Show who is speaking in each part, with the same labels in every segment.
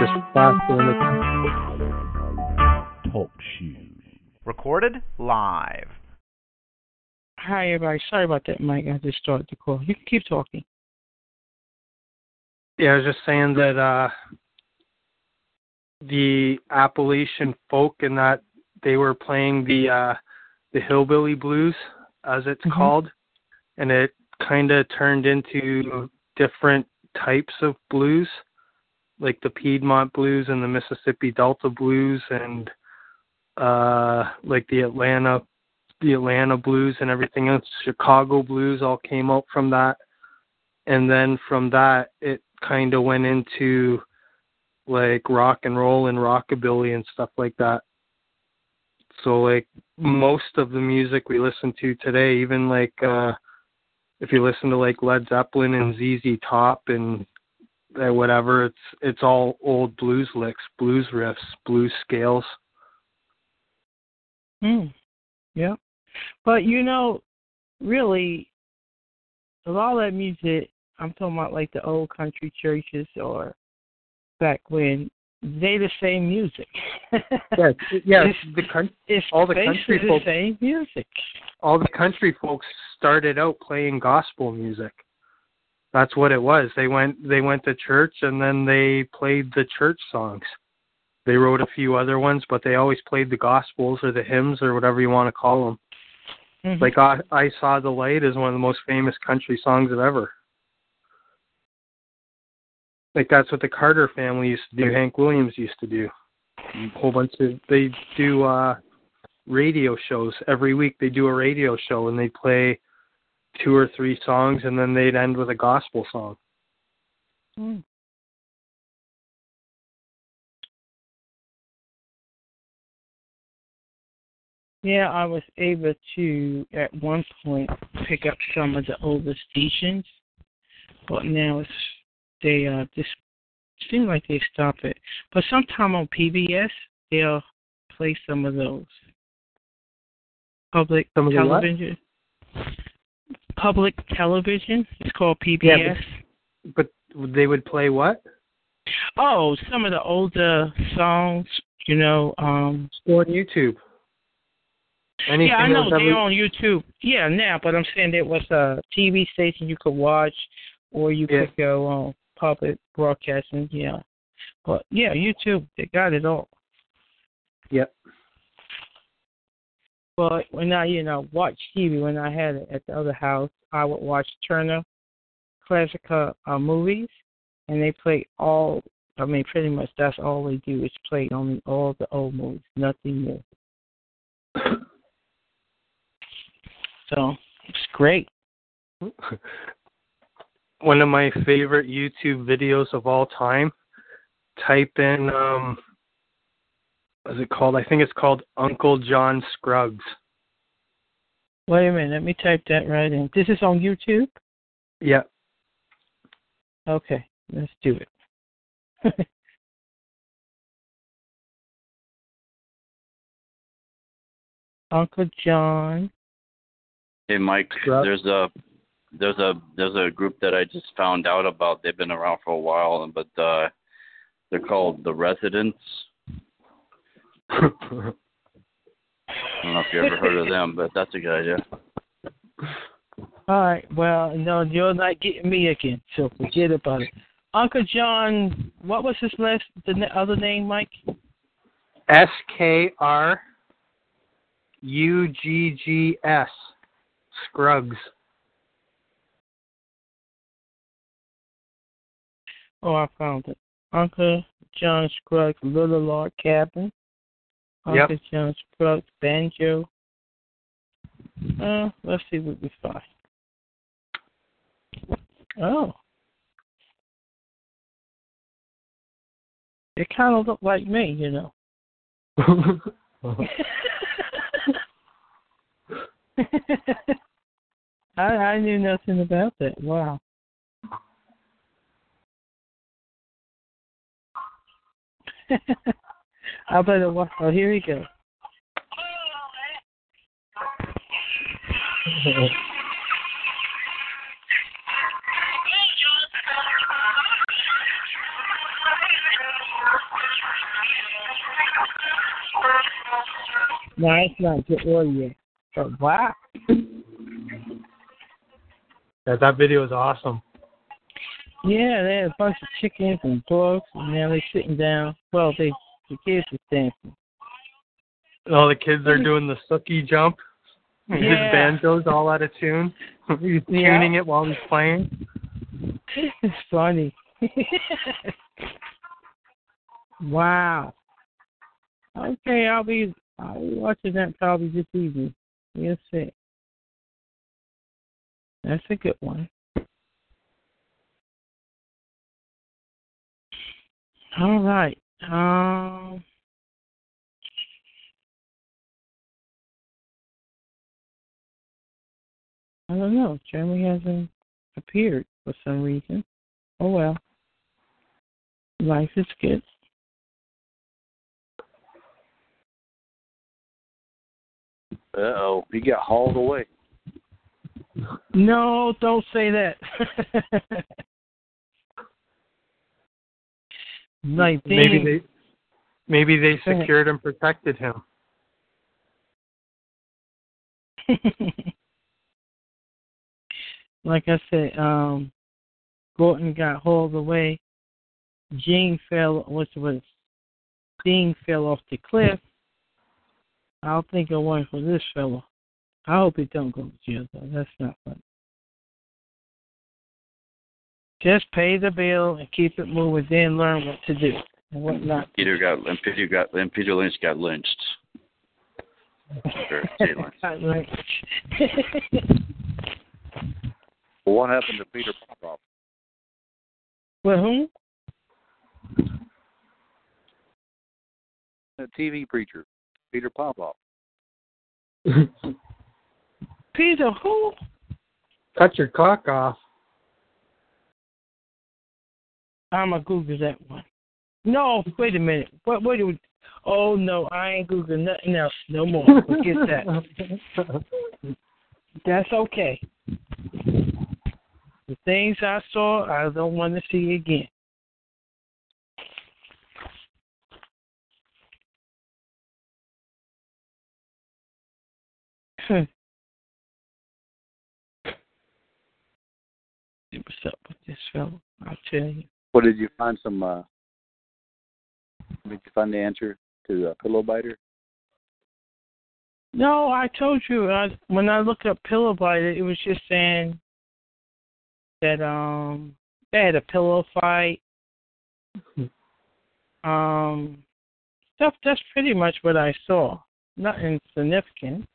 Speaker 1: Just last minute.
Speaker 2: Talk shoes.
Speaker 3: Recorded live.
Speaker 4: Hi, everybody. Sorry about that, Mike. I just started the call. You can keep talking.
Speaker 1: Yeah, I was just saying that uh, the Appalachian folk and that they were playing the uh, the hillbilly blues, as it's
Speaker 4: Mhm.
Speaker 1: called, and it kind of turned into different types of blues, like the Piedmont blues and the Mississippi Delta blues, and uh, like the Atlanta the Atlanta blues and everything else. Chicago blues all came out from that, and then from that it kind of went into like rock and roll and rockabilly and stuff like that. So like most of the music we listen to today, even like uh if you listen to like Led Zeppelin and ZZ Top and uh, whatever, it's it's all old blues licks, blues riffs, blues scales.
Speaker 4: Mm. Yeah. But you know, really, a lot of that music, I'm talking about like the old country churches or back when, they the same music.
Speaker 1: Yes, yes, the coun-
Speaker 4: It's
Speaker 1: all the
Speaker 4: basically
Speaker 1: country folk-
Speaker 4: the same music.
Speaker 1: all the country folks started out playing gospel music. That's what it was. They went they went to church and then they played the church songs. They wrote a few other ones, but they always played the gospels or the hymns or whatever you want to call them.
Speaker 4: Mhm.
Speaker 1: Like I, I saw the light is one of the most famous country songs of ever. Like that's what the Carter family used to do. Hank Williams used to do. A whole bunch of they do uh radio shows every week. They do a radio show and they play two or three songs and then they'd end with a gospel song.
Speaker 4: Mm. Yeah, I was able to at one point pick up some of the older stations, but now it's they uh just seem like they stop it. But sometime on PBS they'll play some of those public
Speaker 1: Some of the what?
Speaker 4: television. Public television. It's called PBS.
Speaker 1: But they would play what?
Speaker 4: Oh, some of the older uh, songs, you know. Um
Speaker 1: On YouTube. Anything
Speaker 4: Yeah, I know
Speaker 1: that was
Speaker 4: they're
Speaker 1: ever-
Speaker 4: on YouTube. Yeah, now, but I'm saying there was a TV station you could watch, or you
Speaker 1: Yeah.
Speaker 4: could go on public broadcasting. Yeah, but yeah, YouTube they got it all.
Speaker 1: Yep.
Speaker 4: But when I, you know, watch TV when I had it at the other house, I would watch Turner Classica uh, movies, and they play all. I mean, pretty much that's all they do is play only all the old movies, nothing new. So it's great.
Speaker 1: one of my favorite YouTube videos of all time. Type in um what's it called? I think it's called Uncle John Scruggs.
Speaker 4: Wait a minute, let me type that right in. This is on YouTube.
Speaker 1: Yeah.
Speaker 4: Okay, let's do it. Uncle John.
Speaker 5: Hey Mike,
Speaker 1: Rob?
Speaker 5: there's a there's a there's a group that I just found out about. They've been around for a while, but uh, they're called the Residents. I don't know if you ever heard of them, but that's a good idea.
Speaker 4: All right. Well, no, you're not getting me again, so forget about it. Uncle John, what was his last, the n- other name, Mike?
Speaker 1: S K R U G G S Scruggs.
Speaker 4: Oh, I found it. Uncle John Scruggs, Little Lord Cabin.
Speaker 1: Yep.
Speaker 4: Uncle John Scruggs, Banjo. Uh, let's see what we find. Oh. They kind of look like me, you know. I, I knew nothing about that. Wow. I better watch. Oh, here we go. No, it's not good audio. But wow.
Speaker 1: yeah, that video is awesome.
Speaker 4: Yeah, they had a bunch of chickens and dogs, and now they're sitting down. Well, they the kids are dancing.
Speaker 1: And all the kids are doing the sucky jump. And
Speaker 4: Yeah.
Speaker 1: His banjo's all out of tune. he's
Speaker 4: Yeah.
Speaker 1: tuning it while he's playing.
Speaker 4: It's funny. wow. Okay, I'll be I'll be watching that probably this evening. Yes, it. That's a good one. All right. Um. I don't know. Jeremy hasn't appeared for some reason. Oh well. Life is good.
Speaker 5: Uh oh, he got hauled away.
Speaker 4: No, don't say that. like,
Speaker 1: Maybe
Speaker 4: dang.
Speaker 1: they maybe they
Speaker 4: ahead.
Speaker 1: secured and protected him.
Speaker 4: like I said, um, Gordon got hauled away. Gene fell. What's was? Dean fell off the cliff. I don't think I want for this fella. I hope he don't go to jail though. That's not fun. Just pay the bill and keep it moving. Then learn what to do and what not. to
Speaker 5: Peter got and Peter got and Peter Lynch got lynched. Sure, say Lynch.
Speaker 4: Not like-
Speaker 6: Well, what happened to Peter Popoff?
Speaker 4: well, who?
Speaker 6: The TV preacher, Peter Popoff.
Speaker 4: Peter, who?
Speaker 1: Cut your cock off.
Speaker 4: I'm gonna Google that one. No, wait a minute. What? What? do we- Oh no, I ain't Googling nothing else no more. Forget that. That's okay. The things I saw, I don't want to see again. See What's up with this fellow? I'll tell you.
Speaker 6: What did you find? Some? Uh, did you find the answer to uh, Pillow Biter?
Speaker 4: No, I told you. I, when I looked up pillow fight, it was just saying that um they had a pillow fight. Um, stuff. That's pretty much what I saw. Nothing significant.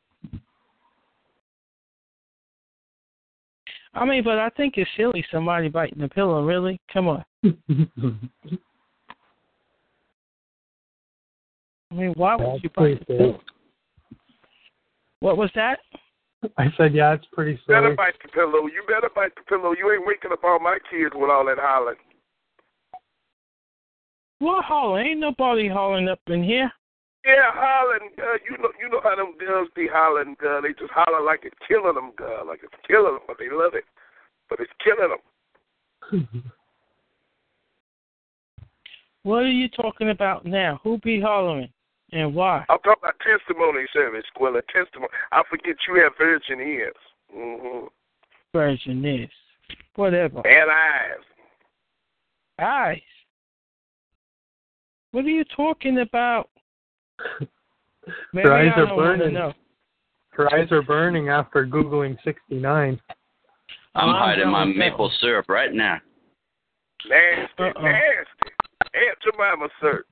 Speaker 4: I mean, but I think it's silly. Somebody biting a pillow. Really? Come on. I mean, why would you bite? the pillow? What was that?
Speaker 1: I said, yeah, it's pretty
Speaker 7: You better
Speaker 1: silly.
Speaker 7: bite the pillow. You better bite the pillow. You ain't waking up all my kids with all that hollering.
Speaker 4: What holler? Ain't nobody hollering up in here.
Speaker 7: Yeah, hollering. Uh, you know, you know how them girls be hollering. Girl, they just holler like it's killing them. Girl, like it's killing them, but they love it. But it's killing them.
Speaker 4: What are you talking about now? Who be hollering and why?
Speaker 7: I'm talking about testimony service, Quilla. Testimony. I forget you have virgin ears hmm
Speaker 4: Version is whatever.
Speaker 7: and eyes.
Speaker 4: Guys, what are you talking about? Maybe
Speaker 1: Her eyes
Speaker 4: I
Speaker 1: are
Speaker 4: don't wanna
Speaker 1: burning.
Speaker 4: know.
Speaker 1: Her eyes are burning after googling 69.
Speaker 5: I'm
Speaker 4: I'm
Speaker 5: hiding my
Speaker 4: going down.
Speaker 5: maple syrup right now.
Speaker 7: Nasty,
Speaker 4: Uh-uh.
Speaker 7: nasty. Aunt Jemima, sir.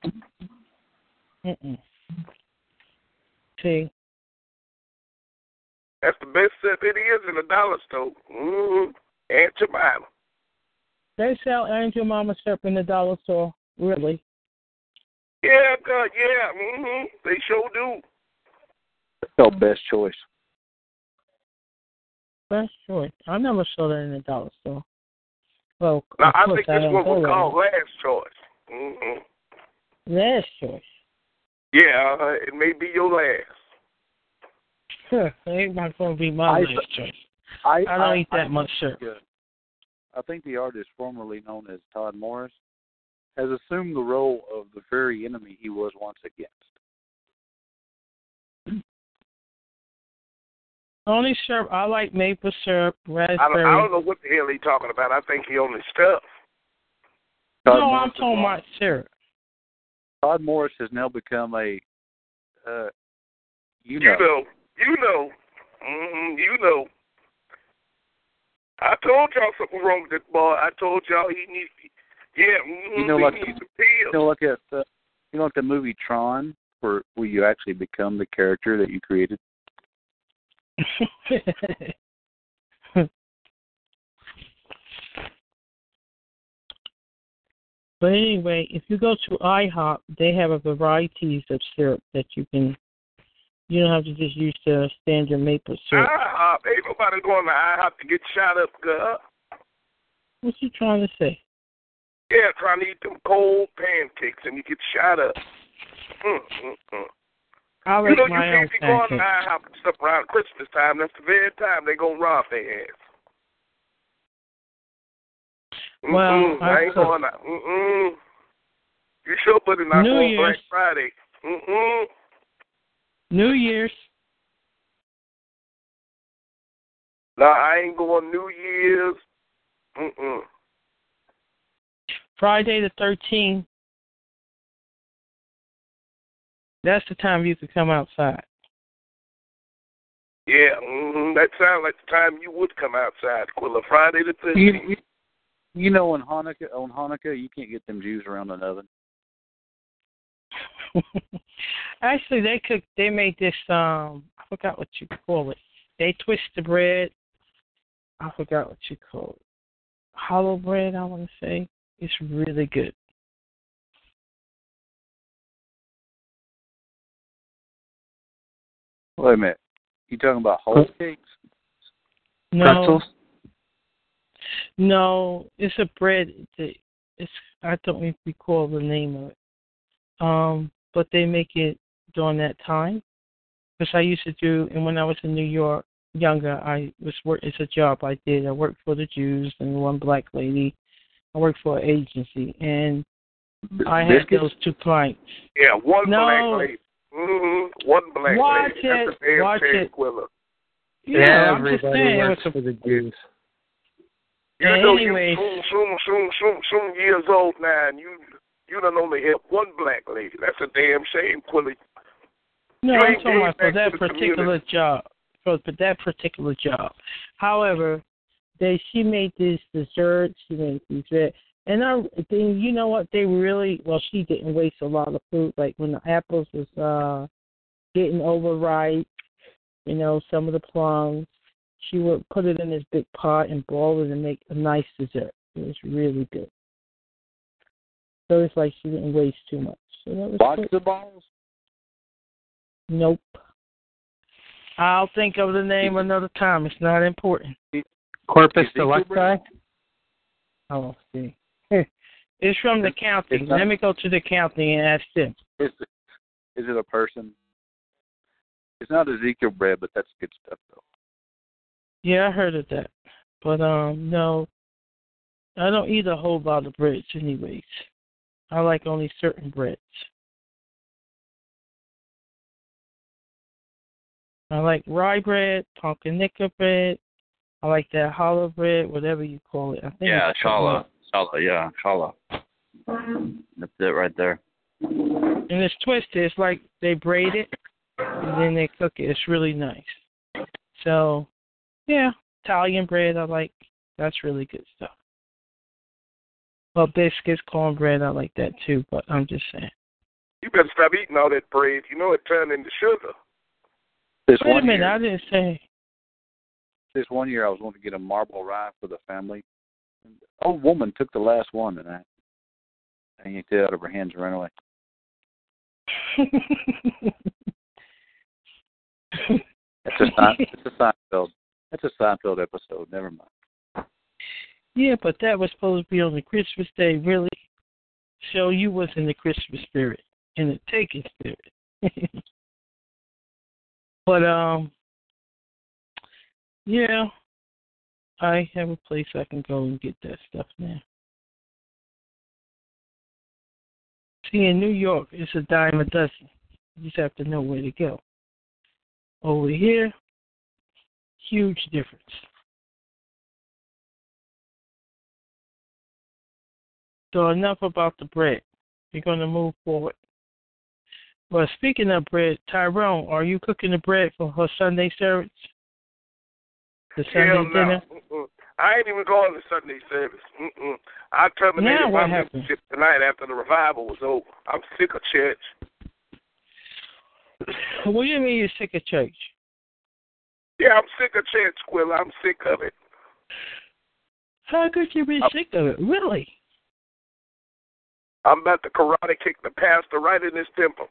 Speaker 4: Mm-mm. See,
Speaker 7: That's the best stuff it is in the dollar store. Mm-hmm. Aunt Jemima.
Speaker 4: they sell Angel Mama syrup in the dollar store. Really?
Speaker 7: Yeah, God, yeah, mhm. They sure do.
Speaker 6: That's our best choice.
Speaker 4: Best choice. I never saw that in a dollar store. Well,
Speaker 7: Now
Speaker 4: of
Speaker 7: I
Speaker 4: course
Speaker 7: think this
Speaker 4: don't
Speaker 7: one
Speaker 4: go
Speaker 7: was
Speaker 4: there.
Speaker 7: called last choice. Mhm.
Speaker 4: Last choice.
Speaker 7: Yeah, uh, it may be your last.
Speaker 4: Sure, it ain't not gonna be my
Speaker 6: I-
Speaker 4: last choice. I don't eat that much sugar.
Speaker 6: I think the artist formerly known as Todd Morris has assumed the role of the very enemy he was once against.
Speaker 4: Only syrup I like maple syrup,
Speaker 7: I don't,
Speaker 4: raspberry.
Speaker 7: I don't know what the hell he's talking about. I think he on his stuff.
Speaker 6: Todd
Speaker 4: no,
Speaker 6: Morris
Speaker 4: I'm
Speaker 6: is
Speaker 4: talking
Speaker 6: wrong.
Speaker 4: about syrup.
Speaker 6: Todd Morris has now become a, uh, you
Speaker 7: You
Speaker 6: know,
Speaker 7: know, you know, mm, you know. I told y'all something wrong with this boy. I told y'all he needs, yeah, mm,
Speaker 6: You know,
Speaker 7: he
Speaker 6: like-
Speaker 7: needs some
Speaker 6: you
Speaker 7: pills.
Speaker 6: know, like at uh, you know, like the movie Tron, where where you actually become the character that you created.
Speaker 4: but anyway, if you go to IHOP, they have a varieties of syrup that you can. You don't have to just use the standard maple syrup.
Speaker 7: IHOP, uh, ain't nobody going to IHOP to get shot up, girl.
Speaker 4: What you trying to say?
Speaker 7: Yeah, trying to eat them cold pancakes and you get shot up. Mm, mm, mm.
Speaker 4: I
Speaker 7: You
Speaker 4: like
Speaker 7: know, you
Speaker 4: my own
Speaker 7: can't be going to
Speaker 4: pancakes.
Speaker 7: IHOP and stuff around Christmas time. That's the very time they going to rob their ass. Mm-mm,
Speaker 4: Well,
Speaker 7: I ain't
Speaker 4: I-
Speaker 7: going out. Mm-mm. You sure put it not
Speaker 4: New
Speaker 7: on
Speaker 4: Year's.
Speaker 7: Black Friday. Mm-mm.
Speaker 4: New Year's.
Speaker 7: No, I ain't going New Year's. Mm-mm.
Speaker 4: Friday the 13th. That's the time you could come outside.
Speaker 7: Yeah, mm-hmm. that sounds like the time you would come outside, Quilla. Friday the 13th.
Speaker 6: You, you, you know, on Hanukkah, on Hanukkah, you can't get them Jews around an oven.
Speaker 4: Actually, they cook. They make this. Um, I forgot what you call it. They twist the bread. I forgot what you call it. Hollow bread. I want to say it's really good.
Speaker 6: Wait a minute, you talking about whole cakes,
Speaker 4: No,
Speaker 6: pretzels?
Speaker 4: no, it's a bread. That it's. I don't recall the name of it. Um, but they make it during that time. Because I used to do, and when I was in New York, younger, I was work. It's a job I did. I worked for the Jews and one black lady. I worked for an agency, and I had
Speaker 6: Biscuits?
Speaker 4: those two clients.
Speaker 7: Yeah, one
Speaker 4: No.
Speaker 7: black lady. Mm-hmm. One black
Speaker 4: Watch
Speaker 7: lady. That's a
Speaker 4: it,
Speaker 7: damn
Speaker 4: watch
Speaker 7: shame,
Speaker 4: it.
Speaker 7: Quilla.
Speaker 4: Yeah, I'm just
Speaker 1: Everybody
Speaker 4: saying. it
Speaker 1: works
Speaker 4: was a-
Speaker 1: for the Jews.
Speaker 7: You
Speaker 4: And
Speaker 7: know,
Speaker 4: anyway-
Speaker 7: you soon, soon, soon, soon, soon years old now, and you you done only help one black lady. That's a damn shame, Quilla.
Speaker 4: no,
Speaker 7: you
Speaker 4: I'm
Speaker 7: ain't
Speaker 4: talking about for
Speaker 7: gave back to
Speaker 4: that
Speaker 7: the
Speaker 4: particular
Speaker 7: community.
Speaker 4: job. For for that particular job. However, they she made this dessert. She made these red. And I then you know what they really well she didn't waste a lot of food like when the apples was uh getting overripe, you know some of the plums. She would put it in this big pot and boil it and make a nice dessert. It was really good. So it's like she didn't waste too much. So that was good.
Speaker 6: Boxer balls?
Speaker 4: Nope. I'll think of the name another time. It's not important.
Speaker 1: Corpus
Speaker 6: Ezekiel
Speaker 1: delecti.
Speaker 6: bread?
Speaker 4: Oh, see. it's from the county.
Speaker 6: It's not-
Speaker 4: Let me go to the county and ask them.
Speaker 6: Is it, is it a person? It's not Ezekiel bread, but that's good stuff though.
Speaker 4: Yeah, I heard of that. But um no. I don't eat a whole lot of breads anyways. I like only certain breads. I like rye bread, pumpkin nickel bread. I like that hollow bread, whatever you call it. I think
Speaker 5: Yeah,
Speaker 4: it's
Speaker 5: challah, challah, yeah, challah. That's it right there.
Speaker 4: and it's twisted. It's like they braid it and then they cook it. It's really nice. So, yeah, Italian bread I like. That's really good stuff. Well, biscuits, cornbread, I like that too. But I'm just saying.
Speaker 7: You better stop eating all that bread. You know it turned into sugar.
Speaker 6: This
Speaker 4: Wait a
Speaker 6: one
Speaker 4: minute,
Speaker 6: year,
Speaker 4: I didn't say.
Speaker 6: this one year I was wanting to get a marble rye for the family. And the old woman took the last one, and I, I yanked it out of her hands and ran away. It's a Sein- it's a Seinfeld. It's a Seinfeld episode. Never mind.
Speaker 2: yeah, but that was supposed to be on the Christmas day, really. So you was in the Christmas spirit, in the taking spirit. but um, yeah, I have a place I can go and get that stuff now. See, in New York, it's a dime a dozen. You just have to know where to go. Over here, huge difference. So enough about the bread. We're going to move forward. Well, speaking of bread, Tyrone, are you cooking the bread for her Sunday service? The Sunday
Speaker 7: Hell
Speaker 2: dinner?
Speaker 7: no. Mm-mm. I ain't even going to Sunday service. Mm-mm. I terminated
Speaker 2: Now
Speaker 7: my
Speaker 2: what happened?
Speaker 7: membership tonight after the revival was over. I'm sick of church.
Speaker 2: What do you mean you're sick of church?
Speaker 7: Yeah, I'm sick of church, Quill. I'm sick of it.
Speaker 2: How could you be sick of it? Really?
Speaker 7: I'm about to karate kick the pastor right in his temple.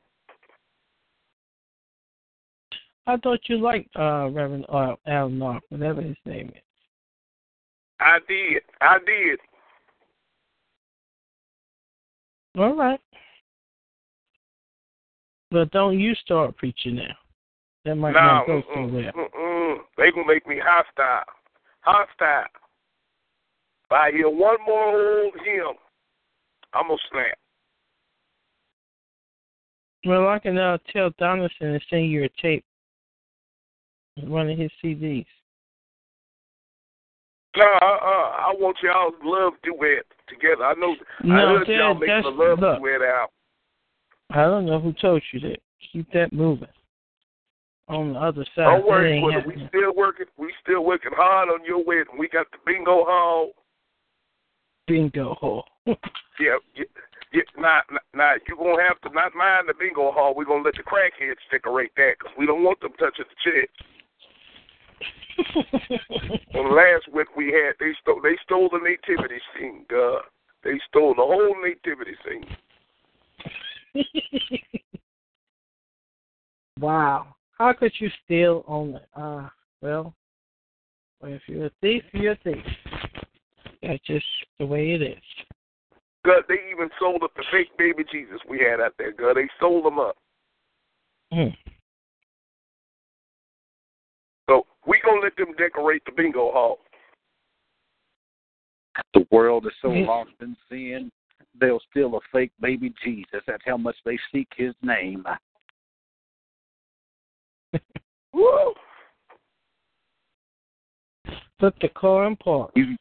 Speaker 2: I thought you liked uh, Reverend uh, Al Nark, whatever his name is.
Speaker 7: I did. I did.
Speaker 2: All right. But don't you start preaching now. That might
Speaker 7: no,
Speaker 2: not go so
Speaker 7: mm-mm,
Speaker 2: well.
Speaker 7: mm-mm. they gonna make me hostile. Hostile. If I hear one more old hymn, I'm gonna snap.
Speaker 2: Well, I can uh, tell Donaldson to send you a tape, one of his CDs.
Speaker 7: No, uh, uh, I want y'all's love duet together. I know.
Speaker 2: No,
Speaker 7: I heard
Speaker 2: that-
Speaker 7: y'all make
Speaker 2: that's-
Speaker 7: the love
Speaker 2: look.
Speaker 7: duet out.
Speaker 2: I don't know who told you that. Keep that moving. On the other side,
Speaker 7: Don't
Speaker 2: that
Speaker 7: worry,
Speaker 2: ain't
Speaker 7: Quilla. We
Speaker 2: happening.
Speaker 7: still working. We still working hard on your wedding. We got the bingo hall.
Speaker 2: bingo hall.
Speaker 7: Yeah, yeah, yeah nah, nah, nah, you gonna have to not mind the bingo hall. We're gonna let the crackheads decorate that 'cause we don't want them touching the church. Well, last week we had they stole they stole the nativity scene. Uh, they stole the whole nativity scene.
Speaker 2: wow. How could you steal on the uh well if you're a thief, you're a thief. That's just the way it is.
Speaker 7: God, they even sold up the fake baby Jesus we had out there. God, they sold them up.
Speaker 2: Mm.
Speaker 7: So we gonna let them decorate the bingo hall.
Speaker 6: The world is so
Speaker 2: Yeah.
Speaker 6: lost in sin, they'll steal a fake baby Jesus. That's how much they seek His name.
Speaker 7: Whoa.
Speaker 2: Put the car in park.
Speaker 6: You,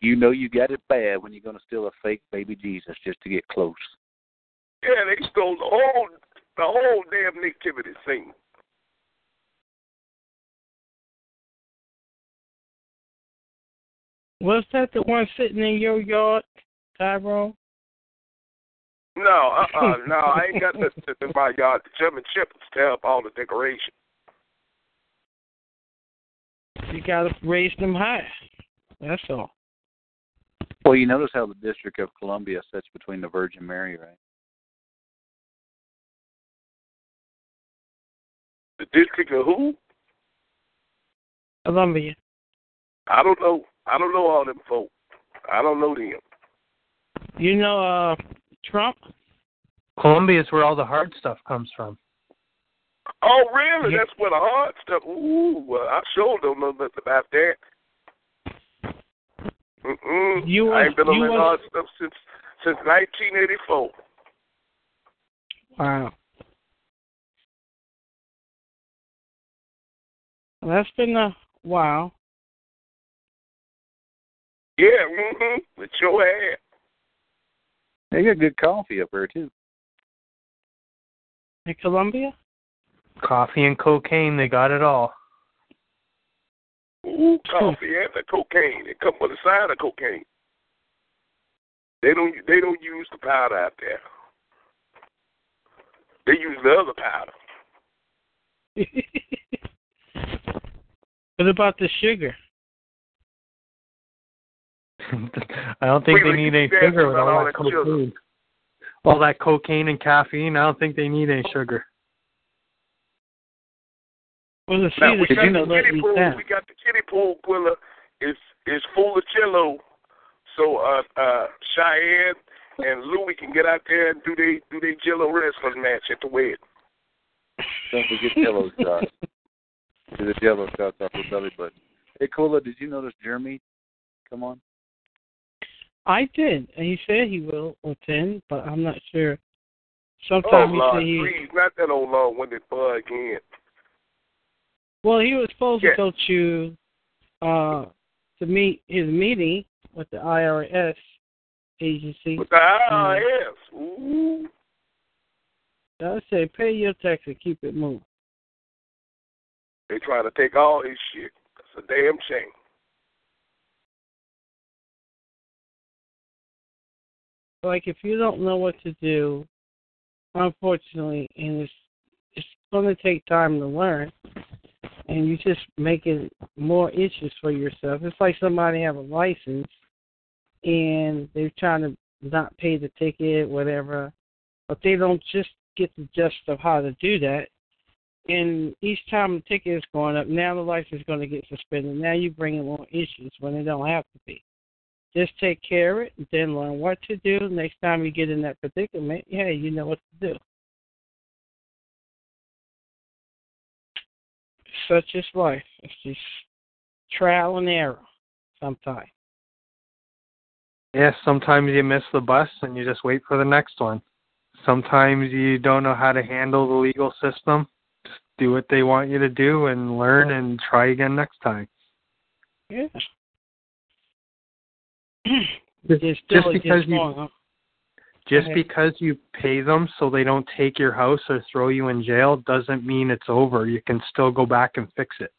Speaker 6: you know you got it bad when you're going to steal a fake baby Jesus just to get close.
Speaker 7: Yeah, they stole the whole the whole damn nativity scene.
Speaker 2: Was that the one sitting in your yard, Tyrone?
Speaker 7: No, uh, uh no, I ain't got nothing to do in my yard. The German shepherds tear up all the decoration.
Speaker 2: You gotta raise them high. That's all.
Speaker 6: Well, you notice how the District of Columbia sits between the Virgin Mary, right?
Speaker 7: The district of who?
Speaker 2: Columbia.
Speaker 7: I don't know. I don't know all them folk. I don't know them.
Speaker 2: You know uh Trump?
Speaker 1: Columbia is where all the hard stuff comes from.
Speaker 7: Oh, really?
Speaker 2: Yeah.
Speaker 7: That's where the hard stuff. Ooh, well, I sure don't know nothing about that. Mm-mm.
Speaker 2: You
Speaker 7: I ain't
Speaker 2: was-
Speaker 7: been on
Speaker 2: you
Speaker 7: that
Speaker 2: was-
Speaker 7: hard stuff since since 1984.
Speaker 2: Wow. Well, that's been a while.
Speaker 7: Yeah, mm-hmm. With your ass.
Speaker 6: They got good coffee up there too.
Speaker 2: In Columbia?
Speaker 1: Coffee and cocaine, they got it all.
Speaker 7: Ooh, coffee and the cocaine. It come with a side of cocaine. They don't. They don't use the powder out there. They use the other powder.
Speaker 2: what about the sugar?
Speaker 1: I don't think
Speaker 7: Wait,
Speaker 1: they
Speaker 7: wait,
Speaker 1: need
Speaker 7: you
Speaker 1: any
Speaker 7: said
Speaker 1: sugar with
Speaker 7: about
Speaker 1: all
Speaker 7: all
Speaker 1: that
Speaker 7: that sugar.
Speaker 1: cocaine. all that cocaine and caffeine. I don't think they need any sugar.
Speaker 4: Well, the
Speaker 7: Now,
Speaker 4: sea
Speaker 7: we
Speaker 4: is
Speaker 7: got
Speaker 4: going to
Speaker 7: the
Speaker 4: let
Speaker 7: kiddie
Speaker 4: me
Speaker 7: pool.
Speaker 4: down.
Speaker 7: We got the kiddie pool quiller. It's it's full of cello. So uh uh Cheyenne and Louie can get out there and do they do they jello wrestling match at the wed.
Speaker 6: Don't forget yellow shots. Because if yellow shots off your belly button. Hey, Cola, did you notice Jeremy? Come on.
Speaker 4: I did, and he said he will attend, but I'm not sure.
Speaker 7: Oh
Speaker 4: Sometimes he
Speaker 7: Lord,
Speaker 4: said he
Speaker 7: please, not that old long winded bug again.
Speaker 4: well, he was supposed
Speaker 7: Yeah.
Speaker 4: to go to uh to meet his meeting with the IRS agency.
Speaker 7: With the ah,
Speaker 4: Mm.
Speaker 7: IRS. Ooh.
Speaker 4: I said, pay your tax and keep it moving.
Speaker 7: They trying to take all his shit. That's a damn shame.
Speaker 4: Like if you don't know what to do, unfortunately, and it's it's going to take time to learn, and you just making more issues for yourself. It's like somebody have a license, and they're trying to not pay the ticket, whatever, but they don't just get the gist of how to do that. And each time the ticket is going up, now the license is going to get suspended. Now you bring in more issues when they don't have to be just take care of it, then learn what to do. Next time you get in that predicament, yeah, you know what to do. Such is life. It's just trial and error sometimes.
Speaker 1: Yeah, sometimes you miss the bus and you just wait for the next one. Sometimes you don't know how to handle the legal system. Just do what they want you to do and learn and try again next time.
Speaker 4: Yeah.
Speaker 1: Just,
Speaker 4: There's
Speaker 1: just
Speaker 4: diligence
Speaker 1: because you
Speaker 4: going on.
Speaker 1: just
Speaker 4: ahead.
Speaker 1: because you pay them so they don't take your house or throw you in jail doesn't mean it's over. You can still go back and fix it.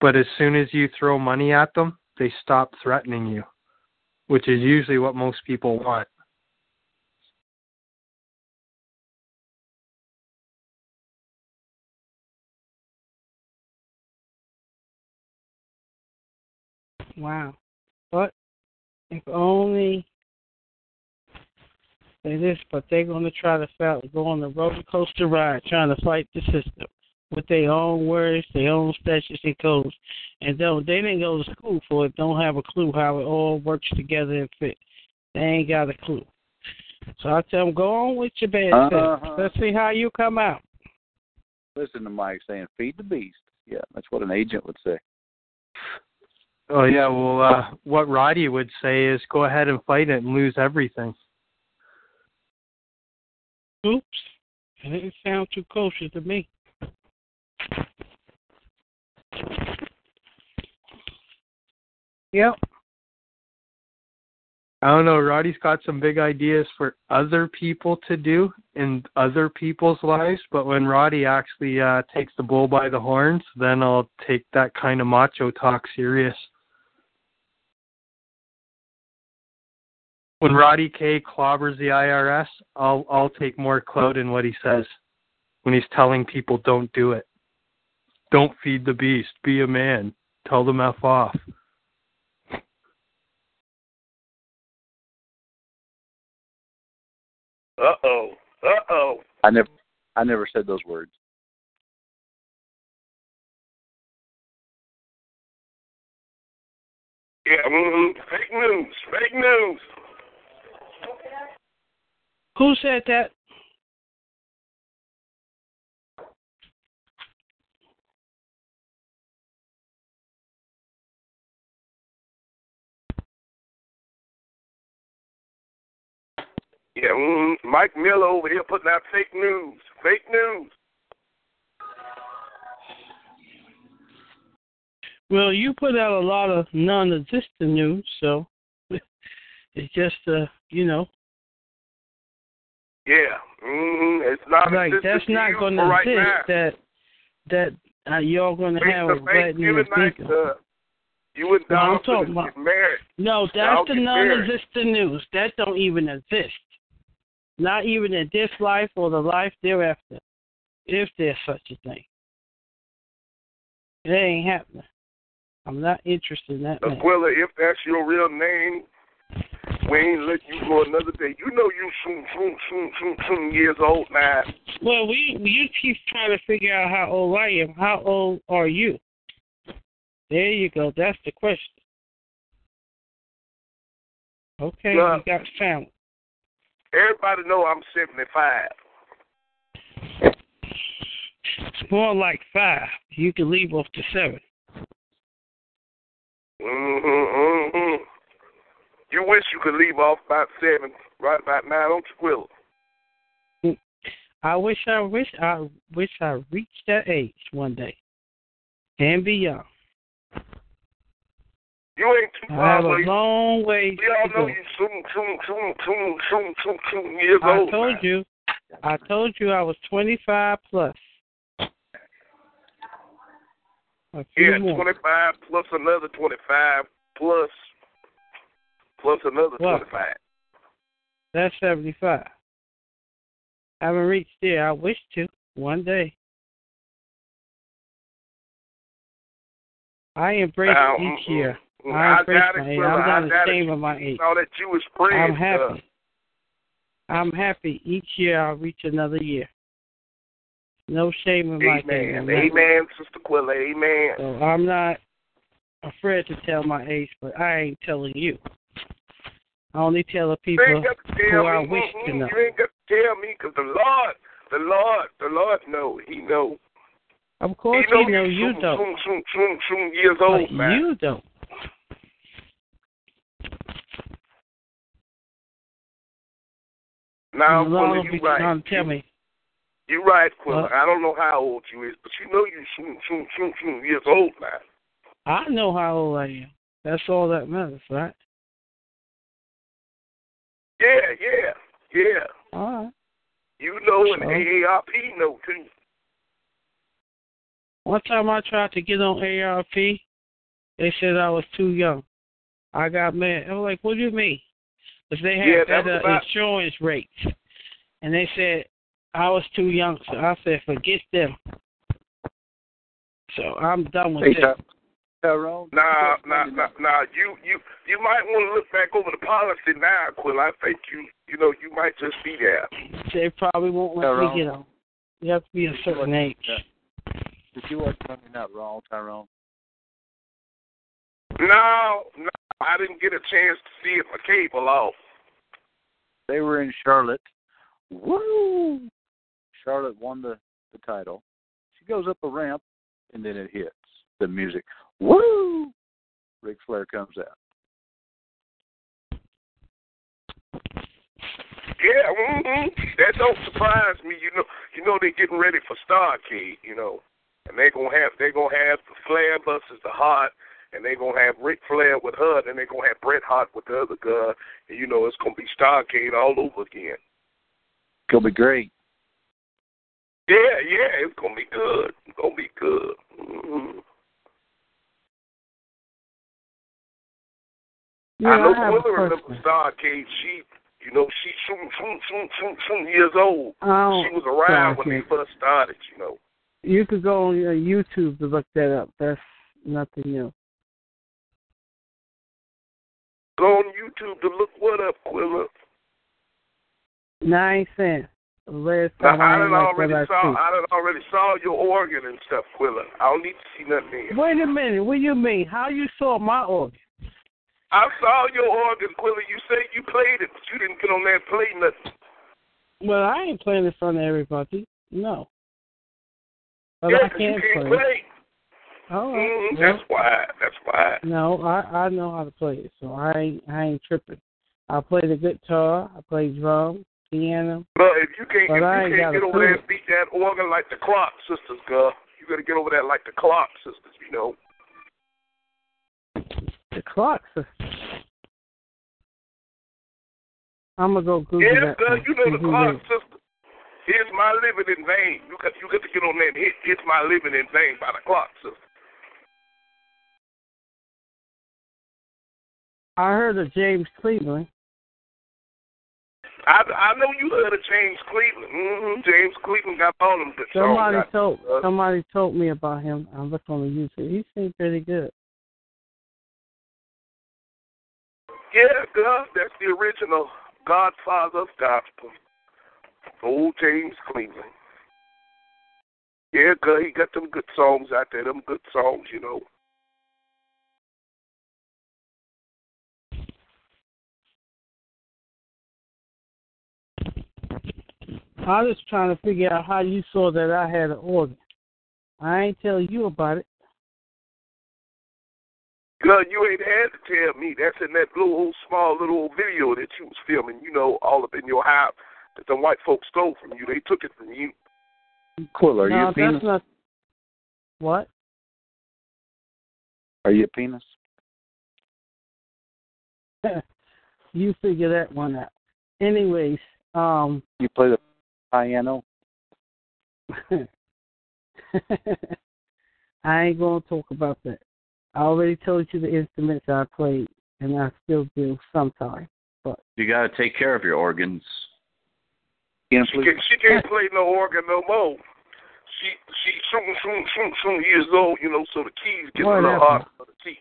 Speaker 1: But as soon as you throw money at them, they stop threatening you, which is usually what most people want.
Speaker 4: Wow. But if only they this, but they're going to try to fight, go on the roller coaster ride trying to fight the system with their own words, their own statutes and codes. And though they didn't go to school for it, don't have a clue how it all works together and fit. They ain't got a clue. So I tell them, go on with your bad self.
Speaker 6: Uh-huh.
Speaker 4: Let's see how you come out.
Speaker 6: Listen to Mike saying, feed the beast. Yeah, that's what an agent would say.
Speaker 1: Oh yeah, well, uh, what Roddy would say is go ahead and fight it and lose everything.
Speaker 4: Oops. That didn't sound too kosher to me. Yep.
Speaker 1: I don't know. Roddy's got some big ideas for other people to do in other people's lives, but when Roddy actually uh, takes the bull by the horns, then I'll take that kind of macho talk serious. When Roddy K clobbers the IRS, I'll I'll take more clout in what he says when he's telling people don't do it, don't feed the beast, be a man, tell them f off.
Speaker 7: Uh oh. Uh oh.
Speaker 6: I never I never said those words.
Speaker 7: Yeah, mm fake news. Fake news.
Speaker 4: Who said that?
Speaker 7: Yeah, mm Mike Miller over here putting out fake news. Fake news.
Speaker 4: Well, you put out a lot of non-existent news, so it's just uh, you know,
Speaker 7: Yeah. mm It's not
Speaker 4: right? That's not
Speaker 7: going
Speaker 4: going
Speaker 7: to
Speaker 4: to
Speaker 7: you for right
Speaker 4: exist.
Speaker 7: now.
Speaker 4: That that uh, y'all going to
Speaker 7: Wait
Speaker 4: have
Speaker 7: till
Speaker 4: a wedding in
Speaker 7: Thanksgiving night,
Speaker 4: Ezekiel.
Speaker 7: uh, you and
Speaker 4: No, I'm
Speaker 7: Donald
Speaker 4: talking
Speaker 7: finna get
Speaker 4: about-
Speaker 7: married.
Speaker 4: No,
Speaker 7: I'll
Speaker 4: that's the
Speaker 7: get married.
Speaker 4: non-existent news. That don't even exist. Not even in this life or the life thereafter, if there's such a thing. It ain't happening. I'm not interested in that. man.
Speaker 7: Aquila, if that's your real name, We ain't let you go another day. You know you soon, soon, soon, soon, soon years old now.
Speaker 4: Well, we you keep trying to figure out how old I am. How old are you? There you go. That's the question. Okay,
Speaker 7: Yeah.
Speaker 4: we got found.
Speaker 7: Everybody know I'm 75.
Speaker 4: It's more like five. You can leave off the seven.
Speaker 7: Mm-hmm, mm-hmm. You wish you could leave off about seven, right about now. Don't squirrel.
Speaker 4: I wish I wish I wish I reached that age one day and beyond.
Speaker 7: You ain't too
Speaker 4: I
Speaker 7: far
Speaker 4: have a
Speaker 7: away.
Speaker 4: long way
Speaker 7: We all
Speaker 4: to
Speaker 7: know
Speaker 4: go.
Speaker 7: you soon, soon, soon, soon, soon, soon, soon years
Speaker 4: I
Speaker 7: old.
Speaker 4: told
Speaker 7: now.
Speaker 4: you. I told you I was 25 plus. A few
Speaker 7: Yeah,
Speaker 4: more.
Speaker 7: 25 plus another 25 plus plus another
Speaker 4: Well,
Speaker 7: 25.
Speaker 4: That's 75. I haven't reached there. I wish to one day. I embrace
Speaker 7: Now, mm,
Speaker 4: each year.
Speaker 7: mm,
Speaker 4: I
Speaker 7: I
Speaker 4: embrace
Speaker 7: doubt it,
Speaker 4: my age.
Speaker 7: brother. I
Speaker 4: I'm not
Speaker 7: doubt it.
Speaker 4: ashamed of my age.
Speaker 7: All that Jewish bread.
Speaker 4: I'm
Speaker 7: Uh,
Speaker 4: happy. I'm happy each year I reach another year. No shame in my game.
Speaker 7: amen.
Speaker 4: I'm not-
Speaker 7: Amen, Sister Quilla. Amen.
Speaker 4: So I'm not afraid to tell my age, but I ain't telling you. I only tell the
Speaker 7: You
Speaker 4: people
Speaker 7: ain't got to tell
Speaker 4: who I
Speaker 7: me. Mm-hmm,
Speaker 4: wish to
Speaker 7: mm-mm,
Speaker 4: know.
Speaker 7: You ain't got to tell me because the Lord, the Lord, the Lord know. He know.
Speaker 4: Of course,
Speaker 7: he mm-hmm. know,
Speaker 4: you know you
Speaker 7: soon,
Speaker 4: don't.
Speaker 7: Soon, soon, soon, soon years
Speaker 4: But
Speaker 7: old, man.
Speaker 4: you don't.
Speaker 7: now,
Speaker 4: a lot
Speaker 7: Quilla,
Speaker 4: of
Speaker 7: you
Speaker 4: people
Speaker 7: right.
Speaker 4: don't tell me.
Speaker 7: You right, Quilla.
Speaker 4: What?
Speaker 7: I don't know how old you is, but you know you soon, soon, soon, soon years old now.
Speaker 4: I know how old I am. That's all that matters, right?
Speaker 7: Yeah, yeah, yeah.
Speaker 4: All right.
Speaker 7: You know, and
Speaker 4: Sure.
Speaker 7: AARP know too.
Speaker 4: One time I tried to get on ARP, they said I was too young. I got mad. I was like, what do you mean? Because they had
Speaker 7: Yeah, that was
Speaker 4: better
Speaker 7: about-
Speaker 4: insurance rates. And they said I was too young. So I said, forget them. So I'm done with
Speaker 6: Hey,
Speaker 4: this.
Speaker 6: Ty- Tyrone.
Speaker 7: Nah, nah, nah, nah. You, you, you might want to look back over the policy now, Quill. I think you, you know, you might just be there.
Speaker 4: They probably won't let
Speaker 6: Tyrone.
Speaker 4: me get on. You have to be a certain age.
Speaker 6: If you are you're not wrong, Tyrone.
Speaker 7: No, no, I didn't get a chance to see if my cable off.
Speaker 6: They were in Charlotte. Woo! Charlotte won the, the title. She goes up a ramp, and then it hits the music. Woo! Ric Flair comes out.
Speaker 7: Yeah, mm-hmm. that don't surprise me. You know, you know they're getting ready for Starcade. You know, and they gonna have they gonna have the Flair versus the Hart, and they gonna have Ric Flair with her, and they gonna have Bret Hart with the other guy. And you know, it's gonna be Starcade all over again.
Speaker 6: Gonna be great.
Speaker 7: Yeah, yeah, it's gonna be good. It's gonna be good. Mm-hmm.
Speaker 4: Yeah,
Speaker 7: I know
Speaker 4: have a
Speaker 7: Quilla remembers
Speaker 4: question.
Speaker 7: Starcade. She, you know, she soon, soon, soon, soon, soon years old.
Speaker 4: I don't-
Speaker 7: she was around when
Speaker 4: Starcade.
Speaker 7: they first started. You know.
Speaker 4: You could go on uh, YouTube to look that up. That's nothing new.
Speaker 7: Go on YouTube to look what up, Quilla.
Speaker 4: Nine cents. Last
Speaker 7: Now,
Speaker 4: time
Speaker 7: I
Speaker 4: I
Speaker 7: done
Speaker 4: ain't like what I
Speaker 7: already saw.
Speaker 4: see.
Speaker 7: I done already saw your organ and stuff, Quilla. I don't need to see nothing there.
Speaker 4: Wait a minute. What do you mean? How you saw my organ?
Speaker 7: I saw your organ, Quilla. You say you played it, but you didn't get on there and play nothing.
Speaker 4: Well, I ain't playing in front of everybody. No. But
Speaker 7: yeah,
Speaker 4: I
Speaker 7: 'cause
Speaker 4: can
Speaker 7: you can't
Speaker 4: play.
Speaker 7: play.
Speaker 4: All right.
Speaker 7: Mhm,
Speaker 4: Well,
Speaker 7: That's why. That's why.
Speaker 4: no, I I know how to play it, so I ain't I ain't tripping. I play the guitar. I play drum, piano.
Speaker 7: But if you can't,
Speaker 4: But
Speaker 7: if
Speaker 4: I
Speaker 7: you
Speaker 4: ain't
Speaker 7: can't
Speaker 4: got
Speaker 7: get
Speaker 4: a
Speaker 7: over there
Speaker 4: clue.
Speaker 7: and beat that organ like the Clark sisters, girl, you gotta get over that like the Clark sisters. You know.
Speaker 4: The clock. I'm gonna go Google
Speaker 7: Yeah,
Speaker 4: that.
Speaker 7: girl,
Speaker 4: one.
Speaker 7: you know the
Speaker 4: See who
Speaker 7: Clark
Speaker 4: wins.
Speaker 7: sisters. Here's my living in vain. You got, you got to get on that. Hit, here's my living in vain by the Clark sisters.
Speaker 4: I heard of James Cleveland.
Speaker 7: I I know you heard of James Cleveland. hmm James Cleveland got all them good
Speaker 4: Somebody
Speaker 7: songs.
Speaker 4: told
Speaker 7: uh,
Speaker 4: somebody told me about him. I looked on the YouTube. He seemed pretty good.
Speaker 7: Yeah, God, that's the original Godfather of gospel, old James Cleveland. Yeah, God, he got them good songs out there, them good songs, you know.
Speaker 4: I was trying to figure out how you saw that I had an organ. I ain't tell you about it.
Speaker 7: God, you ain't had to tell me. That's in that little old small little old video that you was filming, you know, all up in your house that the white folks stole from you. They took it from you.
Speaker 6: Quill, are you
Speaker 4: no,
Speaker 6: a penis?
Speaker 4: that's not. What?
Speaker 6: Are you a penis?
Speaker 4: you figure that one out. Anyways, um,
Speaker 6: You play the piano?
Speaker 4: I ain't gonna talk about that. I already told you the instruments I played, and I still do sometimes.
Speaker 5: You got to take care of your organs.
Speaker 6: Penis
Speaker 7: She can't, she can't play no organ no more. She she soon soon soon soon years old, you know, so the keys get a little
Speaker 4: Whatever.
Speaker 7: hard for the teeth.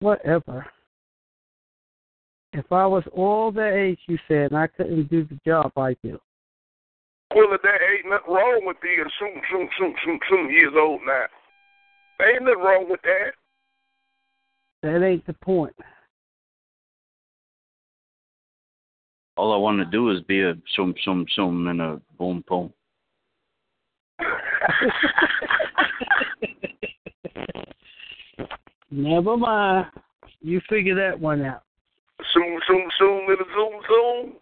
Speaker 4: Whatever. If I was all that age you said, and I couldn't do the job I do,
Speaker 7: Quilla, there ain't nothing wrong with being soon soon soon soon soon years old now. There ain't nothing wrong with that.
Speaker 4: that ain't the point.
Speaker 5: All I want to do is be a shum shum shum and a boom boom.
Speaker 4: Never mind. You figure that one out.
Speaker 7: Soon soon soon in a zoom zoom.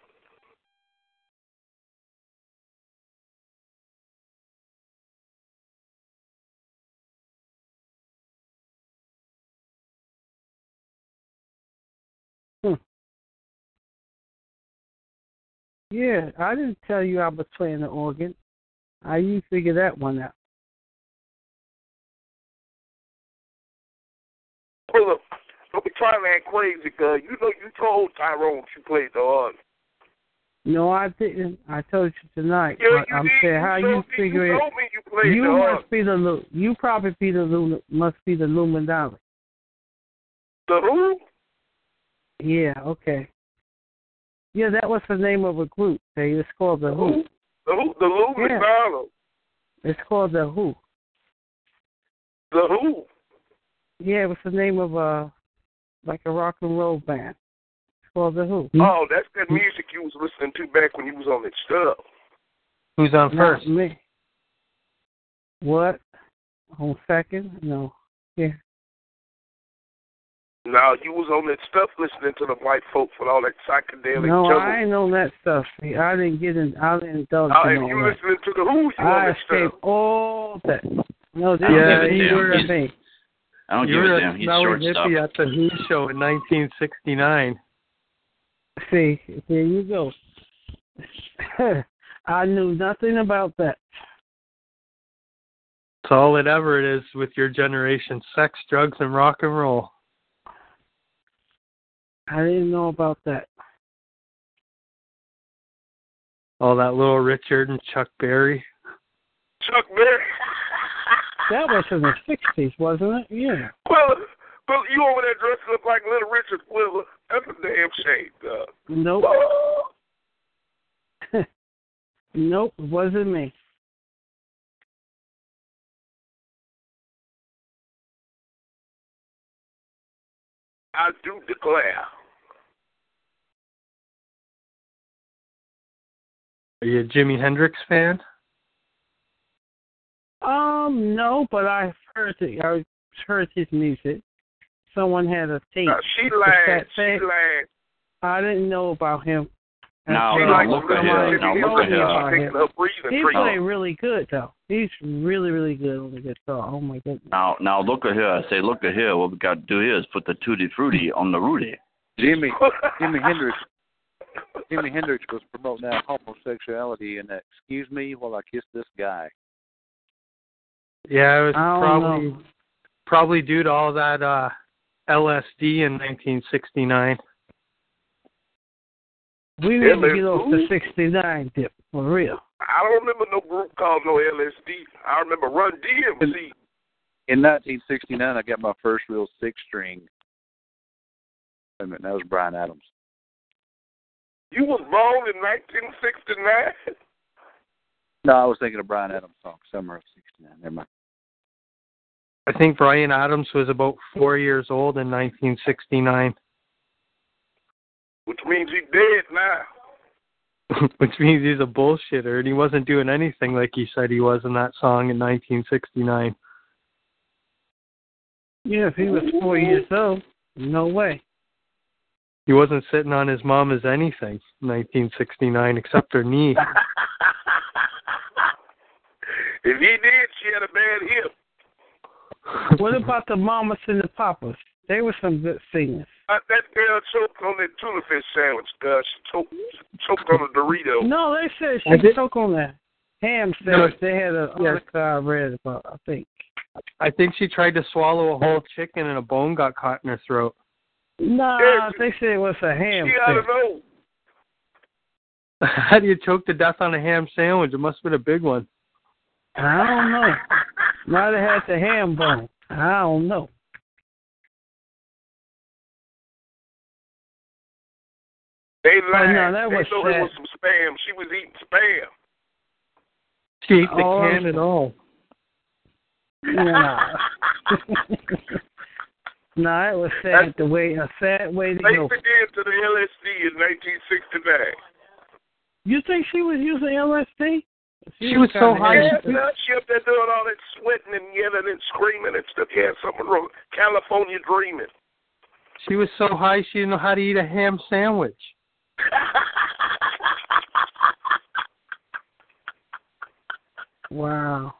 Speaker 4: Hmm. Yeah, I didn't tell you I was playing the organ. How you figure that one out?
Speaker 7: Quilla, don't be trying to act crazy, cuz you know you told Tyrone you played the organ.
Speaker 4: No, I didn't. I told you tonight.
Speaker 7: Yeah,
Speaker 4: I,
Speaker 7: you
Speaker 4: I'm
Speaker 7: did.
Speaker 4: saying how
Speaker 7: told
Speaker 4: you
Speaker 7: me-
Speaker 4: figure
Speaker 7: you
Speaker 4: it.
Speaker 7: told me you played
Speaker 4: You
Speaker 7: the organ.
Speaker 4: must be the Lu- you probably be the Luna, must be the Luminari.
Speaker 7: The who?
Speaker 4: Yeah, okay. Yeah, that was the name of a group. They it's called the Who.
Speaker 7: The who? The Lou
Speaker 4: Yeah.
Speaker 7: McDonald.
Speaker 4: It's called the Who.
Speaker 7: The who?
Speaker 4: Yeah, it was the name of a like a rock and roll band. It's called the
Speaker 1: Hmm?
Speaker 4: Who.
Speaker 7: Oh, that's that music you was listening to back when you was on that stuff.
Speaker 1: Who's on
Speaker 4: Not
Speaker 1: first?
Speaker 4: me. What? On second? No.
Speaker 7: Now you was on that stuff listening to the white folks with all that psychedelic
Speaker 4: no,
Speaker 7: jungle.
Speaker 4: I ain't on that stuff. See, I didn't get in. I didn't indulge
Speaker 7: Now,
Speaker 4: in
Speaker 7: Oh, if
Speaker 4: all
Speaker 7: you
Speaker 4: that.
Speaker 7: listening to the Who, you on
Speaker 4: I
Speaker 7: that stuff.
Speaker 4: escaped all that. No, this
Speaker 1: Yeah,
Speaker 4: is
Speaker 1: he
Speaker 4: you
Speaker 1: were-
Speaker 4: and me.
Speaker 5: I don't
Speaker 1: you
Speaker 5: give
Speaker 1: were
Speaker 5: a
Speaker 1: a
Speaker 5: damn. He's
Speaker 1: smelly
Speaker 5: shortstop.
Speaker 1: hippie at the Who show in 1969.
Speaker 4: See, there you go. I knew nothing about that.
Speaker 1: It's all it ever is with your generation: sex, drugs, and rock and roll.
Speaker 4: I didn't know about that.
Speaker 1: All that little Richard and Chuck Berry.
Speaker 7: Chuck Berry.
Speaker 4: That was in the sixties, wasn't it? Yeah.
Speaker 7: Well, well, you over there dressed up like Little Richard Quiller. That's a damn shame, dog.
Speaker 4: Nope.
Speaker 7: Oh,
Speaker 4: Nope. It wasn't me.
Speaker 7: I do declare.
Speaker 1: Are you a Jimi Hendrix fan?
Speaker 4: Um, no, but I heard it. I heard his music. Someone had a tape.
Speaker 7: Now, she lied.
Speaker 4: that
Speaker 7: She
Speaker 4: thing?
Speaker 7: lied.
Speaker 4: I didn't know about him.
Speaker 5: No,
Speaker 7: She
Speaker 5: no,
Speaker 7: lied.
Speaker 4: Until
Speaker 5: look at him.
Speaker 4: somebody
Speaker 5: No, look
Speaker 4: told
Speaker 5: at
Speaker 4: me
Speaker 5: him.
Speaker 7: She's
Speaker 4: about
Speaker 7: taking her breathing
Speaker 4: He
Speaker 7: treatment.
Speaker 4: played really good though. He's really, really good on the guitar. Oh my goodness.
Speaker 5: Now, now look at here. I say, look at here. What we got to do here is put the tutti frutti on the Rudy.
Speaker 6: Jimmy, Jimi Hendrix. Jimi Hendrix was promoting that homosexuality and that, excuse me while I kiss this guy.
Speaker 1: Yeah, it was
Speaker 4: I don't
Speaker 1: probably
Speaker 4: know.
Speaker 1: probably due to all that uh LSD in 1969.
Speaker 4: We
Speaker 7: Yeah,
Speaker 4: need
Speaker 7: but
Speaker 4: to get off
Speaker 7: who-
Speaker 4: the sixty nine dip for real.
Speaker 7: I don't remember no group called no LSD. I remember Run DMC.
Speaker 6: In 1969, I got my first real six string. Wait a minute, that was Brian Adams.
Speaker 7: You was born in 1969.
Speaker 6: No, I was thinking of Brian Adams' song, Summer of '69. Never mind.
Speaker 1: I think Brian Adams was about four years old in 1969,
Speaker 7: which means he dead now.
Speaker 1: which means he's a bullshitter and he wasn't doing anything like he said he was in that song in 1969.
Speaker 4: Yeah, if he was four years old, no way.
Speaker 1: He wasn't sitting on his mom as anything in 1969 except her knee.
Speaker 7: if he did, she had a bad hip.
Speaker 4: What about the mamas and the papas? They were some good singers.
Speaker 7: Uh, that girl choked on that tuna fish sandwich, girl. She choked, she choked on a Dorito.
Speaker 4: No, they said
Speaker 1: I
Speaker 4: she
Speaker 1: did-
Speaker 4: took on that ham sandwich. They had a article I read about, I think.
Speaker 1: I think she tried to swallow a whole chicken and a bone got caught in her throat.
Speaker 4: No,
Speaker 7: Yeah,
Speaker 4: they said it was a ham
Speaker 7: she ought to
Speaker 4: sandwich.
Speaker 7: know.
Speaker 1: How do you choke to death on a ham sandwich? It must have been a big one.
Speaker 4: I don't know. Might have had the ham bone. I don't know.
Speaker 7: They
Speaker 4: Oh, no,
Speaker 7: lied.
Speaker 4: that
Speaker 7: they
Speaker 4: was
Speaker 7: know it
Speaker 4: sad.
Speaker 7: was some spam. She was eating spam.
Speaker 1: She ate the
Speaker 4: Oh.
Speaker 1: can and all.
Speaker 4: No. no, it was sad the way a sad way to go.
Speaker 7: Lacey did to the LSD in 1969.
Speaker 4: You think she was using LSD?
Speaker 1: She was so high,
Speaker 4: kinda
Speaker 7: Yeah,
Speaker 1: she-
Speaker 4: high.
Speaker 7: now she up there doing all that sweating and yelling and screaming and stuff. Yeah, something wrong. California dreaming.
Speaker 1: She was so high she didn't know how to eat a ham sandwich.
Speaker 4: Wow.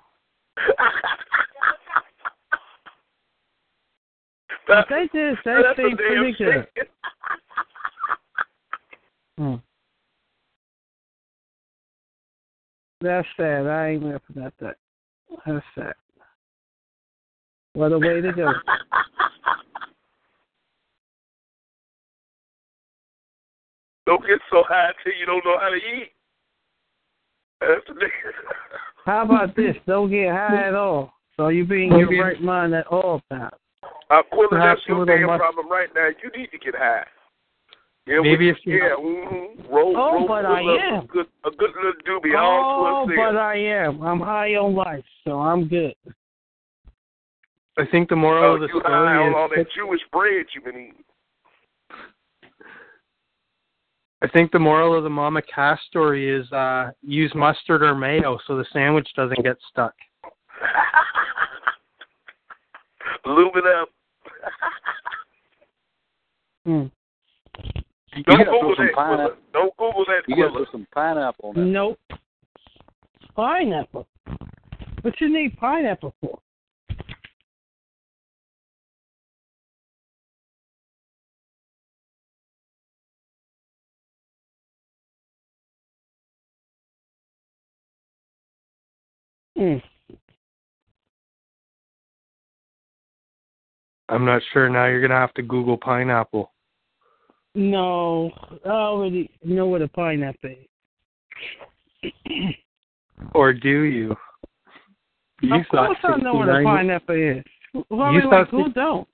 Speaker 4: But
Speaker 7: That-
Speaker 4: they did. They
Speaker 7: that's a damn
Speaker 4: seemed pretty good.
Speaker 7: shame.
Speaker 4: Hmm. That's sad. I ain't laughing at that. That's sad. What a way to go.
Speaker 7: Don't get so high till you don't know how to eat. That's the
Speaker 4: How about this? Don't get high at all. So you be in your
Speaker 1: Maybe-
Speaker 4: right mind at all times.
Speaker 7: I'm quilling that's
Speaker 1: Perhaps a
Speaker 7: your
Speaker 1: little
Speaker 7: damn
Speaker 1: much.
Speaker 7: problem right now. You need to get high. Yeah,
Speaker 1: Maybe
Speaker 7: we,
Speaker 1: if you-
Speaker 7: yeah, mm-hmm. roll,
Speaker 4: Oh,
Speaker 7: roll,
Speaker 4: but
Speaker 7: roll
Speaker 4: I
Speaker 7: up
Speaker 4: am.
Speaker 7: A good, a good little doobie all
Speaker 4: Oh,
Speaker 7: to
Speaker 4: but
Speaker 7: itself.
Speaker 4: I am. I'm high on life, so I'm good.
Speaker 1: I think the moral
Speaker 7: Oh,
Speaker 1: of the
Speaker 7: you high on all
Speaker 1: story
Speaker 7: that
Speaker 1: is
Speaker 7: Jewish bread you've been eating.
Speaker 1: I think the moral of the Mama Cass story is uh use mustard or mayo so the sandwich doesn't get stuck.
Speaker 7: Lube it up.
Speaker 4: Mm.
Speaker 6: You
Speaker 7: Don't
Speaker 6: gotta
Speaker 7: Google
Speaker 6: throw some
Speaker 7: that. Quilla.
Speaker 6: pineapple.
Speaker 7: Don't Google that.
Speaker 6: You gotta
Speaker 7: Quilla.
Speaker 6: throw some pineapple on that.
Speaker 4: Nope. Pineapple. What you need pineapple for? Mm.
Speaker 1: I'm not sure now you're gonna have to Google pineapple.
Speaker 4: No, I already know what a pineapple is.
Speaker 1: Or do you? You
Speaker 4: of course, I know what a
Speaker 1: 69
Speaker 4: pineapple is. Well, I
Speaker 1: You
Speaker 4: mean, like,
Speaker 1: thought
Speaker 4: who
Speaker 1: six-
Speaker 4: don't?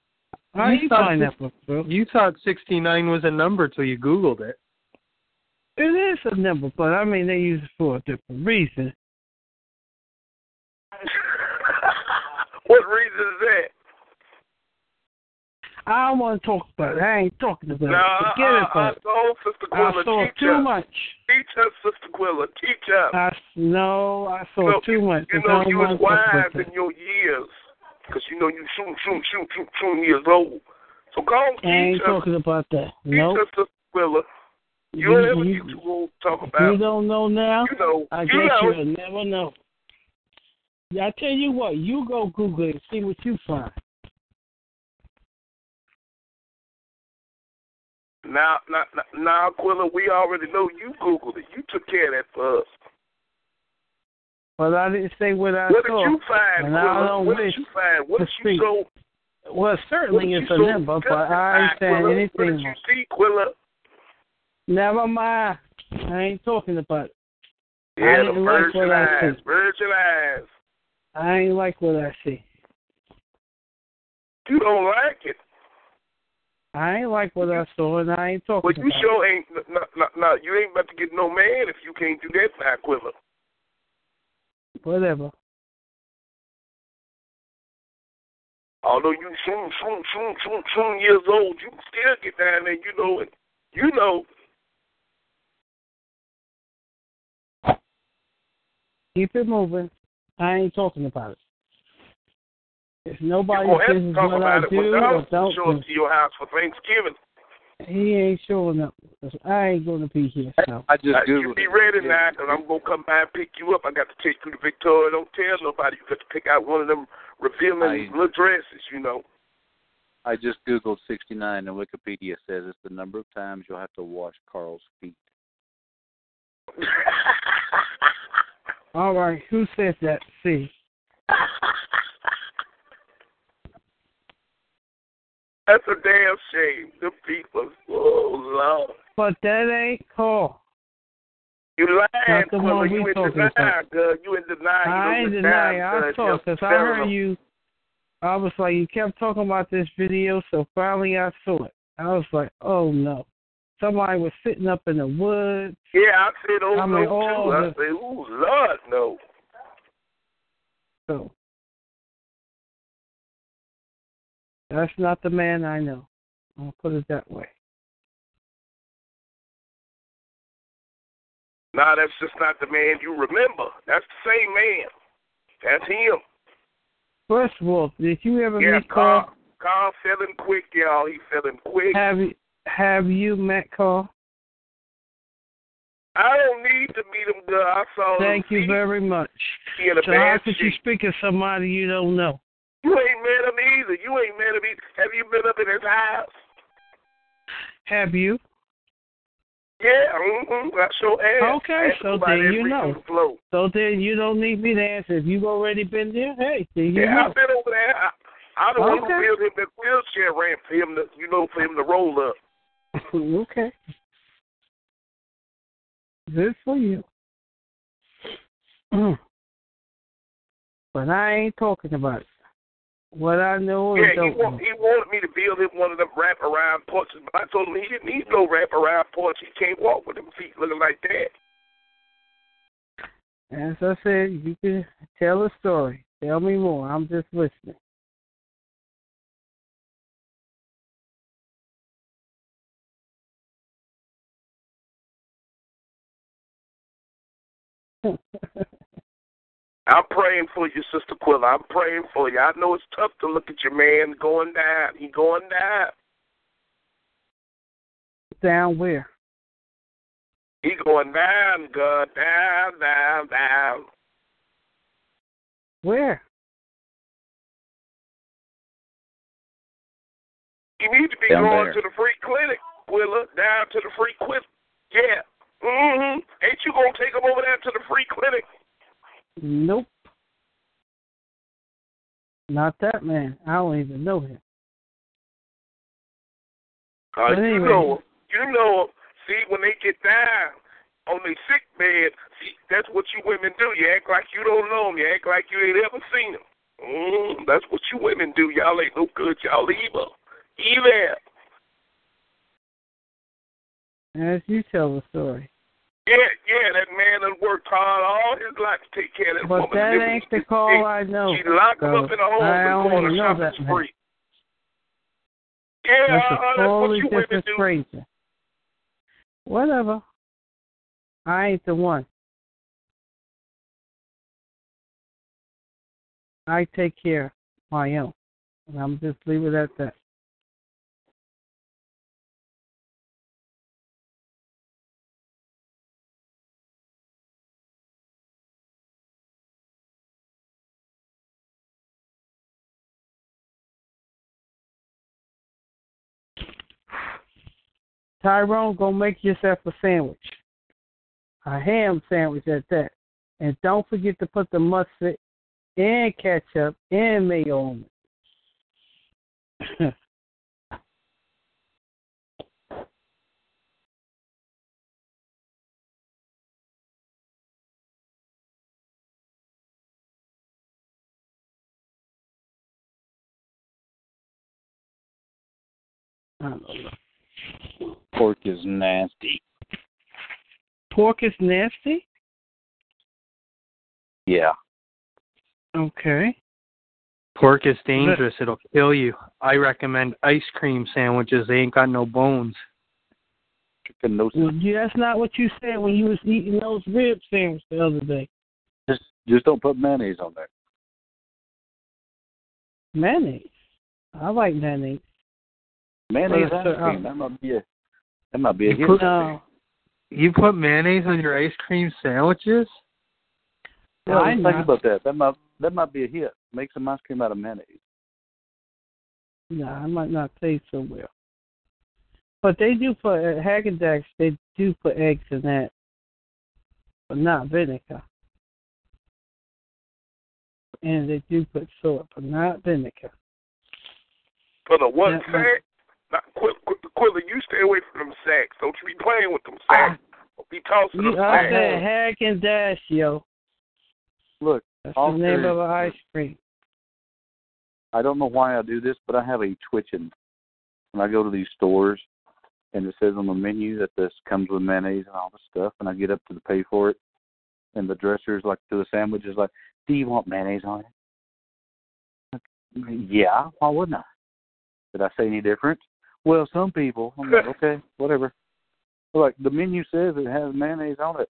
Speaker 4: I
Speaker 1: you
Speaker 4: eat
Speaker 1: thought six-
Speaker 4: pineapple, bro.
Speaker 1: You thought 69 was a number till you Googled it.
Speaker 4: It is a number, but I mean, they use it for a different reason.
Speaker 7: what reason is that?
Speaker 4: I don't want to talk about it. I ain't talking
Speaker 7: No,
Speaker 4: about it.
Speaker 7: I,
Speaker 4: Forget
Speaker 7: I,
Speaker 4: about it.
Speaker 7: told Sister
Speaker 4: I
Speaker 7: Quilla,
Speaker 4: saw
Speaker 7: teach
Speaker 4: too
Speaker 7: us.
Speaker 4: much.
Speaker 7: Teach us, Sister Quilla. Teach us.
Speaker 4: I s- no, I saw
Speaker 7: No,
Speaker 4: too much.
Speaker 7: you
Speaker 4: and I
Speaker 7: know,
Speaker 4: don't
Speaker 7: you
Speaker 4: wanna
Speaker 7: was wise
Speaker 4: talk about that.
Speaker 7: in your years. Because you know you soon, soon, soon, soon, soon years old. So go on,
Speaker 4: I ain't
Speaker 7: teach us.
Speaker 4: talking about that.
Speaker 7: Teach
Speaker 4: Nope.
Speaker 7: us, Sister Quilla. You
Speaker 4: You,
Speaker 7: ain't ever
Speaker 4: you-
Speaker 7: you too old to talk
Speaker 4: you
Speaker 7: about.
Speaker 4: don't know now.
Speaker 7: Uh, You know,
Speaker 4: I guess
Speaker 7: you know.
Speaker 4: you'll never know. Yeah, I tell you what, you go Google it and see what you find.
Speaker 7: Now, now, now- now, Quilla, we already know you Googled it. You took care of that for us.
Speaker 4: But I didn't say what I
Speaker 7: What did
Speaker 4: saw.
Speaker 7: you find,
Speaker 4: and I
Speaker 7: Quilla?
Speaker 4: don't
Speaker 7: What did
Speaker 4: wish
Speaker 7: you find? What
Speaker 4: to
Speaker 7: did you
Speaker 4: speak.
Speaker 7: so?
Speaker 4: Well,
Speaker 7: What
Speaker 4: certainly
Speaker 7: did
Speaker 4: it's
Speaker 7: you
Speaker 4: a
Speaker 7: so
Speaker 4: number, but I ain't
Speaker 7: justify,
Speaker 4: saying
Speaker 7: Quilla? What did
Speaker 4: anything.
Speaker 7: you see, Quilla?
Speaker 4: Never mind. I ain't talking about it.
Speaker 7: Yeah, the
Speaker 4: didn't like
Speaker 7: virgin
Speaker 4: what I
Speaker 7: eyes,
Speaker 4: see.
Speaker 7: virgin eyes.
Speaker 4: I ain't like what I see.
Speaker 7: You don't like it.
Speaker 4: I ain't like what I saw, and I ain't talking
Speaker 7: Well, you
Speaker 4: about
Speaker 7: sure ain't no, no, no, you ain't about to get no man if you can't do that for Aquila.
Speaker 4: it. Whatever.
Speaker 7: Although you soon, soon, soon, soon, soon years old, you can still get down there, you know, and you know,
Speaker 4: Keep it moving. I ain't talking about it. If
Speaker 7: you're
Speaker 4: nobody
Speaker 7: gonna have to
Speaker 4: says
Speaker 7: talk
Speaker 4: what I
Speaker 7: about it
Speaker 4: do
Speaker 7: when
Speaker 4: or
Speaker 7: I'm
Speaker 4: don't
Speaker 7: showing
Speaker 4: do,
Speaker 7: to your house for Thanksgiving.
Speaker 4: he ain't showing up. 'Cause I ain't gonna be here. So
Speaker 6: I just
Speaker 7: Uh, you
Speaker 6: googled
Speaker 7: be
Speaker 6: it.
Speaker 7: ready
Speaker 6: Yeah.
Speaker 7: now, cause I'm gonna come by and pick you up. I got to take you to Victoria. Don't tell nobody. You got to pick out one of them revealing
Speaker 6: I-
Speaker 7: little dresses, you know.
Speaker 6: I just googled 69 and Wikipedia says it's the number of times you'll have to wash Carl's feet.
Speaker 4: all right, who says that? See,
Speaker 7: That's a damn shame. The people, oh Lord,
Speaker 4: but that ain't Carl.
Speaker 7: you lying,
Speaker 4: That's the
Speaker 7: Quilla.
Speaker 4: one
Speaker 7: You
Speaker 4: we
Speaker 7: in
Speaker 4: talking
Speaker 7: denial,
Speaker 4: about.
Speaker 7: girl. You in denial.
Speaker 4: I
Speaker 7: you
Speaker 4: ain't
Speaker 7: know,
Speaker 4: denying. I
Speaker 7: denial,
Speaker 4: saw because I heard you. I was like, you kept talking about this video, so finally I saw it. I was like, oh no, somebody was sitting up in the woods.
Speaker 7: Yeah, I said, oh
Speaker 4: I mean,
Speaker 7: no,
Speaker 4: all
Speaker 7: too. I
Speaker 4: the-
Speaker 7: said, oh Lord, no.
Speaker 4: So that's not the man I know. I'll put it that way.
Speaker 7: Nah, that's just not the man you remember. That's the same man. That's him.
Speaker 4: First of all, did you ever
Speaker 7: Yeah,
Speaker 4: meet Carl?
Speaker 7: Carl. Carl feeling quick, y'all. He feeling quick.
Speaker 4: Have you have you met Carl?
Speaker 7: I don't need to meet him, girl. I saw
Speaker 4: Thank
Speaker 7: him.
Speaker 4: you very much.
Speaker 7: Oh, He in a
Speaker 4: So how
Speaker 7: bad
Speaker 4: could you
Speaker 7: shape.
Speaker 4: speak of somebody you don't know?
Speaker 7: You ain't met him either. You ain't met him either. Have you been up in his house?
Speaker 4: Have you?
Speaker 7: Yeah, mm-hmm. I sure have.
Speaker 4: Okay,
Speaker 7: Ask
Speaker 4: so
Speaker 7: somebody
Speaker 4: there
Speaker 7: that
Speaker 4: you
Speaker 7: read
Speaker 4: know.
Speaker 7: the flow.
Speaker 4: So then you don't need me to answer. If you've already been there, hey, then you
Speaker 7: Yeah,
Speaker 4: know.
Speaker 7: I've been over there. I, I don't want to
Speaker 4: Okay.
Speaker 7: build him that wheelchair ramp for him to, you know, for him to roll up.
Speaker 4: okay. Good for you. but I ain't talking about it. what I know or
Speaker 7: Yeah, he,
Speaker 4: don't
Speaker 7: want,
Speaker 4: know.
Speaker 7: he wanted me to build him one of them wrap around porches, but I told him he didn't need no wrap around porch. He can't walk with them feet looking like that.
Speaker 4: As I said, you can tell a story. Tell me more. I'm just listening.
Speaker 7: I'm praying for you, Sister Quilla. I'm praying for you. I know it's tough to look at your man going down. He going down.
Speaker 4: Down where?
Speaker 7: He going down, God, down, down, down.
Speaker 4: Where?
Speaker 7: You need to be
Speaker 2: Down
Speaker 7: going
Speaker 2: there.
Speaker 7: to the free clinic, Willa, down to the free clinic. Yeah. Mm-hmm. Ain't you going to take him over there to the free clinic?
Speaker 4: Nope. Not that man. I don't even know him.
Speaker 7: Uh,
Speaker 4: But
Speaker 7: you
Speaker 4: anyway.
Speaker 7: know 'em. You know 'em. See, when they get down on their sick bed, see, that's what you women do. You act like you don't know 'em. You act like you ain't ever seen 'em. Mm, that's what you women do. Y'all ain't no good. Y'all evil. Evil.
Speaker 4: As you tell the story.
Speaker 7: Yeah, yeah, that man done worked hard all his life to take care of that
Speaker 4: But
Speaker 7: woman.
Speaker 4: that
Speaker 7: Living
Speaker 4: ain't
Speaker 7: in
Speaker 4: the
Speaker 7: sick
Speaker 4: call
Speaker 7: bed.
Speaker 4: I know.
Speaker 7: She locked him
Speaker 4: So,
Speaker 7: up in a home
Speaker 4: I
Speaker 7: and
Speaker 4: don't
Speaker 7: going
Speaker 4: even
Speaker 7: to
Speaker 4: know that
Speaker 7: shopping
Speaker 4: man.
Speaker 7: spree. Yeah,
Speaker 4: That's
Speaker 7: uh,
Speaker 4: a
Speaker 7: that's what
Speaker 4: totally
Speaker 7: you women
Speaker 4: different
Speaker 7: do.
Speaker 4: stranger. Whatever. I ain't the one. I take care of my own. And I'm just leave it at that. Tyrone, go make yourself a sandwich. A ham sandwich at that. And don't forget to put the mustard and ketchup and mayo on it.
Speaker 2: Pork is nasty.
Speaker 4: Pork is nasty?
Speaker 2: Yeah.
Speaker 4: Okay.
Speaker 1: Pork is dangerous. It'll kill you. I recommend ice cream sandwiches. They ain't got no bones.
Speaker 6: Chicken no
Speaker 4: Well, you- that's not what you said when you was eating those rib sandwiches the other day.
Speaker 6: just just don't put mayonnaise on there.
Speaker 4: Mayonnaise. I like mayonnaise.
Speaker 6: Mayonnaise
Speaker 4: Well,
Speaker 6: ice
Speaker 4: uh,
Speaker 6: cream. That might be a that might be a hit.
Speaker 1: uh,
Speaker 4: No.
Speaker 1: You put mayonnaise on your ice cream sandwiches?
Speaker 6: Yeah,
Speaker 4: I
Speaker 6: think
Speaker 4: know.
Speaker 6: about that. That might that might be a hit. Make some ice cream out of mayonnaise.
Speaker 4: No, I might not say so well. But they do put uh, Haagen Dazs. They do put eggs in that, but not vinegar. And they do put salt, but not vinegar.
Speaker 7: For the one
Speaker 4: Yeah, no.
Speaker 7: sack? Now, Qu- Qu- Quilla, you stay away from them sacks. Don't you be playing with them sacks. Don't be tossing
Speaker 4: Ah. You,
Speaker 7: them
Speaker 4: I
Speaker 7: sacks.
Speaker 4: said Haagen Dazs, yo.
Speaker 6: Look,
Speaker 4: That's
Speaker 6: All
Speaker 4: the name
Speaker 6: food.
Speaker 4: of an ice cream.
Speaker 6: I don't know why I do this, but I have a twitching when I go to these stores, and it says on the menu that this comes with mayonnaise and all this stuff, and I get up to the pay for it, and the dresser's like to the sandwich is like, "Do you want mayonnaise on it?" Like, yeah, why wouldn't I? Did I say any different? Well, some people. I'm like, okay, whatever. But, like the menu says it has mayonnaise on it.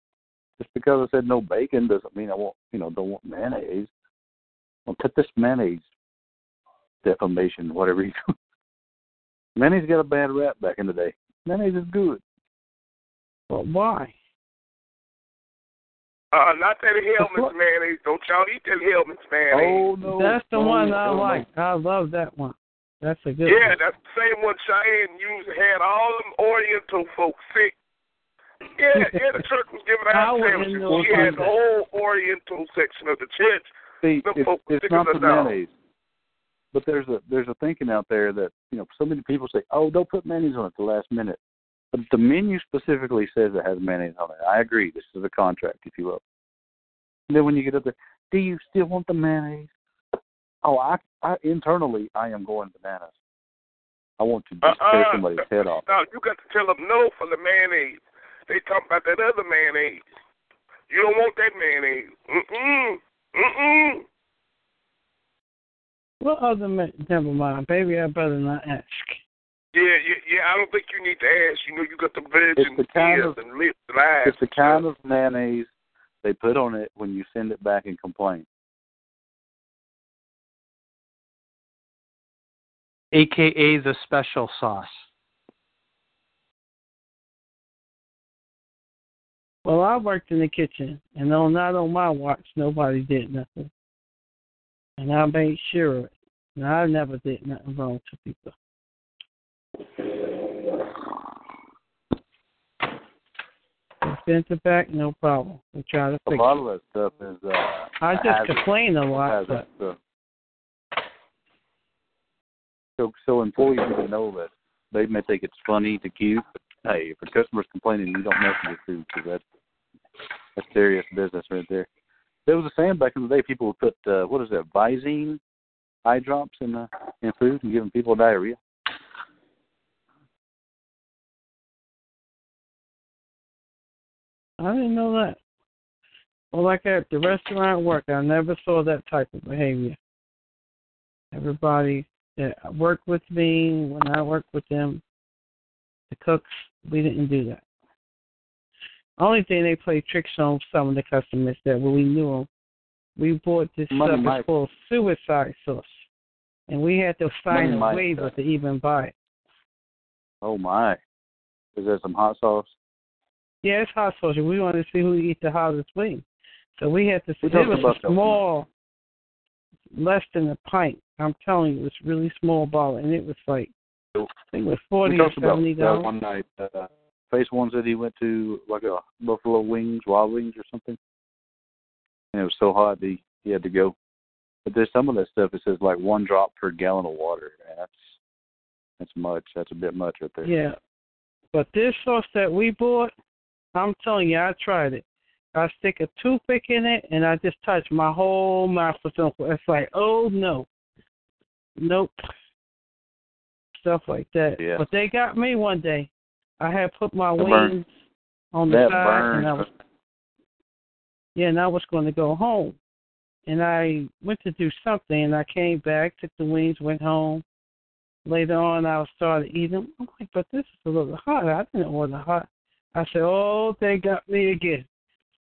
Speaker 6: Just because I said no bacon doesn't mean I want you know don't want mayonnaise. Well, put this mayonnaise defamation, whatever you do. Mayonnaise got a bad rap back in the day. Mayonnaise is good.
Speaker 4: But why?
Speaker 7: Uh, not that helmets,
Speaker 6: What?
Speaker 7: mayonnaise. Don't y'all eat that helmets, mayonnaise.
Speaker 6: Oh no,
Speaker 4: That's the
Speaker 6: no,
Speaker 4: one
Speaker 6: no,
Speaker 4: I
Speaker 6: no.
Speaker 4: like. I love that one. That's a good
Speaker 7: yeah,
Speaker 4: one.
Speaker 7: that's the same one Cheyenne used. Had all them Oriental folks sick. Yeah, yeah, the church was giving
Speaker 4: I
Speaker 7: out
Speaker 4: wouldn't
Speaker 7: sandwiches.
Speaker 4: know
Speaker 7: She had
Speaker 4: about
Speaker 7: the
Speaker 4: that.
Speaker 7: whole Oriental section of the church.
Speaker 6: See,
Speaker 7: The
Speaker 6: it's,
Speaker 7: folk
Speaker 6: it's
Speaker 7: stickers
Speaker 6: not
Speaker 7: are
Speaker 6: the
Speaker 7: down.
Speaker 6: mayonnaise. But there's a there's a thinking out there that you know so many people say, oh, don't put mayonnaise on it at the last minute. But the menu specifically says it has mayonnaise on it. I agree. This is a contract, if you will. And then when you get up there, do you still want the mayonnaise? Oh, I, I internally I am going bananas. I want to just tear
Speaker 7: Uh-uh.
Speaker 6: somebody's head off.
Speaker 7: Now you got to tell them no for the mayonnaise. They talking about that other mayonnaise. You don't want that mayonnaise. Mm-mm. Mm-mm.
Speaker 4: What other ma- Never mind. Baby, I better not ask.
Speaker 7: Yeah, yeah, yeah. I don't think you need to ask. You know, you got the virgin
Speaker 6: It's the kind
Speaker 7: ears
Speaker 6: of-
Speaker 7: and lips and eyes.
Speaker 6: It's the kind of mayonnaise they put on it when you send it back and complain.
Speaker 1: AKA the special sauce.
Speaker 4: Well, I worked in the kitchen, and on not on my watch, nobody did nothing. And I made sure of it. And I never did nothing wrong to people. They Sent it back, no problem. We try to
Speaker 6: A
Speaker 4: fix
Speaker 6: lot
Speaker 4: it.
Speaker 6: of that stuff is. Uh,
Speaker 4: I just
Speaker 6: hazard-
Speaker 4: complain a lot,
Speaker 6: hazard
Speaker 4: but
Speaker 6: stuff. So, so employees need to know that they may think it's funny to cute. But hey, if a customer's complaining, you don't mess with food because that's that's serious business right there. There was a saying back in the day, people would put uh, what is that, Visine eye drops in uh, in food and giving people diarrhea.
Speaker 4: I didn't know that. Well, like at the restaurant work, I never saw that type of behavior. Everybody that worked with me, when I worked with them, the cooks, we didn't do that. Only thing they played tricks on some of the customers that when we knew them, we bought this
Speaker 6: Money
Speaker 4: stuff
Speaker 6: Mike.
Speaker 4: it's called suicide sauce, and we had to sign
Speaker 6: Money
Speaker 4: a
Speaker 6: Mike
Speaker 4: waiver
Speaker 6: stuff.
Speaker 4: to even buy it.
Speaker 6: Oh my! Is that some hot sauce?
Speaker 4: Yeah, it's hot sauce. and We wanted to see who eat the hottest wing. So we had to.
Speaker 6: We
Speaker 4: it
Speaker 6: talked
Speaker 4: was
Speaker 6: about
Speaker 4: a
Speaker 6: that one.
Speaker 4: small, less than a pint. I'm telling you, it was really small bottle, and it was like I think it was forty
Speaker 6: we
Speaker 4: or
Speaker 6: talked about
Speaker 4: seventy
Speaker 6: that
Speaker 4: dollars.
Speaker 6: one night. Uh, face ones that he went to, like a Buffalo Wings, Wild Wings, or something. And it was so hot that he, he had to go. But there's some of that stuff. It says like one drop per gallon of water. And that's that's much. That's a bit much right there.
Speaker 4: Yeah, but this sauce that we bought, I'm telling you, I tried it. I stick a toothpick in it, and I just touch my whole mouth with something. It's like, oh no, nope. stuff like that.
Speaker 5: Yeah.
Speaker 4: But they got me one day. I had put my
Speaker 5: The
Speaker 4: wings
Speaker 5: burn.
Speaker 4: on the
Speaker 5: That
Speaker 4: side, and I
Speaker 5: burn.
Speaker 4: was yeah, and I was going to go home. And I went to do something, and I came back, took the wings, went home. Later on, I started eating them. I'm like, but this is a little hot. I didn't order hot. I said, oh, they got me again.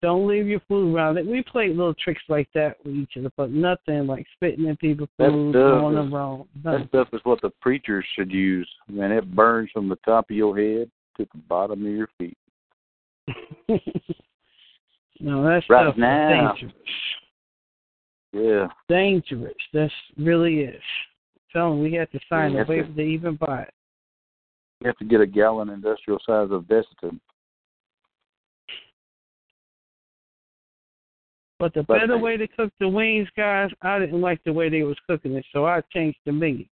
Speaker 4: Don't leave your food around. We played little tricks like that with each other, but nothing like spitting at people's
Speaker 6: That's
Speaker 4: food,
Speaker 6: dumb.
Speaker 4: throwing them around.
Speaker 6: That
Speaker 4: nothing.
Speaker 6: stuff is what the preachers should use. Man, it burns from the top of your head to the bottom of your feet.
Speaker 4: no, that's
Speaker 6: Right
Speaker 4: stuff is
Speaker 6: now.
Speaker 4: dangerous.
Speaker 6: Yeah.
Speaker 4: dangerous. That's really is. Tell them we had to sign
Speaker 6: Yeah,
Speaker 4: a
Speaker 6: that's
Speaker 4: waiver to even buy it.
Speaker 6: You have to get a gallon industrial size of Desitin.
Speaker 4: But the
Speaker 6: But
Speaker 4: better
Speaker 6: they-
Speaker 4: way to cook the wings, guys, I didn't like the way they was cooking it, so I changed the menu.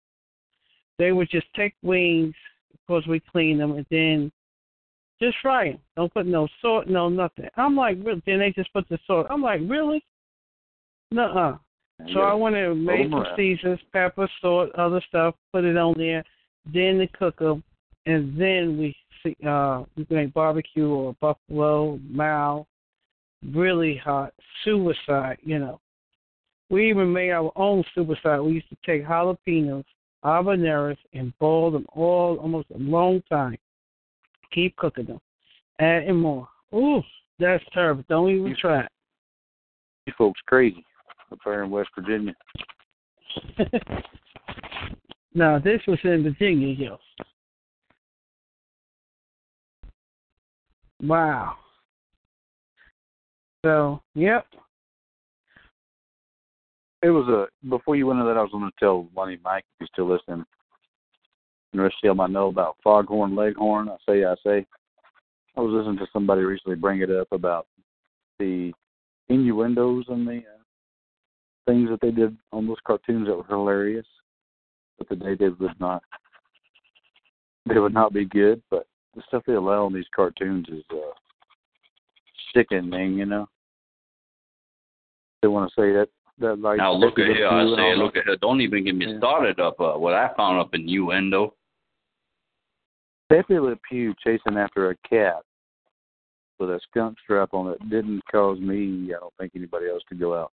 Speaker 4: They would just take wings, of course we clean them, and then just fry them. Don't put no salt, no nothing. I'm like, really? Then they just put the salt. I'm like, really? Nuh-uh. So I went and made some
Speaker 6: Boomerang.
Speaker 4: seasons, pepper, salt, other stuff, put it on there, then to cook them, and then we see, uh you can make barbecue or buffalo, mile, really hot, suicide, you know. We even made our own suicide. We used to take jalapenos, habaneros, and boil them all almost a long time. Keep cooking them. Add in more. Ooh, that's terrible. Don't even try
Speaker 6: You folks crazy up there in West Virginia.
Speaker 4: it. now, this was in Virginia, yo. Wow. So, yep.
Speaker 6: It was a before you went into that. I was going to tell Lonnie Mike if he's still listening. And the rest of them I know about foghorn leghorn. I say I say. I was listening to somebody recently bring it up about the innuendos and the uh, things that they did on those cartoons that were hilarious, but today they would not. They would not be good, but the stuff they allow in these cartoons is uh, sickening. You know, they want to say that that like
Speaker 5: Now look at
Speaker 6: particular
Speaker 5: here. I
Speaker 6: food and all
Speaker 5: say,
Speaker 6: that.
Speaker 5: look at here. Don't even get me
Speaker 6: Yeah.
Speaker 5: started up uh, what I found up in Uendo.
Speaker 6: Pepe Le Pew chasing after a cat with a skunk strap on it didn't cause me, I don't think anybody else, to go out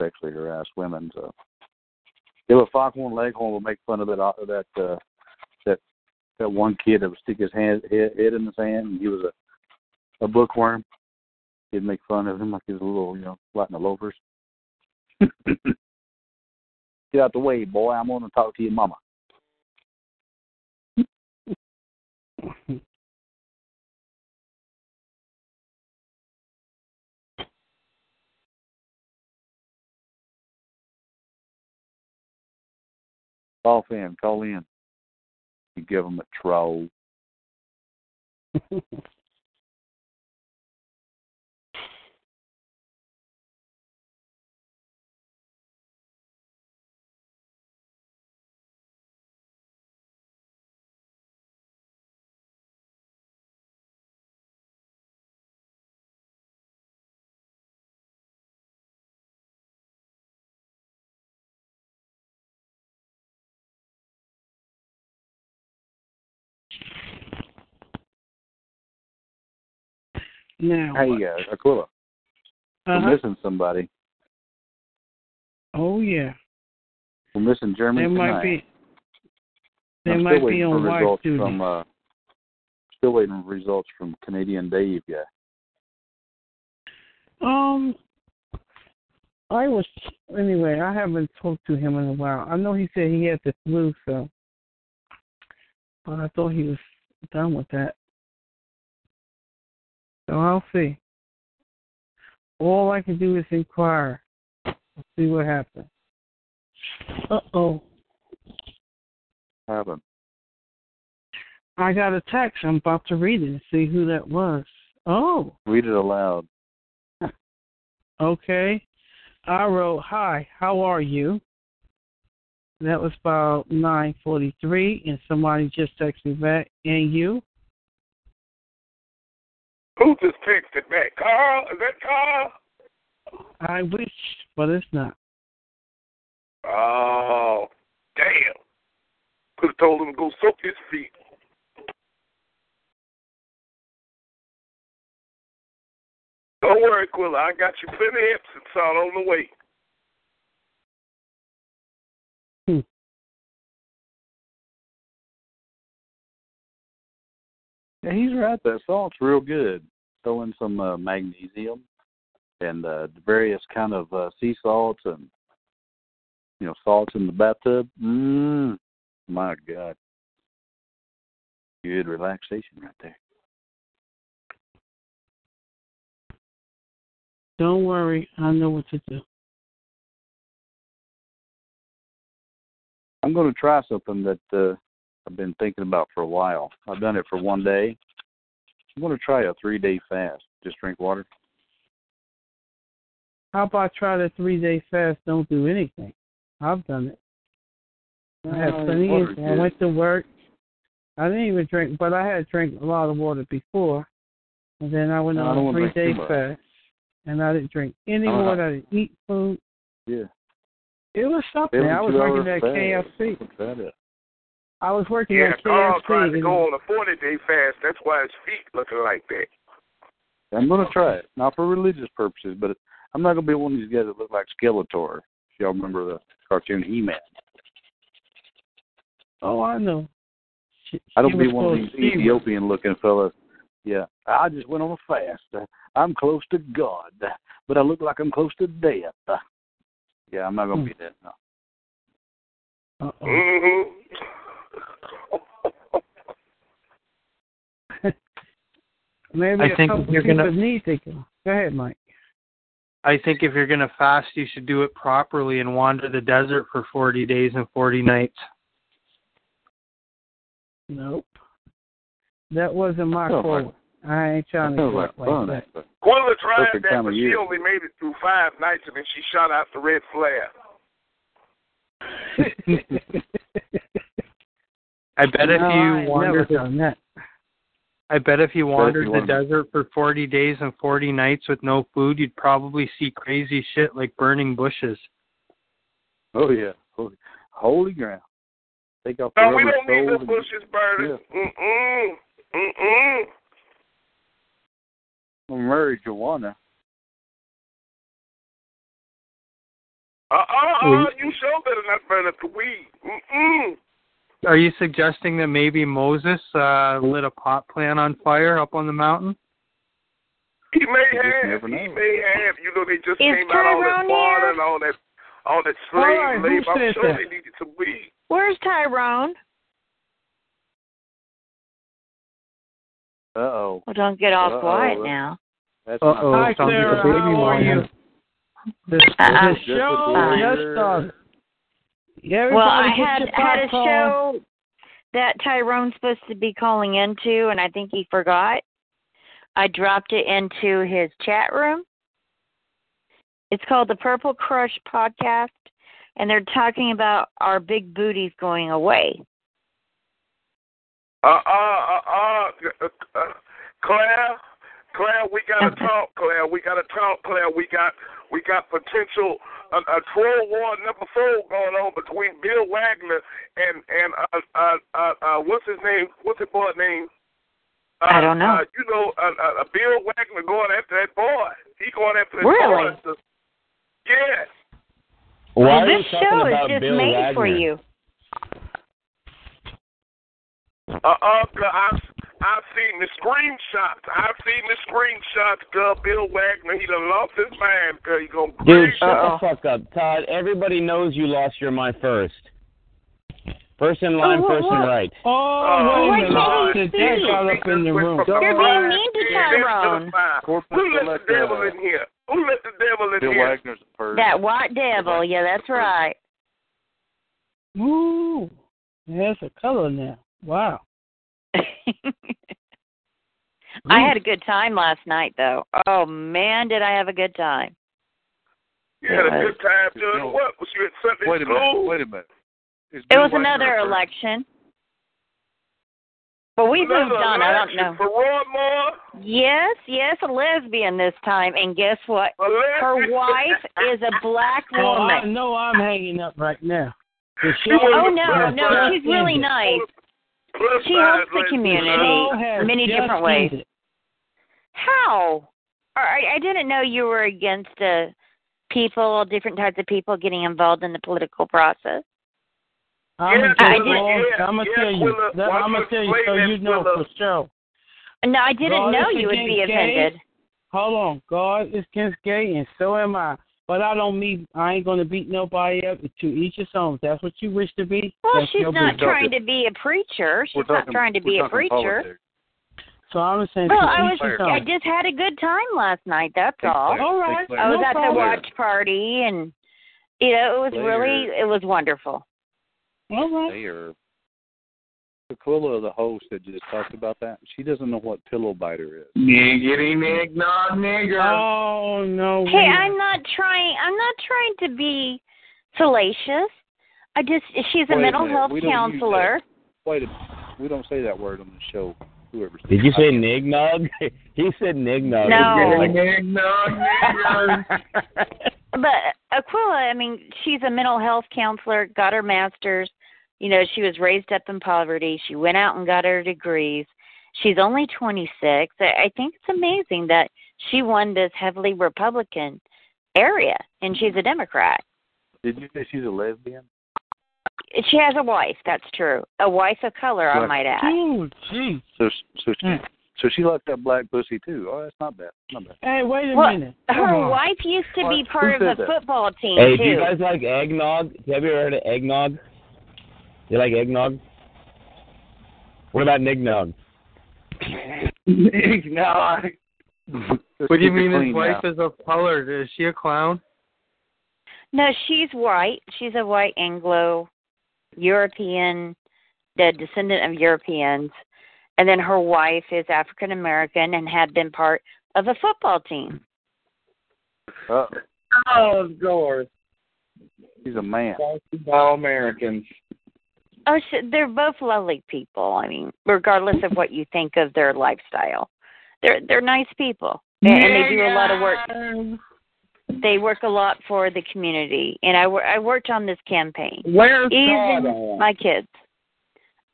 Speaker 6: sexually harass women. So, if a foghorn leghorn will make fun of that of that uh, that that one kid that would stick his hand head, head in the sand, and he was a a bookworm. He'd make fun of him like he was a little, you know, lightning the loafers. Get out the way, boy! I'm going to talk to your mama. Call in, call in. You give them a troll.
Speaker 4: Now,
Speaker 6: Hey, uh, Aquila,
Speaker 4: uh-huh.
Speaker 6: we're missing somebody.
Speaker 4: Oh yeah,
Speaker 6: We're missing Germany
Speaker 4: there might
Speaker 6: tonight.
Speaker 4: be. There
Speaker 6: I'm still
Speaker 4: might be
Speaker 6: waiting for
Speaker 4: on white
Speaker 6: results
Speaker 4: duty.
Speaker 6: from. Uh, still waiting for results from Canadian Dave guy.
Speaker 4: um, I was anyway. I haven't talked to him in a while. I know he said he had the flu, so. But I thought he was done with that. So I'll see. All I can do is inquire. Let's see what happens. Uh oh.
Speaker 6: What happened?
Speaker 4: I got a text. I'm about to read it and see who that was. Oh.
Speaker 6: Read it aloud.
Speaker 4: Okay. I wrote, Hi, how are you? That was about 9.43, and somebody just texted me back, and you?
Speaker 7: Who just texted it back? Carl? Is that Carl?
Speaker 4: I wish, but it's not.
Speaker 7: Oh, damn. could have told him to go soak his feet. Don't worry, Quilla. I got you plenty of Epsom salt on the way.
Speaker 4: Hmm.
Speaker 6: Yeah, he's right. That salt's real good. Throw in some uh, magnesium and uh, various kind of uh, sea salts and you know salts in the bathtub. Mmm, my God, good relaxation right there.
Speaker 2: Don't worry, I know what to do.
Speaker 6: I'm going to try something that uh, I've been thinking about for a while. I've done it for one day. I'm going to try a three day fast. Just drink water.
Speaker 2: How about try the three day fast? Don't do anything. I've done it. I had
Speaker 6: Oh,
Speaker 2: plenty.
Speaker 6: water's
Speaker 2: Of, I
Speaker 6: good.
Speaker 2: went to work. I didn't even drink, but I had drank a lot of water before, and then I went
Speaker 6: No, I
Speaker 2: on
Speaker 6: don't
Speaker 2: a
Speaker 6: wanna
Speaker 2: three
Speaker 6: drink too
Speaker 2: day
Speaker 6: much.
Speaker 2: fast, and I didn't drink any
Speaker 6: Uh-huh.
Speaker 2: water. I didn't eat food.
Speaker 6: Yeah.
Speaker 2: It was something.
Speaker 6: Every
Speaker 2: I was
Speaker 6: two
Speaker 2: working
Speaker 6: hours
Speaker 2: at
Speaker 6: fast.
Speaker 2: KFC.
Speaker 6: Try that.
Speaker 2: I was working
Speaker 7: Yeah,
Speaker 2: at
Speaker 7: Carl tried
Speaker 2: KFC.
Speaker 7: to
Speaker 2: and-
Speaker 7: go on a 40 day fast. That's why his feet looking like that.
Speaker 6: I'm going to try it, not for religious purposes, but I'm not going to be one of these guys that look like Skeletor. If y'all remember the cartoon He-Man,
Speaker 2: oh, I know. She-
Speaker 6: I
Speaker 2: she
Speaker 6: don't be
Speaker 2: was
Speaker 6: one of
Speaker 2: called
Speaker 6: these
Speaker 2: She-Ra.
Speaker 6: Ethiopian-looking fellas. Yeah, I just went on a fast. I'm close to God, but I look like I'm close to death. Yeah, I'm not going to be that. No.
Speaker 2: Uh-oh.
Speaker 7: Mm-hmm.
Speaker 2: Maybe
Speaker 1: I
Speaker 2: a
Speaker 1: think
Speaker 2: couple
Speaker 1: you're
Speaker 2: people
Speaker 1: gonna-
Speaker 2: need to go. Go ahead, Mike.
Speaker 1: I think if you're going to fast, you should do it properly and wander the desert for 40 days and 40 nights.
Speaker 2: Nope. That wasn't my
Speaker 6: Sounds
Speaker 2: call.
Speaker 6: like-
Speaker 2: I ain't
Speaker 6: That
Speaker 2: trying to
Speaker 6: sounds
Speaker 2: go
Speaker 6: like
Speaker 2: out
Speaker 6: fun.
Speaker 2: like that.
Speaker 6: but
Speaker 7: Quilla tried
Speaker 6: Perfect
Speaker 7: that,
Speaker 6: time
Speaker 7: but
Speaker 6: of
Speaker 7: she
Speaker 6: year.
Speaker 7: only made it through five nights, and then she shot out the red flare.
Speaker 1: I bet if
Speaker 2: No, I
Speaker 1: you
Speaker 2: ain't
Speaker 1: wander,
Speaker 2: never done that.
Speaker 1: I bet if you wandered the
Speaker 6: wander.
Speaker 1: desert for 40 days and 40 nights with no food, you'd probably see crazy shit like burning bushes.
Speaker 6: Oh yeah, holy, holy ground. Take off the
Speaker 7: No,
Speaker 6: rubber
Speaker 7: we don't need
Speaker 6: soles
Speaker 7: no
Speaker 6: and-
Speaker 7: bushes burning. Mm-mm. Mm-mm.
Speaker 6: marijuana.
Speaker 7: Uh-uh-uh. Uh-uh, You sure better not burn up the weed. Mm-mm.
Speaker 1: Are you suggesting that maybe Moses uh, lit a pot plant on fire up on the mountain?
Speaker 7: He may
Speaker 6: You just
Speaker 7: have.
Speaker 6: never
Speaker 7: He
Speaker 6: know.
Speaker 7: may have. You know, they just
Speaker 8: Is
Speaker 7: came out all that
Speaker 8: Tyrone
Speaker 7: water
Speaker 8: here?
Speaker 7: and all that, all that
Speaker 2: All
Speaker 7: slave
Speaker 2: right, who
Speaker 7: labor. I'm
Speaker 2: said
Speaker 7: sure
Speaker 2: that?
Speaker 7: they needed some weed.
Speaker 8: Where's Tyrone?
Speaker 6: Uh oh.
Speaker 8: Well, don't get all
Speaker 6: Uh-oh.
Speaker 8: quiet now.
Speaker 6: That's not
Speaker 1: Uh-oh.
Speaker 2: Hi,
Speaker 1: sounds like
Speaker 2: Clara.
Speaker 1: a baby
Speaker 2: How are
Speaker 1: lion.
Speaker 2: you? The,
Speaker 8: Uh-uh.
Speaker 2: the show
Speaker 8: Just
Speaker 2: just
Speaker 6: a
Speaker 2: started.
Speaker 8: Well, I
Speaker 2: Everybody get
Speaker 8: had
Speaker 2: your
Speaker 8: had a
Speaker 2: popcorn.
Speaker 8: show that Tyrone's supposed to be calling into, and I think he forgot. I dropped it into his chat room. It's called the Purple Crush Podcast, and they're talking about our big booties going away.
Speaker 7: Uh uh uh uh uh Claire, Claire, we gotta talk, Claire. We gotta talk, Claire. We got we got potential a, a troll war number four going on between Bill Wagner and and uh uh uh, uh what's his name? What's his boy name? Uh,
Speaker 8: I don't know.
Speaker 7: Uh, you know, uh, uh, uh, Bill Wagner going after that boy. He going after that
Speaker 8: Really?
Speaker 7: boy. So- Yeah.
Speaker 8: Well, this show is just made for you.
Speaker 7: Uh, uh, I've, I've seen the screenshots. I've seen the screenshots, Gov. Bill Wagner, he done lost his mind, cause he gonna
Speaker 9: Dude,
Speaker 7: crazy.
Speaker 9: shut the fuck up, Todd. Everybody knows you lost your mind first. First in line,
Speaker 8: Oh, what,
Speaker 9: first in
Speaker 8: what?
Speaker 9: right.
Speaker 2: Oh,
Speaker 7: Oh,
Speaker 2: wait a
Speaker 8: why can't
Speaker 2: minute.
Speaker 8: he
Speaker 2: The dad
Speaker 8: see?
Speaker 2: got up in the room.
Speaker 7: Went from
Speaker 8: You're
Speaker 7: five
Speaker 8: being mean to
Speaker 7: ten to
Speaker 8: Tyrone.
Speaker 7: five.
Speaker 6: Corporate
Speaker 7: Who let
Speaker 6: elect,
Speaker 7: the devil
Speaker 6: uh,
Speaker 7: in here? Who let the devil in
Speaker 6: Bill
Speaker 7: here?
Speaker 6: Wagner's a perv.
Speaker 8: That white devil, yeah, that's right.
Speaker 2: Ooh, there's a color now. Wow.
Speaker 8: I had a good time last night, though. Oh man, did I have a good time!
Speaker 7: You had a
Speaker 8: It
Speaker 7: good time
Speaker 6: Bill-
Speaker 7: doing what? Was you at Sunday
Speaker 6: Wait a minute.
Speaker 7: school?
Speaker 6: Wait a minute. Is
Speaker 8: It
Speaker 6: Bill
Speaker 8: was
Speaker 6: Wagner
Speaker 8: another
Speaker 6: a perv?
Speaker 8: election, but we
Speaker 7: Another
Speaker 8: moved on. I don't
Speaker 7: election
Speaker 8: know.
Speaker 7: For Roy Moore,
Speaker 8: Yes, yes, a lesbian this time, and guess what?
Speaker 7: a
Speaker 8: Her
Speaker 7: lesbian.
Speaker 8: wife is a black
Speaker 4: Oh,
Speaker 2: Well, I
Speaker 8: woman.
Speaker 2: know I'm hanging up right now.
Speaker 10: Does she-
Speaker 8: Oh no, no, she's really nice.
Speaker 7: Plus
Speaker 8: She
Speaker 7: size
Speaker 8: helps the
Speaker 7: ladies.
Speaker 8: community many different ways. How? All right, I didn't know you were against uh, people, different types of people getting involved in the political process.
Speaker 4: I'm
Speaker 8: Yeah,
Speaker 4: gonna tell
Speaker 8: Quilla,
Speaker 4: you.
Speaker 8: yeah,
Speaker 4: I'm gonna
Speaker 8: yeah,
Speaker 4: tell you.
Speaker 8: Quilla,
Speaker 4: That-
Speaker 8: why
Speaker 4: I'm gonna
Speaker 8: don't
Speaker 4: tell
Speaker 8: you
Speaker 4: you so
Speaker 8: explain
Speaker 4: you
Speaker 8: that,
Speaker 4: know for
Speaker 8: Quilla?
Speaker 4: sure.
Speaker 8: No, I didn't
Speaker 4: God
Speaker 8: know
Speaker 4: is
Speaker 8: you would be
Speaker 4: against gay.
Speaker 8: offended.
Speaker 4: Hold on, God is against gay, and so am I. But I don't mean I ain't gonna beat nobody up. To each his own. If That's what you wish to be.
Speaker 8: Well,
Speaker 4: that's
Speaker 8: she's
Speaker 4: your
Speaker 8: not
Speaker 4: business.
Speaker 8: trying to be a preacher. She's not trying to be a preacher.
Speaker 4: So I'm saying.
Speaker 8: Well,
Speaker 4: to
Speaker 8: I was
Speaker 4: each his
Speaker 8: I
Speaker 4: own.
Speaker 8: just had a good time last night, that's all.
Speaker 4: All right.
Speaker 8: I was
Speaker 4: no
Speaker 8: at the
Speaker 4: problem.
Speaker 8: watch party and you know, it was really it was wonderful.
Speaker 6: They are. Aquila, the host that just talked about that, she doesn't know what pillow biter is.
Speaker 2: Niggity nig nog nigger.
Speaker 4: Oh no.
Speaker 8: Hey, I'm not trying I'm not trying to be salacious. I just she's a
Speaker 6: Wait a
Speaker 8: mental
Speaker 6: minute,
Speaker 8: health
Speaker 6: we don't use
Speaker 8: counselor.
Speaker 6: Wait a minute. We don't say that word on the show. Whoever
Speaker 10: Did you say nig nog? he said nig nog.
Speaker 8: No.
Speaker 2: Nig nog nigger.
Speaker 8: Um, But Aquila, I mean, she's a mental health counselor, got her master's. You know, she was raised up in poverty. She went out and got her degrees. She's only 26. I I think it's amazing that she won this heavily Republican area, and she's a Democrat.
Speaker 6: Did you say she's a lesbian?
Speaker 8: She has a wife, that's true. A wife of color, I
Speaker 6: Right.
Speaker 8: might Hmm. add.
Speaker 4: Oh, gee.
Speaker 6: So, so she, so she liked that black pussy too. Oh, that's not bad. Not bad.
Speaker 4: Hey, wait a
Speaker 8: Well,
Speaker 4: minute. Come
Speaker 8: her
Speaker 4: on.
Speaker 8: wife used to be
Speaker 6: What?
Speaker 8: part
Speaker 6: Who
Speaker 8: of
Speaker 6: said
Speaker 8: a
Speaker 6: that?
Speaker 8: football team,
Speaker 10: Hey,
Speaker 8: too.
Speaker 10: do you guys like eggnog? Have you ever heard of eggnog? You like eggnog? What about nignog?
Speaker 2: Nig nog.
Speaker 1: What do you mean his wife is of color? Is she a clown?
Speaker 8: No, she's white. She's a white Anglo European, the descendant of Europeans. And then her wife is African American and had been part of a football team.
Speaker 6: Uh,
Speaker 2: Oh, of course.
Speaker 6: she's a man.
Speaker 2: All Americans.
Speaker 8: Oh, sh they're both lovely people. I mean, regardless of what you think of their lifestyle, they're they're nice people, and, and they do a lot of work. They work a lot for the community, and I wor- I worked on this campaign.
Speaker 2: Where's
Speaker 8: Even
Speaker 2: Todd?
Speaker 8: my kids.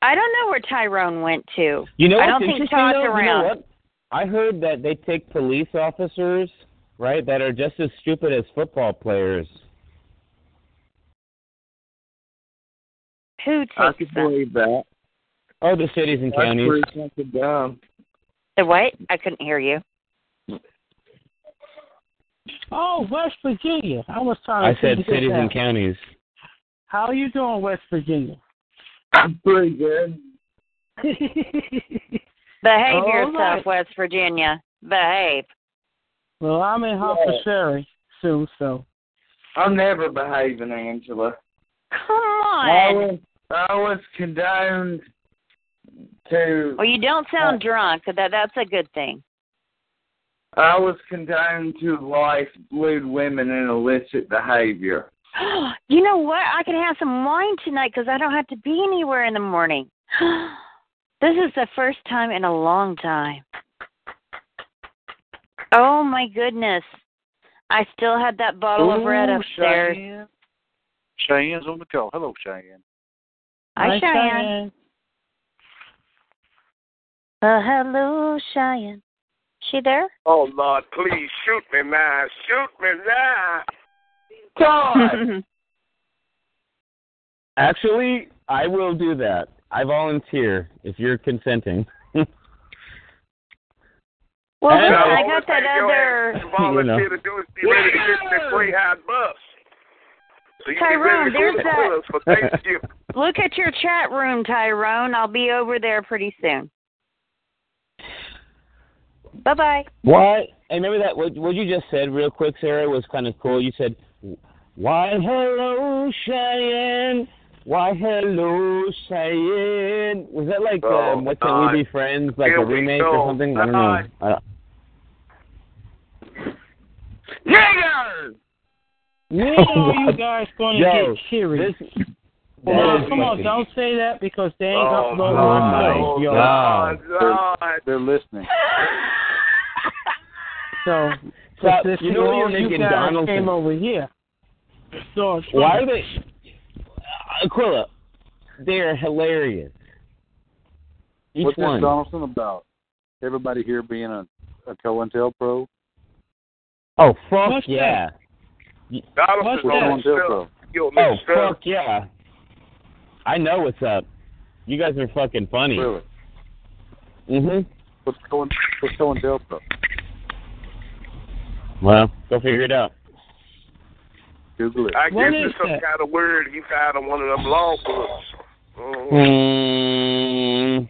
Speaker 8: I don't know where Tyrone went to.
Speaker 10: You know
Speaker 8: I
Speaker 10: what's
Speaker 8: don't think
Speaker 10: interesting
Speaker 8: Todd's
Speaker 10: though? You know
Speaker 8: around.
Speaker 10: what? I heard that they take police officers, right, that are just as stupid as football players.
Speaker 8: Who
Speaker 2: I
Speaker 8: takes
Speaker 2: could
Speaker 8: them?
Speaker 2: believe that.
Speaker 10: Oh, the cities and
Speaker 2: That's
Speaker 10: counties.
Speaker 2: pretty fucking dumb.
Speaker 8: The what? I couldn't hear you.
Speaker 4: Oh, West Virginia. Oh, I was trying
Speaker 10: I
Speaker 4: to.
Speaker 10: said
Speaker 4: figure this
Speaker 10: cities and
Speaker 4: out.
Speaker 10: counties.
Speaker 4: How are you doing, West Virginia?
Speaker 2: I'm pretty good.
Speaker 8: Behave
Speaker 4: All
Speaker 8: yourself,
Speaker 4: right.
Speaker 8: West Virginia. Behave.
Speaker 4: well, I'm in Harper Ferry soon, so.
Speaker 2: I'm never behaving, Angela.
Speaker 8: Come
Speaker 2: I
Speaker 8: on.
Speaker 2: was, I was condoned to.
Speaker 8: Well, you don't sound drunk. That that's a good thing.
Speaker 2: I was condoned to life, lewd women, and illicit behavior.
Speaker 8: you know what? I can have some wine tonight because I don't have to be anywhere in the morning. this is the first time in a long time. Oh my goodness! I still had that bottle of red
Speaker 6: Ooh,
Speaker 8: upstairs.
Speaker 6: Cheyenne. Cheyenne's on the call. Hello, Cheyenne.
Speaker 8: Hi,
Speaker 4: Hi,
Speaker 8: Cheyenne. Uh, hello, Cheyenne. She there?
Speaker 7: Oh Lord, please shoot me now. Shoot me now.
Speaker 2: God!
Speaker 10: Actually, I will do that. I volunteer if you're consenting.
Speaker 8: Well,
Speaker 10: Hey.
Speaker 8: listen,
Speaker 10: No,
Speaker 8: I got that
Speaker 7: Your
Speaker 8: other.
Speaker 7: ass is volunteer
Speaker 10: You know.
Speaker 7: to do is be ready to get in that Greyhound bus. So you
Speaker 8: Tyrone,
Speaker 7: be ready
Speaker 8: there's
Speaker 7: to go to
Speaker 8: that-
Speaker 7: Willis for Thanksgiving.
Speaker 8: Look at your chat room, Tyrone. I'll be over there pretty soon. Bye bye.
Speaker 10: Why? I remember that. What, what you just said, real quick, Sarah, was kind of cool. You said, "Why hello Cheyenne? Why hello Cheyenne?" Was that like
Speaker 7: Oh,
Speaker 10: um, what can
Speaker 6: uh,
Speaker 7: God.
Speaker 10: we be friends? Like
Speaker 7: Here
Speaker 10: a
Speaker 7: we
Speaker 10: remake
Speaker 7: go.
Speaker 10: or something? I don't know.
Speaker 7: God.
Speaker 10: Uh,
Speaker 2: Nigger!
Speaker 4: When are you guys going to
Speaker 10: Yo,
Speaker 4: get serious?
Speaker 10: this,
Speaker 4: Come
Speaker 10: that
Speaker 4: on,
Speaker 10: is
Speaker 4: come on,
Speaker 10: fucking-
Speaker 4: don't say that because they ain't
Speaker 7: Oh,
Speaker 4: going to
Speaker 10: my
Speaker 4: go
Speaker 10: God. Oh,
Speaker 7: God, God.
Speaker 6: They're listening.
Speaker 4: So,
Speaker 10: Stop.
Speaker 4: this
Speaker 10: You know what
Speaker 4: all
Speaker 10: you're making,
Speaker 4: guys
Speaker 10: Donaldson?
Speaker 4: came over here. So,
Speaker 10: Why are they? Aquila, they are hilarious. Each
Speaker 6: What's
Speaker 10: one.
Speaker 6: this Donaldson about? Everybody here being a, a COINTELPRO? pro?
Speaker 10: Oh fuck
Speaker 6: What's
Speaker 10: yeah!
Speaker 6: Donaldson What's that? on
Speaker 7: Yo,
Speaker 10: oh
Speaker 7: Mr.
Speaker 10: fuck yeah! I know what's up. You guys are fucking funny.
Speaker 6: Really?
Speaker 10: Mhm.
Speaker 6: What's going? What's COINTELPRO?
Speaker 10: Well, go figure it out.
Speaker 6: Google it.
Speaker 7: I guess it's some kind of word he found in one of them law books. Mm.
Speaker 10: Mm.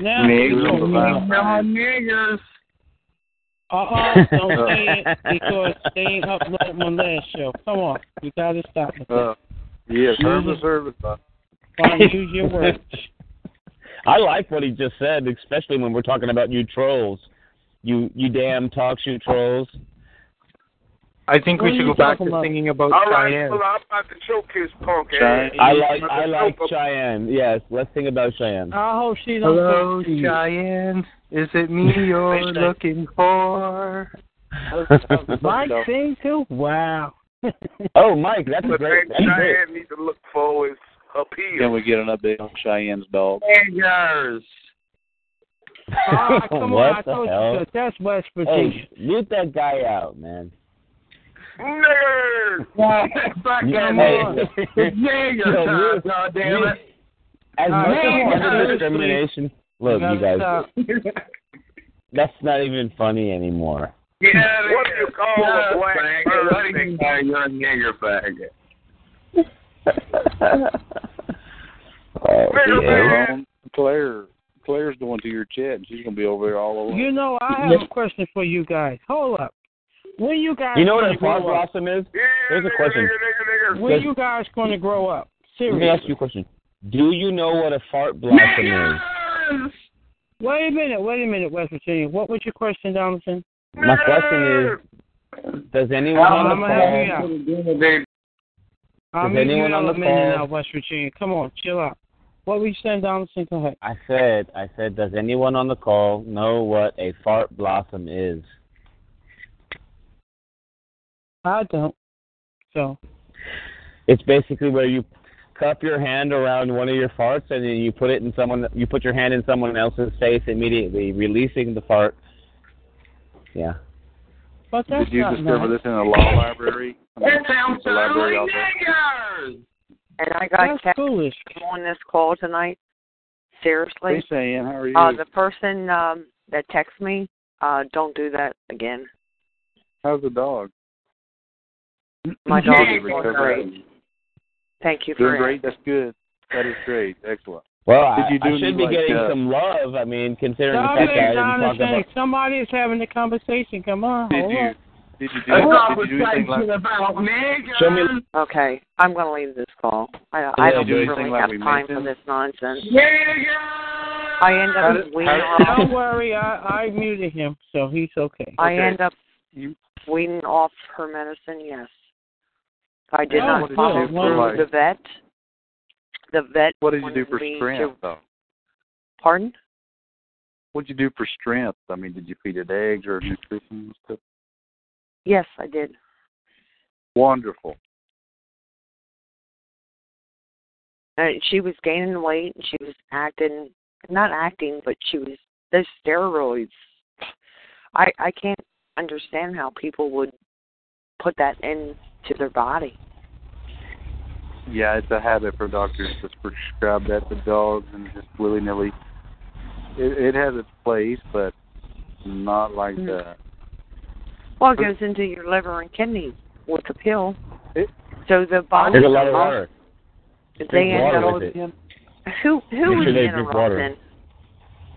Speaker 4: Now,
Speaker 10: Niggas.
Speaker 4: now niggas. Uh-uh, don't say it because they ain't uploaded my last show. Come on, you gotta stop with that.
Speaker 6: Uh, yeah, terms of
Speaker 4: Mhm.
Speaker 6: service. uh,
Speaker 4: Fine, use your words.
Speaker 10: I like what he just said, especially when we're talking about you trolls. You you damn talk shoe trolls.
Speaker 1: I think we should go back to thinking about
Speaker 7: All right,
Speaker 1: Cheyenne.
Speaker 7: well, I'm about to choke his punk ass.
Speaker 10: I like I like Cheyenne. Yes, let's think about Cheyenne.
Speaker 4: I hope she
Speaker 10: don't
Speaker 1: Hello,
Speaker 10: think she-
Speaker 1: Cheyenne. Uh, Is it me you're looking for?
Speaker 4: Mike sing too? Wow.
Speaker 10: oh, Mike, that's
Speaker 7: But then Cheyenne needs to look for his appeal.
Speaker 6: Can we get an update on Cheyenne's dog?
Speaker 4: Fingers. Ah, come
Speaker 10: What
Speaker 4: on, I
Speaker 10: the
Speaker 4: told
Speaker 10: hell?
Speaker 4: you so. That's West Virginia.
Speaker 10: Hey, mute that guy out, man.
Speaker 7: Nigger!
Speaker 4: Fucking
Speaker 10: Hey. Yo, mute- mute-
Speaker 1: Uh,
Speaker 10: As
Speaker 4: All
Speaker 10: much
Speaker 4: right,
Speaker 10: as
Speaker 4: guys.
Speaker 10: gender discrimination, look, you guys, that's not even funny anymore.
Speaker 11: Yeah,
Speaker 7: What do you call
Speaker 11: yeah,
Speaker 7: a black
Speaker 11: faggot. What
Speaker 7: bird?
Speaker 11: do you call your nigger faggot?
Speaker 10: Oh,
Speaker 6: Claire,
Speaker 10: yeah.
Speaker 6: Claire, Claire's going to your chat, and she's gonna be over there all alone.
Speaker 4: You know, I have a question for you guys. Hold up. When you guys
Speaker 10: You know what a
Speaker 4: gonna
Speaker 10: pod
Speaker 4: grow up?
Speaker 10: blossom is? Here's a question.
Speaker 4: When you guys going to grow up?
Speaker 10: Let me ask
Speaker 4: Seriously.
Speaker 10: you a question. Do you know what a fart blossom is?
Speaker 4: Wait a minute. Wait a minute, West Virginia. What was your question, Donaldson?
Speaker 10: My question is, does anyone
Speaker 4: I'm
Speaker 10: on the
Speaker 4: gonna help you
Speaker 10: call?
Speaker 4: out.
Speaker 10: Does
Speaker 4: I'm in
Speaker 10: anyone
Speaker 4: the
Speaker 10: on the
Speaker 4: minute
Speaker 10: call-
Speaker 4: now, West Virginia. Come on, chill out. What were you saying, Donaldson? Go ahead.
Speaker 10: I said, I said, does anyone on the call know what a fart blossom is?
Speaker 4: I don't. So
Speaker 10: It's basically where you cup your hand around one of your farts and then you put it in someone you put your hand in someone else's face immediately releasing the fart. Yeah.
Speaker 4: But that's
Speaker 6: Did you
Speaker 4: not
Speaker 6: discover
Speaker 4: nice.
Speaker 6: this in a law library?
Speaker 11: It sounds
Speaker 6: The library
Speaker 11: totally
Speaker 6: out there.
Speaker 11: niggers.
Speaker 12: And I got
Speaker 4: That's
Speaker 12: kept
Speaker 4: foolish.
Speaker 12: on this call tonight. Seriously.
Speaker 6: Hey, Cheyenne, how are you?
Speaker 12: Uh, the person um, that texted me, uh, don't do that again.
Speaker 6: How's the dog?
Speaker 12: My
Speaker 6: Did
Speaker 12: dog
Speaker 6: you
Speaker 12: is doing
Speaker 6: recover?
Speaker 12: great. Thank you for
Speaker 6: Doing great. That's good. That is great. Excellent.
Speaker 10: Well, I,
Speaker 6: Did you do
Speaker 10: I should
Speaker 6: any,
Speaker 10: be
Speaker 6: like,
Speaker 10: getting
Speaker 6: uh,
Speaker 10: some love. I mean, considering the
Speaker 4: Stop
Speaker 10: fact that I
Speaker 4: it,
Speaker 10: didn't talk
Speaker 4: Donaldson.
Speaker 10: about
Speaker 4: Somebody is having a conversation. Come on.
Speaker 6: Did
Speaker 4: hold
Speaker 6: you?
Speaker 4: on.
Speaker 6: Did you do?
Speaker 11: A
Speaker 6: Did you do anything like?
Speaker 11: conversation about niggers.
Speaker 10: Show me-
Speaker 12: Okay, I'm going to leave this call. I, I
Speaker 6: Yeah,
Speaker 12: don't
Speaker 6: do
Speaker 12: really
Speaker 6: anything like
Speaker 12: have
Speaker 6: we
Speaker 12: time for
Speaker 6: mentioned.
Speaker 12: this nonsense.
Speaker 11: Niggers.
Speaker 12: I end
Speaker 6: How
Speaker 12: up
Speaker 6: did-
Speaker 12: weeding
Speaker 6: how did-
Speaker 12: off.
Speaker 4: Don't worry, I, I muted him, so he's okay.
Speaker 12: I
Speaker 6: Okay.
Speaker 12: end up
Speaker 6: You-
Speaker 12: weeding off her medicine. Yes, I did
Speaker 6: Oh,
Speaker 12: not
Speaker 6: good.
Speaker 12: follow
Speaker 6: Well,
Speaker 12: through the vet. The vet.
Speaker 6: What did you do
Speaker 12: wanted
Speaker 6: for
Speaker 12: me to-
Speaker 6: strength, though?
Speaker 12: Pardon?
Speaker 6: What did you do for strength? I mean, did you feed it eggs or nutrition and stuff?
Speaker 12: Yes, I did.
Speaker 6: Wonderful.
Speaker 12: And Uh, she was gaining weight, and she was acting not acting, but she was the steroids. I I can't understand how people would put that into their body.
Speaker 6: Yeah, it's a habit for doctors to prescribe that to dogs and just willy nilly. It, it has its place, but not like
Speaker 12: Mm.
Speaker 6: that.
Speaker 12: Well, it goes into your liver and kidneys with the pill.
Speaker 6: It-
Speaker 12: So the
Speaker 10: that.
Speaker 12: body.
Speaker 10: There's a lot of water. Just
Speaker 12: They
Speaker 10: drink
Speaker 12: end
Speaker 10: water
Speaker 12: up
Speaker 10: with it.
Speaker 12: Who who
Speaker 10: Make
Speaker 12: would
Speaker 10: sure they
Speaker 12: be
Speaker 10: drink water.
Speaker 12: interrupting?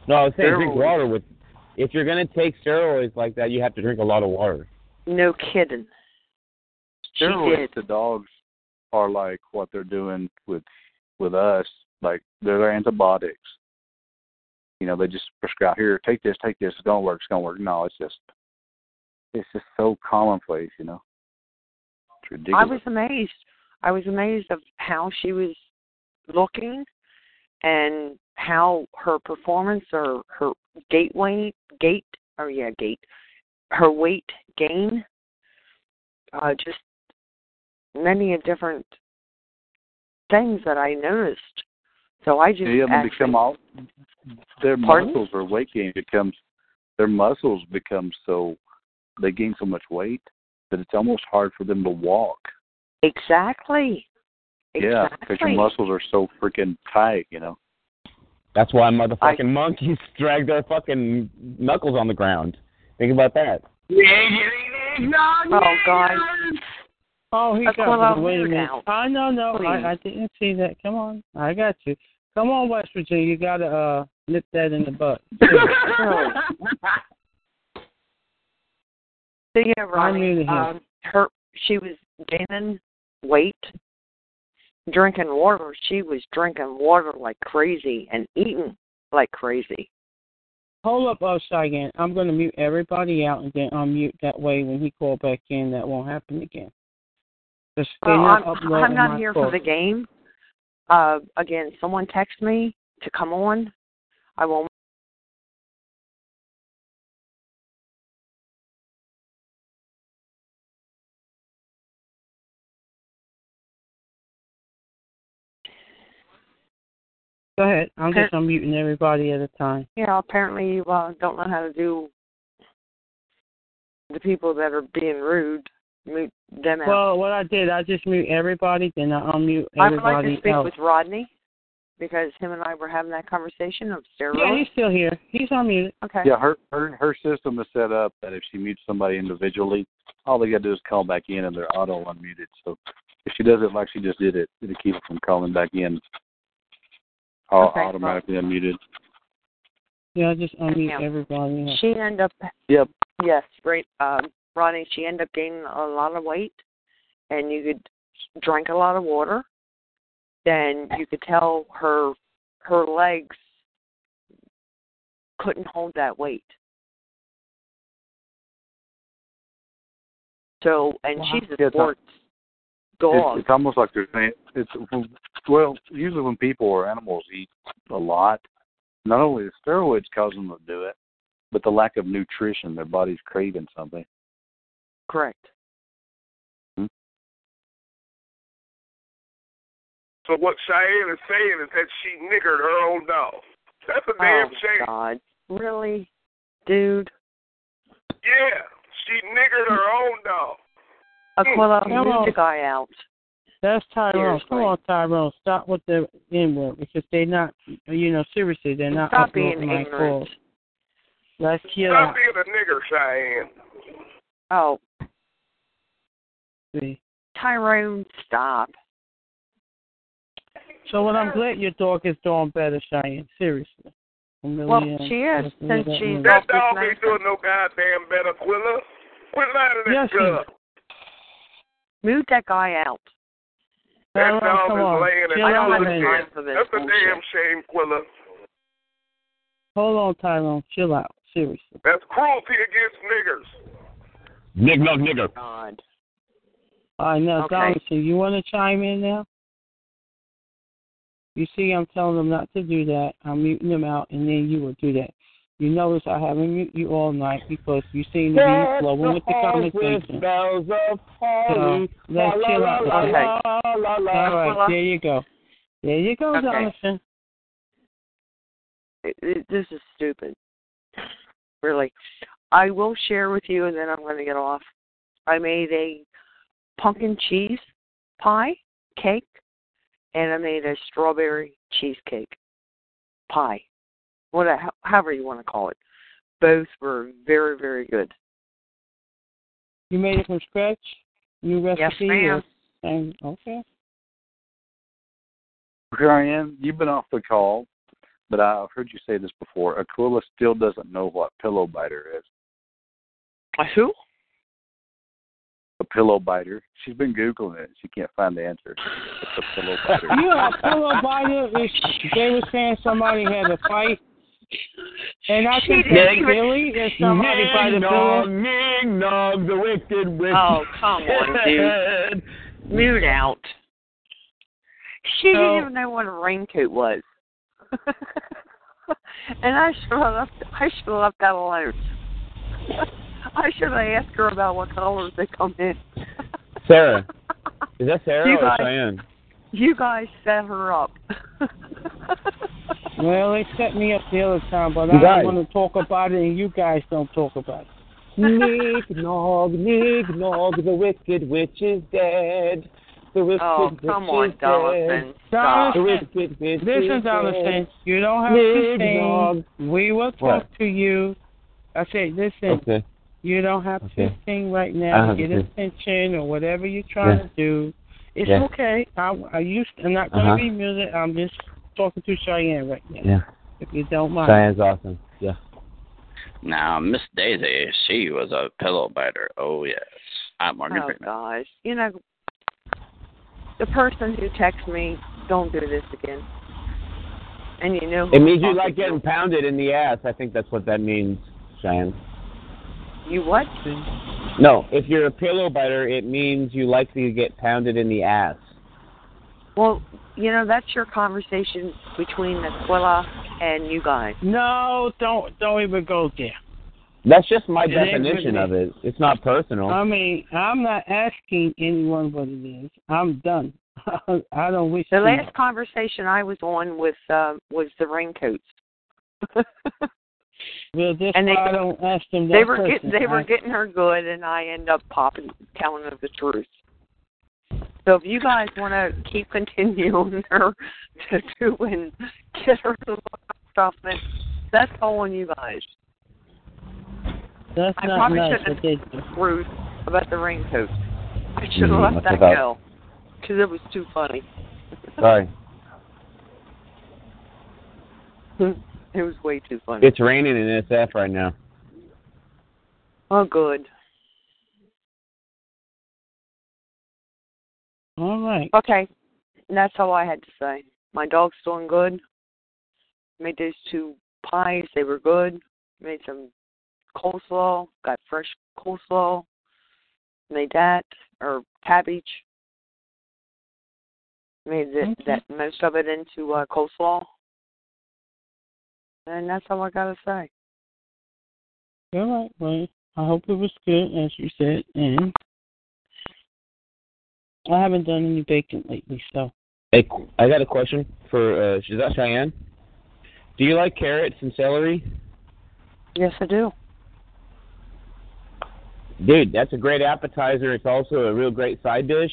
Speaker 10: No, I was saying drink
Speaker 6: Steroids.
Speaker 10: water with. If you're gonna take steroids like that, you have to drink a lot of water.
Speaker 12: No kidding. She did.
Speaker 6: Steroids to dogs are like what they're doing with with us. Like they're their antibiotics. You know, they just prescribe here, take this, take this, it's gonna work, it's gonna work. No, it's just it's just so commonplace, you know. It's ridiculous.
Speaker 12: I was amazed. I was amazed of how she was looking and how her performance or her gait weight gait or yeah, gait her weight gain. Uh just many of different things that I noticed. So I just
Speaker 6: yeah, they
Speaker 12: actually,
Speaker 6: become all their
Speaker 12: Pardon?
Speaker 6: muscles or weight gain becomes their muscles become so they gain so much weight that it's almost hard for them to walk.
Speaker 12: exactly.
Speaker 6: Yeah, because your
Speaker 12: Exactly.
Speaker 6: muscles are so freaking tight, you know.
Speaker 10: That's why motherfucking monkeys drag their fucking knuckles on the ground. Think about that.
Speaker 12: Oh God.
Speaker 4: Oh, he
Speaker 12: That's
Speaker 4: got
Speaker 12: what I'll
Speaker 4: me. Wait a
Speaker 12: do
Speaker 4: minute.
Speaker 12: now.
Speaker 4: I no no.
Speaker 12: Please.
Speaker 4: I, I didn't see that. Come on. I got you. Come on, West Virginia. You gotta uh nip that in the butt.
Speaker 12: So yeah, Ronnie.
Speaker 4: mean, yeah.
Speaker 12: Um, her she was gaining weight, drinking water. She was drinking water like crazy and eating like crazy.
Speaker 4: Hold up, uh, Cheyenne. I'm gonna mute everybody out and then unmute. That way, when he call back in, that won't happen again. 'Cause they're
Speaker 12: Well,
Speaker 4: not
Speaker 12: I'm,
Speaker 4: uploading
Speaker 12: I'm not
Speaker 4: my
Speaker 12: here
Speaker 4: call.
Speaker 12: for the game. Uh, again, someone text me to come on. I won't.
Speaker 4: Go ahead. I'm just
Speaker 12: Okay.
Speaker 4: unmuting everybody at a time.
Speaker 12: Yeah, apparently you uh, don't know how to do the people that are being rude. Mute them out.
Speaker 4: Well, what I did, I just mute everybody, then I unmute
Speaker 12: I would like
Speaker 4: everybody
Speaker 12: to speak
Speaker 4: else.
Speaker 12: with Rodney because him and I were having that conversation of steroids.
Speaker 4: yeah, he's still here. He's unmuted.
Speaker 12: Okay.
Speaker 6: Yeah, her her her system is set up that if she mutes somebody individually, all they gotta do is call back in and they're auto unmuted. So if she does it like she just did it, it'll keep it from calling back in. Au-
Speaker 12: Okay, well-
Speaker 6: automatically unmuted.
Speaker 4: Yeah, I just unmute
Speaker 12: Yeah.
Speaker 4: everybody. else.
Speaker 12: She ended up
Speaker 6: Yep.
Speaker 12: yes, right, um, Ronnie. She ended up gaining a lot of weight, and you could drink a lot of water. Then you could tell her her legs couldn't hold that weight. So, and
Speaker 6: Wow.
Speaker 12: she's
Speaker 6: Yeah,
Speaker 12: a
Speaker 6: it's not-
Speaker 12: sports dog.
Speaker 6: It's, it's almost like they're saying it's well, usually when people or animals eat a lot, not only the steroids cause them to do it, but the lack of nutrition, their body's craving something.
Speaker 12: Correct.
Speaker 7: So what Cheyenne is saying is that she niggered her own dog. That's a damn
Speaker 12: Oh
Speaker 7: shame.
Speaker 12: God, really, dude?
Speaker 7: Yeah, she niggered her own dog.
Speaker 12: Aquila,
Speaker 4: Come
Speaker 12: move
Speaker 4: on.
Speaker 12: the guy out.
Speaker 4: That's Tyrone. Come
Speaker 12: Seriously.
Speaker 4: on, Tyrone. Stop with the N word because they're not, you know, seriously, they're not
Speaker 12: Stop being
Speaker 4: uploading my
Speaker 12: ignorant.
Speaker 4: calls. Let's chill
Speaker 7: Stop
Speaker 4: out.
Speaker 7: being a nigger, Cheyenne.
Speaker 12: Oh,
Speaker 4: see.
Speaker 12: Tyrone, stop.
Speaker 4: So, well, I'm glad your dog is doing better, Cheyenne. Seriously. I'm really uh,
Speaker 12: Well,
Speaker 4: am.
Speaker 12: she is,
Speaker 4: Let's
Speaker 12: since
Speaker 4: leave
Speaker 12: she's
Speaker 4: in.
Speaker 7: That
Speaker 12: Stop this
Speaker 7: dog ain't
Speaker 12: nonsense.
Speaker 7: doing no goddamn better, Quilla. Quit lying to that
Speaker 4: Yes, he-
Speaker 7: dog.
Speaker 12: Move that guy out.
Speaker 7: That
Speaker 4: Tyrone,
Speaker 7: dog
Speaker 4: come
Speaker 7: is
Speaker 4: on.
Speaker 7: laying in
Speaker 4: Chill
Speaker 12: I don't
Speaker 4: out,
Speaker 12: have
Speaker 4: man.
Speaker 12: time for this
Speaker 7: That's a
Speaker 12: bullshit.
Speaker 7: damn shame, Quilla.
Speaker 4: Hold on, Tyrone. Chill out. Seriously.
Speaker 7: That's cruelty against niggers.
Speaker 10: Nick, no, nigger.
Speaker 4: Oh,
Speaker 12: God.
Speaker 4: I know,
Speaker 12: Okay.
Speaker 4: Donaldson, you want to chime in now? You see, I'm telling them not to do that. I'm muting them out, and then you will do that. You notice I haven't muted you all night because you seem to be flowing with the conversation.
Speaker 10: bells of
Speaker 4: So, let's chill out.
Speaker 12: Okay.
Speaker 4: All right, there you go. There you go,
Speaker 12: Okay.
Speaker 4: Donaldson.
Speaker 12: It- it- this is stupid. Really. I will share with you, and then I'm going to get off. I made a pumpkin cheese pie cake, and I made a strawberry cheesecake pie. What, however you want to call it. Both were very, very good.
Speaker 4: You made it from scratch. New
Speaker 12: Yes,
Speaker 4: recipe.
Speaker 12: ma'am.
Speaker 4: And okay.
Speaker 6: Brian, you've been off the call, but I've heard you say this before. Aquila still doesn't know what pillow biter is.
Speaker 12: Uh, Who?
Speaker 6: A pillow biter. She's been googling it. She can't find the answer. It's a pillow biter.
Speaker 4: You are a pillow biter. It's- They were saying somebody had a fight, and I think
Speaker 12: didn't
Speaker 4: that's
Speaker 12: even-
Speaker 4: Billy is somebody by the pillow.
Speaker 10: Ning nong, the wicked witch.
Speaker 12: Oh, come on, dude. Mute out. She
Speaker 4: So-
Speaker 12: didn't even know what a raincoat was. and I should have left I should have left that alone. I should have asked her about what colors they come in.
Speaker 10: Sarah. Is that Sarah
Speaker 12: You
Speaker 10: or
Speaker 12: guys-
Speaker 10: Cheyenne?
Speaker 12: You guys set her up.
Speaker 4: Well, they set me up the other time, but
Speaker 10: You
Speaker 4: I
Speaker 10: guys.
Speaker 4: don't want to talk about it, and you guys don't talk about it.
Speaker 10: Nig nog, nig nog, the wicked witch is dead. The wicked
Speaker 4: Oh,
Speaker 10: witch
Speaker 4: come on,
Speaker 10: is
Speaker 4: Donaldson,
Speaker 10: dead.
Speaker 4: stop.
Speaker 10: The wicked witch
Speaker 4: Listen,
Speaker 10: is
Speaker 4: Donaldson,
Speaker 10: dead.
Speaker 4: you don't have to
Speaker 10: Nig nog.
Speaker 4: sing. We will talk
Speaker 10: What?
Speaker 4: to you. I said, listen,
Speaker 10: Okay.
Speaker 4: you don't have to
Speaker 10: Okay.
Speaker 4: sing right
Speaker 10: I
Speaker 4: now
Speaker 10: have
Speaker 4: to get
Speaker 10: to.
Speaker 4: attention or whatever you're trying
Speaker 10: Yeah.
Speaker 4: to do. It's
Speaker 10: Yeah.
Speaker 4: okay. I, I used, I'm not going to
Speaker 10: Uh-huh.
Speaker 4: be music. I'm just talking to Cheyenne right now.
Speaker 10: Yeah.
Speaker 4: If you don't mind.
Speaker 10: Cheyenne's awesome. Yeah.
Speaker 5: Now, Miss Daisy, she was a pillow biter. Oh yes, I'm Morgan
Speaker 12: oh
Speaker 5: Freeman.
Speaker 12: gosh, you know, the person who texts me, "Don't do this again," and you know, who
Speaker 10: It means
Speaker 12: I'm
Speaker 10: you
Speaker 12: talking
Speaker 10: like getting pounded in the ass. I think that's what that means, Cheyenne.
Speaker 12: to. you what?
Speaker 10: No, if you're a pillow biter, it means you like to get pounded in the ass.
Speaker 12: Well, you know, that's your conversation between Aquila and you guys.
Speaker 4: No, don't don't even go there.
Speaker 10: That's just my
Speaker 4: It ain't
Speaker 10: definition
Speaker 4: really-
Speaker 10: of it. It's not personal.
Speaker 4: I mean, I'm not asking anyone what it is. I'm done. I don't wish
Speaker 12: The
Speaker 4: to-
Speaker 12: last conversation I was on with uh, was the raincoats.
Speaker 4: Well, this
Speaker 12: and they-
Speaker 4: why I don't ask them that
Speaker 12: They were
Speaker 4: question.
Speaker 12: getting they were
Speaker 4: I-
Speaker 12: getting her good, and I end up popping telling her the truth. So if you guys want to keep continuing her to do and get her to look up stuff, then that's all on you guys.
Speaker 4: That's
Speaker 12: I
Speaker 4: not
Speaker 12: probably
Speaker 4: nice
Speaker 12: shouldn't
Speaker 4: what they do.
Speaker 12: Ruth about the raincoat. I should have
Speaker 10: Mm,
Speaker 12: let
Speaker 10: what's
Speaker 12: that
Speaker 10: about-
Speaker 12: go because it was too funny.
Speaker 10: Sorry.
Speaker 12: It was way too funny.
Speaker 10: It's raining in SF right now.
Speaker 12: oh, good.
Speaker 4: All right.
Speaker 12: Okay, and that's all I had to say. My dog's doing good. Made those two pies; they were good. Made some coleslaw. Got fresh coleslaw. Made that or cabbage. Made that,
Speaker 4: Okay.
Speaker 12: that most of it into uh, coleslaw. And that's all I gotta say.
Speaker 4: All right, well, I hope it was good, as you said, and I haven't done any baking lately, so.
Speaker 10: Hey, I got a question for uh, is that Cheyenne? Do you like carrots and celery?
Speaker 12: Yes, I do.
Speaker 10: Dude, that's a great appetizer. It's also a real great side dish.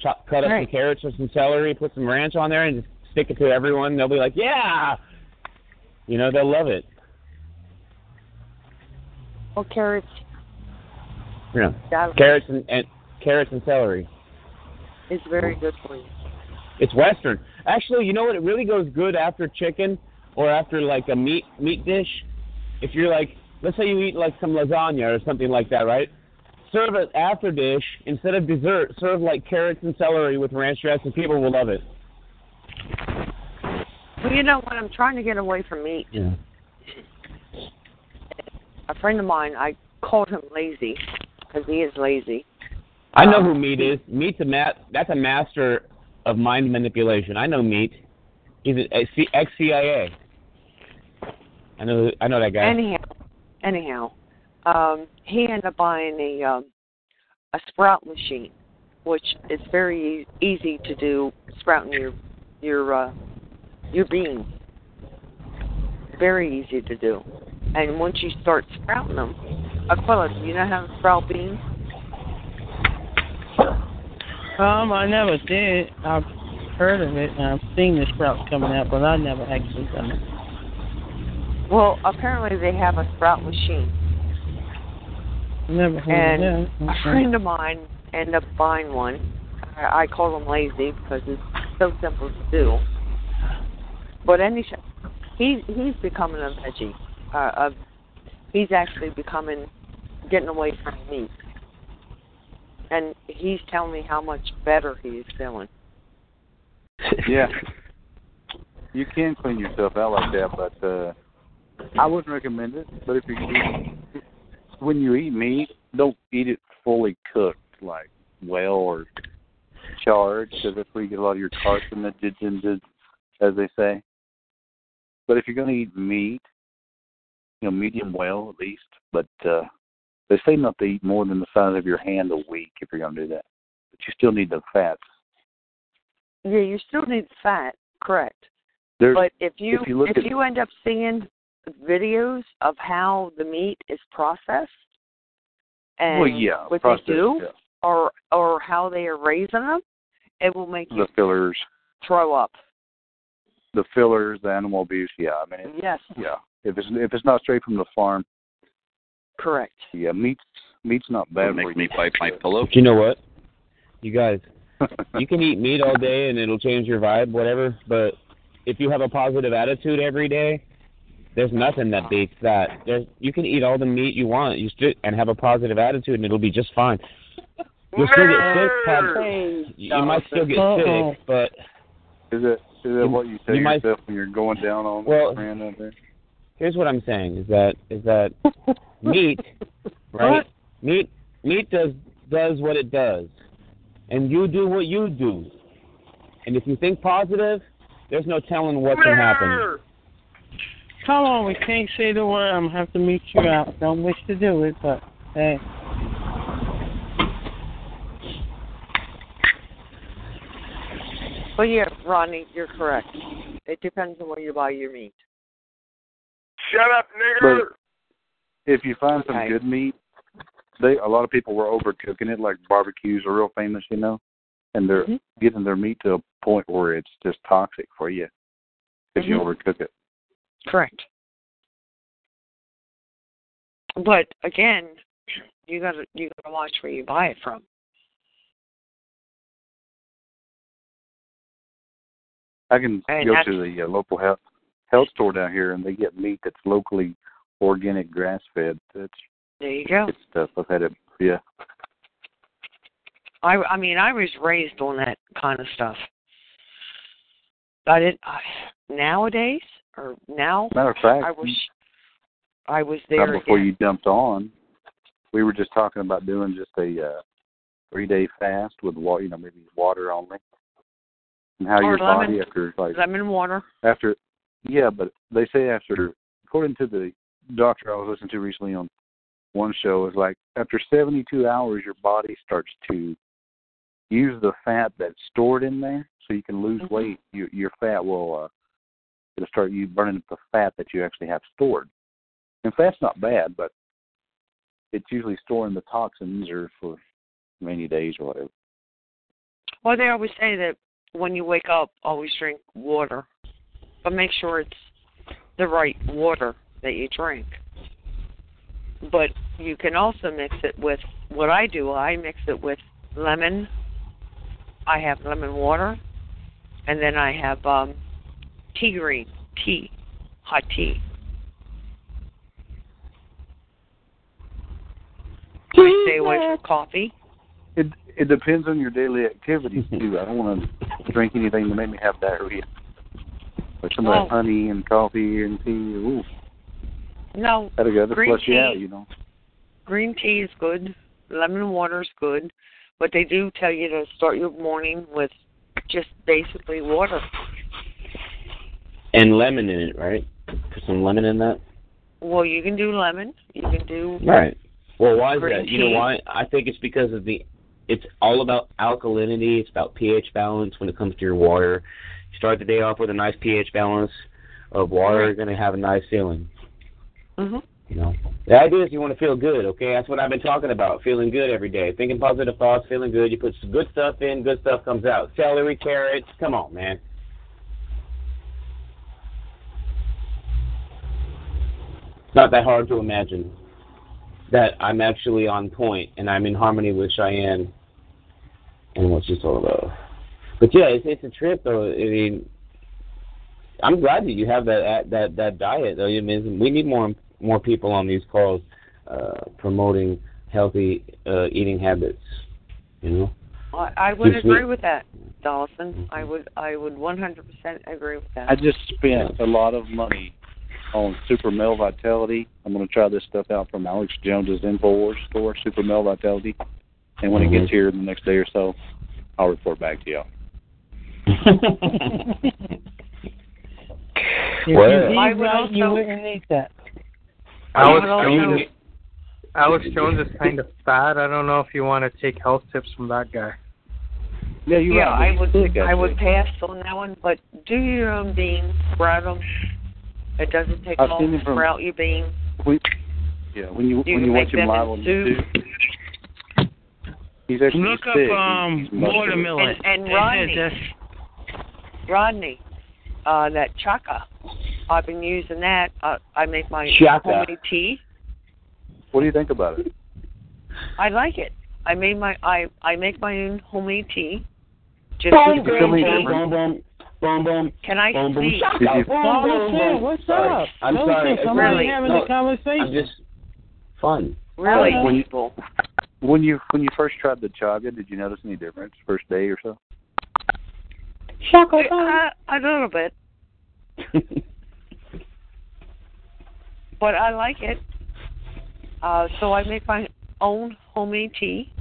Speaker 10: Chop, cut up
Speaker 12: Right.
Speaker 10: some carrots or some celery, put some ranch on there, and just stick it to everyone. They'll be like, "Yeah!" You know, they'll love it.
Speaker 12: Well, carrots.
Speaker 10: Yeah.
Speaker 12: That
Speaker 10: Carrots and, and carrots and celery.
Speaker 12: is very good for you.
Speaker 10: It's Western. Actually, you know what? It really goes good after chicken or after like a meat meat dish. If you're like, let's say you eat like some lasagna or something like that, right? Serve it after dish instead of dessert. Serve like carrots and celery with ranch dressing. People will love it.
Speaker 12: Well, you know what? I'm trying to get away from meat.
Speaker 10: Yeah.
Speaker 12: A friend of mine, I called him lazy because he is lazy.
Speaker 10: I know who meat is. Meat's a mat. That's a master of mind manipulation. I know meat. He's an ex CIA. I know. I know that guy.
Speaker 12: Anyhow, anyhow, um, he ended up buying a um, a sprout machine, which is very e- easy to do sprouting your your uh, your beans. Very easy to do, and once you start sprouting them, Aquila, do you know how to sprout beans?
Speaker 4: Um, I never did. I've heard of it, and I've seen the sprouts coming out, but I never actually done it.
Speaker 12: Well, apparently they have a sprout machine.
Speaker 4: Never heard
Speaker 12: and
Speaker 4: of that.
Speaker 12: a friend of mine ended up buying one. I, I call them lazy because it's so simple to do. But any, he he's becoming a veggie. Uh, a, he's actually becoming getting away from meat, and he's telling me how much better he is feeling.
Speaker 6: yeah. You can clean yourself out like that, but uh I wouldn't recommend it. But if you eat, when you eat meat, don't eat it fully cooked, like well or charred, because that's where you get a lot of your carcinogens, as they say. But if you're going to eat meat, you know, medium well at least. But uh they say not to eat more than the size of your hand a week if you're going to do that. But you still need the fats
Speaker 12: yeah, you still need fat, correct?
Speaker 6: There's-
Speaker 12: but if you
Speaker 6: if you look at-
Speaker 12: you end up seeing videos of how the meat is processed and
Speaker 6: well, yeah,
Speaker 12: what
Speaker 6: processed,
Speaker 12: they do
Speaker 6: yeah.
Speaker 12: or or how they are raising them, it will make you
Speaker 6: the fillers,
Speaker 12: throw up.
Speaker 6: the fillers, the animal abuse. Yeah, I mean, it,
Speaker 12: Yes,
Speaker 6: yeah. If it's if it's not straight from the farm,
Speaker 12: correct.
Speaker 6: yeah, meat's meat's not bad.
Speaker 5: It'll
Speaker 6: for
Speaker 5: make
Speaker 6: you.
Speaker 5: me bite my pillow.
Speaker 10: you know what? You guys, you can eat meat all day and it'll change your vibe, whatever. But if you have a positive attitude every day, there's nothing that beats that. There's, you can eat all the meat you want, you st- and have a positive attitude, and it'll be just fine. You'll still get sick, probably. You might still get sick, but
Speaker 6: Is it is that what you say
Speaker 10: you might-
Speaker 6: yourself when you're going down on
Speaker 10: Well-
Speaker 6: the brand out there?
Speaker 10: here's what I'm saying is that is that meat, right? Meat meat does does what it does, and you do what you do, and if you think positive, there's no telling what can happen.
Speaker 4: Come on, we can't say the word. I'm gonna have to meet you out. Don't wish to do it, but hey.
Speaker 12: Well, yeah, Ronnie, you're correct. It depends on where you buy your meat.
Speaker 13: Shut up, nigger.
Speaker 6: But if you find some good meat, they a lot of people were overcooking it. Like barbecues are real famous, you know, and they're getting their meat to a point where it's just toxic for you if you
Speaker 12: Mhm.
Speaker 6: overcook it.
Speaker 12: Correct. But again, you gotta you gotta watch where you buy it from.
Speaker 6: I can
Speaker 12: And
Speaker 6: go
Speaker 12: that's-
Speaker 6: to the uh, local health health store down here, and they get meat that's locally organic, grass fed. That's
Speaker 12: There you go.
Speaker 6: good stuff. I've had it. Yeah,
Speaker 12: I I mean I was raised on that kind of stuff. I didn't I, nowadays or now
Speaker 6: matter of fact,
Speaker 12: I wish I was
Speaker 6: not
Speaker 12: there
Speaker 6: before
Speaker 12: again.
Speaker 6: you dumped on. We were just talking about doing just a uh, three day fast with water, you know, maybe water only, and how
Speaker 12: Or
Speaker 6: your body
Speaker 12: lemon.
Speaker 6: after like
Speaker 12: lemon water.
Speaker 6: after yeah but they say after according to the doctor i was listening to recently on one show is like after 72 hours your body starts to use the fat that's stored in there so you can lose weight your your fat will uh it'll start you burning up the fat that you actually have stored and fat's not bad but it's usually storing the toxins or for many days or whatever
Speaker 12: Well, they always say that when you wake up, always drink water, but make sure it's the right water that you drink. But you can also mix it with what I do. I mix it with lemon. I have lemon water, and then I have um, tea green tea, hot tea. I stay away from coffee.
Speaker 6: It it depends on your daily activities too. I don't want to drink anything to make me have diarrhea. Like some
Speaker 12: Well-
Speaker 6: of that honey and coffee and tea. Ooh,
Speaker 12: No,
Speaker 6: that'll go. That'll
Speaker 12: Green
Speaker 6: flush you
Speaker 12: tea.
Speaker 6: out, you know.
Speaker 12: green tea is good, lemon water is good, but they do tell you to start your morning with just basically water.
Speaker 10: And lemon in it, right? Put some lemon in that.
Speaker 12: Well, you can do lemon, you can do
Speaker 10: Right. Well, why is
Speaker 12: Green
Speaker 10: that? You know
Speaker 12: tea.
Speaker 10: why? I think it's because of the. It's all about alkalinity. It's about pH balance when it comes to your water. You start the day off with a nice pH balance of water. You're going to have a nice feeling.
Speaker 12: Mhm.
Speaker 10: You know. The idea is you want to feel good. Okay, that's what I've been talking about. Feeling good every day. Thinking positive thoughts. Feeling good. You put some good stuff in. Good stuff comes out. Celery, carrots. Come on, man. It's not that hard to imagine that I'm actually on point and I'm in harmony with Cheyenne and what she's all about. But yeah, it's, it's a trip though. I mean, I'm glad that you have that that that diet though. I mean, we need more more people on these calls uh, promoting healthy uh, eating habits. You know,
Speaker 12: I, I would
Speaker 10: Yes,
Speaker 12: agree
Speaker 10: we-
Speaker 12: with that, Dawson. I would I would 100% agree with that.
Speaker 6: I just spent a lot of money on Super Male Vitality. I'm going to try this stuff out from Alex Jones's Infowars store, Super Male Vitality. And when it
Speaker 10: Mhm.
Speaker 6: gets here the next day or so, I'll report back to y'all.
Speaker 4: If you
Speaker 12: I
Speaker 4: did
Speaker 12: would
Speaker 4: right, you
Speaker 12: also-
Speaker 4: wouldn't need that.
Speaker 1: Alex
Speaker 12: I would
Speaker 1: Jones,
Speaker 12: also-
Speaker 1: is, Alex Jones is kind of fat. I don't know if you want to take health tips from that guy.
Speaker 6: Yeah, you
Speaker 12: yeah,
Speaker 6: right.
Speaker 12: I would
Speaker 6: Think
Speaker 12: I
Speaker 6: did.
Speaker 12: would pass on that one, but do your own beans, sprout them. It doesn't take
Speaker 6: I've
Speaker 12: long
Speaker 6: seen
Speaker 12: to
Speaker 6: it from-
Speaker 12: sprout your beans.
Speaker 6: We, yeah, when you,
Speaker 12: You
Speaker 6: when
Speaker 12: can
Speaker 6: you
Speaker 12: make
Speaker 6: watch him
Speaker 12: them
Speaker 6: live
Speaker 12: in
Speaker 6: on
Speaker 12: soup.
Speaker 6: YouTube, he's actually
Speaker 4: Look up,
Speaker 6: sick.
Speaker 4: um,
Speaker 6: He's muscular.
Speaker 4: watermelon.
Speaker 12: And, and
Speaker 4: It
Speaker 12: Rodney,
Speaker 4: has
Speaker 12: Rodney, uh, that chaka. I've been using that. Uh, I make my
Speaker 6: Chaka.
Speaker 12: homemade tea.
Speaker 6: What do you think about it?
Speaker 12: I like it. I made my I I make my own homemade tea. Just
Speaker 6: Boom,
Speaker 12: with
Speaker 6: boom,
Speaker 12: green
Speaker 6: boom,
Speaker 12: tea.
Speaker 6: boom,
Speaker 10: Boom, boom.
Speaker 12: Can I
Speaker 10: Boom, boom.
Speaker 12: speak?
Speaker 10: Shut Did up. you- Boom,
Speaker 4: Well,
Speaker 10: boom,
Speaker 4: listen,
Speaker 10: boom.
Speaker 4: what's
Speaker 10: Sorry.
Speaker 4: up?
Speaker 10: I'm
Speaker 4: Listen,
Speaker 10: sorry.
Speaker 4: Somebody
Speaker 10: Really?
Speaker 4: having
Speaker 10: No,
Speaker 4: a conversation.
Speaker 10: I'm just fun.
Speaker 12: Really?
Speaker 6: Like, when you,
Speaker 12: people.
Speaker 6: When you when you first tried the chaga, did you notice any difference first day or so?
Speaker 12: Uh, a little bit. but I like it. Uh, so I make my own homemade tea,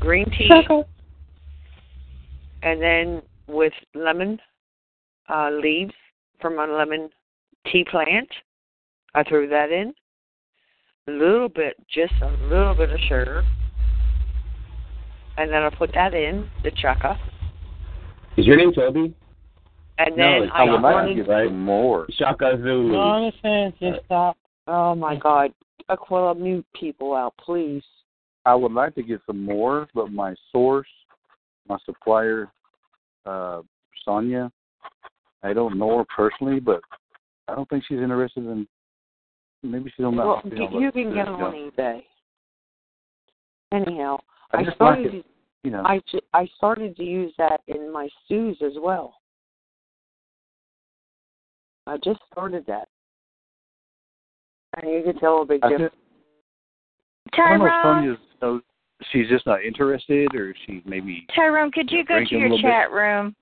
Speaker 12: green tea, and then with lemon uh, leaves from my lemon tea plant, I threw that in. A little bit, just a little bit of sugar, and then I put that in the chaka,
Speaker 10: Is your name Toby?
Speaker 12: and then
Speaker 10: it's
Speaker 12: I
Speaker 10: Toby,
Speaker 12: wanted
Speaker 10: right?
Speaker 6: more.
Speaker 10: Shaka Zulu.
Speaker 4: Jonathan,
Speaker 6: Uh,
Speaker 4: just stop.
Speaker 12: Oh my God, Aquila, mute people out, please.
Speaker 6: I would like to get some more, but my source, my supplier, uh, Sonia, I don't know her personally, but I don't think she's interested in. Maybe she's on that.
Speaker 12: well,
Speaker 6: she's
Speaker 12: get-
Speaker 6: on
Speaker 12: you
Speaker 6: that-
Speaker 12: can get them on eBay. Anyhow,
Speaker 6: I
Speaker 12: I,
Speaker 6: just like
Speaker 12: started.
Speaker 6: it, you know.
Speaker 12: I ju- I started to use that in my stews as well. I just started that, and you can tell a big
Speaker 6: I
Speaker 12: difference.
Speaker 6: I don't know if
Speaker 8: Tyrone?
Speaker 6: Sonia's so she's just not interested, or she maybe
Speaker 8: Tyrone, could you go
Speaker 6: Drink
Speaker 8: to
Speaker 6: it a
Speaker 8: your
Speaker 6: little bit.
Speaker 8: chat room?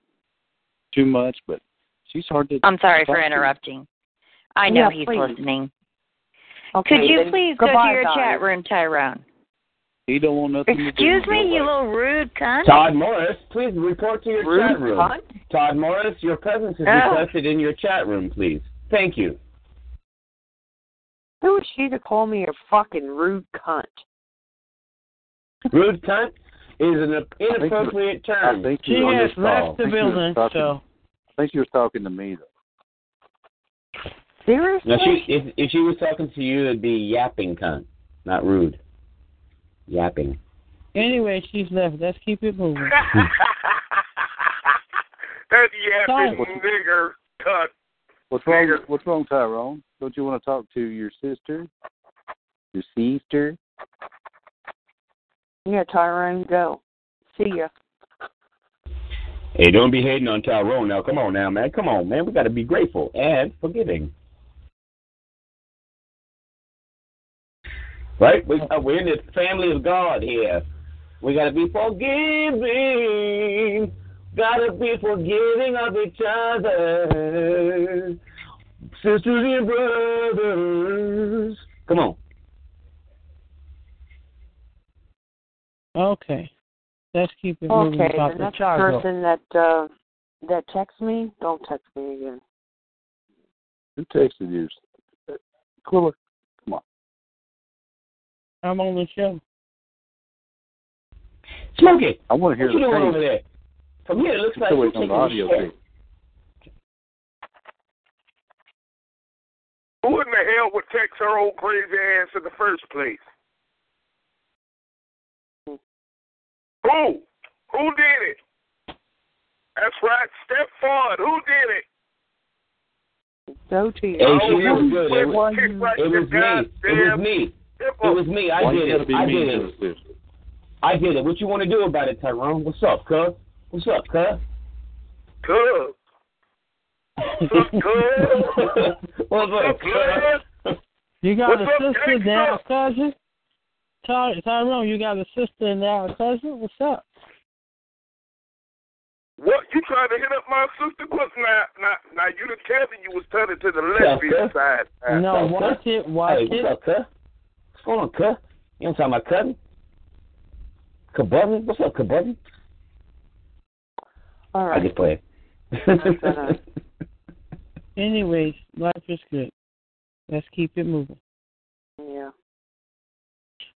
Speaker 6: too much, but she's hard to.
Speaker 8: I'm sorry for
Speaker 6: talk to.
Speaker 8: interrupting. I know
Speaker 6: Yeah,
Speaker 8: he's
Speaker 6: please.
Speaker 8: listening.
Speaker 12: Okay,
Speaker 8: could you
Speaker 12: then
Speaker 8: please go
Speaker 12: goodbye,
Speaker 8: to your
Speaker 12: guys.
Speaker 8: chat room, Tyrone?
Speaker 6: He don't want nothing to do.
Speaker 8: Excuse
Speaker 6: with
Speaker 8: me,
Speaker 6: nobody.
Speaker 8: you little rude cunt.
Speaker 10: Todd Morris, please report to your
Speaker 8: Rude
Speaker 10: chat room.
Speaker 8: cunt?
Speaker 10: Todd Morris, your presence is
Speaker 8: Ah.
Speaker 10: requested in your chat room, please. Thank you.
Speaker 12: Who is she to call me a fucking rude cunt?
Speaker 10: Rude cunt is an inappropriate term.
Speaker 6: I think you were on this call. I think you were talking- I think she was talking to me though.
Speaker 12: Seriously?
Speaker 10: No, she, if, if she was talking to you, it'd be yapping cunt, not rude. Yapping.
Speaker 4: Anyway, she's left. Let's keep it moving.
Speaker 7: That yapping
Speaker 4: Sorry.
Speaker 7: nigger cut.
Speaker 6: What's wrong? What's wrong, Tyrone? Don't you want to talk to your sister? Your sister?
Speaker 12: Yeah, Tyrone, go. See ya.
Speaker 10: Hey, don't be hating on Tyrone now. Come on now, man. Come on, man. We got to be grateful and forgiving. Right? We, uh, we're in the family of God here. We got to be forgiving. Got to be forgiving of each other. Sisters and brothers. Come on.
Speaker 4: Okay. Let's keep it moving.
Speaker 12: Okay,
Speaker 4: about
Speaker 12: the next
Speaker 4: Chicago.
Speaker 12: person that uh that texts me, don't text me again.
Speaker 6: Who texted you? Quilla. Come on.
Speaker 4: I'm on the show.
Speaker 10: Smoke it.
Speaker 6: I want to hear
Speaker 10: What you
Speaker 6: the
Speaker 10: doing
Speaker 6: tape.
Speaker 10: over there? From here, it looks
Speaker 6: I'm
Speaker 10: like
Speaker 6: still
Speaker 10: you're
Speaker 6: waiting on the audio
Speaker 10: taking a shit.
Speaker 6: tape.
Speaker 7: Who in the hell would text her old crazy ass in the first place? Who? Who did it? That's right. Step forward. Who did it?
Speaker 12: Go to
Speaker 10: Hey,
Speaker 12: your
Speaker 10: she was good. It was,
Speaker 7: Kick right
Speaker 10: it
Speaker 7: your
Speaker 10: was me. It was
Speaker 7: goddamn
Speaker 10: me.
Speaker 7: hip
Speaker 10: It was me. I
Speaker 6: Why you
Speaker 10: did
Speaker 6: gotta
Speaker 10: it.
Speaker 6: be
Speaker 10: I
Speaker 6: mean
Speaker 10: did
Speaker 6: to
Speaker 10: it.
Speaker 6: the sister?
Speaker 10: I did it. What you want to do about it, Tyrone? What's up, cuz? What's up, cuz?
Speaker 7: Cuz.
Speaker 10: What's up, cuz?
Speaker 4: You got
Speaker 10: What's
Speaker 4: a
Speaker 10: up,
Speaker 4: sister
Speaker 10: gangsta?
Speaker 4: now, a cousin? Ty- Tyrone, you got a sister now, a cousin? What's up?
Speaker 7: What you trying to hit up my sister? Cuz now, now, now you the Kevin you was turning to the lesbian
Speaker 10: cuz?
Speaker 7: side. now.
Speaker 4: No,
Speaker 10: What's
Speaker 4: watch
Speaker 10: up,
Speaker 4: it, watch
Speaker 10: Hey,
Speaker 4: it.
Speaker 10: what's up, cuz? What's going on, cuz? You ain't talking about cutting? Kabutton? What's up, Kabutton?
Speaker 12: All
Speaker 10: I
Speaker 12: right.
Speaker 10: just play.
Speaker 4: Anyways, life is good. Let's keep it moving.
Speaker 12: Yeah.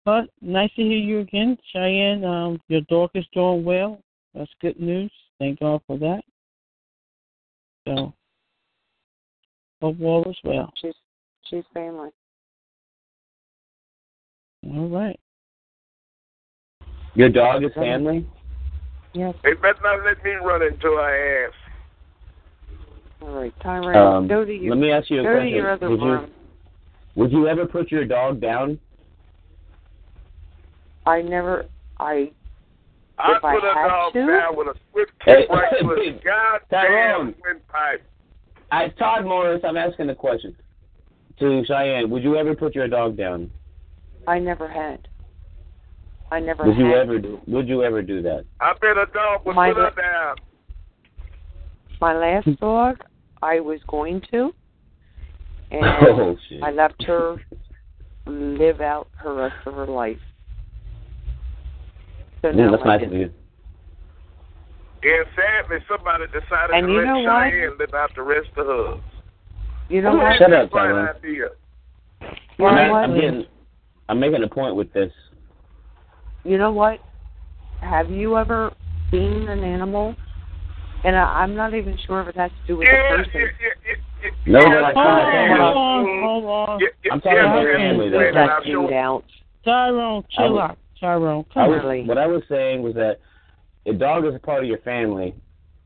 Speaker 4: But nice to hear you again, Cheyenne. Um, your dog is doing well. That's good news. Thank God for that. So, hope all is well.
Speaker 12: She's she's family.
Speaker 4: All right.
Speaker 10: Your dog is family?
Speaker 12: Yes.
Speaker 7: They better not let me run into her ass.
Speaker 12: All right, Tyrone.
Speaker 10: Um,
Speaker 12: go to your,
Speaker 10: let me ask you a
Speaker 12: go
Speaker 10: question.
Speaker 12: to your other
Speaker 10: Would you-
Speaker 12: room.
Speaker 10: Would you ever put your dog down?
Speaker 12: I never. I.
Speaker 7: I
Speaker 12: if
Speaker 7: put
Speaker 12: I
Speaker 7: a
Speaker 12: had
Speaker 7: dog
Speaker 12: to,
Speaker 7: down with a swift
Speaker 10: Hey,
Speaker 7: kick right to his goddamn
Speaker 10: Tyrone.
Speaker 7: windpipe.
Speaker 10: I, Todd Morris, I'm asking the question to Cheyenne. Would you ever put your dog down?
Speaker 12: I never had. I never
Speaker 10: Would
Speaker 12: had.
Speaker 10: you ever do? Would you ever do that?
Speaker 7: I bet a dog would
Speaker 12: My
Speaker 7: put her
Speaker 12: la-
Speaker 7: down.
Speaker 12: My last dog, I was going to, and
Speaker 10: Oh, shit.
Speaker 12: I left her live out her rest of her life. So
Speaker 10: Yeah,
Speaker 12: no,
Speaker 10: that's
Speaker 12: I
Speaker 10: nice
Speaker 12: didn't.
Speaker 10: of you.
Speaker 7: And sadly, somebody decided
Speaker 12: And
Speaker 7: to
Speaker 12: you
Speaker 7: let
Speaker 12: know what?
Speaker 7: Cheyenne live out the rest of hers.
Speaker 12: You know what?
Speaker 10: Shut up,
Speaker 7: Bright
Speaker 10: Tyrone.
Speaker 7: idea.
Speaker 12: You know
Speaker 10: I'm,
Speaker 12: what?
Speaker 10: I'm getting. I'm making a point with this.
Speaker 12: You know what? Have you ever seen an animal? And I, I'm not even sure if it has to do with the person.
Speaker 10: No, but I
Speaker 4: Hold
Speaker 10: can't.
Speaker 4: on, hold on.
Speaker 10: I'm talking about
Speaker 4: yeah,
Speaker 10: family.
Speaker 4: yeah,
Speaker 10: Though.
Speaker 4: yeah.
Speaker 12: That dude out.
Speaker 4: Tyrone,
Speaker 10: I
Speaker 4: chill
Speaker 10: would-
Speaker 4: out. Tyrone,
Speaker 10: I
Speaker 4: come
Speaker 10: was,
Speaker 4: on.
Speaker 10: What I was saying was that a dog is a part of your family,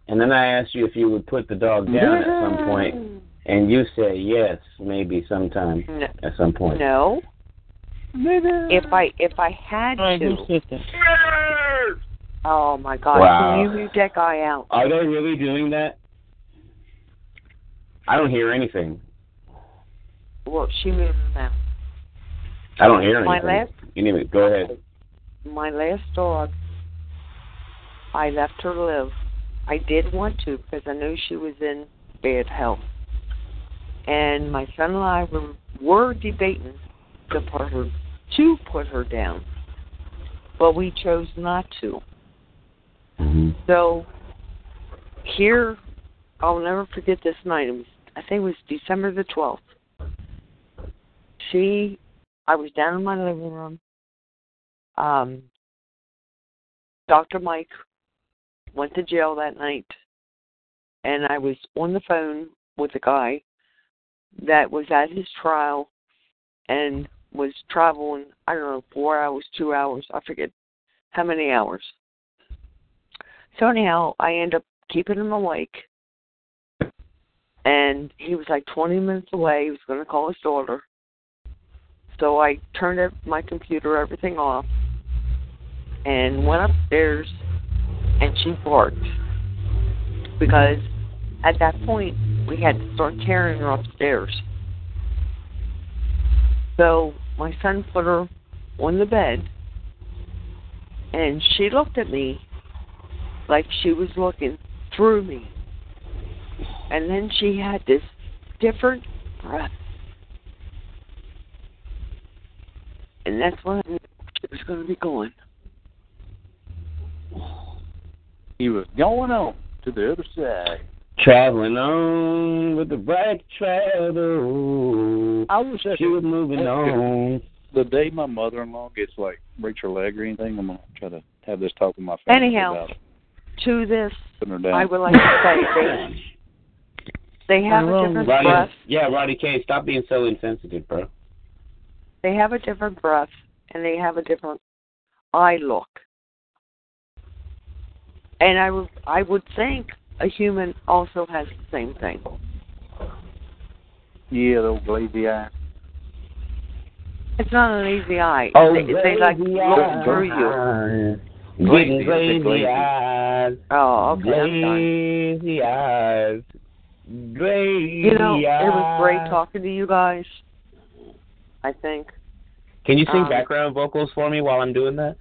Speaker 10: and then I asked you if you would put the dog down at some point, and you say yes, maybe sometime
Speaker 12: No.
Speaker 10: at some point.
Speaker 12: No. If I if I had
Speaker 4: Alright,
Speaker 12: to.
Speaker 4: who's sister?
Speaker 12: Oh my God!
Speaker 10: Wow.
Speaker 12: Can you mute that guy out?
Speaker 10: Are they really doing that? I don't hear anything.
Speaker 12: Well, she moved now.
Speaker 10: I don't hear
Speaker 12: My
Speaker 10: anything.
Speaker 12: last-
Speaker 10: Anyway, go ahead.
Speaker 12: My last dog. I left her live. I did want to because I knew she was in bad health. And my son and I were, were debating to put her to put her down, but we chose not to. So here, I'll never forget this night. It was, I think it was December the 12th. She, I was down in my living room. Um, Dr. Mike went to jail that night, and I was on the phone with a guy that was at his trial and was traveling, I don't know, four hours, two hours, I forget how many hours. So anyhow, I end up keeping him awake. And he was like 20 minutes away. He was going to call his daughter. So I turned up my computer, everything off, and went upstairs, and she barked. Because at that point, we had to start carrying her upstairs. So my son put her on the bed, and she looked at me like she was looking through me. And then she had this different breath. And that's when I knew she was going to be gone.
Speaker 6: He was going on to the other side.
Speaker 10: Traveling on with the black shadow.
Speaker 6: I was
Speaker 10: She was moving on.
Speaker 6: The day my mother-in-law gets like breaks her leg or anything, I'm gonna try to have this talk with my family
Speaker 12: Anyhow,
Speaker 6: about
Speaker 12: To this,
Speaker 6: putting her down.
Speaker 12: I would like to say they, they have a different breath.
Speaker 10: Roddy, yeah, Roddy K, stop being so insensitive, bro.
Speaker 12: They have a different breath, and they have a different eye look. And I would, I would think a human also has the same thing.
Speaker 6: yeah, the old glazy eye.
Speaker 12: It's not an easy eye.
Speaker 10: Oh,
Speaker 12: they, they like
Speaker 10: lazy
Speaker 12: look through you.
Speaker 10: eyes.
Speaker 6: Glazy,
Speaker 10: Getting
Speaker 6: it's
Speaker 10: glazy,
Speaker 6: glazy.
Speaker 10: eyes.
Speaker 12: Oh, okay. I'm done.
Speaker 10: Glazy eyes. Glazy
Speaker 12: You know, it was great
Speaker 10: eyes.
Speaker 12: talking to you guys. I think.
Speaker 10: Can you sing
Speaker 12: Um,
Speaker 10: background vocals for me while I'm doing that?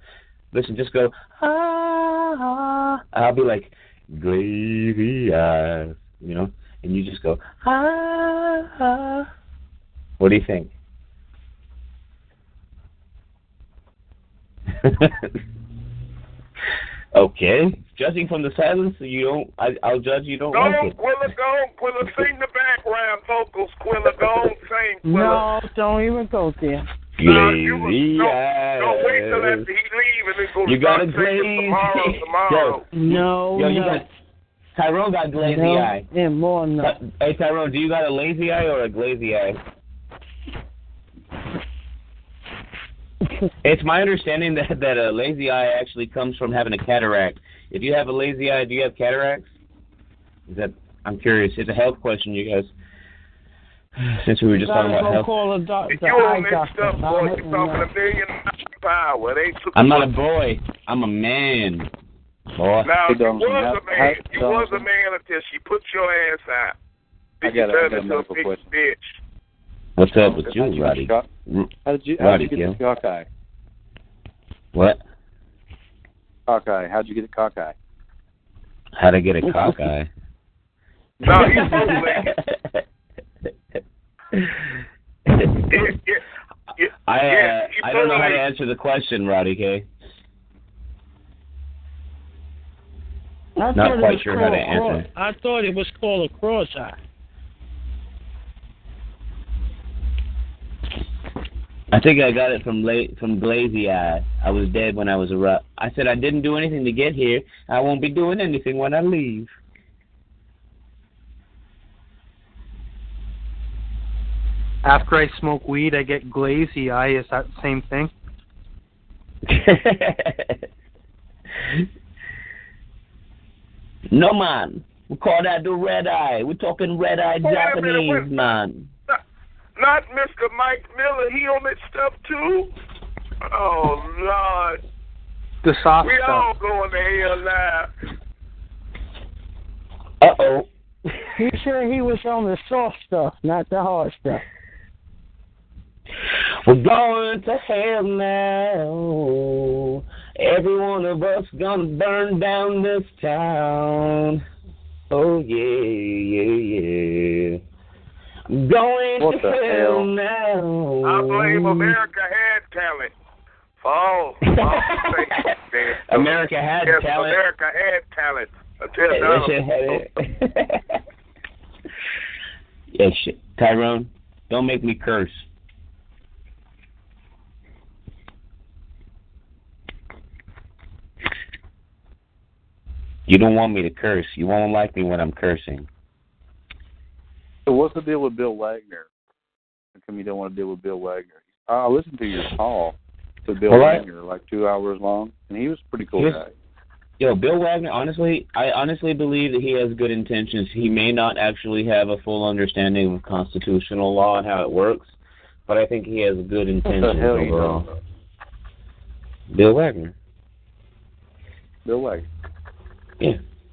Speaker 10: Listen, just go.
Speaker 2: Uh,
Speaker 10: Ah, I'll be like glazy eyes, you know, and you just go. Ah, ah. What do you think? okay. Judging from the silence, you don't. I, I'll judge you don't
Speaker 7: Go
Speaker 10: like
Speaker 7: on,
Speaker 10: it.
Speaker 7: Quilla, go on, Quilla. Sing the background vocals, Quilla. Go on, sing, Quilla.
Speaker 4: No, don't even go there.
Speaker 10: Lazy
Speaker 7: Don't wait till
Speaker 10: ass.
Speaker 7: after he leave and then go to
Speaker 10: You got a
Speaker 7: Dr. Seuss tomorrow.
Speaker 10: glaze.
Speaker 7: Tomorrow.
Speaker 4: No,
Speaker 10: Yo, you
Speaker 4: no.
Speaker 10: got Tyrone got lazy
Speaker 4: No,
Speaker 10: eye.
Speaker 4: And more no.
Speaker 10: Ty- Uh, Hey Tyrone, do you got a lazy eye or a glazy eye? it's my understanding that that a lazy eye actually comes from having a cataract. If you have a lazy eye, do you have cataracts? Is that I'm curious. It's a health question, you guys. Since we were just talking about health.
Speaker 4: call a doctor.
Speaker 7: You on that stuff, boy. You're talking a million power. They took
Speaker 10: I'm not a boy. I'm a man. Boy.
Speaker 7: Now, you was a man. You was a man until she put your ass out.
Speaker 6: I got,
Speaker 7: Turned
Speaker 6: a, I got a
Speaker 7: into a
Speaker 6: medical
Speaker 7: big
Speaker 6: question.
Speaker 7: bitch.
Speaker 10: What's up with you, Roddy?
Speaker 6: How did you, how
Speaker 10: Roddy,
Speaker 6: did you get
Speaker 10: Gil?
Speaker 6: the cockeye?
Speaker 10: What?
Speaker 6: Cockeye. How'd you get the cockeye?
Speaker 10: How to get a cockeye?
Speaker 7: No, you bootleg.
Speaker 10: I uh,
Speaker 7: Yeah, you
Speaker 10: I don't know how to
Speaker 7: bootleg.
Speaker 10: answer the question, Roddy K.
Speaker 4: I
Speaker 10: Not
Speaker 4: thought it
Speaker 10: quite
Speaker 4: was
Speaker 10: sure
Speaker 4: called
Speaker 10: how to
Speaker 4: a
Speaker 10: answer.
Speaker 4: cross- I thought it was called a cross eye.
Speaker 10: I think I got it from la- from Glazy Eye. I was dead when I was a ru- I said I didn't do anything to get here. I won't be doing anything when I leave.
Speaker 1: After I smoke weed, I get glazy eye. Is that the same thing?
Speaker 10: No man, we call that the red eye. We're talking red eye
Speaker 7: Wait a minute,
Speaker 10: Japanese
Speaker 7: wait-
Speaker 10: man.
Speaker 7: Not Mr. Mike Miller. He on that stuff too. Oh Lord,
Speaker 1: The soft
Speaker 7: we
Speaker 1: stuff.
Speaker 7: all going to hell now.
Speaker 10: Uh oh.
Speaker 4: He said he was on the soft stuff, not the hard stuff.
Speaker 10: We're going to hell now. Every one of us gonna burn down this town. Oh yeah, yeah, yeah. I'm going
Speaker 7: What
Speaker 10: to
Speaker 7: the
Speaker 10: hell,
Speaker 7: hell?
Speaker 10: now.
Speaker 7: I blame America had talent. For all, for all the things there.
Speaker 10: America had
Speaker 7: yes,
Speaker 10: talent.
Speaker 7: America had talent until
Speaker 10: Hey, that shit had
Speaker 7: now.
Speaker 10: it. Yeah, shit. Tyrone, don't make me curse. You don't want me to curse. You won't like me when I'm cursing.
Speaker 6: So what's the deal with Bill Wagner? How come you don't want to deal with Bill Wagner? I I listened to your call to Bill
Speaker 10: All right.
Speaker 6: Wagner, like two hours long, and he was a pretty cool
Speaker 10: Yes.
Speaker 6: guy.
Speaker 10: Yo, Bill Wagner, honestly, I honestly believe that he has good intentions. He may not actually have a full understanding of constitutional law and how it works, but I think he has good intentions
Speaker 6: What the hell you
Speaker 10: overall.
Speaker 6: know?
Speaker 10: Bill Wagner.
Speaker 6: Bill Wagner.
Speaker 10: Yeah.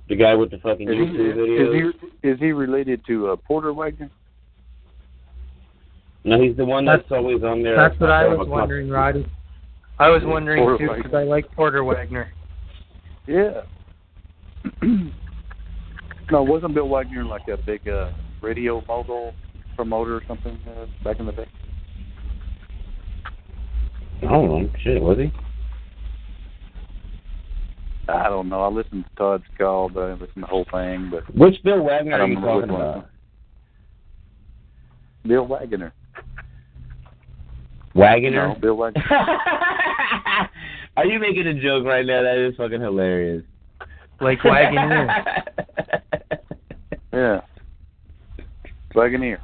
Speaker 10: The guy with the fucking
Speaker 6: Is he,
Speaker 10: YouTube videos.
Speaker 6: is, he, is he related to uh, Porter Wagner?
Speaker 10: no, he's the one that's, always on there.
Speaker 1: That's what I
Speaker 10: Sort of
Speaker 1: was
Speaker 10: a
Speaker 1: wondering, Roddy. I was wondering
Speaker 10: Porter
Speaker 1: too
Speaker 10: Wagner.
Speaker 1: because I like Porter Wagner.
Speaker 6: Yeah. no, wasn't Bill Wagner like a big uh, radio mogul promoter or something uh, back in the day?
Speaker 10: I don't know. Shit, was he?
Speaker 6: I don't know. I listened to Todd's call, but I didn't listen to the whole thing. But
Speaker 10: Which Bill Wagner
Speaker 6: I
Speaker 10: are
Speaker 6: don't
Speaker 10: you
Speaker 6: remember
Speaker 10: talking
Speaker 6: which one.
Speaker 10: about?
Speaker 6: uh, Bill Wagner.
Speaker 10: Wagoner?
Speaker 6: No, Bill Wagner.
Speaker 10: Are you making a joke right now? That is fucking hilarious.
Speaker 1: Like
Speaker 10: Wagoner.
Speaker 6: yeah. Wagoneer.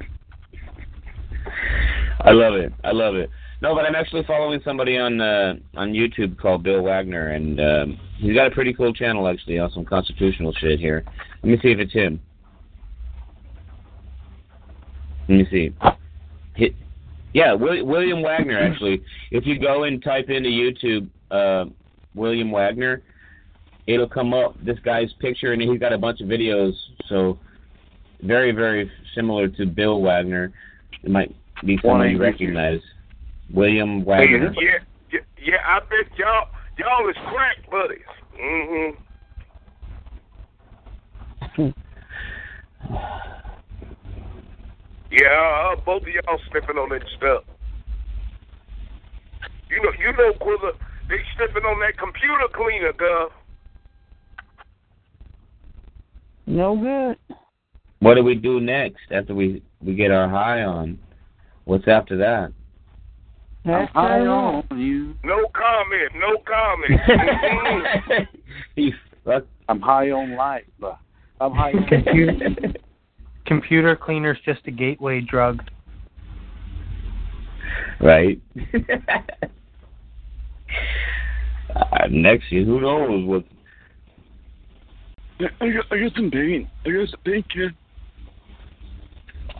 Speaker 10: I love it. I love it. No, but I'm actually following somebody on uh, on YouTube called Bill Wagner, and um, he's got a pretty cool channel actually on some constitutional shit here. Let me see if it's him. Let me see. Hit. Yeah, Wil- William Wagner actually. If you go and type into YouTube uh, William Wagner, it'll come up this guy's picture, and he's got a bunch of videos. So very, very similar to Bill Wagner. It might be someone you recognize. William Wagner.
Speaker 7: Yeah, yeah, yeah, I bet y'all y'all is crack buddies. Mm-hmm. Yeah, uh, both of y'all sniffing on that stuff. You know, you know, Quilla, they sniffing on that computer cleaner, girl.
Speaker 4: No good.
Speaker 10: What do we do next after we we get our high on? What's after that?
Speaker 6: I'm high on you.
Speaker 7: No comment. Mm-hmm. No comment.
Speaker 6: I'm high on life. uh, I'm high on
Speaker 1: Computer, computer cleaner's just a gateway drug.
Speaker 10: Right. Uh, next year, who knows what?
Speaker 14: I got, I got some pain. I got some pain, kid.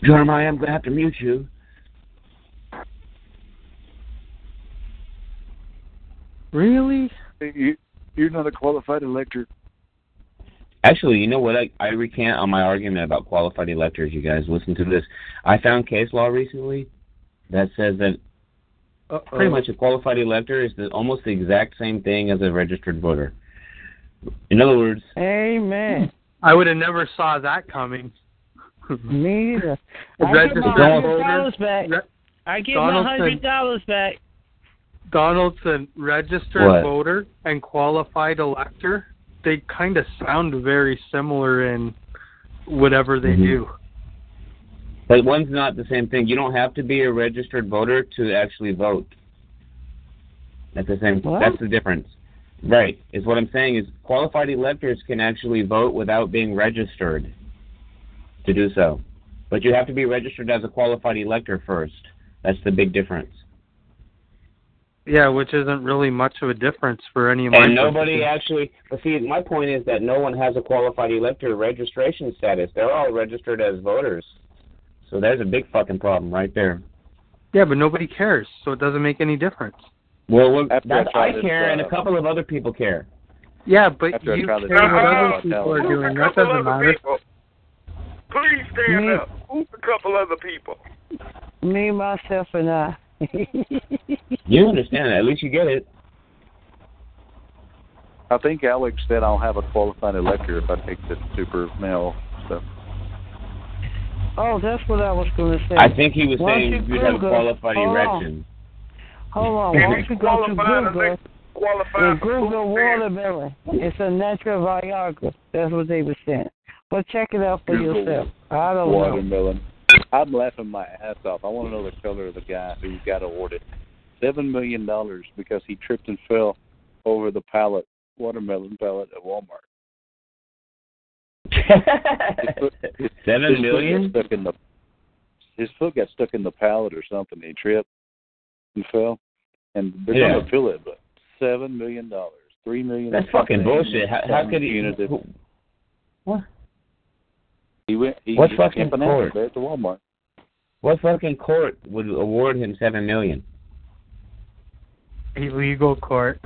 Speaker 10: Jeremiah, I'm gonna have to mute you.
Speaker 1: Really?
Speaker 6: You, you're not a qualified elector.
Speaker 10: Actually, you know what? I, I recant on my argument about qualified electors. You guys, listen to this. I found case law recently that says that
Speaker 1: Oh.
Speaker 10: pretty much a qualified elector is the, almost the exact same thing as a registered voter. In other words,
Speaker 2: Amen.
Speaker 1: I would have never saw that coming. Mm-hmm.
Speaker 2: Me either.
Speaker 1: A
Speaker 2: I get
Speaker 1: registered
Speaker 2: my
Speaker 1: voter.
Speaker 2: hundred dollars back. I get my
Speaker 1: Donaldson.
Speaker 2: hundred dollars back.
Speaker 1: Donaldson, registered
Speaker 10: What?
Speaker 1: voter and qualified elector, they kind of sound very similar in whatever they
Speaker 10: Mhm.
Speaker 1: do.
Speaker 10: but one's not the same thing. You don't have to be a registered voter to actually vote. That's the same.
Speaker 2: What?
Speaker 10: That's the difference. Right. Is what I'm saying is qualified electors can actually vote without being registered to do so. But you have to be registered as a qualified elector first. That's the big difference.
Speaker 1: Yeah, which isn't really much of a difference for any of my
Speaker 10: And nobody
Speaker 1: purposes.
Speaker 10: actually. But see, my point is that no one has a qualified elector registration status. They're all registered as voters. So there's a big fucking problem right there.
Speaker 1: Yeah, but nobody cares, so it doesn't make any difference.
Speaker 10: Well, well
Speaker 1: After
Speaker 10: that's,
Speaker 1: I tried
Speaker 10: I
Speaker 1: this,
Speaker 10: care, and
Speaker 1: uh,
Speaker 10: a couple of other people care.
Speaker 1: Yeah, but
Speaker 10: After I
Speaker 1: you
Speaker 10: try
Speaker 1: care
Speaker 10: this
Speaker 1: what
Speaker 10: out,
Speaker 1: other
Speaker 10: I'll
Speaker 1: people
Speaker 10: tell
Speaker 1: are
Speaker 10: you.
Speaker 1: doing. That doesn't matter.
Speaker 7: Please stand
Speaker 14: Mm-hmm.
Speaker 7: up. Who's a couple other people?
Speaker 2: Me, myself, and I.
Speaker 10: You understand that? At least you get it.
Speaker 6: I think Alex said I'll have a qualified elector if I take the super male stuff.
Speaker 2: Oh, that's what I was going to say.
Speaker 10: I think he was
Speaker 2: Why
Speaker 10: saying
Speaker 2: don't
Speaker 10: you'd have a
Speaker 2: Google- Oh.
Speaker 10: qualified
Speaker 2: hold on,
Speaker 10: erection.
Speaker 2: Hold on. Why don't you go to
Speaker 7: Qualified
Speaker 2: Google and Google watermelon? It's a natural Viagra. That's what they were saying. Well, check it out for
Speaker 6: Google
Speaker 2: yourself. I don't know.
Speaker 6: Watermelon. I'm laughing my ass off. I want to know the color of the guy who got awarded seven million dollars because he tripped and fell over the pallet, watermelon pallet at Walmart. His foot- his-
Speaker 10: Seven
Speaker 6: his foot got
Speaker 10: million?
Speaker 6: stuck in the his foot got stuck in the pallet or something. He tripped and fell, and they're
Speaker 10: Yeah.
Speaker 6: gonna appeal it, but seven million dollars, three million.
Speaker 10: That's fucking bullshit. How, how
Speaker 6: something
Speaker 10: could he?
Speaker 6: punitive.
Speaker 10: What?
Speaker 6: He went. He,
Speaker 10: What
Speaker 6: he
Speaker 10: fucking
Speaker 6: camping out
Speaker 10: court?
Speaker 6: there at the Walmart.
Speaker 10: What fucking court would award him seven million?
Speaker 1: Illegal court.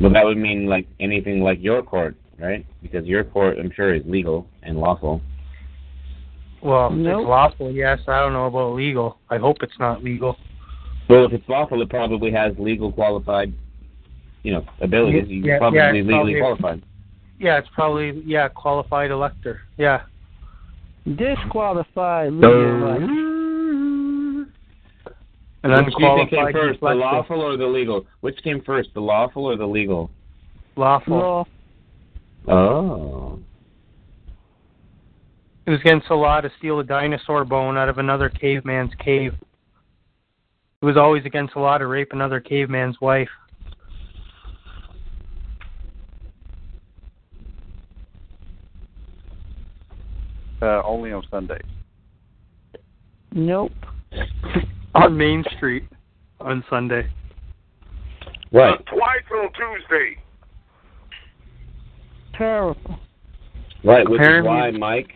Speaker 10: Well, that would mean like anything like your court, right? Because your court, I'm sure, is legal and lawful.
Speaker 1: Well,
Speaker 10: Nope.
Speaker 1: it's lawful, yes. I don't know about legal. I hope it's not legal.
Speaker 10: Well, if it's lawful, it probably has legal qualified, you know, abilities. You're
Speaker 1: Yeah,
Speaker 10: probably
Speaker 1: yeah, it's
Speaker 10: legally
Speaker 1: probably-
Speaker 10: qualified.
Speaker 1: Yeah, it's probably yeah qualified elector. Yeah.
Speaker 2: Disqualified.
Speaker 1: An
Speaker 10: Which do you think came
Speaker 1: unqualified
Speaker 10: first, the
Speaker 1: deflector.
Speaker 10: lawful or the legal? Which came first, the lawful or the legal?
Speaker 1: Lawful.
Speaker 10: Oh.
Speaker 1: It was against the law to steal a dinosaur bone out of another caveman's cave. It was always against the law to rape another caveman's wife.
Speaker 6: Uh, only on Sundays.
Speaker 2: Nope.
Speaker 1: On Main Street on Sunday.
Speaker 10: Right.
Speaker 7: Twice on Tuesday.
Speaker 2: Terrible.
Speaker 10: Right, which is
Speaker 1: Apparently-
Speaker 10: why, Mike.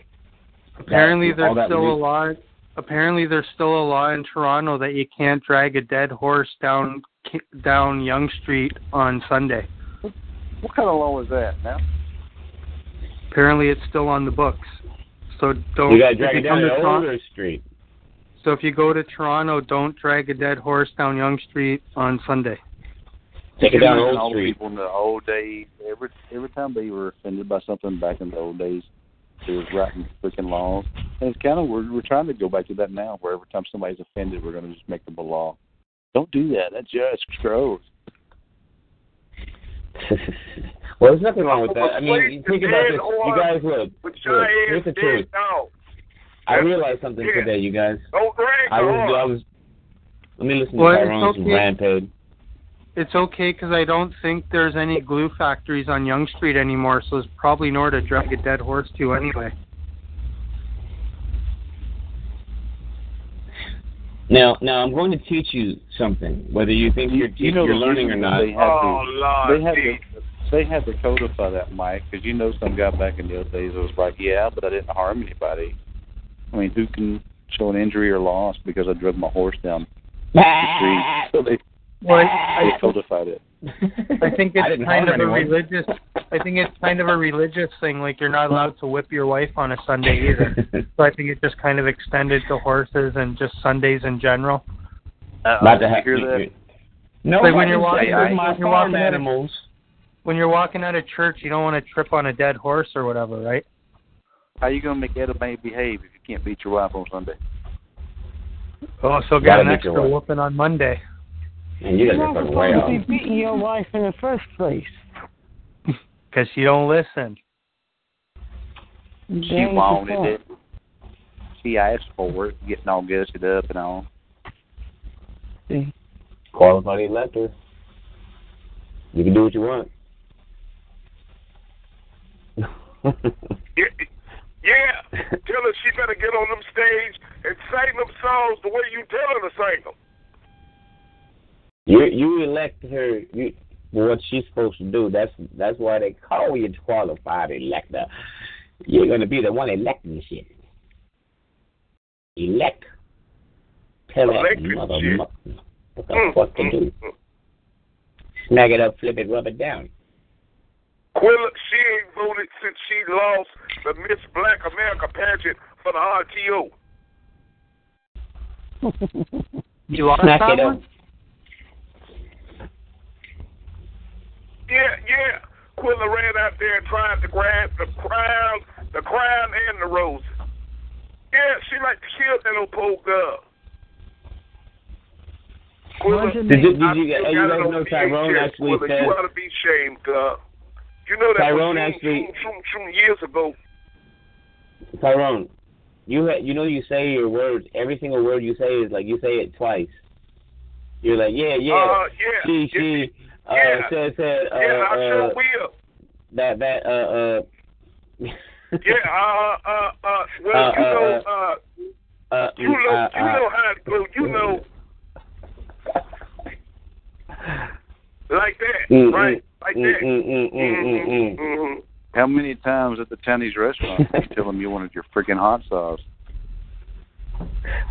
Speaker 1: Apparently
Speaker 10: that- all
Speaker 1: there's
Speaker 10: that
Speaker 1: still a
Speaker 10: leak-
Speaker 1: law apparently there's still a law in Toronto that you can't drag a dead horse down down Young Street on Sunday.
Speaker 6: What kind of law is that now?
Speaker 1: Apparently it's still on the books. So don't
Speaker 10: You gotta
Speaker 1: if
Speaker 10: drag
Speaker 1: you
Speaker 10: it down
Speaker 1: come
Speaker 10: to
Speaker 1: to Toronto-
Speaker 10: Older Street.
Speaker 1: So if you go to Toronto, don't drag a dead horse down Young Street on Sunday.
Speaker 10: Take it down Old
Speaker 6: all
Speaker 10: Street.
Speaker 6: people in the old days, every every time they were offended by something back in the old days, they was writing freaking laws. And it's kind of we're we're trying to go back to that now, where every time somebody's offended, we're going to just make them a law. Don't do that. That's just gross.
Speaker 10: Well, there's nothing wrong with that. I mean, you think
Speaker 7: Replace
Speaker 10: about
Speaker 7: the
Speaker 10: this.
Speaker 7: dead
Speaker 10: You guys, look.
Speaker 7: With
Speaker 10: look,
Speaker 7: your
Speaker 10: here's
Speaker 7: ass
Speaker 10: the
Speaker 7: dead
Speaker 10: truth.
Speaker 7: dog.
Speaker 10: I realized something
Speaker 7: Yeah.
Speaker 10: today, you guys.
Speaker 7: Don't drag
Speaker 10: I
Speaker 7: the
Speaker 10: was,
Speaker 7: horse.
Speaker 10: I was. Let me listen
Speaker 1: Well,
Speaker 10: to
Speaker 1: it's
Speaker 10: Tyrone's
Speaker 1: okay.
Speaker 10: rampage.
Speaker 1: It's okay because I don't think there's any glue factories on Young Street anymore, so there's probably nowhere to drag a dead horse to anyway.
Speaker 10: Now, now I'm going to teach you something, whether you think you're
Speaker 6: you know
Speaker 10: you're
Speaker 6: the
Speaker 10: learning or
Speaker 6: reason
Speaker 10: not.
Speaker 6: They had
Speaker 7: Oh,
Speaker 1: Oh,
Speaker 6: to, they had to, they had to codify that, Mike, because you know some guy back in the old days was like, yeah, but I didn't harm anybody. I mean, who can show an injury or loss because I drove my horse down the street? So they,
Speaker 1: Well,
Speaker 6: they
Speaker 1: I,
Speaker 6: codified it.
Speaker 1: I think
Speaker 6: I
Speaker 1: it's
Speaker 6: didn't harm
Speaker 1: kind of a
Speaker 6: anyone.
Speaker 1: religious. I think it's kind of a religious thing. Like you're not allowed to whip your wife on a Sunday either. so I think it just kind of extended to horses and just Sundays in general.
Speaker 10: About to have No, I
Speaker 1: like when you're
Speaker 10: didn't
Speaker 1: walking,
Speaker 10: say I-
Speaker 1: when you're
Speaker 10: farm
Speaker 1: walking
Speaker 10: animals.
Speaker 1: When you're walking out of church, you don't want to trip on a dead horse or whatever, right?
Speaker 6: How you gonna make Eda May behave if you can't beat your wife on Sunday?
Speaker 1: Oh, so
Speaker 6: Gotta
Speaker 1: got an
Speaker 6: make your
Speaker 1: extra
Speaker 6: way.
Speaker 1: whooping on Monday.
Speaker 10: And you guys are fucking way off.
Speaker 2: be beating your wife in the first place.
Speaker 1: Because she don't listen.
Speaker 6: She wanted it. She asked for it, getting all gussied up and all.
Speaker 10: Qualified elector. You can do what you want.
Speaker 7: Yeah. Tell her she better get on them stage and sing them songs the way you tell her to sing them.
Speaker 10: You you elect her you for what she's supposed to do. That's that's why they call you qualified elector. You're gonna be the one electing shit. Elect. Tell that
Speaker 7: Electing
Speaker 10: mother
Speaker 7: shit. Mm,
Speaker 10: mu- what the fuck to do. Snag it up, flip it, rub it down.
Speaker 7: Quilla, she ain't voted since she lost the Miss Black America pageant for the RTO.
Speaker 1: You lost
Speaker 10: Smack
Speaker 1: that
Speaker 10: it
Speaker 1: one?
Speaker 10: up.
Speaker 7: Yeah, yeah. Quilla ran out there and tried to grab the crown, the crown and the roses. Yeah, she like to kill that old poor girl. Quilla,
Speaker 10: Did you, did you,
Speaker 7: I
Speaker 10: guys-
Speaker 7: still
Speaker 10: you
Speaker 7: got it
Speaker 10: guys
Speaker 7: on
Speaker 10: know Tyrone
Speaker 7: VHS,
Speaker 10: actually
Speaker 7: Quilla.
Speaker 10: said
Speaker 7: You ought to be ashamed, girl. You know that
Speaker 10: Tyrone
Speaker 7: was shroom,
Speaker 10: actually-
Speaker 7: shroom, shroom, shroom years ago.
Speaker 10: Tyrone, you ha- you know you say your words. Every single word you say is like you say it twice. You're like yeah yeah.
Speaker 7: Uh, yeah.
Speaker 10: She she uh,
Speaker 7: Yeah.
Speaker 10: said said uh,
Speaker 7: yeah, I sure
Speaker 10: uh,
Speaker 7: will.
Speaker 10: that that uh
Speaker 7: Yeah, uh, uh, uh, well,
Speaker 10: Uh,
Speaker 7: you
Speaker 10: uh,
Speaker 7: know, uh,
Speaker 10: uh uh
Speaker 7: you know,
Speaker 10: uh,
Speaker 7: you know how it go, you know. Like that,
Speaker 6: Mm,
Speaker 7: right?
Speaker 6: mm,
Speaker 7: Like
Speaker 6: mm,
Speaker 7: that.
Speaker 6: mm, mm, mm, mm,
Speaker 1: Mm-hmm.
Speaker 6: mm.
Speaker 7: hmm
Speaker 6: How many times at the Chinese restaurant did you tell them you wanted your freaking hot sauce?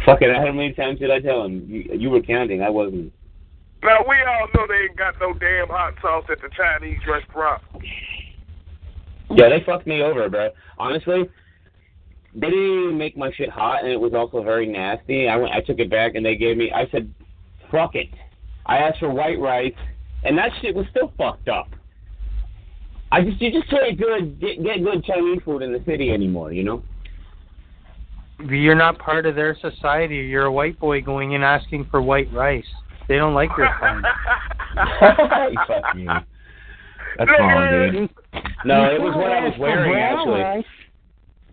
Speaker 10: fucking how many times did I tell him? You, you were counting. I wasn't.
Speaker 7: Now, we all know they ain't got no damn hot sauce at the Chinese restaurant.
Speaker 10: Yeah, they fucked me over, bro. Honestly, they didn't even make my shit hot, and it was also very nasty. I went, I took it back, and they gave me. I said, "Fuck it." I asked for white rice, and that shit was still fucked up. I just you just can't good get, get good Chinese food in the city anymore, you know.
Speaker 1: You're not part of their society. You're a white boy going and asking for white rice. They don't like your kind.
Speaker 10: Fuck you. That's wrong, dude. No, it was what I was wearing actually,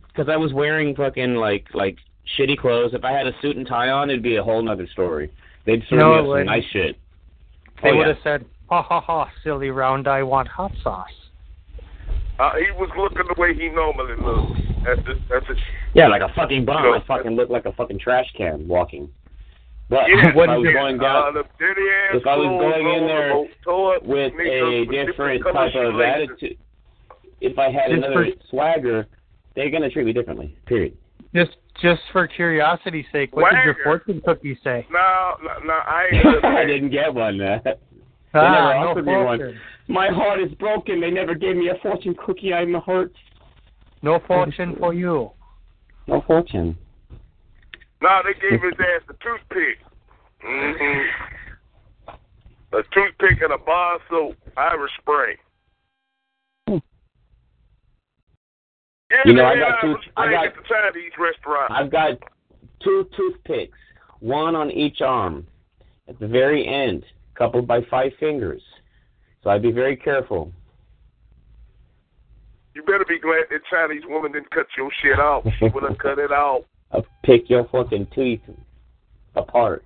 Speaker 10: because I was wearing fucking like like shitty clothes. If I had a suit and tie on, it'd be a whole nother story. They'd serve
Speaker 1: No,
Speaker 10: me
Speaker 1: it
Speaker 10: up some
Speaker 1: wouldn't.
Speaker 10: nice shit.
Speaker 1: They
Speaker 10: Oh,
Speaker 1: would
Speaker 10: yeah.
Speaker 1: have said, "Ha ha ha, silly round! I want hot sauce."
Speaker 7: Uh, he was looking the way he normally looks. That's it. That's it.
Speaker 10: Yeah, like a fucking bomb. I fucking look like a fucking trash can walking. But
Speaker 7: Yeah,
Speaker 10: if I was
Speaker 7: yeah.
Speaker 10: going down,
Speaker 7: uh, the dirty ass
Speaker 10: if I was
Speaker 7: clothes,
Speaker 10: going in
Speaker 7: roll
Speaker 10: there
Speaker 7: the boat, toy,
Speaker 10: with a
Speaker 7: niggas with
Speaker 10: different
Speaker 7: color
Speaker 10: type of
Speaker 7: shoelaces.
Speaker 10: attitude, if I had
Speaker 1: Just
Speaker 10: another
Speaker 1: for-
Speaker 10: swagger, they're gonna treat me differently. Period.
Speaker 1: Just, just for curiosity's sake, what did your
Speaker 7: Wagger.
Speaker 1: fortune cookie say?
Speaker 7: No, no, no, I ain't heard
Speaker 10: I
Speaker 7: that.
Speaker 10: didn't get one. Uh, they never
Speaker 1: Ah, no
Speaker 10: offered me one.
Speaker 1: fortune.
Speaker 10: My heart is broken. They never gave me a fortune cookie. I'm hurt.
Speaker 1: No fortune for you.
Speaker 10: No fortune.
Speaker 7: No, they gave his ass the toothpick. hmm A toothpick and a bar of soap, Irish Spring. Yeah,
Speaker 10: Hmm. You know, I
Speaker 7: they
Speaker 10: got
Speaker 7: had
Speaker 10: two-
Speaker 7: Irish
Speaker 10: I
Speaker 7: Spring
Speaker 10: got-
Speaker 7: at the Chinese restaurant.
Speaker 10: I've got two toothpicks, one on each arm, at the very end, coupled by five fingers. So I'd be very careful.
Speaker 7: You better be glad that Chinese woman didn't cut your shit off. She would have cut it off.
Speaker 10: I'll pick your fucking teeth apart.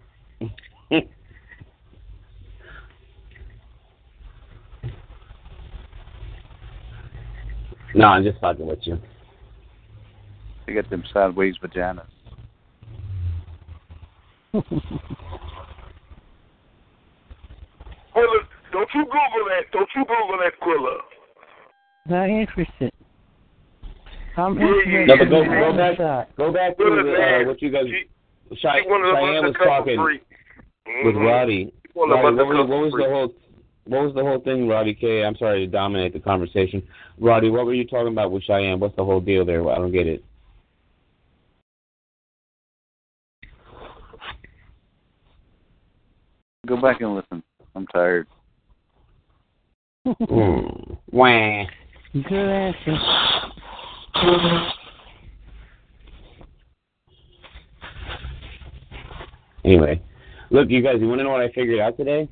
Speaker 10: no, I'm just fucking with you.
Speaker 6: You got them sideways vaginas.
Speaker 7: Quilla, don't you Google that. Don't you Google that, Quilla.
Speaker 2: Not interested. I'm
Speaker 7: Yeah, yeah,
Speaker 2: interested.
Speaker 7: No, but go-
Speaker 2: in
Speaker 7: go
Speaker 2: that
Speaker 7: back-
Speaker 2: shot.
Speaker 10: Go back to uh, what you guys. Chi-
Speaker 7: She one of them
Speaker 10: Cheyenne was
Speaker 7: undercover
Speaker 10: talking
Speaker 7: freaks.
Speaker 10: with
Speaker 7: Mhm.
Speaker 10: Roddy.
Speaker 7: She one of
Speaker 10: Roddy
Speaker 7: them
Speaker 10: what, was,
Speaker 7: undercover
Speaker 10: what was the
Speaker 7: freaks.
Speaker 10: whole? What was the whole thing, Roddy K? I'm sorry to dominate the conversation. Roddy, what were you talking about with Cheyenne? What's the whole deal there? I don't get it.
Speaker 6: Go back and listen. I'm tired.
Speaker 10: Mm. Wah.
Speaker 2: Good answer.
Speaker 10: Anyway, look, you guys, you want to know what I figured out today?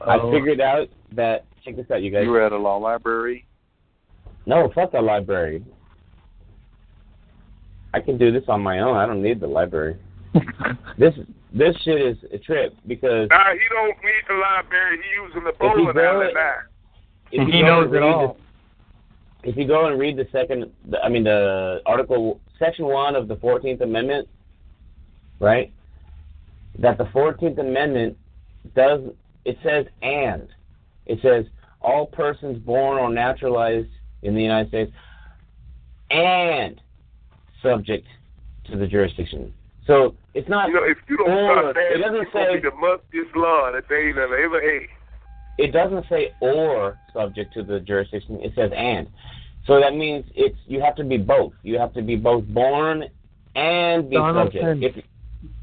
Speaker 10: I figured out that check this out, you guys.
Speaker 6: You were at a law library.
Speaker 10: No, fuck the library. I can do this on my own. I don't need the library. this this shit is a trip because
Speaker 7: Nah, he don't need the library. He using the
Speaker 10: he
Speaker 7: bowling alley
Speaker 10: really-
Speaker 7: now.
Speaker 10: if you
Speaker 7: He
Speaker 10: go
Speaker 7: knows
Speaker 10: and
Speaker 7: it
Speaker 10: read
Speaker 7: all.
Speaker 10: The, if you go and read the second, the, I mean the article, section one of the Fourteenth Amendment, right? That the Fourteenth Amendment does it says and it says all persons born or naturalized in the United States and subject to the jurisdiction. So it's not.
Speaker 7: You know, if you don't
Speaker 10: or,
Speaker 7: start that,
Speaker 10: it doesn't
Speaker 7: you're
Speaker 10: say
Speaker 7: gonna be the mustiest law that they ain't ever had.
Speaker 10: it doesn't say or subject to the jurisdiction. It says and. So that means it's you have to be both. You have to be both born and be
Speaker 1: Donaldson.
Speaker 10: subject. If,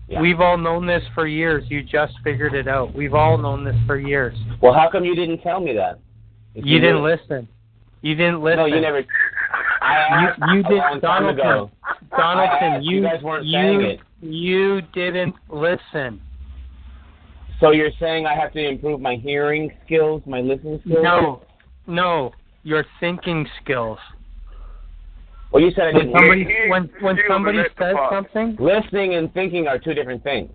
Speaker 10: yeah.
Speaker 1: We've all known this for years. You just figured it out. We've all known this for years.
Speaker 10: well, how come you didn't tell me that? If
Speaker 1: You didn't
Speaker 10: knew-
Speaker 1: listen. You didn't listen.
Speaker 10: No, you never. I asked
Speaker 1: You, you
Speaker 10: a
Speaker 1: did,
Speaker 10: long time
Speaker 1: Donaldson.
Speaker 10: ago. I
Speaker 1: Donaldson,
Speaker 10: asked,
Speaker 1: you
Speaker 10: you guys weren't
Speaker 1: you,
Speaker 10: saying it.
Speaker 1: you didn't listen.
Speaker 10: So you're saying I have to improve my hearing skills, my listening skills?
Speaker 1: No, no, your thinking skills.
Speaker 10: Well, you said I
Speaker 1: When
Speaker 10: didn't.
Speaker 1: somebody when when somebody says something,
Speaker 10: listening and thinking are two different things.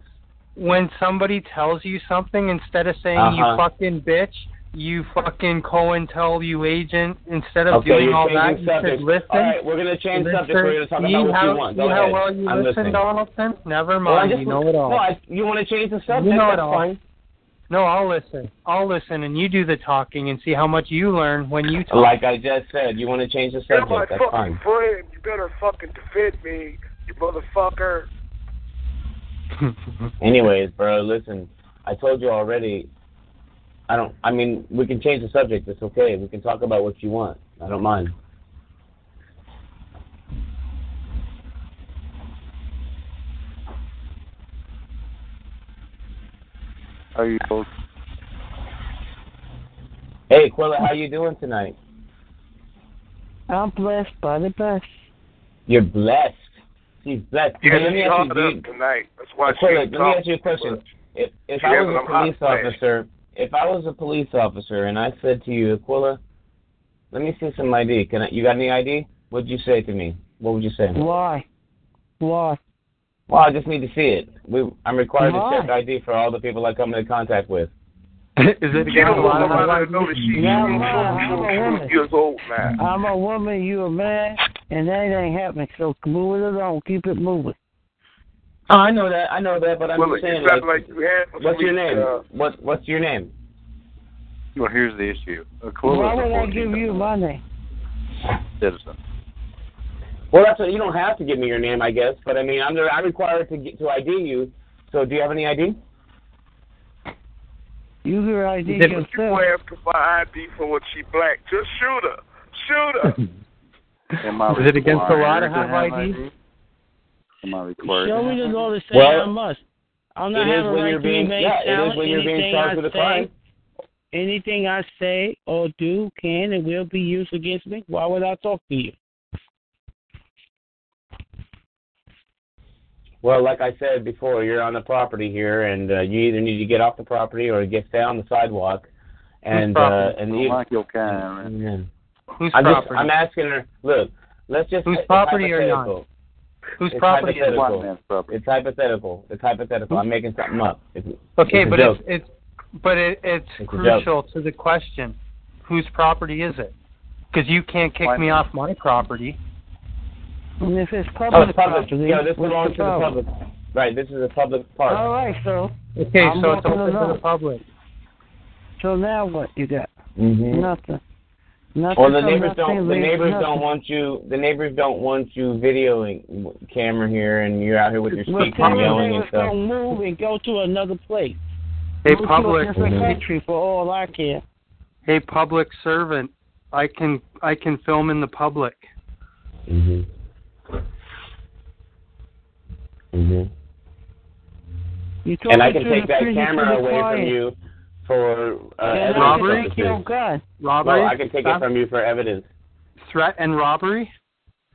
Speaker 1: when somebody tells you something, instead of saying
Speaker 10: Uh-huh.
Speaker 1: you fucking bitch, you fucking COINTEL you agent, instead of
Speaker 10: okay,
Speaker 1: doing
Speaker 10: you're
Speaker 1: all that,
Speaker 10: changing
Speaker 1: you
Speaker 10: subject.
Speaker 1: should listen.
Speaker 10: All right, we're gonna change
Speaker 1: listen,
Speaker 10: subject. We're gonna talk about
Speaker 1: see
Speaker 10: what
Speaker 1: how,
Speaker 10: you want.
Speaker 1: see
Speaker 10: Go
Speaker 1: how
Speaker 10: ahead.
Speaker 1: well you
Speaker 10: I'm
Speaker 1: listen,
Speaker 10: listening.
Speaker 1: Donaldson? Never
Speaker 10: Well, I
Speaker 1: mind,
Speaker 10: just,
Speaker 1: you know it all.
Speaker 10: No, I, you want to change the subject?
Speaker 1: You know
Speaker 10: that's
Speaker 1: it all.
Speaker 10: fine.
Speaker 1: No, I'll listen. I'll listen, and you do the talking, and see how much you learn when you talk.
Speaker 10: Like I just said, you want to change the
Speaker 7: You're
Speaker 10: subject?
Speaker 7: my
Speaker 10: that's
Speaker 7: fucking
Speaker 10: fine.
Speaker 7: friend. You better fucking defend me, you motherfucker.
Speaker 10: Anyways, bro, listen. I told you already. I don't. I mean, we can change the subject. It's okay. We can talk about what you want. I don't mind.
Speaker 6: Are you both?
Speaker 10: Hey, Quilla, how you doing tonight?
Speaker 2: I'm blessed by the best.
Speaker 10: You're blessed. She's blessed.
Speaker 7: Yeah,
Speaker 10: Hey, let me
Speaker 7: she
Speaker 10: ask
Speaker 7: hard
Speaker 10: you.
Speaker 7: up
Speaker 10: do you-
Speaker 7: tonight. That's why she
Speaker 10: Quilla,
Speaker 7: ain't
Speaker 10: let me ask
Speaker 7: talking
Speaker 10: you a question.
Speaker 7: much.
Speaker 10: If if
Speaker 7: Yeah,
Speaker 10: I
Speaker 7: but
Speaker 10: was
Speaker 7: I'm
Speaker 10: a
Speaker 7: hot
Speaker 10: police
Speaker 7: flashed.
Speaker 10: officer, if I was a police officer and I said to you, Aquila, let me see some ID. Can I? You got any ID? What'd you say to me? What would you say?
Speaker 2: Why? Why?
Speaker 10: Well, I just need to see it. We, I'm required
Speaker 2: Why?
Speaker 10: to check ID for all the people I come into contact with.
Speaker 1: Is it
Speaker 7: You don't want nobody to know that she's
Speaker 2: Yeah,
Speaker 7: you,
Speaker 2: I'm a woman.
Speaker 7: years old now.
Speaker 2: I'm a woman, you a man, and that ain't happening. So move it along. Keep it moving.
Speaker 10: Oh, I know that. I know that, but I'm
Speaker 7: Quilla,
Speaker 10: just saying,
Speaker 7: you sound
Speaker 10: like,
Speaker 7: like you had some
Speaker 10: what's your name?
Speaker 7: Uh,
Speaker 10: What What's your name?
Speaker 6: Well, here's the issue. A
Speaker 2: Why
Speaker 6: Quilla
Speaker 2: would I
Speaker 6: is
Speaker 2: give you my name?
Speaker 6: a citizen.
Speaker 10: Well, that's what, you don't have to give me your name, I guess. But I mean, I'm I'm required to get, to ID you. So, do you have any ID?
Speaker 2: You your ID
Speaker 7: If you
Speaker 2: yourself.
Speaker 7: asking for ID for what she black, just shoot her. Shoot her.
Speaker 6: Am I
Speaker 1: Is it against the law to
Speaker 6: required
Speaker 1: have ID?
Speaker 6: Am I required?
Speaker 2: Show me the law to say
Speaker 6: Well,
Speaker 2: I must. I'm
Speaker 10: it
Speaker 2: not
Speaker 10: is
Speaker 2: having
Speaker 10: when
Speaker 2: right
Speaker 10: you're
Speaker 2: to
Speaker 10: being-
Speaker 2: remain
Speaker 10: yeah, it is
Speaker 2: silent.
Speaker 10: when you're being
Speaker 2: anything
Speaker 10: charged
Speaker 2: I
Speaker 10: with a
Speaker 2: say,
Speaker 10: crime.
Speaker 2: Anything I say or do can and will be used against me. Why would I talk to you?
Speaker 10: Well, like I said before, you're on the property here, and uh, you either need to get off the property or get down the sidewalk. And uh, and
Speaker 6: I
Speaker 10: you,
Speaker 6: like your kind, man.
Speaker 10: yeah.
Speaker 1: Whose
Speaker 10: I'm just-
Speaker 1: property?
Speaker 10: I'm asking her. Look, let's just.
Speaker 1: Whose
Speaker 10: it's
Speaker 1: property or
Speaker 10: hypothetical.
Speaker 1: not? Whose
Speaker 10: It's
Speaker 1: property is
Speaker 10: hypothetical.
Speaker 1: it? Hmm?
Speaker 10: It's hypothetical. It's hypothetical. I'm making something up. It's,
Speaker 1: Okay,
Speaker 10: it's a
Speaker 1: but
Speaker 10: joke.
Speaker 1: it's it's but it, it's,
Speaker 10: It's a joke.
Speaker 1: crucial to the question. Whose property is it? Because you can't kick me off my property.
Speaker 4: And if it's
Speaker 10: oh,
Speaker 4: public
Speaker 10: it's public.
Speaker 4: property,
Speaker 10: Yeah, this
Speaker 4: what's
Speaker 10: belongs to
Speaker 1: Oh.
Speaker 10: the
Speaker 4: problem?
Speaker 10: public. Right. This is a public park.
Speaker 4: All right, so
Speaker 1: Okay,
Speaker 4: I'm
Speaker 1: so it's
Speaker 4: walking
Speaker 1: open to the
Speaker 4: alone.
Speaker 1: public. Mm-hmm.
Speaker 4: So now what you got?
Speaker 10: Mhm.
Speaker 4: Nothing. Nothing.
Speaker 10: Or the
Speaker 4: so
Speaker 10: neighbors
Speaker 4: nothing
Speaker 10: don't. The
Speaker 4: leaves
Speaker 10: neighbors
Speaker 4: nothing.
Speaker 10: don't want you. The neighbors don't want you videoing camera here, and you're out here with your
Speaker 4: Well,
Speaker 10: speaker
Speaker 4: tell your
Speaker 10: yelling and
Speaker 4: neighbors
Speaker 10: stuff.
Speaker 4: to move and go to another place.
Speaker 1: Hey,
Speaker 4: Move
Speaker 1: public.
Speaker 4: To a different
Speaker 1: Mhm.
Speaker 4: country for all I care.
Speaker 1: Hey, public servant, I can I can film in the public.
Speaker 10: Mm-hmm. Mhm.
Speaker 4: You
Speaker 10: And I
Speaker 4: talking
Speaker 10: can
Speaker 4: to
Speaker 10: take
Speaker 4: the
Speaker 10: that
Speaker 4: prisoner
Speaker 10: camera
Speaker 4: to be
Speaker 10: away from
Speaker 4: quiet.
Speaker 10: you for uh,
Speaker 4: And I
Speaker 10: evidence
Speaker 4: can
Speaker 10: purposes.
Speaker 4: take your gun.
Speaker 1: Robbery?
Speaker 10: No, I can take it
Speaker 1: Stop.
Speaker 10: from you for evidence.
Speaker 1: Threat and robbery.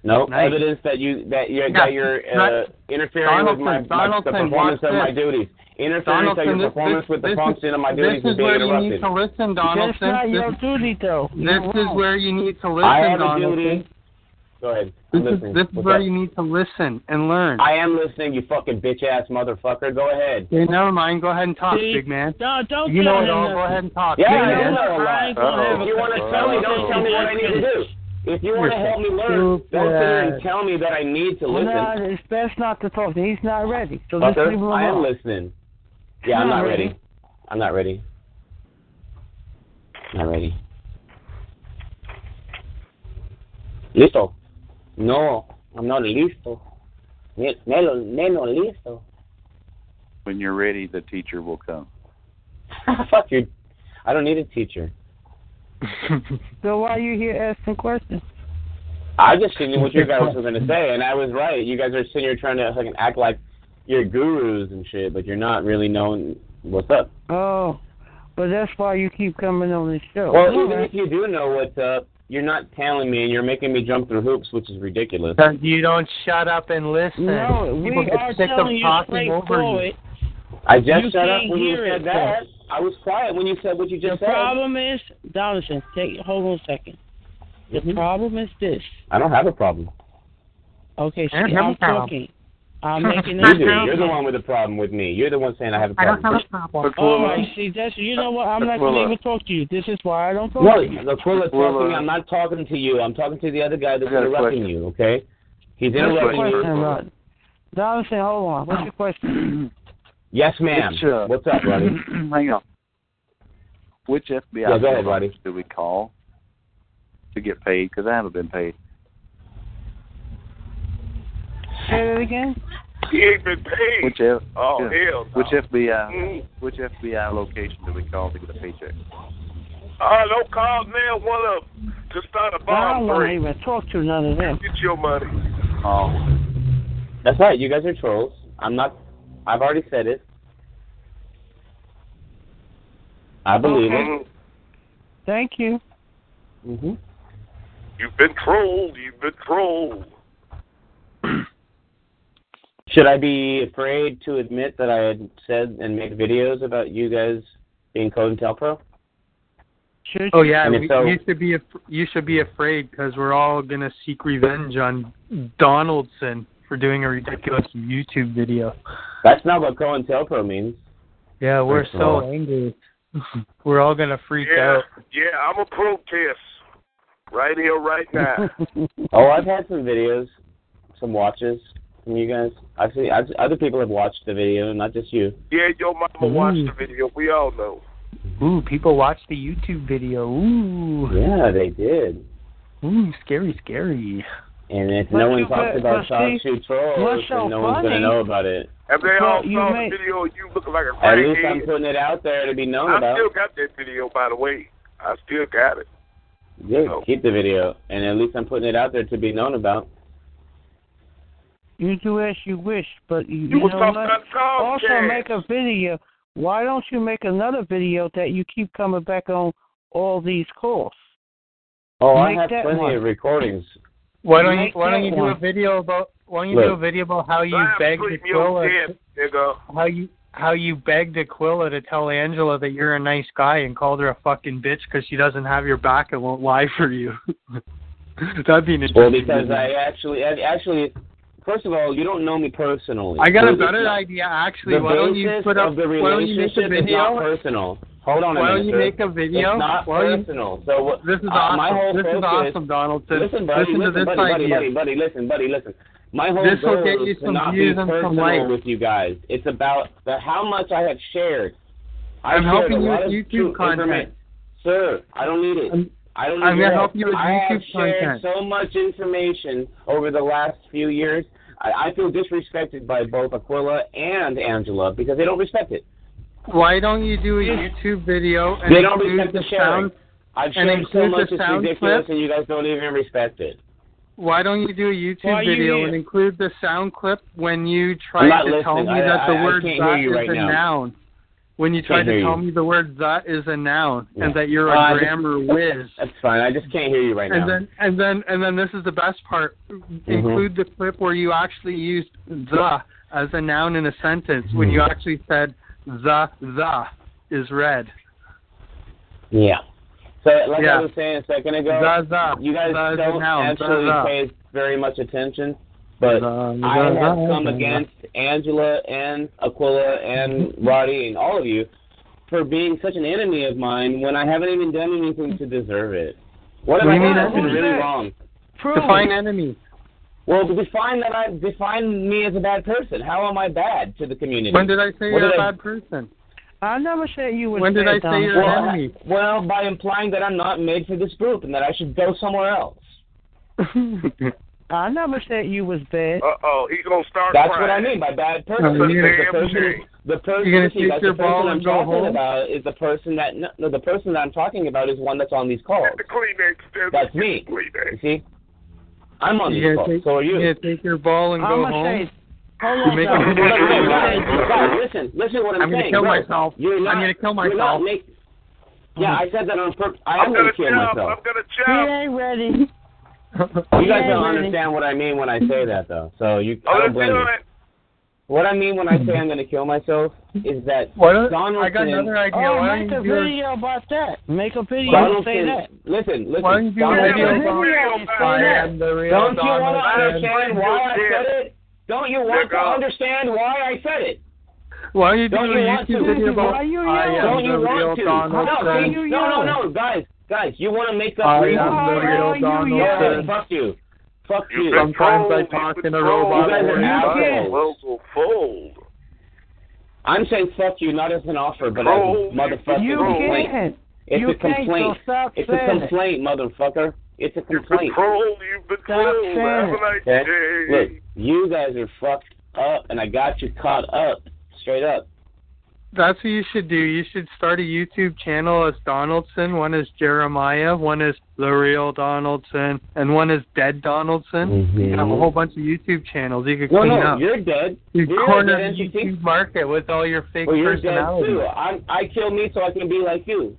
Speaker 10: No
Speaker 1: Nice.
Speaker 10: evidence that you that you're
Speaker 1: Yeah,
Speaker 10: that you're uh,
Speaker 1: right.
Speaker 10: interfering with my,
Speaker 1: Donaldson,
Speaker 10: my the
Speaker 1: Donaldson,
Speaker 10: performance
Speaker 1: watch
Speaker 10: of my
Speaker 1: this.
Speaker 10: duties. Interfering with
Speaker 1: Donaldson,
Speaker 10: your
Speaker 1: this-
Speaker 10: performance
Speaker 1: this-
Speaker 10: with the
Speaker 1: this is-
Speaker 10: function of my
Speaker 1: this
Speaker 10: duties
Speaker 1: is
Speaker 10: being
Speaker 1: where you
Speaker 10: interrupted.
Speaker 1: need to listen,
Speaker 4: That's
Speaker 1: Donaldson.
Speaker 4: not
Speaker 1: This-
Speaker 4: your duty, though.
Speaker 1: This
Speaker 4: You're
Speaker 1: is
Speaker 4: wrong.
Speaker 1: where you need to listen,
Speaker 10: I have a
Speaker 1: Donaldson.
Speaker 10: duty. Go ahead.
Speaker 1: This
Speaker 10: I'm
Speaker 1: is,
Speaker 10: listening.
Speaker 1: this is
Speaker 10: What's
Speaker 1: where
Speaker 10: up?
Speaker 1: you need to listen and learn.
Speaker 10: I am listening, you fucking bitch ass motherfucker. Go ahead.
Speaker 1: Okay, never mind. Go ahead and talk,
Speaker 10: See?
Speaker 1: big man.
Speaker 4: No, don't
Speaker 1: you know
Speaker 10: tell
Speaker 1: it
Speaker 10: him
Speaker 1: all. Go
Speaker 10: nothing.
Speaker 1: ahead and talk.
Speaker 10: Yeah,
Speaker 1: big
Speaker 10: I
Speaker 1: man.
Speaker 10: know a lot. If you want to tell me, don't tell me what I need to do. If you want to
Speaker 4: You're
Speaker 10: help me
Speaker 4: so
Speaker 10: learn, don't sit there and
Speaker 4: stupid.
Speaker 10: tell me that I need to
Speaker 4: Well,
Speaker 10: listen.
Speaker 4: no, it's best not to talk. He's not ready. So let's leave him
Speaker 10: Fucker,
Speaker 4: alone.
Speaker 10: I am listening. Yeah, I'm
Speaker 4: Not
Speaker 10: not
Speaker 4: ready.
Speaker 10: ready. I'm not ready. Not ready. Listo. No, I'm not listo. Ne- Nelo, neno listo.
Speaker 6: When you're ready, the teacher will come.
Speaker 10: Fuck you. I don't need a teacher.
Speaker 4: So why are you here asking questions?
Speaker 10: I just seen what you guys were going to say, and I was right. You guys are sitting here trying to fucking act like you're gurus and shit, but you're not really knowing what's up.
Speaker 4: Oh, but that's why you keep coming on this show.
Speaker 10: Well,
Speaker 4: All
Speaker 10: even
Speaker 4: right.
Speaker 10: if you do know what's up, you're not telling me, and you're making me jump through hoops, which is ridiculous.
Speaker 1: Because you don't shut up and listen.
Speaker 4: No, we
Speaker 1: People
Speaker 4: are
Speaker 1: get sick of
Speaker 4: telling you
Speaker 1: talking over you.
Speaker 4: straightforward.
Speaker 10: I just
Speaker 4: You
Speaker 10: shut up
Speaker 4: can't
Speaker 10: when you
Speaker 4: hear
Speaker 10: said
Speaker 4: it,
Speaker 10: that. I was quiet when you said what you
Speaker 4: The
Speaker 10: just said.
Speaker 4: problem is, Donaldson, take hold on a second. The
Speaker 10: Mm-hmm.
Speaker 4: problem is this.
Speaker 10: I don't have a problem.
Speaker 4: Okay, so
Speaker 10: I don't have a
Speaker 4: I'm
Speaker 10: problem.
Speaker 4: talking. I'm making
Speaker 10: You
Speaker 4: this.
Speaker 10: do. You're the one with the problem with me. You're the one saying I have a problem.
Speaker 4: problem. All right, see, that's you know what? I'm not
Speaker 10: Aquila.
Speaker 4: gonna even talk to you. This is why I don't talk
Speaker 10: No,
Speaker 4: to you.
Speaker 10: Aquila, talk to me. I'm not talking to you. I'm talking to the other guy that's
Speaker 4: I got a
Speaker 10: interrupting you. Okay? He's
Speaker 4: What's your
Speaker 10: interrupting
Speaker 4: question,
Speaker 10: you.
Speaker 4: Rod? Donaldson, hold on. What's your question?
Speaker 10: Yes, ma'am.
Speaker 6: Which, uh,
Speaker 10: What's up, buddy?
Speaker 6: Hang on. Which FBI
Speaker 10: Yeah, go ahead, buddy.
Speaker 6: office do we call to get paid? Because I haven't been paid.
Speaker 4: Say that again.
Speaker 7: He ain't been paid.
Speaker 6: Which F-
Speaker 7: Oh,
Speaker 6: yeah.
Speaker 7: hell no.
Speaker 6: Which FBI?
Speaker 7: Mm.
Speaker 6: Which FBI location do we call to get a paycheck?
Speaker 7: Uh, don't call now one of them. Just start a
Speaker 4: I don't
Speaker 7: bomb
Speaker 4: want to
Speaker 7: break.
Speaker 4: even talk to none of them.
Speaker 7: Get your money.
Speaker 6: Oh.
Speaker 10: That's right. You guys are trolls. I'm not. I've already said it. I believe
Speaker 7: Mhm.
Speaker 4: Thank you.
Speaker 10: it. Mm-hmm.
Speaker 7: You've been trolled. You've been trolled.
Speaker 10: Should I be afraid to admit that I had said and made videos about you guys being Code Pro?
Speaker 1: Oh yeah,
Speaker 10: And if
Speaker 1: we,
Speaker 10: so-
Speaker 1: you should be af- you should be afraid because we're all gonna seek revenge on Donaldson for doing a ridiculous YouTube video.
Speaker 10: That's not what Code Pro means.
Speaker 1: Yeah, we're
Speaker 10: First of
Speaker 1: so
Speaker 10: all.
Speaker 1: angry. we're all gonna freak
Speaker 7: yeah,
Speaker 1: out.
Speaker 7: yeah. I'm a protest right here, right now.
Speaker 10: oh, I've had some videos, some watches from you guys. I've seen I've, other people have watched the video, not just you.
Speaker 7: yeah, your mama
Speaker 1: Mm-hmm.
Speaker 7: watched the video. We all know.
Speaker 1: Ooh, people watch the YouTube video. Ooh.
Speaker 10: Yeah, they did.
Speaker 1: Ooh, scary, scary.
Speaker 10: And if
Speaker 1: But
Speaker 10: no one
Speaker 1: you-
Speaker 10: talks
Speaker 1: but-
Speaker 10: about
Speaker 1: but
Speaker 10: Shock
Speaker 1: see,
Speaker 10: Shoot Trolls,
Speaker 1: what's so
Speaker 10: then no one's
Speaker 1: funny-
Speaker 10: gonna know about it.
Speaker 7: And they all
Speaker 1: You
Speaker 7: saw
Speaker 1: may-
Speaker 7: the video. of You looking like a
Speaker 10: At least I'm
Speaker 7: crackhead.
Speaker 10: putting it out there to be known
Speaker 7: I
Speaker 10: about.
Speaker 7: still got that video, by the way. I still got it.
Speaker 10: Yeah, keep the video, and at least I'm putting it out there to be known about.
Speaker 4: You do as you wish, but you,
Speaker 7: You
Speaker 4: you
Speaker 7: was
Speaker 4: know
Speaker 7: talking
Speaker 4: what?
Speaker 7: about Comcast.
Speaker 4: Also, make a video. Why don't you make another video that you keep coming back on all these calls?
Speaker 10: Oh,
Speaker 4: Make
Speaker 10: I have
Speaker 4: that
Speaker 10: plenty
Speaker 4: one.
Speaker 10: of recordings.
Speaker 1: Why don't you
Speaker 4: Make
Speaker 1: Why don't
Speaker 4: that
Speaker 1: you do a
Speaker 4: one.
Speaker 1: video about Why don't you do
Speaker 10: Look.
Speaker 1: a video about how you
Speaker 7: Live
Speaker 1: begged
Speaker 7: stream your
Speaker 1: Aquila
Speaker 7: death, nigga.
Speaker 1: how you how you begged Aquila to tell Angela that you're a nice guy and called her a fucking bitch because she doesn't have your back and won't lie for you. That'd be an interesting.
Speaker 10: Well, because
Speaker 1: video.
Speaker 10: I actually, I actually, first of all, you don't know me personally.
Speaker 1: I got a
Speaker 10: So this-
Speaker 1: better idea actually.
Speaker 10: The
Speaker 1: why don't you
Speaker 10: basis
Speaker 1: put up?
Speaker 10: of the
Speaker 1: why don't you make a
Speaker 10: relationship is
Speaker 1: video?
Speaker 10: not personal. Hold on a
Speaker 1: Why
Speaker 10: minute,
Speaker 1: don't you
Speaker 10: sir.
Speaker 1: make a video?
Speaker 10: It's not
Speaker 1: Why don't you-
Speaker 10: personal. So what,
Speaker 1: This is
Speaker 10: uh, my
Speaker 1: awesome.
Speaker 10: whole
Speaker 1: This is
Speaker 10: focus-
Speaker 1: awesome, Donaldson.
Speaker 10: Listen, buddy,
Speaker 1: Listen to this
Speaker 10: buddy, buddy,
Speaker 1: idea.
Speaker 10: buddy, buddy, listen, buddy, listen. My whole
Speaker 1: This will
Speaker 10: goal
Speaker 1: get you
Speaker 10: is to
Speaker 1: some
Speaker 10: not
Speaker 1: views
Speaker 10: be
Speaker 1: and some
Speaker 10: personal
Speaker 1: likes.
Speaker 10: with you guys. It's about the, how much I have shared. I
Speaker 1: I'm
Speaker 10: shared
Speaker 1: helping
Speaker 10: a
Speaker 1: you
Speaker 10: lot of
Speaker 1: with YouTube
Speaker 10: true
Speaker 1: content.
Speaker 10: information. Sir, I don't need it. I'm, I do not need
Speaker 1: I'm gonna
Speaker 10: your
Speaker 1: help you with
Speaker 10: I have
Speaker 1: YouTube
Speaker 10: shared
Speaker 1: content.
Speaker 10: so much information over the last few years. I, I feel disrespected by both Aquila and Angela because they don't respect it.
Speaker 1: Why don't you do a YouTube video and
Speaker 10: They don't
Speaker 1: include
Speaker 10: respect the sharing.
Speaker 1: sound?
Speaker 10: I've
Speaker 1: and
Speaker 10: shared so
Speaker 1: include
Speaker 10: much
Speaker 1: the
Speaker 10: it's
Speaker 1: sound
Speaker 10: ridiculous,
Speaker 1: clip?
Speaker 10: and you guys don't even respect it.
Speaker 1: Why don't you do a YouTube
Speaker 10: Why you
Speaker 1: video
Speaker 10: need
Speaker 1: and
Speaker 10: it?
Speaker 1: include the sound clip when you
Speaker 10: I'm
Speaker 1: try
Speaker 10: not
Speaker 1: to tell me
Speaker 10: listening. I-
Speaker 1: that
Speaker 10: I-
Speaker 1: the
Speaker 10: I
Speaker 1: word
Speaker 10: can't
Speaker 1: "that"
Speaker 10: hear you
Speaker 1: is
Speaker 10: right
Speaker 1: a
Speaker 10: now.
Speaker 1: noun? When you try
Speaker 10: Can't
Speaker 1: to
Speaker 10: hear
Speaker 1: tell
Speaker 10: you.
Speaker 1: me the word "that" is a noun and that you're a
Speaker 10: Uh, I just-
Speaker 1: grammar whiz.
Speaker 10: That's fine. I just can't hear you right
Speaker 1: and
Speaker 10: now. Mm-hmm.
Speaker 1: then and then and then this is the best part. Include the clip where you actually used the as a noun in a sentence when
Speaker 10: Mm-hmm.
Speaker 1: you actually said the the is red.
Speaker 10: yeah. So, like
Speaker 1: Yeah.
Speaker 10: I was saying a second ago,
Speaker 1: Za, za.
Speaker 10: you guys
Speaker 1: Za is a
Speaker 10: don't
Speaker 1: noun. Za,
Speaker 10: actually
Speaker 1: za.
Speaker 10: pay very much attention, but
Speaker 1: za,
Speaker 10: I have
Speaker 1: za,
Speaker 10: come
Speaker 1: za.
Speaker 10: against Angela and Aquila and
Speaker 1: Mm-hmm.
Speaker 10: Roddy and all of you for being such an enemy of mine when I haven't even done anything to deserve it. What have I
Speaker 1: What do you mean
Speaker 10: done that's been
Speaker 1: enemy?
Speaker 10: really wrong?
Speaker 1: Define enemy.
Speaker 10: Well, define that I define me as a bad person. How am I bad to the community?
Speaker 1: When did I say
Speaker 10: What
Speaker 1: you're
Speaker 10: did
Speaker 1: a
Speaker 10: I-
Speaker 1: bad person?
Speaker 4: I never said you was
Speaker 1: When did I say
Speaker 4: Donald.
Speaker 1: you're an enemy?
Speaker 10: Well, by implying that I'm not made for this group and that I should go somewhere else.
Speaker 4: I never said you was bad.
Speaker 7: Uh oh, he's gonna start
Speaker 10: That's
Speaker 7: crying.
Speaker 10: what I mean by bad person.
Speaker 1: Oh,
Speaker 7: That's a
Speaker 10: the
Speaker 7: damn
Speaker 10: person,
Speaker 7: shame.
Speaker 10: the person,
Speaker 7: You're gonna
Speaker 10: see,
Speaker 7: kick
Speaker 10: that's
Speaker 7: your
Speaker 10: the person
Speaker 7: ball
Speaker 10: I'm
Speaker 7: and go
Speaker 10: talking
Speaker 7: home?
Speaker 10: about is the person that no, no, the person that I'm talking about is one that's on these calls.
Speaker 7: Kleenex.
Speaker 10: That's me. You see, I'm on these
Speaker 1: You gotta
Speaker 10: calls.
Speaker 1: take,
Speaker 10: so are you.
Speaker 1: you gotta take your ball and go
Speaker 10: I'm gonna
Speaker 1: home.
Speaker 10: say-
Speaker 1: Hold on,
Speaker 10: Make-
Speaker 1: Doc.
Speaker 10: Look, look, look, guys, listen, listen to what I'm,
Speaker 1: I'm gonna
Speaker 10: saying.
Speaker 1: kill
Speaker 10: bro.
Speaker 1: myself.
Speaker 10: You're
Speaker 1: I'm
Speaker 10: not,
Speaker 1: gonna kill
Speaker 10: You're not
Speaker 1: myself.
Speaker 10: make, yeah, I said that on purpose. I
Speaker 7: I'm
Speaker 10: am
Speaker 7: gonna
Speaker 10: kill
Speaker 7: jump.
Speaker 10: myself.
Speaker 7: I'm gonna jump.
Speaker 4: ready.
Speaker 10: You guys don't
Speaker 7: Yeah, really.
Speaker 10: understand what I mean when I say that, though. So you, I
Speaker 7: I'm gonna
Speaker 10: don't blame
Speaker 7: do
Speaker 10: you.
Speaker 7: it.
Speaker 10: What I mean when I say I'm going to kill myself is that
Speaker 4: Why don't-
Speaker 10: Donaldson.
Speaker 4: I got another idea. Oh, Why don't make you a do a- video
Speaker 10: about that.
Speaker 4: Make a video
Speaker 10: Donaldson,
Speaker 4: say that.
Speaker 10: Listen, listen.
Speaker 4: Why don't you do a
Speaker 10: Donaldson-
Speaker 4: video about
Speaker 10: Donaldson-
Speaker 4: that? I am the real
Speaker 10: Don't you want to
Speaker 4: Donaldson.
Speaker 10: understand why I said it? Don't you want
Speaker 4: Check
Speaker 10: to
Speaker 4: out.
Speaker 10: understand why I said it?
Speaker 1: Why are you
Speaker 10: Don't
Speaker 1: doing
Speaker 10: you
Speaker 1: a
Speaker 10: want
Speaker 1: YouTube
Speaker 10: to?
Speaker 1: video about
Speaker 10: Why you
Speaker 1: I am
Speaker 10: don't you
Speaker 1: the
Speaker 10: want
Speaker 1: real
Speaker 10: to? No,
Speaker 1: Donaldson?
Speaker 10: see, no, no, no, guys, guys, you want to make up
Speaker 1: I am
Speaker 10: reasons
Speaker 1: the
Speaker 10: for
Speaker 1: real
Speaker 10: it.
Speaker 1: Donaldson.
Speaker 10: Yeah, fuck you. Fuck you.
Speaker 1: Sometimes I talk in a robot
Speaker 10: You guys are
Speaker 1: voice.
Speaker 10: assholes.
Speaker 7: fold.
Speaker 10: I'm saying fuck you, not as an offer, but as
Speaker 7: Troll.
Speaker 10: a motherfucking
Speaker 7: You
Speaker 10: complaint.
Speaker 7: can't.
Speaker 10: It's
Speaker 7: You
Speaker 10: a
Speaker 7: can't, so
Speaker 10: complaint.
Speaker 7: stop
Speaker 10: it's
Speaker 7: saying
Speaker 10: a
Speaker 7: it.
Speaker 10: complaint, motherfucker. It's a complaint.
Speaker 7: Troll, you've been trolled. Have a nice
Speaker 10: Okay?
Speaker 7: day.
Speaker 10: Look, you guys are fucked up, and I got you caught up, straight up.
Speaker 1: That's what you should do. You should start a YouTube channel as Donaldson. One is Jeremiah, one is the real Donaldson, and one is Dead Donaldson. You have a whole bunch of YouTube channels you could
Speaker 10: No,
Speaker 1: clean
Speaker 10: no,
Speaker 1: up.
Speaker 10: you're dead.
Speaker 1: You
Speaker 10: You're
Speaker 1: corner
Speaker 10: dead,
Speaker 1: the
Speaker 10: you
Speaker 1: YouTube market with all your fake
Speaker 10: Well, you're dead
Speaker 1: personality.
Speaker 10: too. I'm, I kill me so I can be like you.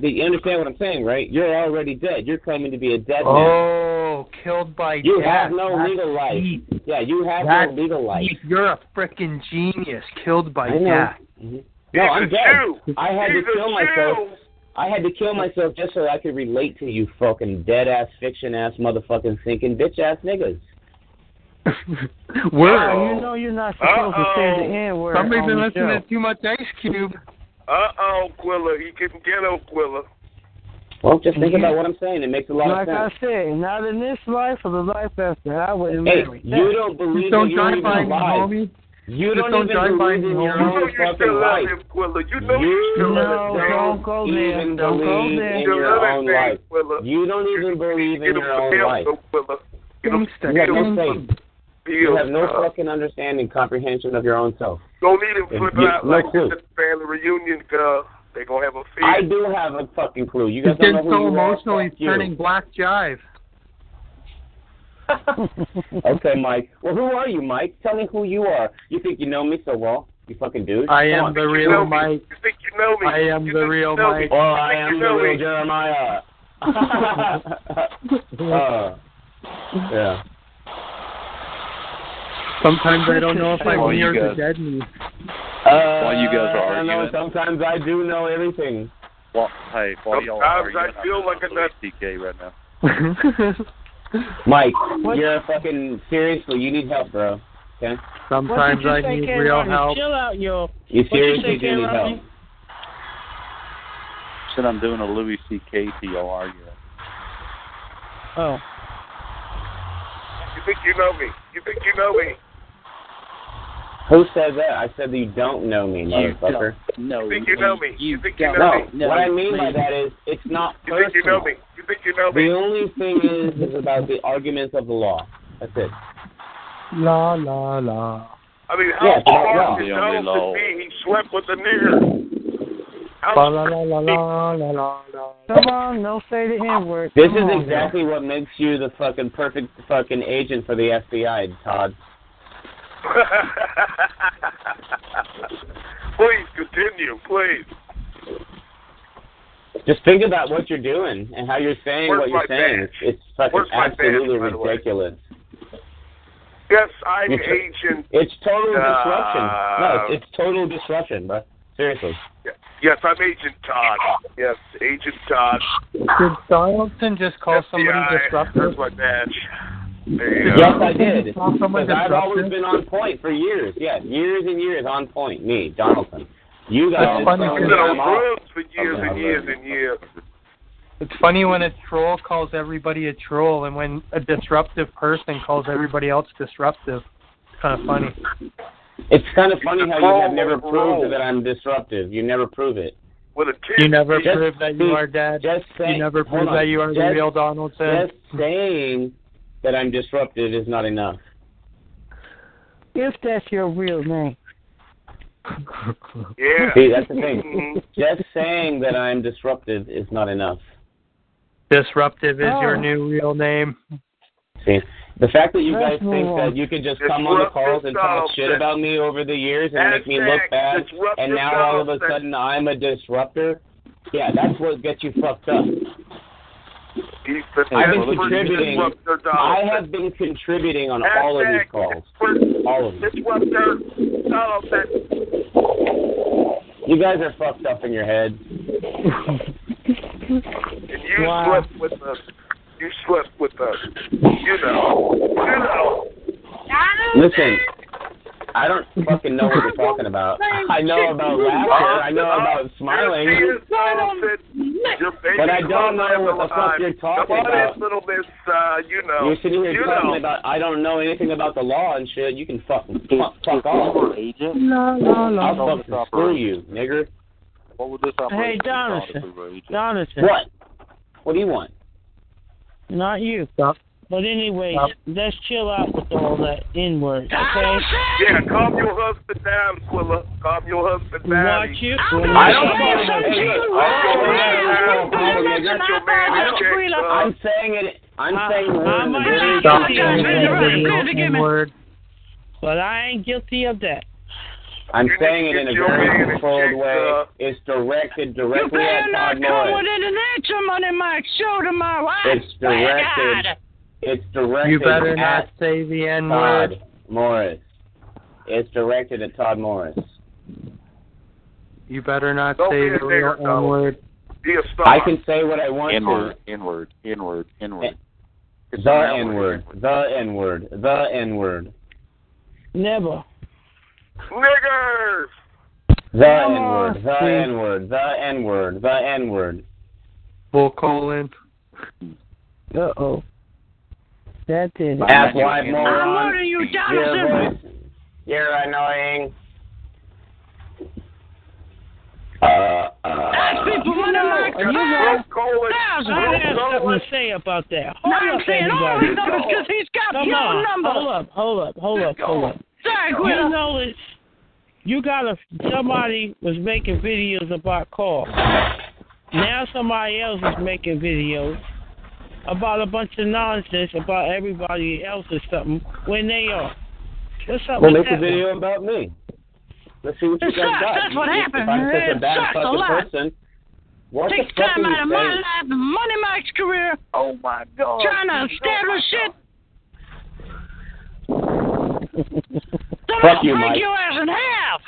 Speaker 10: you understand what I'm saying, right? You're already dead. You're claiming to be a dead man.
Speaker 1: Oh, killed by
Speaker 10: You
Speaker 1: death.
Speaker 10: have no
Speaker 1: That's
Speaker 10: legal life.
Speaker 1: deep.
Speaker 10: Yeah, you have
Speaker 1: That's
Speaker 10: no legal life.
Speaker 1: deep. You're a freaking genius, killed by
Speaker 10: I know.
Speaker 1: death.
Speaker 10: Mm-hmm. No,
Speaker 1: He's
Speaker 10: I'm
Speaker 1: a
Speaker 10: dead.
Speaker 1: Jew.
Speaker 10: I had
Speaker 1: He's
Speaker 10: to
Speaker 1: a
Speaker 10: kill
Speaker 1: Jew.
Speaker 10: myself. I had to kill myself just so I could relate to you fucking dead ass fiction ass motherfucking thinking bitch ass niggas.
Speaker 1: Word.
Speaker 4: Oh, you know you're not supposed to say the N word.
Speaker 1: Somebody's
Speaker 4: on
Speaker 1: been
Speaker 4: the
Speaker 1: listening
Speaker 4: show.
Speaker 1: to too much Ice Cube.
Speaker 7: Uh oh, Quilla. He can get on Quilla.
Speaker 10: Well, just
Speaker 4: Mm-hmm.
Speaker 10: think about what I'm saying. It makes a lot
Speaker 4: like
Speaker 10: of sense.
Speaker 4: I said, not in this life or the life after. I wouldn't
Speaker 10: Hey,
Speaker 4: marry.
Speaker 10: you don't believe
Speaker 4: don't
Speaker 10: that you're
Speaker 4: drive
Speaker 10: even
Speaker 4: by me,
Speaker 10: alive.
Speaker 4: homie.
Speaker 10: You
Speaker 4: Just
Speaker 10: don't,
Speaker 4: don't
Speaker 10: even
Speaker 4: drive by
Speaker 10: believe
Speaker 4: me,
Speaker 10: in your
Speaker 4: homie. You know
Speaker 10: own
Speaker 4: you
Speaker 10: fucking
Speaker 4: still love
Speaker 10: life.
Speaker 7: Him, Quilla. You know
Speaker 10: You
Speaker 7: you
Speaker 10: don't, even
Speaker 7: Don't go
Speaker 10: believe
Speaker 7: there.
Speaker 10: in
Speaker 7: Don't
Speaker 10: your
Speaker 7: go
Speaker 10: own
Speaker 7: there,
Speaker 10: life. You don't even believe in your own life. You have no faith. You have no fucking understanding, comprehension of your own self.
Speaker 7: Don't need him flip
Speaker 10: You-
Speaker 7: out
Speaker 10: no
Speaker 7: like
Speaker 10: clue.
Speaker 7: the family reunion. Cause they gonna have a feast.
Speaker 10: I do have a fucking clue. You
Speaker 1: He's
Speaker 10: guys don't know
Speaker 1: getting
Speaker 10: who
Speaker 1: so
Speaker 10: you
Speaker 1: emotional
Speaker 10: are.
Speaker 1: he's
Speaker 10: Fuck you.
Speaker 1: turning black jive.
Speaker 10: okay, Mike. Well, who are you, Mike? Tell me who you are. You think you know me so well? You fucking dude.
Speaker 1: I
Speaker 10: Come
Speaker 1: am
Speaker 10: on.
Speaker 1: the real Mike.
Speaker 7: You think you know me?
Speaker 1: I am the real
Speaker 10: know me?
Speaker 1: Mike.
Speaker 10: Or I am
Speaker 1: You
Speaker 10: the
Speaker 1: know
Speaker 10: real
Speaker 1: me.
Speaker 10: Jeremiah. Uh, yeah.
Speaker 1: Sometimes I don't know if I'm
Speaker 10: Well, Oh, you
Speaker 1: near the
Speaker 10: guys-
Speaker 1: dead me.
Speaker 10: While
Speaker 1: you guys
Speaker 10: Uh,
Speaker 1: are
Speaker 10: I know.
Speaker 1: arguing.
Speaker 10: Sometimes I do know everything.
Speaker 6: Well, hey, while y'all
Speaker 10: Sometimes
Speaker 6: are
Speaker 10: I
Speaker 6: arguing,
Speaker 10: feel
Speaker 6: I'm
Speaker 10: like
Speaker 6: gonna delete TK right now.
Speaker 10: Mike, you're fucking seriously. You need help, bro. Okay.
Speaker 1: Sometimes I need real help.
Speaker 15: Chill out, yo.
Speaker 10: You
Speaker 15: What'd you
Speaker 10: seriously
Speaker 15: say,
Speaker 10: do need
Speaker 15: K-Rodney?
Speaker 10: help.
Speaker 6: Said I'm doing a Louis C.K. to y'all arguing.
Speaker 15: Oh.
Speaker 7: You think you know me? You think you know me?
Speaker 10: Who said that? I said that you don't know me,
Speaker 7: You
Speaker 10: motherfucker.
Speaker 7: You think you know me? You think you know
Speaker 10: No,
Speaker 7: me?
Speaker 10: what I mean by that is it's not
Speaker 7: You think you know
Speaker 10: personal.
Speaker 7: me? You think you know
Speaker 10: The
Speaker 7: me?
Speaker 10: only thing is is about the arguments of the law. That's it.
Speaker 1: La la la.
Speaker 7: I mean,
Speaker 10: Yeah,
Speaker 7: how
Speaker 10: it's not
Speaker 7: hard
Speaker 10: wrong.
Speaker 7: is
Speaker 10: The only
Speaker 7: Donald
Speaker 10: law.
Speaker 7: to be? He slept with a nigger.
Speaker 1: Ba la la la la la la la.
Speaker 4: Come on, don't say the N word.
Speaker 10: This is exactly what makes you the fucking perfect fucking agent for the FBI, Todd. Oh,
Speaker 7: please continue, please.
Speaker 10: Just think about what you're doing and how you're saying
Speaker 7: Where's my
Speaker 10: what you're saying.
Speaker 7: badge?
Speaker 10: It's, it's fucking
Speaker 7: Where's my badge,
Speaker 10: absolutely
Speaker 7: by the way?
Speaker 10: ridiculous.
Speaker 7: Yes, I'm
Speaker 10: It's-
Speaker 7: agent.
Speaker 10: It's total
Speaker 7: Uh,
Speaker 10: disruption. No, it's, it's total disruption, bro. Seriously.
Speaker 7: Yes, I'm Agent Todd. Yes, Agent Todd.
Speaker 1: Did Donaldson just call somebody
Speaker 7: FBI.
Speaker 1: disruptive?
Speaker 7: That's my badge.
Speaker 10: Yes, I did.
Speaker 1: You
Speaker 10: Because
Speaker 1: call someone
Speaker 10: I've always
Speaker 1: disruptive?
Speaker 10: been on point for years. Yes, years and years on point. Me, Donaldson. You guys.
Speaker 1: That's funny,
Speaker 7: I've been
Speaker 1: too.
Speaker 7: on drugs for years and years and years.
Speaker 1: It's funny when a troll calls everybody a troll, and when a disruptive person calls everybody else disruptive. It's kind of funny.
Speaker 10: It's kind of funny how you have never
Speaker 1: Roll.
Speaker 10: proved that I'm disruptive. You never prove it.
Speaker 7: With a
Speaker 1: You never prove that you are dead.
Speaker 10: Just say,
Speaker 1: you never prove
Speaker 10: hold on.
Speaker 1: that you are the
Speaker 10: Just-
Speaker 1: real Donaldson.
Speaker 10: Just saying that I'm disruptive is not enough.
Speaker 4: If that's your real name.
Speaker 7: Yeah.
Speaker 10: See, that's the thing. Just saying that I'm disruptive is not enough.
Speaker 1: Disruptive is your
Speaker 10: Oh.
Speaker 1: new real name.
Speaker 10: See, the fact that you guys
Speaker 1: That's
Speaker 10: think
Speaker 1: wrong.
Speaker 10: that you could just come on the
Speaker 1: Disruptive
Speaker 10: calls and talk
Speaker 1: Donaldson.
Speaker 10: shit about me over the years and make me look
Speaker 1: Hashtag
Speaker 10: bad,
Speaker 1: disruptive
Speaker 10: and now all of a
Speaker 1: Donaldson.
Speaker 10: sudden I'm a disruptor. Yeah, that's what gets you fucked up.
Speaker 7: He's the
Speaker 10: I've been
Speaker 7: best
Speaker 10: contributing.
Speaker 7: disruptor,
Speaker 10: I
Speaker 7: Donaldson.
Speaker 10: have been contributing on all of these calls. All of them.
Speaker 7: Disruptor, Donaldson.
Speaker 10: You guys are fucked up in your head.
Speaker 7: And you slept with us. You slept with us. You know. You know.
Speaker 10: Listen, I don't fucking know what you're talking about. I know about laughter. I know about smiling.
Speaker 7: But
Speaker 10: But I don't know what the fuck you're talking about.
Speaker 7: little miss, uh, you know.
Speaker 10: You're sitting here
Speaker 7: you
Speaker 10: talking
Speaker 7: know.
Speaker 10: about I don't know anything about the law and shit. You can fucking fuck, fuck off.
Speaker 4: La, la, la.
Speaker 10: I'll fucking screw you, nigger.
Speaker 6: What would this
Speaker 4: Hey, Donaldson. Donaldson.
Speaker 10: What? What do you want?
Speaker 4: Not you. But anyway, let's chill out with all that N word,
Speaker 7: Ah,
Speaker 4: okay?
Speaker 7: Yeah, calm your husband down, Quilla. Calm your husband down. Watch
Speaker 4: you.
Speaker 10: I don't know. Hey, look, I'm saying it. Uh, I'm saying words. in a very
Speaker 1: Word.
Speaker 4: But I ain't guilty of that.
Speaker 10: I'm saying it in a very controlled
Speaker 7: uh,
Speaker 10: way. It's directed directly at Todd Morris.
Speaker 4: someone in my shoulder, my wife.
Speaker 10: It's
Speaker 7: Oh
Speaker 10: directed. It's directed
Speaker 1: You better
Speaker 10: at
Speaker 1: not say the N
Speaker 10: Todd
Speaker 1: word.
Speaker 10: Morris. It's directed at Todd Morris.
Speaker 1: You better not
Speaker 10: Don't
Speaker 1: say
Speaker 10: be a
Speaker 1: the real
Speaker 10: nigger,
Speaker 1: N word.
Speaker 7: Be a star.
Speaker 10: I can say what I want
Speaker 6: Inward,
Speaker 10: to. Eh,
Speaker 6: inward, inward, inward.
Speaker 10: The N word. The N word. The N word.
Speaker 4: Never.
Speaker 7: Niggers!
Speaker 10: The
Speaker 7: Come
Speaker 10: N
Speaker 7: on,
Speaker 10: word. The
Speaker 7: please.
Speaker 10: N word. The N word. The N word.
Speaker 1: Full colon.
Speaker 4: Uh oh. That did it.
Speaker 10: Asswipe moron.
Speaker 4: you,
Speaker 10: Your voice. You're annoying. Uh, uh.
Speaker 4: people want to like you know, thousand. I have something to say about that. Hold
Speaker 8: No,
Speaker 4: up,
Speaker 8: I'm saying all
Speaker 4: everybody.
Speaker 8: his numbers 'cause he's got
Speaker 4: Come
Speaker 8: your
Speaker 4: on.
Speaker 8: number.
Speaker 4: Hold up, hold up, hold up, hold up.
Speaker 8: Sorry,
Speaker 4: You
Speaker 8: Quilla.
Speaker 4: know it. You got a somebody was making videos about calls. Now somebody else is making videos about a bunch of nonsense about everybody else or something when they are. What's up
Speaker 10: Well,
Speaker 4: with
Speaker 10: make
Speaker 4: that
Speaker 10: a video
Speaker 4: one?
Speaker 10: about me. Let's see what you
Speaker 4: It
Speaker 10: guys
Speaker 4: sucks.
Speaker 10: got.
Speaker 4: That's what
Speaker 10: If
Speaker 4: happened.
Speaker 10: I'm such a
Speaker 4: It
Speaker 10: bad
Speaker 4: sucks a
Speaker 10: fucking
Speaker 4: lot.
Speaker 10: person. What
Speaker 8: Takes
Speaker 10: the fuck
Speaker 8: time
Speaker 10: are you
Speaker 8: out of my
Speaker 10: saying?
Speaker 8: life, money Mike's career.
Speaker 6: Oh my
Speaker 8: Trying to establish it.
Speaker 10: Fuck you, Mike.
Speaker 16: Break your ass in half.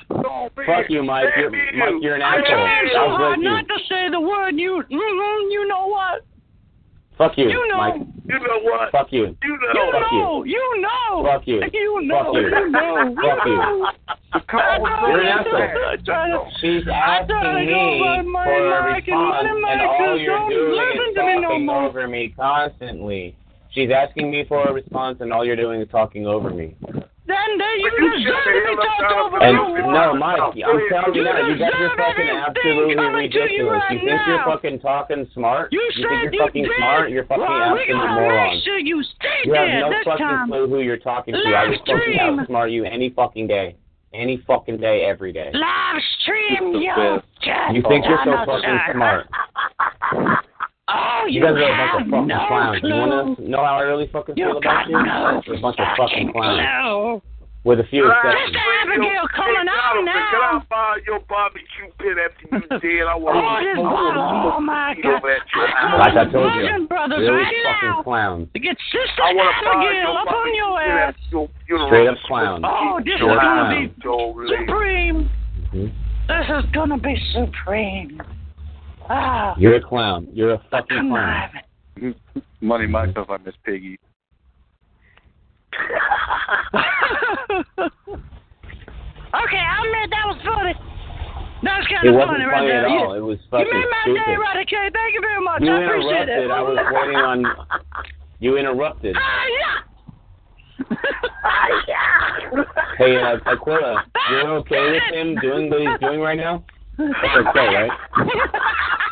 Speaker 10: Fuck you, Mike. You're, Mike, you're an
Speaker 16: I
Speaker 10: asshole.
Speaker 16: tried so
Speaker 10: I was
Speaker 16: hard
Speaker 10: with you.
Speaker 16: not to say the word. You, mm-mm, you know what?
Speaker 10: Fuck you,
Speaker 16: you know.
Speaker 10: Mike.
Speaker 7: You know what?
Speaker 10: Fuck you.
Speaker 7: You
Speaker 16: You
Speaker 10: Fuck you.
Speaker 16: know. You know.
Speaker 10: Fuck you.
Speaker 16: You know.
Speaker 10: Fuck you.
Speaker 16: know.
Speaker 10: Fuck you. You're an
Speaker 16: asshole.
Speaker 10: She's asking me for a response, and all you're doing is talking over me constantly. She's asking me for a response, and all you're doing is talking over me.
Speaker 16: Then, then you deserve to be talked over.
Speaker 10: And
Speaker 16: You
Speaker 10: no,
Speaker 16: want-
Speaker 10: Mike, I'm telling you now, you got your
Speaker 16: deserve
Speaker 10: fucking absolutely
Speaker 16: coming to you
Speaker 10: ridiculous.
Speaker 16: right
Speaker 10: You think you're
Speaker 16: now.
Speaker 10: fucking talking smart?
Speaker 16: You
Speaker 10: You
Speaker 16: said
Speaker 10: think
Speaker 16: you
Speaker 10: you're fucking
Speaker 16: did.
Speaker 10: smart? You're fucking
Speaker 16: well, we
Speaker 10: absolute
Speaker 16: gotta
Speaker 10: moron.
Speaker 16: Make sure you stay
Speaker 10: You
Speaker 16: there
Speaker 10: have no
Speaker 16: this
Speaker 10: fucking
Speaker 16: time.
Speaker 10: clue who you're talking to. I
Speaker 16: Live
Speaker 10: was fucking
Speaker 16: stream.
Speaker 10: outsmart you any fucking day. Any fucking day, every day.
Speaker 16: Live stream,
Speaker 10: You're
Speaker 16: yo.
Speaker 10: the best. You think you're so fucking smart.
Speaker 16: Oh,
Speaker 10: You
Speaker 16: you,
Speaker 10: guys are a bunch
Speaker 16: have
Speaker 10: of fucking
Speaker 16: no
Speaker 10: clowns.
Speaker 16: clue.
Speaker 10: You want to know how I really fucking
Speaker 16: You
Speaker 10: feel about
Speaker 16: got
Speaker 10: you?
Speaker 16: no
Speaker 10: You're a bunch of fucking
Speaker 16: clue.
Speaker 10: clowns. With a few exceptions.
Speaker 16: Mr. Abigail coming on now. Oh, this bottle. Oh, my God.
Speaker 10: Like I told you,
Speaker 16: Virgin Brothers
Speaker 10: really
Speaker 16: right
Speaker 10: fucking clowns.
Speaker 16: To get Sister Abigail up on your ass.
Speaker 10: Straight up clowns.
Speaker 16: Oh, this is
Speaker 10: Straight up
Speaker 16: going
Speaker 10: clowns.
Speaker 16: to be supreme.
Speaker 10: Mm-hmm.
Speaker 16: This is going to be supreme. Ah.
Speaker 10: You're a clown. You're a fucking clown.
Speaker 6: Money myself, I miss Piggy.
Speaker 16: okay, I admit that was funny. That was kind
Speaker 10: It
Speaker 16: of
Speaker 10: wasn't
Speaker 16: funny
Speaker 10: funny
Speaker 16: right there.
Speaker 10: at
Speaker 16: You-
Speaker 10: all. It was fucking
Speaker 16: you made my
Speaker 10: stupid.
Speaker 16: day, Roddy K. Thank you very much.
Speaker 10: You
Speaker 16: I appreciate
Speaker 10: interrupted.
Speaker 16: it.
Speaker 10: I was waiting on. You interrupted. Hey, uh, Aquila, you're okay with him doing what he's doing right now? That's okay, right?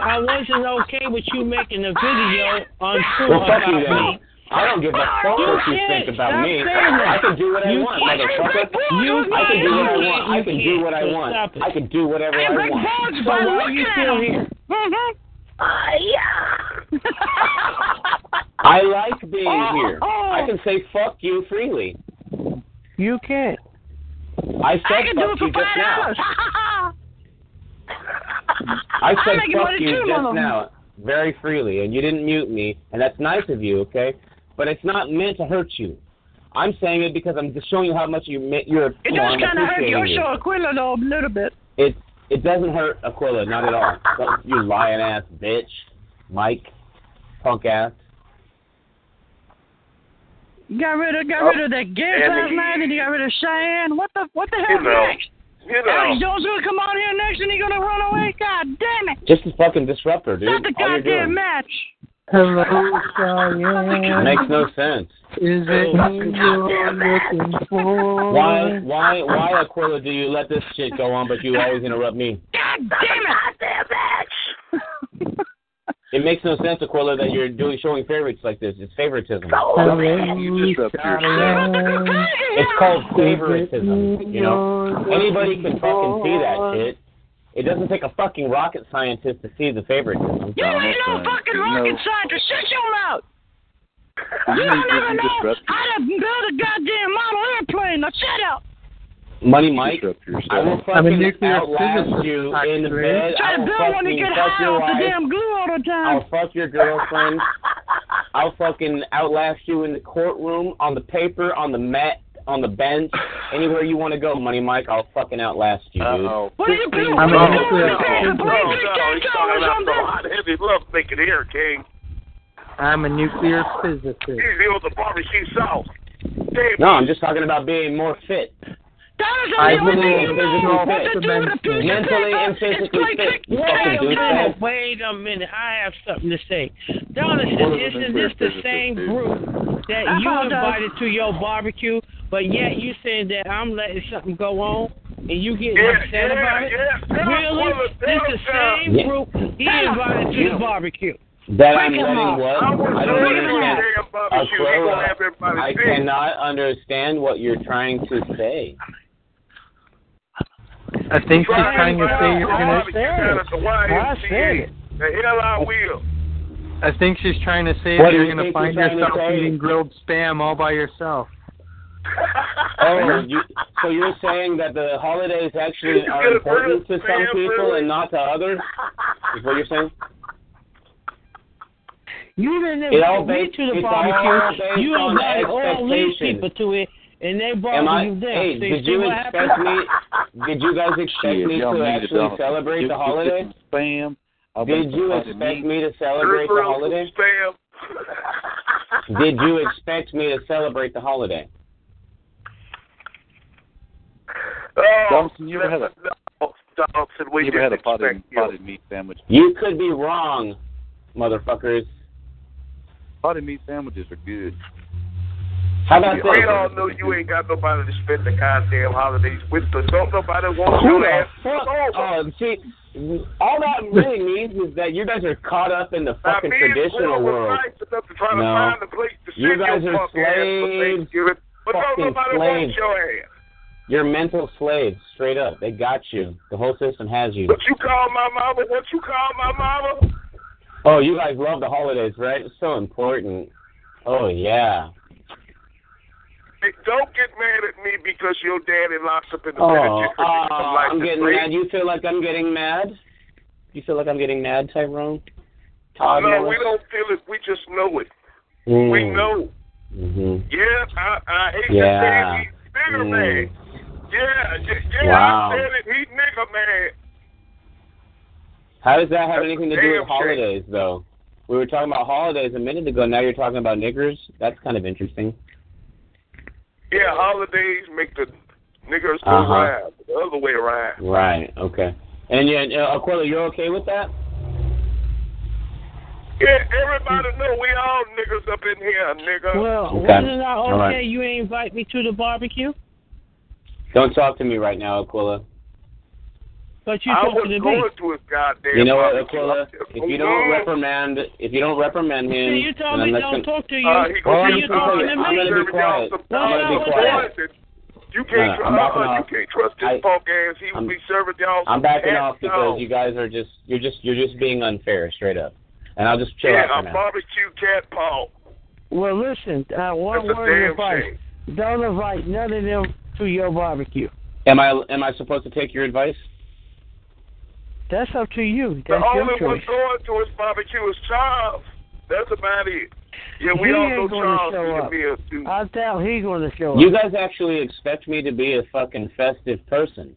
Speaker 4: I wasn't okay with you making a video on tour
Speaker 10: Well, fuck
Speaker 4: about
Speaker 10: you then.
Speaker 4: me.
Speaker 10: I don't give a fuck what you
Speaker 4: You
Speaker 10: think
Speaker 4: can't
Speaker 10: about
Speaker 4: stop
Speaker 10: me.
Speaker 4: saying that.
Speaker 10: I can do what I
Speaker 4: You
Speaker 10: want,
Speaker 4: can't-
Speaker 10: motherfucker.
Speaker 4: You
Speaker 10: I can do what I
Speaker 4: can't-
Speaker 10: want. I
Speaker 4: you
Speaker 10: can do
Speaker 4: can't.
Speaker 10: what I
Speaker 4: So
Speaker 10: want.
Speaker 4: stop it.
Speaker 10: I can do whatever I
Speaker 16: Rick
Speaker 10: want.
Speaker 16: Bones
Speaker 4: So
Speaker 16: by
Speaker 4: why
Speaker 16: looking
Speaker 4: you
Speaker 16: at
Speaker 4: still
Speaker 16: him.
Speaker 4: here?
Speaker 16: Mhm.
Speaker 8: Uh,
Speaker 16: Ah, yeah.
Speaker 10: I like being here. I can say fuck you freely.
Speaker 2: You can't.
Speaker 10: I said
Speaker 16: I can do
Speaker 10: fuck
Speaker 16: it for
Speaker 10: you just
Speaker 16: five
Speaker 10: now.
Speaker 16: dollars.
Speaker 10: I
Speaker 16: I'm
Speaker 10: said
Speaker 16: making
Speaker 10: fuck
Speaker 16: money
Speaker 10: you
Speaker 16: too,
Speaker 10: just
Speaker 16: mother.
Speaker 10: now, very freely, and you didn't mute me, and that's nice of you, okay? But it's not meant to hurt you. I'm saying it because I'm just showing you how much you me- you're.
Speaker 16: It
Speaker 10: you know,
Speaker 16: does
Speaker 10: I'm
Speaker 16: kind of hurt
Speaker 10: appreciating
Speaker 16: your show, Aquila, though, a little bit.
Speaker 10: It it doesn't hurt Aquila, not at all. Don't- you lying ass bitch, Mike, punk ass.
Speaker 16: You got rid of got
Speaker 10: Oh,
Speaker 16: rid of that Gibbs
Speaker 10: and
Speaker 16: last
Speaker 10: he-
Speaker 16: night, and you got rid of Cheyenne. What the what the hell
Speaker 10: You know,
Speaker 16: next?
Speaker 7: You
Speaker 10: know.
Speaker 16: Alex Jones gonna come out here next, and he gonna run away. God damn it!
Speaker 10: Just a fucking disruptor, dude.
Speaker 16: Not the
Speaker 10: all you're
Speaker 16: goddamn
Speaker 10: doing.
Speaker 16: match.
Speaker 2: Hello, Cheyenne.
Speaker 10: Makes no sense.
Speaker 2: Is it you you're looking for?
Speaker 10: Why, why, why, Aquila, do you let this shit go on, but you always interrupt me?
Speaker 16: God damn it! God damn it!
Speaker 10: It makes no sense, Aquila, that you're doing showing favorites like this. It's favoritism. It's called favoritism. You know, anybody can fucking see that shit. It doesn't take a fucking rocket scientist to see the favoritism.
Speaker 16: You ain't no fucking rocket scientist. Shut your mouth. You don't even know how to build a goddamn model airplane. Now shut up.
Speaker 10: Money, Mike. I will
Speaker 16: I'm a
Speaker 10: fucking
Speaker 16: nuclear
Speaker 10: outlast
Speaker 16: physicist,
Speaker 10: you in the bed.
Speaker 16: Try
Speaker 10: I
Speaker 16: to
Speaker 10: will
Speaker 16: build one to
Speaker 10: fucking
Speaker 16: get
Speaker 10: fuck
Speaker 16: high
Speaker 10: your
Speaker 16: off the
Speaker 10: wife.
Speaker 16: damn glue all the time.
Speaker 10: I'll fuck your girlfriend. I'll fucking outlast you in the courtroom, on the paper, on the mat, on the bench, anywhere you want to go, Money Mike. I'll fucking outlast you, dude.
Speaker 16: What are you doing?
Speaker 10: I'm
Speaker 16: What are you
Speaker 10: a-
Speaker 16: doing? You're
Speaker 10: No, no,
Speaker 16: playing
Speaker 10: no,
Speaker 16: big
Speaker 7: Oh,
Speaker 16: game
Speaker 7: he's talking
Speaker 16: dollars
Speaker 7: about
Speaker 16: on
Speaker 7: the
Speaker 16: this.
Speaker 7: hot heavy love making here, King.
Speaker 2: I'm a nuclear physicist.
Speaker 7: He's here with the barbecue sauce.
Speaker 10: No, I'm just talking about being more fit.
Speaker 16: That is
Speaker 10: I
Speaker 16: the only thing you
Speaker 10: believe in
Speaker 16: know what to
Speaker 10: physical
Speaker 16: do with a piece of
Speaker 10: dimension. Mentally
Speaker 16: paper.
Speaker 10: and physically
Speaker 16: It's play
Speaker 10: fit. You
Speaker 16: Wait a
Speaker 10: fucking douchebag.
Speaker 16: minute.
Speaker 4: Now, Wait a minute. I have something to say.
Speaker 16: One
Speaker 4: Donna,
Speaker 16: of
Speaker 4: is
Speaker 16: them is
Speaker 4: isn't this the
Speaker 16: physicist,
Speaker 4: same
Speaker 16: dude.
Speaker 4: group that
Speaker 16: I
Speaker 4: you
Speaker 16: apologize.
Speaker 4: invited to your barbecue, but yet you saying that I'm letting something go on and you getting
Speaker 16: Yeah,
Speaker 4: upset
Speaker 16: yeah,
Speaker 4: about it?
Speaker 16: yeah. Tell us,
Speaker 4: Really? This is the
Speaker 10: Yeah.
Speaker 4: same group he
Speaker 16: Tell us.
Speaker 4: invited to the barbecue.
Speaker 10: That I'm
Speaker 4: Break 'em
Speaker 10: letting
Speaker 4: up.
Speaker 10: what?
Speaker 4: I was
Speaker 10: I don't
Speaker 4: trying to
Speaker 10: understand.
Speaker 4: say
Speaker 7: about
Speaker 4: it. You ain't gonna
Speaker 10: Aquila,
Speaker 4: have everybody
Speaker 10: I
Speaker 4: see it.
Speaker 10: cannot understand what you're trying to say.
Speaker 2: I think she's trying to say you're
Speaker 7: I
Speaker 2: gonna.
Speaker 7: said it. The hell I will.
Speaker 2: I think she's trying to say
Speaker 10: What
Speaker 2: that
Speaker 10: do
Speaker 2: you're
Speaker 10: you
Speaker 2: going to
Speaker 10: think
Speaker 2: find
Speaker 10: you're trying to
Speaker 2: yourself
Speaker 10: say?
Speaker 2: eating grilled spam all by yourself.
Speaker 10: Oh, you, so you're saying that the holidays actually are important to some people and not to others? Is what you're saying?
Speaker 4: You didn't
Speaker 10: It all
Speaker 4: invite me
Speaker 10: based-
Speaker 4: to the
Speaker 10: it's all
Speaker 4: barbecue.
Speaker 10: based
Speaker 4: You
Speaker 10: on the
Speaker 4: invited all these
Speaker 10: expectation.
Speaker 4: people to it, and they brought
Speaker 10: Am I?
Speaker 4: you down.
Speaker 10: Hey,
Speaker 4: See-
Speaker 10: did
Speaker 4: see
Speaker 10: you
Speaker 4: what
Speaker 10: expect
Speaker 4: happened?
Speaker 10: me? Did you guys expect
Speaker 6: Shit,
Speaker 10: me
Speaker 6: y'all
Speaker 10: to
Speaker 6: need
Speaker 10: actually
Speaker 6: Donald.
Speaker 10: celebrate
Speaker 6: Give-
Speaker 10: the
Speaker 6: give me
Speaker 10: holiday?
Speaker 6: some Spam. I'll make
Speaker 10: Did
Speaker 6: some
Speaker 10: you
Speaker 6: fucking
Speaker 10: expect
Speaker 6: meat.
Speaker 10: me to celebrate the holiday? Did you expect me to celebrate the holiday?
Speaker 7: Oh,
Speaker 6: Donaldson, you ever had a
Speaker 7: Donaldson, we
Speaker 6: you ever had a
Speaker 7: didn't
Speaker 6: potted,
Speaker 7: expect you.
Speaker 6: potted meat sandwich?
Speaker 10: You could be wrong, motherfuckers.
Speaker 6: Potted meat sandwiches are good.
Speaker 10: How about
Speaker 7: They
Speaker 10: this?
Speaker 7: all know you ain't got nobody to spend the goddamn holidays with, so don't nobody want your ass.
Speaker 10: Fuck. Oh, see, all that really means is that you guys are caught up in the fucking
Speaker 7: me and
Speaker 10: traditional
Speaker 7: Paul was
Speaker 10: world.
Speaker 7: nice enough to try to
Speaker 10: No.
Speaker 7: find a place to
Speaker 10: You
Speaker 7: send
Speaker 10: guys
Speaker 7: your
Speaker 10: are
Speaker 7: punk ass for
Speaker 10: slaves.
Speaker 7: Thanksgiving, but don't
Speaker 10: Fucking
Speaker 7: nobody
Speaker 10: slaves.
Speaker 7: want your ass.
Speaker 10: You're mental slaves, straight up. They got you. The whole system has you.
Speaker 7: You call my mama what you call my mama?
Speaker 10: Oh, you guys love the holidays, right? It's so important. Oh yeah.
Speaker 7: Hey, don't get mad at me because your daddy locks up in the
Speaker 10: Oh,
Speaker 7: penitentiary.
Speaker 10: oh,
Speaker 7: I'm like
Speaker 10: I'm
Speaker 7: the
Speaker 10: getting
Speaker 7: great-
Speaker 10: mad. You feel like I'm getting mad? You feel like I'm getting mad, Tyrone? Todd
Speaker 7: Oh, no,
Speaker 10: Miller?
Speaker 7: we don't feel it. We just know it.
Speaker 10: Mm.
Speaker 7: We know.
Speaker 10: Mhm.
Speaker 7: Yeah, I, I hate to
Speaker 10: Yeah.
Speaker 7: say it. He's nigger
Speaker 10: Mm.
Speaker 7: mad. Yeah, yeah, yeah
Speaker 10: Wow.
Speaker 7: I said it. He nigger mad.
Speaker 10: How does that have anything to do
Speaker 7: damn
Speaker 10: with holidays, though? We were talking about holidays a minute ago. Now you're talking about niggers. That's kind of interesting.
Speaker 7: Yeah, holidays make the niggers go
Speaker 10: Uh-huh.
Speaker 7: round. The other way around.
Speaker 10: Right. Okay. And yeah, uh, Aquila, you're okay with that?
Speaker 7: Yeah, everybody know we all niggers up in here, nigga.
Speaker 4: Well,
Speaker 10: Okay.
Speaker 4: wasn't I okay?
Speaker 10: All right.
Speaker 4: You ain't invite me to the barbecue,
Speaker 10: Don't talk to me right now, Aquila.
Speaker 4: but you
Speaker 7: I
Speaker 4: talking
Speaker 7: was
Speaker 4: to me.
Speaker 7: going to his goddamn
Speaker 10: you know what,
Speaker 7: barbecue.
Speaker 10: Aquila? If you don't reprimand, if you don't reprimand
Speaker 4: See,
Speaker 10: him,
Speaker 4: you told
Speaker 10: then
Speaker 4: me
Speaker 10: I'm
Speaker 4: don't
Speaker 10: not gonna-
Speaker 4: talk to you. Uh, he
Speaker 10: Well,
Speaker 4: gonna
Speaker 10: I'm
Speaker 4: say
Speaker 10: just
Speaker 4: you
Speaker 10: gonna tell
Speaker 4: talking
Speaker 10: you,
Speaker 4: to
Speaker 10: I'm
Speaker 4: me.
Speaker 10: gonna be
Speaker 4: Serving y'all
Speaker 10: quiet.
Speaker 4: some
Speaker 10: I'm gonna be
Speaker 4: potato
Speaker 10: quiet.
Speaker 7: You can't,
Speaker 10: Uh, I'm backing
Speaker 7: trust,
Speaker 10: off.
Speaker 7: you can't trust this
Speaker 10: I-
Speaker 7: punk ass. He
Speaker 10: I'm-
Speaker 7: will be serving y'all.
Speaker 10: I'm backing
Speaker 7: ass
Speaker 10: off because
Speaker 7: dogs.
Speaker 10: you guys are just you're just you're just being unfair, straight up. And I'll just chill
Speaker 7: yeah,
Speaker 10: out
Speaker 7: a
Speaker 10: for now.
Speaker 7: barbecue cat paw.
Speaker 4: Well, listen, uh, one
Speaker 7: That's a
Speaker 4: word
Speaker 7: damn
Speaker 4: of advice: don't invite none of them to your barbecue.
Speaker 10: Am I am I supposed to take your advice?
Speaker 4: That's up to you.
Speaker 7: The
Speaker 4: That's
Speaker 7: only
Speaker 4: your
Speaker 7: one
Speaker 4: choice.
Speaker 7: going to his barbecue is Charles. That's about it. Yeah, we
Speaker 4: He
Speaker 7: all know
Speaker 4: ain't gonna
Speaker 7: Charles
Speaker 4: show
Speaker 7: is
Speaker 4: up.
Speaker 7: a meal too.
Speaker 4: I doubt he's going to show up.
Speaker 10: You guys actually expect me to be a fucking festive person.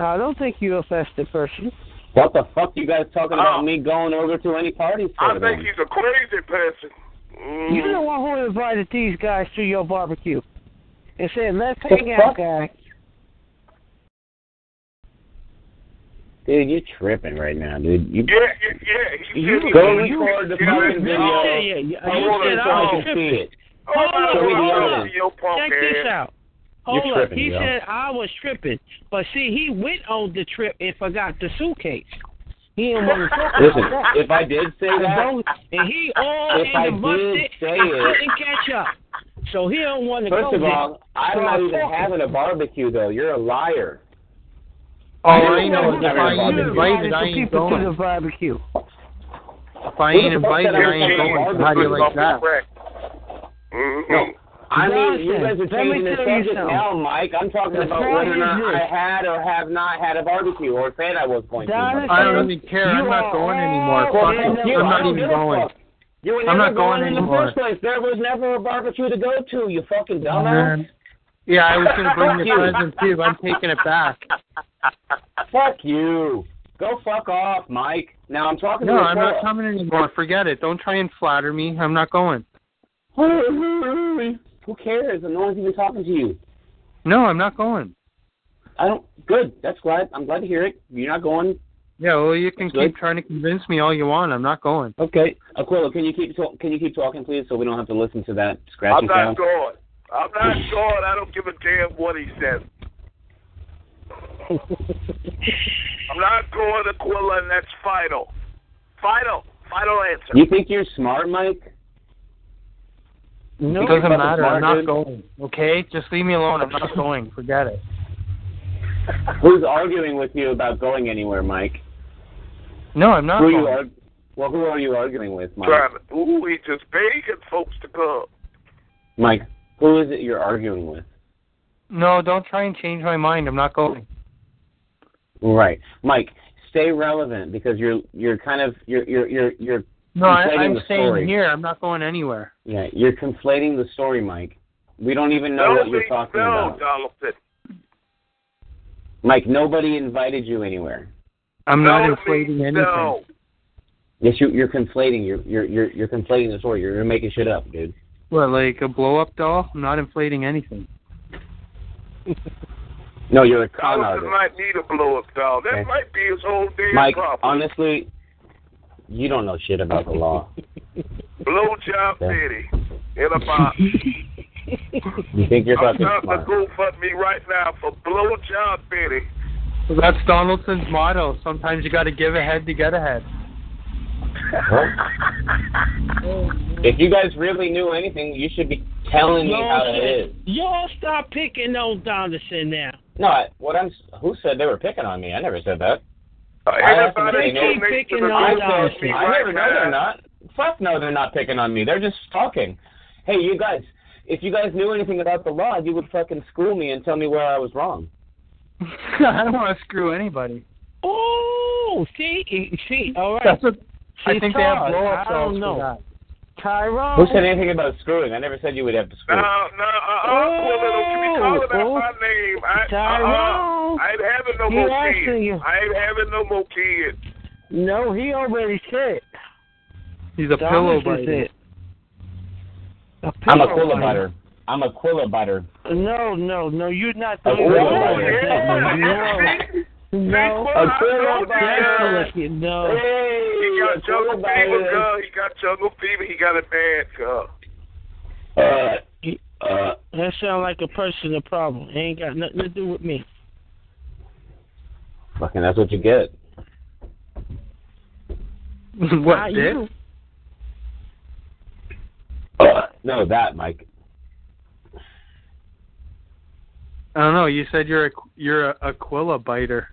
Speaker 4: I don't think you're a festive person.
Speaker 10: What the fuck you guys talking about me going over to any parties for
Speaker 7: Oh. I
Speaker 10: then?
Speaker 7: think he's a crazy person. Mm.
Speaker 4: You're the one who invited these guys to your barbecue and said, "Let's
Speaker 10: The
Speaker 4: hang out,
Speaker 10: fuck?
Speaker 4: guys."
Speaker 10: Dude, you're tripping right now, dude. You
Speaker 7: Yeah, yeah, yeah. He
Speaker 10: You
Speaker 7: said he-
Speaker 10: go
Speaker 7: you-
Speaker 10: record the
Speaker 7: yeah,
Speaker 10: fucking
Speaker 7: yeah,
Speaker 10: video.
Speaker 7: yeah,
Speaker 4: yeah, yeah.
Speaker 10: I
Speaker 4: You
Speaker 10: want
Speaker 4: said
Speaker 10: it so
Speaker 4: I
Speaker 10: I
Speaker 4: was
Speaker 10: can see it.
Speaker 7: Oh,
Speaker 4: Hold on,
Speaker 10: So we can
Speaker 4: hold
Speaker 10: learn
Speaker 4: on.
Speaker 10: it.
Speaker 4: Check this out.
Speaker 10: You're
Speaker 4: Hold up.
Speaker 10: tripping,
Speaker 4: He
Speaker 10: yo.
Speaker 4: said I was tripping, but see, he went on the trip and forgot the suitcase. He didn't want to talk about
Speaker 10: Listen,
Speaker 4: that.
Speaker 10: if I did say
Speaker 4: And
Speaker 10: that,
Speaker 4: those- and he all
Speaker 10: if
Speaker 4: in
Speaker 10: I
Speaker 4: the mustard
Speaker 10: did say
Speaker 4: and
Speaker 10: it-
Speaker 4: couldn't catch up. So he don't want to go
Speaker 10: First of
Speaker 4: there.
Speaker 10: all,
Speaker 4: So
Speaker 10: I'm not
Speaker 4: I'm
Speaker 10: even
Speaker 4: talking.
Speaker 10: having a barbecue though. You're a liar.
Speaker 1: Oh,
Speaker 10: I
Speaker 1: I know.
Speaker 10: was having a
Speaker 1: If I ain't
Speaker 10: barbecue.
Speaker 1: invited, I ain't
Speaker 4: to
Speaker 1: going.
Speaker 4: the barbecue.
Speaker 1: If I ain't invited, I ain't going. How do you like that? Mm-hmm.
Speaker 10: No. I mean, you
Speaker 4: Listen,
Speaker 10: guys are
Speaker 4: let me
Speaker 10: changing the
Speaker 4: tell you
Speaker 10: subject
Speaker 4: something.
Speaker 10: now, Mike. I'm talking
Speaker 4: The
Speaker 10: about
Speaker 4: point
Speaker 10: whether or
Speaker 4: is
Speaker 10: not
Speaker 4: this.
Speaker 10: I had or have not had a barbecue or said I was going to.
Speaker 4: Jonathan,
Speaker 1: I don't even care. I'm
Speaker 4: you
Speaker 1: not
Speaker 4: are
Speaker 1: going
Speaker 4: all
Speaker 1: anymore. Fuck
Speaker 4: in
Speaker 1: it.
Speaker 4: the
Speaker 1: I'm not
Speaker 4: wrong.
Speaker 1: even going.
Speaker 10: You were
Speaker 1: I'm
Speaker 10: never
Speaker 1: not going
Speaker 10: in
Speaker 1: anymore.
Speaker 10: the first place. There was never a barbecue to go to, you fucking dumbass.
Speaker 1: Oh, Man. Yeah, I was gonna bring the
Speaker 10: Fuck you.
Speaker 1: present too. I'm taking it back.
Speaker 10: Fuck you. Go fuck off, Mike. Now I'm talking
Speaker 1: No,
Speaker 10: to you.
Speaker 1: I'm not coming anymore. Forget it. Don't try and flatter me. I'm not going.
Speaker 10: Who cares? No one's even talking to you.
Speaker 1: No, I'm not going.
Speaker 10: I don't. Good. That's glad. I'm glad to hear it. You're not going.
Speaker 1: Yeah, well, you can
Speaker 10: Good.
Speaker 1: keep trying to convince me all you want. I'm not going.
Speaker 10: Okay, Aquila, can you keep talk, can you keep talking, please, so we don't have to listen to that
Speaker 7: I'm
Speaker 10: scratching
Speaker 7: not
Speaker 10: sound?
Speaker 7: going. I'm not going. I don't give a damn what he says. I'm not going to Quilla, and that's final. Final. Final answer.
Speaker 10: You think you're smart, Mike?
Speaker 1: it
Speaker 10: No,
Speaker 1: doesn't
Speaker 10: fucking
Speaker 1: matter.
Speaker 10: smart,
Speaker 1: I'm not
Speaker 10: dude.
Speaker 1: going. Okay, just leave me alone. I'm not going. Forget it.
Speaker 10: Who's arguing with you about going anywhere, Mike?
Speaker 1: No, I'm not
Speaker 10: who
Speaker 1: going.
Speaker 10: you are? Well, who are you arguing with, Mike?
Speaker 7: Trying to, ooh, he just begging folks to come.
Speaker 10: Mike, who is it you're arguing with?
Speaker 1: No, don't try and change my mind. I'm not going.
Speaker 10: Right, Mike. Stay relevant because you're you're kind of you're you're you're you're
Speaker 1: No, I,
Speaker 10: conflating
Speaker 1: I'm
Speaker 10: the
Speaker 1: staying
Speaker 10: story.
Speaker 1: here. I'm not going anywhere.
Speaker 10: Yeah, you're conflating the story, Mike. We don't even know what you're talking
Speaker 7: no,
Speaker 10: about.
Speaker 7: Donaldson.
Speaker 10: Mike, nobody invited you anywhere.
Speaker 1: I'm
Speaker 7: not No, inflating anything. no.
Speaker 10: Yes, you, you're conflating. You're, you're you're you're conflating the story. You're, you're making shit up, dude.
Speaker 1: What, like a blow up doll? I'm not inflating anything.
Speaker 10: No, you're a con
Speaker 7: Donaldson
Speaker 10: artist,
Speaker 7: might need a blow up doll. That
Speaker 10: Okay.
Speaker 7: might be his whole damn
Speaker 10: Mike.
Speaker 7: problem.
Speaker 10: Honestly, you don't know shit about the law.
Speaker 7: Blow job
Speaker 10: Yeah.
Speaker 7: city in a box.
Speaker 10: You think you're
Speaker 7: I'm
Speaker 10: fucking
Speaker 7: trying to
Speaker 10: smart.
Speaker 7: goof up me right now for blow job city.
Speaker 1: Well, that's Donaldson's motto. Sometimes you got to give ahead to get ahead.
Speaker 10: If you guys really knew anything, you should be telling me how it is.
Speaker 4: Y'all stop picking on Donaldson now.
Speaker 10: No, I, what I'm. Who said they were picking on me? I never said that.
Speaker 7: Uh,
Speaker 10: I asked them if they
Speaker 4: Everybody
Speaker 10: knew-
Speaker 4: keep picking
Speaker 10: I
Speaker 4: on
Speaker 10: said-
Speaker 4: Donaldson.
Speaker 10: I never know they're not. Fuck no, they're not picking on me. They're just talking. Hey, you guys, if you guys knew anything about the law, you would fucking school me and tell me where I was wrong.
Speaker 1: I don't want to screw anybody.
Speaker 4: Oh, see, see, all right.
Speaker 1: That's what I
Speaker 4: See,
Speaker 1: think they have
Speaker 4: Todd,
Speaker 1: blow
Speaker 4: I
Speaker 1: up
Speaker 4: don't
Speaker 1: dolls for
Speaker 4: know.
Speaker 1: that.
Speaker 4: Tyrone.
Speaker 10: Who said anything about screwing? I never said you would have to screw.
Speaker 7: No, uh, uh, Quilla, don't you be calling out my name. I, uh,
Speaker 4: Tyrone.
Speaker 7: I ain't having no
Speaker 4: He
Speaker 7: more
Speaker 4: asking
Speaker 7: kids.
Speaker 4: you.
Speaker 7: I ain't having no more kids.
Speaker 4: No, he already said.
Speaker 1: He's a
Speaker 4: Donaldson
Speaker 10: pillow biter.
Speaker 4: said-
Speaker 7: uh,
Speaker 4: A
Speaker 10: I'm a
Speaker 4: pillow
Speaker 10: quilla
Speaker 4: biter.
Speaker 10: butter. I'm a quilla butter.
Speaker 4: No, no, no, you're not the
Speaker 10: A
Speaker 4: only
Speaker 10: quilla
Speaker 4: one.
Speaker 10: butter.
Speaker 4: No, no,
Speaker 10: A quilla butter.
Speaker 4: That's the- no.
Speaker 7: He got jungle fever, girl. He got jungle fever. He got it bad, girl.
Speaker 4: Uh, that sounds like a personal problem. It ain't got nothing to do with me.
Speaker 10: Fucking, that's what you get.
Speaker 1: what,
Speaker 4: Not
Speaker 1: dick?
Speaker 4: you.
Speaker 10: No, that, Mike.
Speaker 1: I don't know. You said you're a you're a Aquila biter.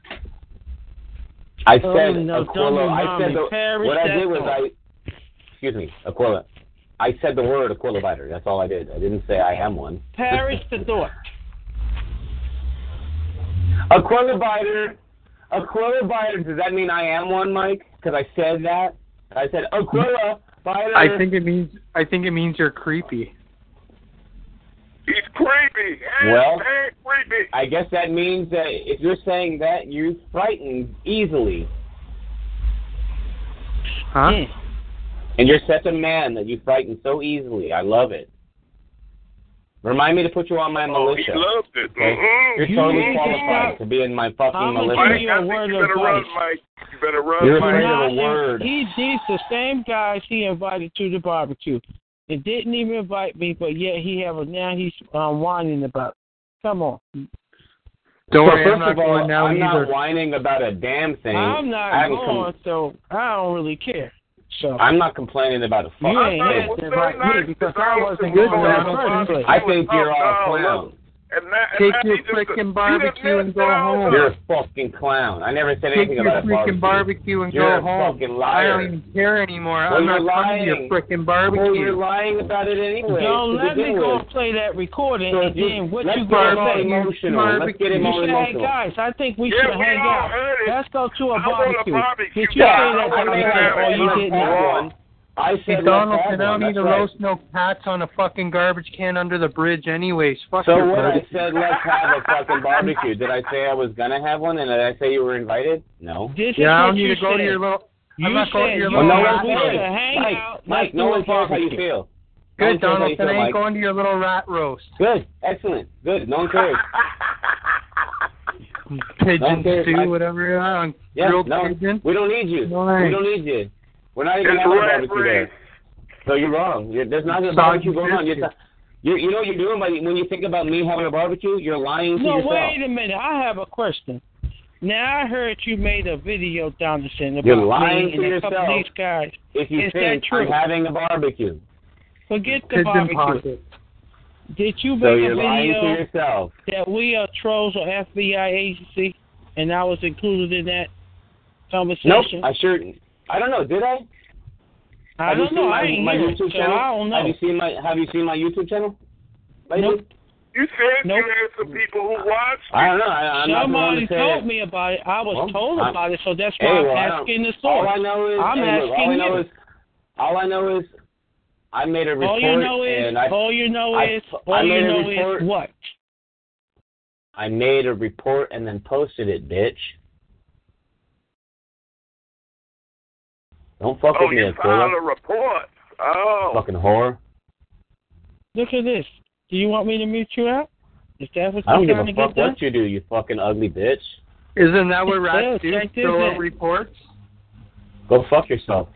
Speaker 10: I
Speaker 1: Oh,
Speaker 10: said
Speaker 1: no, don't
Speaker 10: Aquila. I
Speaker 1: remind
Speaker 10: said
Speaker 1: me.
Speaker 10: the,
Speaker 1: Perish
Speaker 10: what I
Speaker 1: that
Speaker 10: did was
Speaker 1: thought.
Speaker 10: I. Excuse me, Aquila. I said the word Aquila Biter. That's all I did. I didn't say I am one.
Speaker 4: Perish the thought.
Speaker 10: Aquila Biter. Aquila Biter. Does that mean I am one, Mike? Because I said that. I said Aquila Biter.
Speaker 1: I think it means I think it means you're creepy.
Speaker 7: He's creepy. Hey,
Speaker 10: Well,
Speaker 7: hey, creepy.
Speaker 10: I guess that means that if you're saying that, you frighten easily,
Speaker 1: huh?
Speaker 10: and you're such a man that you frighten so easily. I love it. Remind me to put you on my
Speaker 7: Oh, he
Speaker 10: militia.
Speaker 7: loved it.
Speaker 10: Okay?
Speaker 7: Mhm.
Speaker 10: You're totally qualified to be in my fucking
Speaker 7: Mike,
Speaker 10: militia.
Speaker 7: I think you better run, Mike. You better run,
Speaker 10: You're
Speaker 7: Mike.
Speaker 10: afraid of the
Speaker 4: Nah,
Speaker 10: word.
Speaker 4: He, he's the same guys he invited to the barbecue. It didn't even invite me, but yet he have a now he's um, whining about. it. Come on,
Speaker 1: Don't
Speaker 10: so
Speaker 1: worry, I'm
Speaker 10: first
Speaker 1: not
Speaker 10: of all,
Speaker 1: going now
Speaker 10: I'm not
Speaker 1: either.
Speaker 10: whining about a damn thing.
Speaker 4: I'm not
Speaker 10: I haven't
Speaker 4: going, so I don't really care. So
Speaker 10: com- I'm not complaining about a fucking
Speaker 4: you ain't
Speaker 10: thing.
Speaker 4: had to invite me because I wasn't
Speaker 10: Good
Speaker 4: going to the
Speaker 10: Donaldson.
Speaker 4: first place.
Speaker 10: I think you're all a clown.
Speaker 7: And that,
Speaker 1: Take your freaking barbecue and
Speaker 7: "Oh,
Speaker 1: go home.
Speaker 10: You're a fucking clown. I never said
Speaker 1: Take
Speaker 10: anything
Speaker 1: your
Speaker 10: about a
Speaker 1: freaking barbecue and
Speaker 10: You're
Speaker 1: go
Speaker 10: a
Speaker 1: home.
Speaker 10: fucking
Speaker 1: I
Speaker 10: liar.
Speaker 1: don't even care anymore.
Speaker 10: Well,
Speaker 1: I'm not
Speaker 10: you're
Speaker 1: coming to your
Speaker 10: lying. Well,
Speaker 1: freaking barbecue.
Speaker 10: you're lying about it anyway.
Speaker 4: Don't
Speaker 10: to
Speaker 4: let me
Speaker 10: begin
Speaker 4: go
Speaker 10: with.
Speaker 4: play that recording
Speaker 10: So if
Speaker 4: and
Speaker 10: you-
Speaker 4: then what
Speaker 10: let's
Speaker 4: you
Speaker 10: get
Speaker 4: gonna
Speaker 10: all
Speaker 4: say?
Speaker 10: emotional. Let's get him all
Speaker 4: You say,
Speaker 10: emotional.
Speaker 4: guys, I think we
Speaker 7: Yeah,
Speaker 4: should
Speaker 7: we
Speaker 4: hang
Speaker 7: all
Speaker 4: out.
Speaker 7: heard it.
Speaker 4: Let's go to a
Speaker 7: I want a
Speaker 4: barbecue.
Speaker 7: barbecue.
Speaker 4: Did you
Speaker 7: Yeah,
Speaker 4: say that
Speaker 7: I
Speaker 4: one
Speaker 7: want a
Speaker 4: time or you
Speaker 7: barbecue.
Speaker 4: didn't?
Speaker 7: Yeah.
Speaker 10: I
Speaker 1: Hey,
Speaker 10: said let's
Speaker 1: Donald,
Speaker 10: have
Speaker 1: I don't
Speaker 10: one.
Speaker 1: need to
Speaker 10: That's right.
Speaker 1: roast no cats on a fucking garbage can under the bridge, anyways. Fuck
Speaker 10: So
Speaker 1: your
Speaker 10: what? I
Speaker 1: barbecue.
Speaker 10: said let's have a fucking barbecue. Did I say I was gonna have one? And did I say you were invited? No.
Speaker 4: This is
Speaker 1: yeah, I don't
Speaker 4: what
Speaker 1: need
Speaker 4: you
Speaker 1: to go to
Speaker 4: said.
Speaker 1: your little.
Speaker 4: You
Speaker 1: I'm not going
Speaker 4: said
Speaker 1: to your
Speaker 4: you
Speaker 1: little.
Speaker 4: wanted
Speaker 1: rat
Speaker 4: to
Speaker 1: roast.
Speaker 4: hang
Speaker 10: Mike,
Speaker 4: out.
Speaker 10: Mike,
Speaker 4: Let's
Speaker 10: no
Speaker 4: do
Speaker 10: one
Speaker 4: a
Speaker 10: cares how you
Speaker 4: barbecue.
Speaker 10: feel. No one
Speaker 1: Good,
Speaker 10: cares how
Speaker 1: Donaldson.
Speaker 10: you
Speaker 1: I
Speaker 10: feel,
Speaker 1: ain't
Speaker 10: Mike.
Speaker 1: going to your little rat roast.
Speaker 10: Good, excellent, good. No one cares.
Speaker 1: Pigeon
Speaker 10: Don't care,
Speaker 1: stew,
Speaker 10: Mike.
Speaker 1: whatever you are.
Speaker 10: Yeah,
Speaker 1: grilled
Speaker 10: no,
Speaker 1: pigeon.
Speaker 10: we don't need you.
Speaker 1: Why?
Speaker 10: We don't need you. We're not even
Speaker 7: It's
Speaker 10: having a
Speaker 7: rat
Speaker 10: barbecue
Speaker 7: race.
Speaker 10: there. So you're wrong. You're, there's not a
Speaker 1: Soggy
Speaker 10: barbecue going on. You're,
Speaker 1: biscuit.
Speaker 10: you you know what you're doing by, when you think about me having a barbecue? You're lying to
Speaker 4: No,
Speaker 10: yourself.
Speaker 4: wait a minute. I have a question. Now I heard you made a video, Donaldson, about
Speaker 10: You're lying
Speaker 4: me
Speaker 10: to
Speaker 4: and a couple of
Speaker 10: yourself.
Speaker 4: these guys.
Speaker 10: If you
Speaker 4: Is that
Speaker 10: think
Speaker 4: true?
Speaker 10: I'm having a barbecue,
Speaker 4: Forget the
Speaker 1: Pigeon
Speaker 4: barbecue.
Speaker 1: pocket.
Speaker 4: Did you make
Speaker 10: so
Speaker 4: a
Speaker 10: you're lying
Speaker 4: video?
Speaker 10: to yourself.
Speaker 4: that we are trolls or FBI agency, and I was included in that
Speaker 10: Nope,
Speaker 4: conversation.
Speaker 10: I sure. I don't know. Did I?
Speaker 4: I
Speaker 10: Have you
Speaker 4: don't
Speaker 10: seen
Speaker 4: know.
Speaker 10: My,
Speaker 4: I ain't
Speaker 10: my
Speaker 4: here,
Speaker 10: YouTube
Speaker 4: so
Speaker 10: channel.
Speaker 4: I don't know.
Speaker 10: Have you seen my Have you seen my YouTube channel? Maybe?
Speaker 4: Nope.
Speaker 7: You said
Speaker 4: Nope.
Speaker 7: you had some people who watched.
Speaker 10: I don't know. I, I'm not the one
Speaker 4: Somebody
Speaker 10: to say
Speaker 4: told
Speaker 10: it.
Speaker 4: me about it. I was
Speaker 10: Well,
Speaker 4: told
Speaker 10: I'm-
Speaker 4: about it, so that's why
Speaker 10: Hey, well, I
Speaker 4: I'm
Speaker 10: don't-
Speaker 4: asking the
Speaker 10: All
Speaker 4: source.
Speaker 10: I know is,
Speaker 4: I'm
Speaker 10: hey, look, all I
Speaker 4: asking
Speaker 10: know
Speaker 4: you.
Speaker 10: is All I know is I made a report.
Speaker 4: All you know is,
Speaker 10: and I,
Speaker 4: all you know
Speaker 10: I-
Speaker 4: is,
Speaker 10: I
Speaker 4: all you
Speaker 10: made a
Speaker 4: know
Speaker 10: report.
Speaker 4: is what?
Speaker 10: I made a report and then posted it, bitch. Don't fuck
Speaker 7: oh,
Speaker 10: with me,
Speaker 7: you filed a
Speaker 10: Aquila.
Speaker 7: report. Oh.
Speaker 10: Fucking whore.
Speaker 4: Look at this. Do you want me to mute you out? Is that what
Speaker 10: I don't
Speaker 4: you're
Speaker 10: give
Speaker 4: trying to
Speaker 10: a
Speaker 4: get
Speaker 10: fuck
Speaker 4: done?
Speaker 10: what you do, you fucking ugly bitch.
Speaker 1: Isn't that what
Speaker 4: Yes,
Speaker 1: rats do?
Speaker 4: check this
Speaker 1: Throw
Speaker 4: out.
Speaker 1: out reports.
Speaker 10: Go fuck yourself.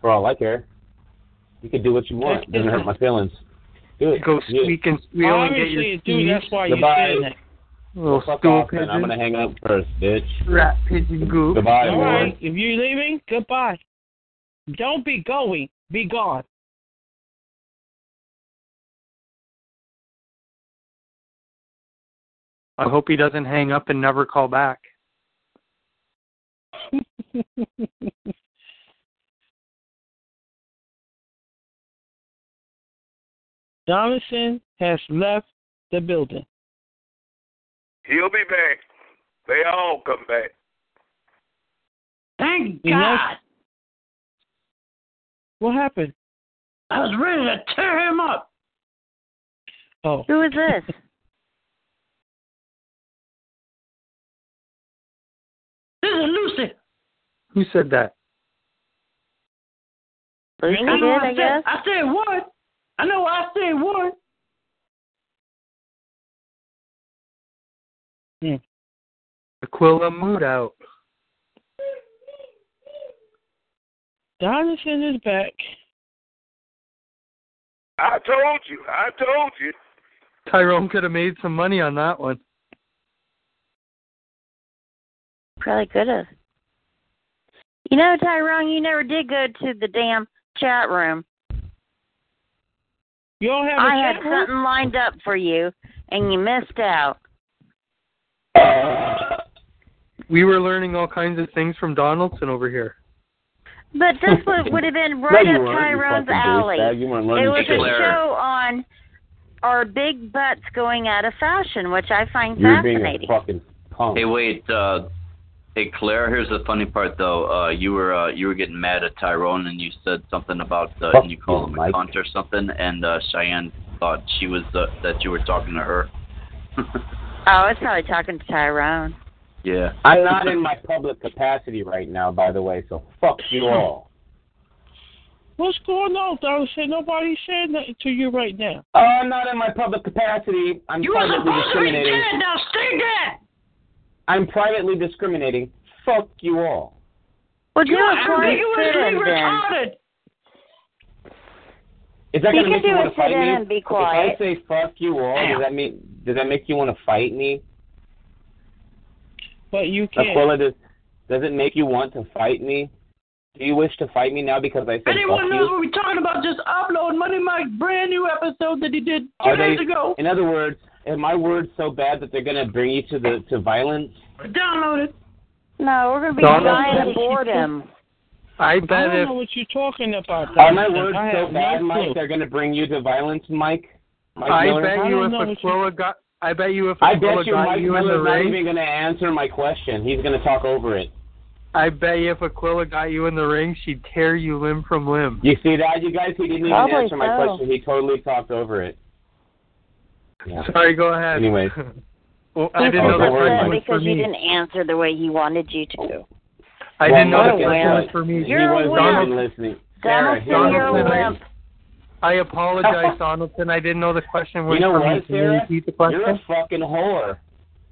Speaker 10: For all I care. You can do what you want. It doesn't hurt my feelings. Do it. Go squeak
Speaker 1: and
Speaker 4: squeal and get your Obviously, dude, that's why you're saying that.
Speaker 10: Little fuck
Speaker 1: stool
Speaker 10: off, and I'm gonna hang up first, bitch.
Speaker 1: Rat pigeon goop.
Speaker 10: Goodbye,
Speaker 4: All
Speaker 10: whore.
Speaker 4: right. If you're leaving, goodbye. Don't be going. Be gone.
Speaker 1: I hope he doesn't hang up and never call back.
Speaker 4: Donaldson has left the building.
Speaker 7: He'll be back. They all come back.
Speaker 16: Thank
Speaker 4: You
Speaker 16: God.
Speaker 4: know- What happened?
Speaker 16: I was ready to tear him up.
Speaker 4: Oh.
Speaker 8: Who is this?
Speaker 16: This is Lucy.
Speaker 1: Who said that?
Speaker 16: I know I, said, I said what? I know I said what.
Speaker 1: Aquila mood out.
Speaker 4: Donaldson is back.
Speaker 7: I told you. I told you.
Speaker 1: Tyrone could have made some money on that one.
Speaker 8: Probably could have. You know, Tyrone, you never did go to the damn chat room.
Speaker 4: You don't have a
Speaker 8: I had
Speaker 4: chat room?
Speaker 8: something lined up for you, and you missed out.
Speaker 1: We were learning all kinds of things from Donaldson over here.
Speaker 8: But this would, would have been right
Speaker 1: No, you
Speaker 8: up
Speaker 1: weren't, you
Speaker 8: Tyrone's
Speaker 1: fucking
Speaker 8: alley.
Speaker 1: douchebag. You weren't learning
Speaker 8: it was
Speaker 1: shit.
Speaker 8: a
Speaker 1: Claire.
Speaker 8: show on our big butts going out of fashion, which I find
Speaker 10: You're being a
Speaker 8: fascinating.
Speaker 10: fucking punk.
Speaker 5: Hey, wait. Uh, hey, Claire. Here's the funny part, though. Uh, you were uh, you were getting mad at Tyrone, and you said something about uh, and you called him a cunt or something. And uh, Cheyenne thought she was uh, that you were talking to her.
Speaker 8: Oh, it's probably talking to Tyrone.
Speaker 5: Yeah.
Speaker 10: I'm not in my public capacity right now, by the way, so fuck you all.
Speaker 4: What's going on, Donaldson? Nobody said nothing to you right now.
Speaker 10: Oh, I'm not in my public capacity. I'm
Speaker 4: You were
Speaker 10: privately
Speaker 4: supposed to be
Speaker 10: discriminating.
Speaker 4: dead.
Speaker 16: Now stay dead.
Speaker 10: I'm privately discriminating. Fuck you all.
Speaker 8: Well,
Speaker 16: you
Speaker 8: do
Speaker 16: are
Speaker 8: a quiet
Speaker 16: you were
Speaker 8: sit-in
Speaker 16: really
Speaker 8: then.
Speaker 16: retarded.
Speaker 10: Is that
Speaker 8: You
Speaker 10: going to
Speaker 8: can
Speaker 10: make you
Speaker 8: do
Speaker 10: want
Speaker 8: it
Speaker 10: to fight
Speaker 8: sit in
Speaker 10: me?
Speaker 8: and be quiet.
Speaker 10: If I say fuck you all, does that mean does that make you want to fight me?
Speaker 4: But you can't.
Speaker 10: Aquila, does does it make you want to fight me? Do you wish to fight me now because I said
Speaker 16: Anyone
Speaker 10: fuck
Speaker 16: knows
Speaker 10: you?
Speaker 16: what we're talking about? Just upload Money Mike's brand new episode that he did two
Speaker 10: Are
Speaker 16: days
Speaker 10: they?
Speaker 16: ago.
Speaker 10: In other words, are my words so bad that they're going to bring you to the to violence?
Speaker 16: Download it.
Speaker 8: No, we're gonna
Speaker 10: be Donald- dying of boredom.
Speaker 1: I
Speaker 4: I don't know what you're talking about.
Speaker 10: Are my
Speaker 4: Donaldson.
Speaker 10: words
Speaker 4: I
Speaker 10: so
Speaker 4: have no
Speaker 10: bad,
Speaker 4: clue.
Speaker 10: Mike? They're going to bring you to violence, Mike. Mike
Speaker 1: I
Speaker 10: Miller?
Speaker 1: bet you if Aquila got, I bet you if
Speaker 10: I
Speaker 1: Aquila
Speaker 10: bet you
Speaker 1: got
Speaker 10: Mike
Speaker 1: you in the
Speaker 10: Miller's not even
Speaker 1: ring,
Speaker 10: going to answer my question. He's going to talk over it.
Speaker 1: I bet you if Aquila got you in the ring, she'd tear you limb from limb.
Speaker 10: You see that, you guys? He didn't even
Speaker 1: Probably
Speaker 10: answer my
Speaker 1: so.
Speaker 10: question. He totally talked over it. Yeah.
Speaker 1: Sorry, go ahead.
Speaker 10: Anyways.
Speaker 1: well, I didn't
Speaker 10: Oh,
Speaker 1: know
Speaker 10: don't
Speaker 1: that
Speaker 10: worry,
Speaker 1: question
Speaker 10: Mike.
Speaker 1: was for
Speaker 8: because you
Speaker 1: me.
Speaker 8: didn't answer the way he wanted you to.
Speaker 1: I
Speaker 10: Well,
Speaker 1: didn't know that
Speaker 10: Mike,
Speaker 1: question
Speaker 10: guess
Speaker 1: was
Speaker 10: what?
Speaker 1: for me.
Speaker 10: He wasn't even listening.
Speaker 8: Donaldson,
Speaker 10: Sarah, he wasn't
Speaker 8: you're a
Speaker 10: listening.
Speaker 8: wimp.
Speaker 1: I apologize, Donaldson. I didn't know the question was
Speaker 10: You know
Speaker 1: for
Speaker 10: what,
Speaker 1: me. Can you
Speaker 10: Sarah?
Speaker 1: repeat the
Speaker 10: You're
Speaker 1: question?
Speaker 10: a fucking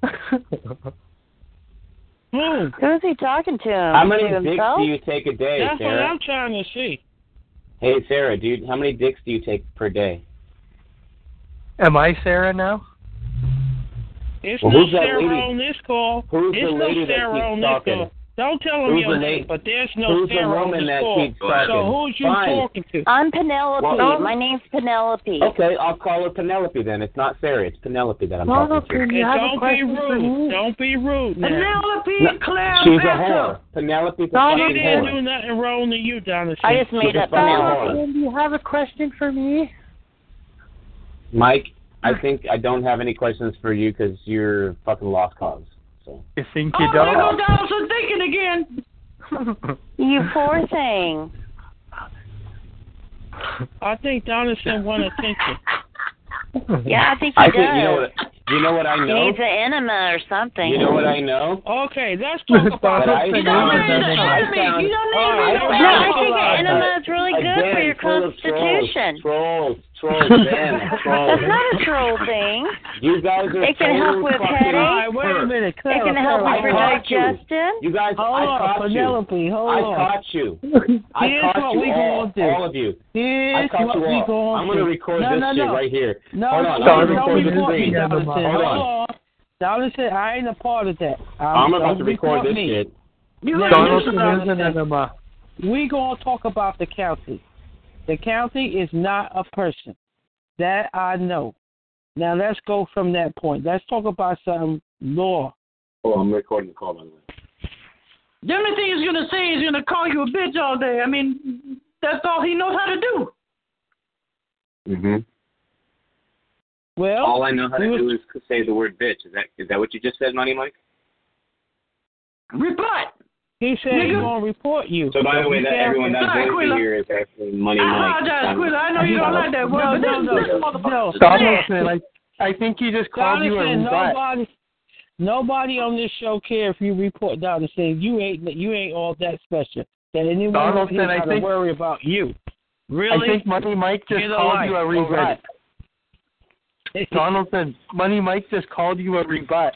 Speaker 10: whore.
Speaker 4: Hmm.
Speaker 8: Who's he talking to? Him?
Speaker 10: How many
Speaker 8: to
Speaker 10: dicks
Speaker 8: himself?
Speaker 10: do you take a day,
Speaker 4: That's what
Speaker 10: Sarah?
Speaker 4: I'm trying to see.
Speaker 10: Hey, Sarah, dude, how many dicks do you take per day?
Speaker 1: Am I Sarah now?
Speaker 4: It's
Speaker 10: Well,
Speaker 4: no
Speaker 10: who's that
Speaker 4: Sarah
Speaker 10: lady?
Speaker 4: on this call.
Speaker 10: Who's
Speaker 4: it's
Speaker 10: the
Speaker 4: no
Speaker 10: lady that
Speaker 4: Sarah
Speaker 10: keeps
Speaker 4: on
Speaker 10: talking?
Speaker 4: this call. Don't tell him
Speaker 10: Who's
Speaker 4: your
Speaker 10: the
Speaker 4: name,
Speaker 10: la-
Speaker 4: but there's no
Speaker 10: who's the
Speaker 4: Sarah on
Speaker 10: woman
Speaker 4: this
Speaker 10: that
Speaker 4: call.
Speaker 10: keeps talking?
Speaker 4: So who's you
Speaker 10: Fine.
Speaker 4: talking to?
Speaker 8: I'm Penelope.
Speaker 10: Well-
Speaker 8: My name's Penelope.
Speaker 10: Okay, I'll call her Penelope then. It's not Sarah, it's Penelope that I'm talking to.
Speaker 8: Penelope, you have a
Speaker 4: don't be
Speaker 8: question for
Speaker 4: rude. Don't be rude. Now.
Speaker 16: Penelope
Speaker 10: No, she's a whore. Penelope's a
Speaker 4: She
Speaker 10: fucking
Speaker 4: didn't
Speaker 10: whore.
Speaker 4: do nothing wrong to you, Donna.
Speaker 10: I just made up Penelope.
Speaker 4: Do you have a question for me?
Speaker 10: Mike, I think I don't have any questions for you because you're fucking lost cause. So.
Speaker 1: You think
Speaker 16: Oh, there go Donaldson thinking again.
Speaker 8: You poor thing.
Speaker 4: I think Donaldson won attention.
Speaker 8: Yeah, I think he
Speaker 4: I
Speaker 8: does.
Speaker 4: think you know
Speaker 10: what- You know what I
Speaker 8: He
Speaker 10: know?
Speaker 8: needs an enema or something.
Speaker 10: You know what I know?
Speaker 4: Okay, let's talk about
Speaker 10: But I
Speaker 4: it.
Speaker 10: found- I found-
Speaker 8: No, I think an enema is really
Speaker 10: a
Speaker 8: good for
Speaker 10: den
Speaker 8: your
Speaker 10: full of
Speaker 8: constitution.
Speaker 10: Trolls, trolls, trolls, den, trolls.
Speaker 8: That's not a troll thing.
Speaker 10: You guys are
Speaker 8: It can
Speaker 10: so
Speaker 8: help with
Speaker 10: fucking
Speaker 8: headache.
Speaker 10: hurt.
Speaker 8: Wait a minute, Clara, It can help
Speaker 10: I
Speaker 8: with your
Speaker 10: caught you.
Speaker 8: digestion.
Speaker 10: You guys,
Speaker 8: Hold
Speaker 10: I
Speaker 8: on,
Speaker 10: caught
Speaker 8: Penelope,
Speaker 10: you.
Speaker 8: hold
Speaker 10: I
Speaker 8: on.
Speaker 10: caught you. I
Speaker 8: Here's
Speaker 10: caught
Speaker 8: what
Speaker 10: you
Speaker 8: we
Speaker 10: all,
Speaker 8: gonna do.
Speaker 10: all of you. I
Speaker 8: Here's
Speaker 10: caught
Speaker 8: what
Speaker 10: you
Speaker 8: we
Speaker 10: all.
Speaker 8: gonna
Speaker 10: I'm gonna
Speaker 8: do.
Speaker 10: record
Speaker 4: No,
Speaker 10: this
Speaker 4: no,
Speaker 10: shit
Speaker 4: no.
Speaker 10: right here.
Speaker 4: No,
Speaker 10: Hold on,
Speaker 4: no,
Speaker 10: I'm
Speaker 4: don't
Speaker 10: gonna record this
Speaker 4: record me,
Speaker 10: screen.
Speaker 4: Donaldson.
Speaker 10: Hold on.
Speaker 4: on. Donaldson, I ain't a part of that. Um,
Speaker 10: I'm about
Speaker 4: don't
Speaker 10: to record this
Speaker 4: me.
Speaker 10: shit.
Speaker 4: You
Speaker 10: Yeah.
Speaker 4: listen,
Speaker 10: Donaldson
Speaker 4: Donaldson.
Speaker 10: is an
Speaker 4: enema. We gonna talk about the county. The county is not a person. That I know. Now let's go from that point. Let's talk about some law.
Speaker 10: Oh, I'm recording the call by the way.
Speaker 17: The only thing he's gonna say is gonna call you a bitch all day. I mean, that's all he knows how to do. Mm-hmm.
Speaker 10: hmm
Speaker 4: Well,
Speaker 10: all I know how to do is say the word bitch. Is that is that what you just said, Money Mike?
Speaker 17: Report.
Speaker 4: He said he's
Speaker 17: Nigga.
Speaker 4: gonna report you.
Speaker 10: So by the way, that
Speaker 4: Yeah.
Speaker 10: everyone that
Speaker 17: Sorry,
Speaker 10: voice you
Speaker 17: Quilla.
Speaker 10: hear is actually Money
Speaker 17: I
Speaker 10: Mike. Um,
Speaker 17: apologize,
Speaker 10: I'm-
Speaker 17: Quilla. I know you don't like that
Speaker 4: No,
Speaker 17: word.
Speaker 4: no,
Speaker 17: but
Speaker 4: no,
Speaker 17: this, this
Speaker 4: no.
Speaker 17: motherfucker.
Speaker 1: Donaldson, I, I think he just called you
Speaker 4: Donaldson,
Speaker 1: a rat.
Speaker 4: nobody, nobody on this show care if you report Donaldson. You ain't you ain't all that special. That anyone
Speaker 1: Donaldson,
Speaker 4: here
Speaker 1: I
Speaker 4: gotta
Speaker 1: think-
Speaker 4: worry about you. Really?
Speaker 1: I think Money Mike just
Speaker 4: Get a
Speaker 1: called
Speaker 4: life.
Speaker 1: you a
Speaker 4: All
Speaker 1: rebut.
Speaker 4: right.
Speaker 1: Donaldson, Money Mike just called you a rebut.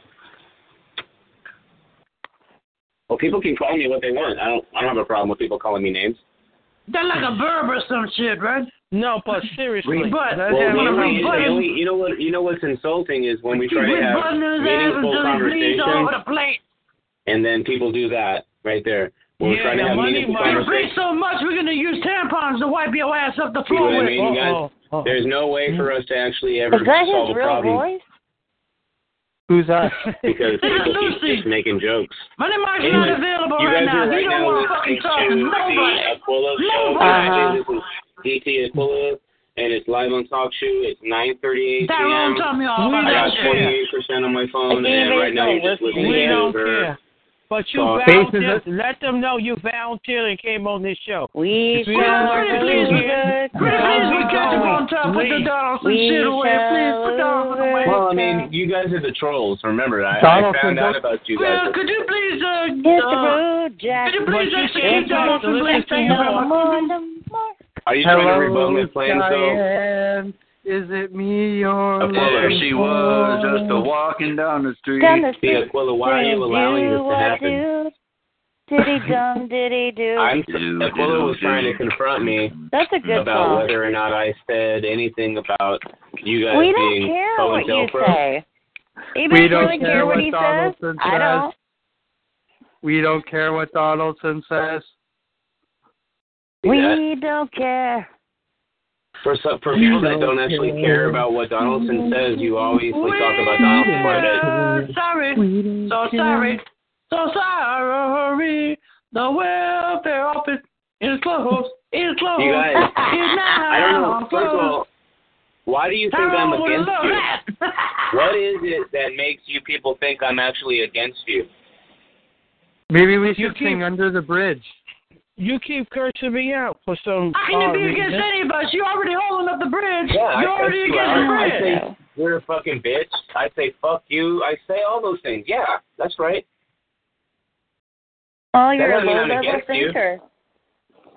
Speaker 10: Well, people can call me what they want. I don't. I don't have a problem with people calling me names.
Speaker 17: That's like a verb or some shit, right?
Speaker 4: No, but seriously,
Speaker 17: but
Speaker 10: Well, the
Speaker 17: when
Speaker 10: only-
Speaker 17: I'm
Speaker 10: the only-
Speaker 17: button,
Speaker 10: you know what? You know what's insulting is when we try to
Speaker 17: with
Speaker 10: have
Speaker 17: button his ass
Speaker 10: meaningful
Speaker 17: until he bleeds all over the
Speaker 10: conversations,
Speaker 17: plate.
Speaker 10: and then people do that right there. When we're
Speaker 17: Yeah,
Speaker 10: trying to
Speaker 17: the
Speaker 10: have
Speaker 17: money
Speaker 10: meaningful
Speaker 17: You
Speaker 10: conversations.
Speaker 17: bleed so much, we're gonna use tampons to wipe your ass up the
Speaker 10: See
Speaker 17: floor
Speaker 10: what I
Speaker 17: with.
Speaker 10: mean, you guys? There's no way for us to actually ever
Speaker 17: Is that his
Speaker 10: solve a
Speaker 17: real
Speaker 10: problem
Speaker 17: voice?
Speaker 1: Who's that?
Speaker 10: because
Speaker 17: This is
Speaker 10: people keep
Speaker 17: Lucy.
Speaker 10: just making jokes.
Speaker 17: Money Mike's
Speaker 10: Anyway,
Speaker 17: not available
Speaker 10: you
Speaker 17: right
Speaker 10: guys
Speaker 17: now.
Speaker 10: Are right
Speaker 17: he don't
Speaker 10: now
Speaker 17: want to
Speaker 10: listening
Speaker 17: fucking talk to nobody.
Speaker 10: the Aquila show.
Speaker 17: Nobody.
Speaker 10: This is DT Aquila, and it's live on Talk Shoe. It's 9:38 p.m.
Speaker 17: That won't tell me all about
Speaker 10: I
Speaker 17: that
Speaker 10: got
Speaker 17: shit.
Speaker 10: 28 percent on my phone, and right now you're just listening
Speaker 4: We
Speaker 10: to
Speaker 4: don't
Speaker 10: her.
Speaker 4: care. But you
Speaker 10: Sorry.
Speaker 4: volunteered. Let them know you volunteered and came on this show.
Speaker 8: We
Speaker 17: Pretty
Speaker 4: Pretty
Speaker 17: please, pretty please, we catch him on top. Put the Donaldson shit away, please. Put Donaldson away.
Speaker 10: Well, I mean, you guys are the trolls. Remember, I, I
Speaker 1: Donaldson,
Speaker 10: found out
Speaker 1: don't-
Speaker 10: about you guys.
Speaker 17: Well, could you please, uh,
Speaker 8: Hit the
Speaker 17: uh,
Speaker 8: road, Jack.
Speaker 17: could you please
Speaker 8: But you
Speaker 17: actually
Speaker 8: can't
Speaker 17: keep Donaldson
Speaker 8: listen
Speaker 17: Blake's
Speaker 8: to
Speaker 17: thing
Speaker 8: no
Speaker 17: about
Speaker 10: Are you trying to rebut my plan, though?
Speaker 1: Diane, is it me you're
Speaker 5: There
Speaker 1: looking
Speaker 5: she
Speaker 1: for?
Speaker 5: was, just a walking down the street.
Speaker 8: Down the
Speaker 10: See,
Speaker 8: street.
Speaker 10: Aquila, why are you allowing this to happen?
Speaker 8: Diddy dum diddy do.
Speaker 10: I'm Aquila was trying to confront me
Speaker 8: That's a good
Speaker 10: about
Speaker 8: song.
Speaker 10: whether or not I said anything about you guys
Speaker 8: We don't
Speaker 10: being
Speaker 8: care
Speaker 10: Pro
Speaker 8: what
Speaker 10: and
Speaker 8: you
Speaker 10: Pro.
Speaker 8: say. Even
Speaker 1: We
Speaker 8: if you
Speaker 1: don't
Speaker 8: really
Speaker 1: care
Speaker 8: care
Speaker 1: what
Speaker 8: what he says,
Speaker 1: Donaldson
Speaker 8: I
Speaker 1: says.
Speaker 8: don't.
Speaker 1: We don't care what Donaldson says.
Speaker 8: We
Speaker 10: Yeah.
Speaker 8: don't care.
Speaker 10: For some, for people that don't actually care about what Donaldson says, you always like, talk about Donaldson quite a bit.
Speaker 17: Sorry, so sorry, so sorry. The welfare office is closed. It's closed.
Speaker 10: You guys,
Speaker 17: it's now
Speaker 10: I don't know. First of
Speaker 17: closed.
Speaker 10: all, why do you think
Speaker 17: Tyrone
Speaker 10: I'm
Speaker 17: would
Speaker 10: against
Speaker 17: love
Speaker 10: you?
Speaker 17: that.
Speaker 10: What is it that makes you people think I'm actually against you?
Speaker 1: Maybe we should
Speaker 4: keep-
Speaker 1: sing Under the Bridge.
Speaker 4: You keep cursing me out for some.
Speaker 17: How can you
Speaker 4: odd
Speaker 17: be against
Speaker 4: reason.
Speaker 17: any of us? You're already holding up the bridge. You're
Speaker 10: Yeah, I cuss
Speaker 17: already against
Speaker 10: you
Speaker 17: the
Speaker 10: out. I
Speaker 17: bridge.
Speaker 10: say you're a fucking bitch. I say fuck you. I say all those things. Yeah, that's right.
Speaker 8: Oh,
Speaker 10: That
Speaker 8: you're a
Speaker 10: doesn't mean I'm
Speaker 8: low-level
Speaker 10: against you.
Speaker 8: thinker.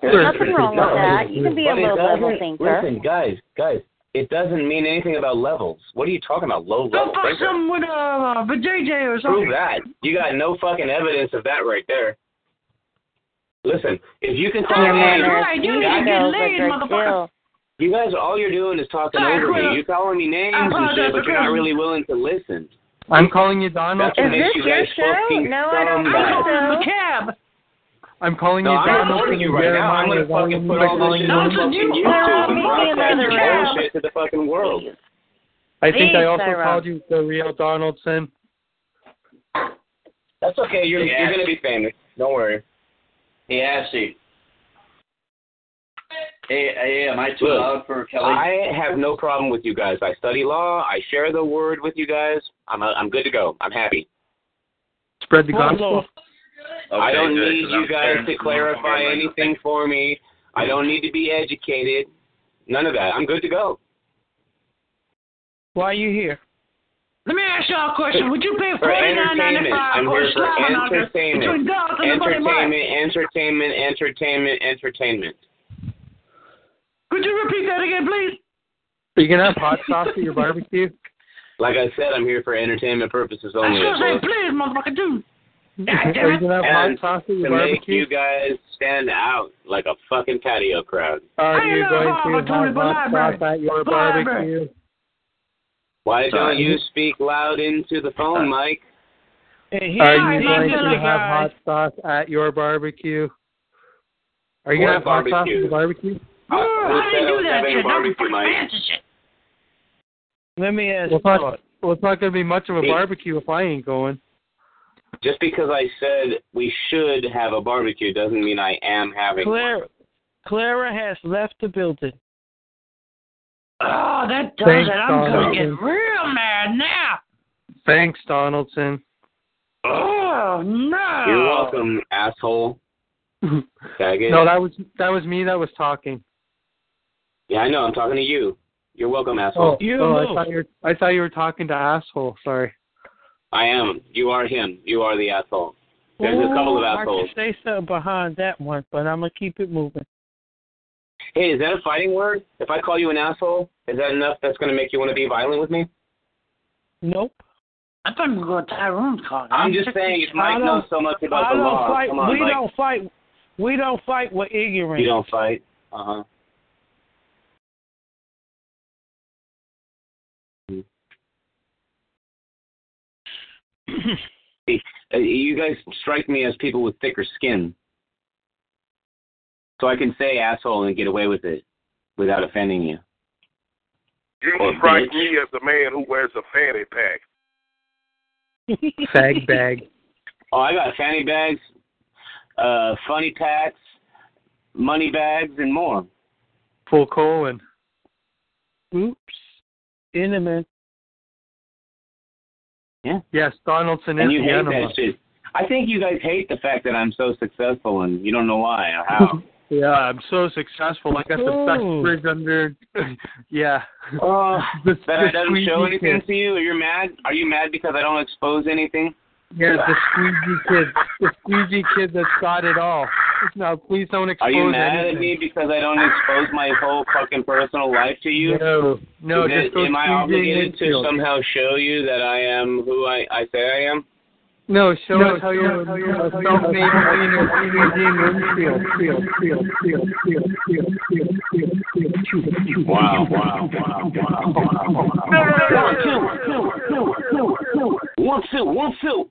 Speaker 8: There's nothing wrong with that. You can be a
Speaker 10: But it
Speaker 8: low-level
Speaker 10: doesn't-
Speaker 8: thinker.
Speaker 10: Listen, guys, guys, it doesn't mean anything about levels. What are you talking about? Low
Speaker 17: Go
Speaker 10: level.
Speaker 17: fuck
Speaker 10: Right there.
Speaker 17: something with uh, uh, JJ or something.
Speaker 10: Prove that. You got no fucking evidence of that right there. Listen, if you can
Speaker 17: That's
Speaker 10: call me,
Speaker 17: right. You need to get
Speaker 10: guys,
Speaker 17: laid, motherfucker.
Speaker 10: you guys, all you're doing is talking
Speaker 17: Sorry,
Speaker 10: over
Speaker 17: Quilla.
Speaker 10: me. You're calling me names
Speaker 17: I
Speaker 10: and
Speaker 17: apologize
Speaker 10: shit, but
Speaker 17: for
Speaker 10: you're not
Speaker 17: cursing.
Speaker 10: really willing to listen.
Speaker 1: I'm calling you Donaldson.
Speaker 10: Is this your show? No, I don't think
Speaker 17: I'm
Speaker 10: so.
Speaker 17: in the cab.
Speaker 1: I'm calling
Speaker 10: No,
Speaker 1: you
Speaker 10: I'm recording
Speaker 1: Donaldson.
Speaker 10: you right now. I'm gonna
Speaker 1: Jeremiah.
Speaker 10: fucking put all this shit on fucking
Speaker 17: Donaldson, you-
Speaker 10: YouTube and
Speaker 17: Donaldson, you
Speaker 10: broadcast your
Speaker 17: another
Speaker 10: bullshit to the fucking world.
Speaker 1: I think I
Speaker 10: Please,
Speaker 1: also
Speaker 10: Tyrone.
Speaker 1: called you the real Donaldson.
Speaker 10: That's okay. You're you're gonna be famous. Don't worry.
Speaker 5: Yeah, see. Hey, hey, am I too
Speaker 10: Look,
Speaker 5: loud for Kelly?
Speaker 10: I have no problem with you guys. I study law. I share the word with you guys. I'm i I'm good to go. I'm happy.
Speaker 1: Spread the
Speaker 10: Hold
Speaker 1: gospel.
Speaker 10: I don't
Speaker 5: good,
Speaker 10: need
Speaker 5: 'cause
Speaker 10: you
Speaker 5: I'm
Speaker 10: guys
Speaker 5: scared. Hmm.
Speaker 10: to clarify anything for me. I don't need to be educated. None of that. I'm good to go.
Speaker 4: Why are you here?
Speaker 17: Let me ask y'all a question. Would you pay
Speaker 10: For
Speaker 17: forty nine ninety
Speaker 10: entertainment.
Speaker 17: five
Speaker 10: I'm
Speaker 17: for
Speaker 10: here
Speaker 17: a
Speaker 10: for
Speaker 17: slap on out there between
Speaker 10: entertainment.
Speaker 17: dogs and the funny
Speaker 10: Entertainment, entertainment, entertainment, entertainment.
Speaker 17: Could you repeat that again, please?
Speaker 1: Are you gonna have hot sauce at your barbecue?
Speaker 10: Like I said, I'm here for entertainment purposes
Speaker 17: I
Speaker 10: only.
Speaker 17: should
Speaker 10: of
Speaker 17: say
Speaker 10: course.
Speaker 17: please, motherfucker, dude. God
Speaker 10: Are you
Speaker 17: damn
Speaker 10: gonna have
Speaker 17: it.
Speaker 10: hot And sauce to make you guys stand out like a fucking patio crowd.
Speaker 1: Are
Speaker 17: I
Speaker 1: you
Speaker 17: know
Speaker 1: going
Speaker 17: Harvard,
Speaker 1: to
Speaker 17: Tony,
Speaker 1: have
Speaker 17: but
Speaker 1: hot
Speaker 17: library.
Speaker 1: sauce at your
Speaker 17: But
Speaker 1: barbecue?
Speaker 10: Why
Speaker 1: Sorry.
Speaker 10: don't you speak loud into the phone, Mike?
Speaker 1: Are you going to have hot sauce at your barbecue? Are you
Speaker 10: What
Speaker 1: gonna have hot sauce at
Speaker 10: barbecue? Uh,
Speaker 1: your barbecue?
Speaker 17: How do you do that
Speaker 10: having a
Speaker 17: shit?
Speaker 10: barbecue, Mike.
Speaker 4: Let me ask.
Speaker 1: Well, it's not, well, it's not gonna be much of a
Speaker 10: Hey.
Speaker 1: barbecue if I ain't going.
Speaker 10: Just because I said we should have a barbecue doesn't mean I am having
Speaker 4: Clara, Clara has left the building.
Speaker 17: Oh, that does
Speaker 1: Thanks,
Speaker 17: it. I'm gonna
Speaker 1: Donald.
Speaker 17: get real mad now.
Speaker 1: Thanks, Donaldson.
Speaker 17: Oh no.
Speaker 10: You're welcome, asshole. Faggot.
Speaker 1: No, that was that was me that was talking.
Speaker 10: Yeah, I know. I'm talking to you. You're welcome, asshole.
Speaker 1: oh, I thought you were, I thought you were talking to asshole. Sorry.
Speaker 10: I am. You are him. You are the asshole. There's a couple of
Speaker 4: Ooh,
Speaker 10: assholes.
Speaker 4: I can say something behind that one, but I'm gonna keep it moving.
Speaker 10: Hey, is that a fighting word? If I call you an asshole, is that enough that's going to make you want to be violent with me?
Speaker 4: Nope.
Speaker 17: I thought you were going to Tyrone's car.
Speaker 10: I'm just saying, if Mike
Speaker 4: I
Speaker 10: knows
Speaker 4: don't-
Speaker 10: so much about
Speaker 4: I
Speaker 10: the
Speaker 4: don't
Speaker 10: law,
Speaker 4: fight.
Speaker 10: come on,
Speaker 4: we
Speaker 10: Mike.
Speaker 4: don't fight. We don't fight with ignorance.
Speaker 10: You don't fight. Uh huh. you guys strike me as people with thicker skin. So I can say asshole and get away with it without offending you.
Speaker 7: You
Speaker 10: Or
Speaker 7: strike
Speaker 10: bitch.
Speaker 7: me as a man who wears a fanny pack.
Speaker 1: Fag bag.
Speaker 10: Oh, I got fanny bags, uh, funny packs, money bags, and more.
Speaker 1: Full colon.
Speaker 4: Oops. Enema.
Speaker 10: Yeah.
Speaker 1: Yes, Donaldson
Speaker 10: and
Speaker 1: is
Speaker 10: you
Speaker 1: the
Speaker 10: hate
Speaker 1: enema.
Speaker 10: that shit. I think you guys hate the fact that I'm so successful and you don't know why or how.
Speaker 1: Yeah, I'm so successful. I got the
Speaker 10: Ooh.
Speaker 1: best fridge under. yeah.
Speaker 10: Uh,
Speaker 1: the,
Speaker 10: that I don't show
Speaker 1: squeegee
Speaker 10: anything
Speaker 1: kid.
Speaker 10: to you? Are you mad? Are you mad because I don't expose anything?
Speaker 1: Yeah, the squeegee kid. The squeegee kid that's got it all. Now, please don't expose
Speaker 10: Are you mad
Speaker 1: anything.
Speaker 10: at me because I don't expose my whole fucking personal life to you?
Speaker 1: No, no,
Speaker 10: Is it-
Speaker 1: just go
Speaker 10: am I
Speaker 1: squeegee
Speaker 10: obligated to
Speaker 1: Winfield.
Speaker 10: somehow show you that I am who I, I say I am?
Speaker 1: No, show
Speaker 17: No,
Speaker 1: us how
Speaker 17: show
Speaker 1: you're
Speaker 17: us
Speaker 1: a
Speaker 17: how you're a
Speaker 1: self-made millionaire squeegee Winfield.
Speaker 10: Wow, wow, wow, wow, wow, wow. One, two, one, two.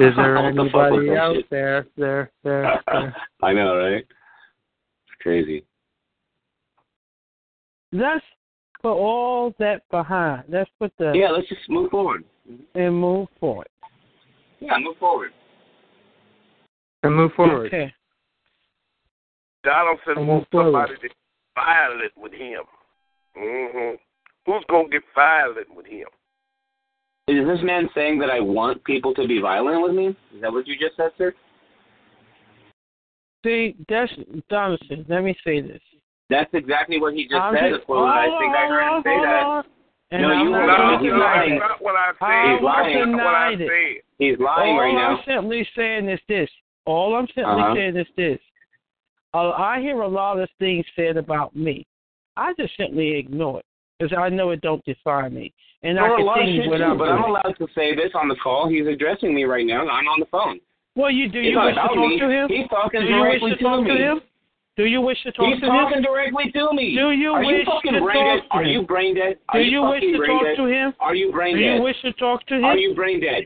Speaker 1: Is there
Speaker 10: What the fuck was
Speaker 1: anybody
Speaker 10: that
Speaker 1: out
Speaker 10: shit?
Speaker 1: there? There, there, there.
Speaker 10: I know, right? It's crazy.
Speaker 4: Let's put all that behind. Let's put the
Speaker 10: Yeah, let's just move forward.
Speaker 4: and move forward.
Speaker 10: Yeah, move forward.
Speaker 1: And move forward.
Speaker 4: Okay.
Speaker 7: Donaldson wants somebody to get violent with him. hmm Who's gonna get violent with him?
Speaker 10: Is this man saying that I want people to be violent with me? Is that what you just said, sir?
Speaker 4: See, that's Donaldson. Let me say this.
Speaker 10: That's exactly what he just
Speaker 4: I'm
Speaker 10: said.
Speaker 4: just-
Speaker 10: Quote. I think I heard him say that.
Speaker 4: And
Speaker 10: no,
Speaker 4: I'm
Speaker 10: you
Speaker 4: not
Speaker 10: heard him. He's
Speaker 4: gonna deny
Speaker 10: lying.
Speaker 4: it.
Speaker 7: Not what I
Speaker 4: I
Speaker 7: said.
Speaker 4: will
Speaker 10: lying.
Speaker 4: deny
Speaker 7: Not what I
Speaker 4: it.
Speaker 7: said.
Speaker 10: He's lying
Speaker 4: all
Speaker 10: right
Speaker 4: I'm
Speaker 10: now.
Speaker 4: simply saying is this. All I'm simply
Speaker 10: Uh-huh.
Speaker 4: saying is this. Uh, I hear a lot of things said about me. I just simply ignore it because I know it don't define me, and
Speaker 10: There
Speaker 4: I
Speaker 10: were a lot of
Speaker 4: continue
Speaker 10: shit
Speaker 4: what
Speaker 10: too,
Speaker 4: I'm
Speaker 10: but
Speaker 4: doing.
Speaker 10: I'm allowed to say this on the call. He's addressing me right now. and I'm on the phone.
Speaker 4: well, you do
Speaker 10: It's
Speaker 4: you
Speaker 10: not
Speaker 4: wish to
Speaker 10: about
Speaker 4: talk
Speaker 10: me.
Speaker 4: to him?
Speaker 10: He's talking
Speaker 4: do you wish
Speaker 10: directly
Speaker 4: to
Speaker 10: to
Speaker 4: talk
Speaker 10: me.
Speaker 4: to him? Do you wish to talk
Speaker 10: He's
Speaker 4: to him?
Speaker 10: talking directly to me.
Speaker 4: Do you
Speaker 10: Are you
Speaker 4: wish
Speaker 10: fucking
Speaker 4: to
Speaker 10: brain dead?
Speaker 4: talk to
Speaker 10: Are
Speaker 4: him?
Speaker 10: you brain dead? Are
Speaker 4: Do
Speaker 10: you
Speaker 4: you wish
Speaker 10: fucking
Speaker 4: to
Speaker 10: brain
Speaker 4: talk
Speaker 10: dead?
Speaker 4: to him?
Speaker 10: Are you brain
Speaker 4: do you
Speaker 10: dead?
Speaker 4: wish to talk to him?
Speaker 10: Are you brain dead?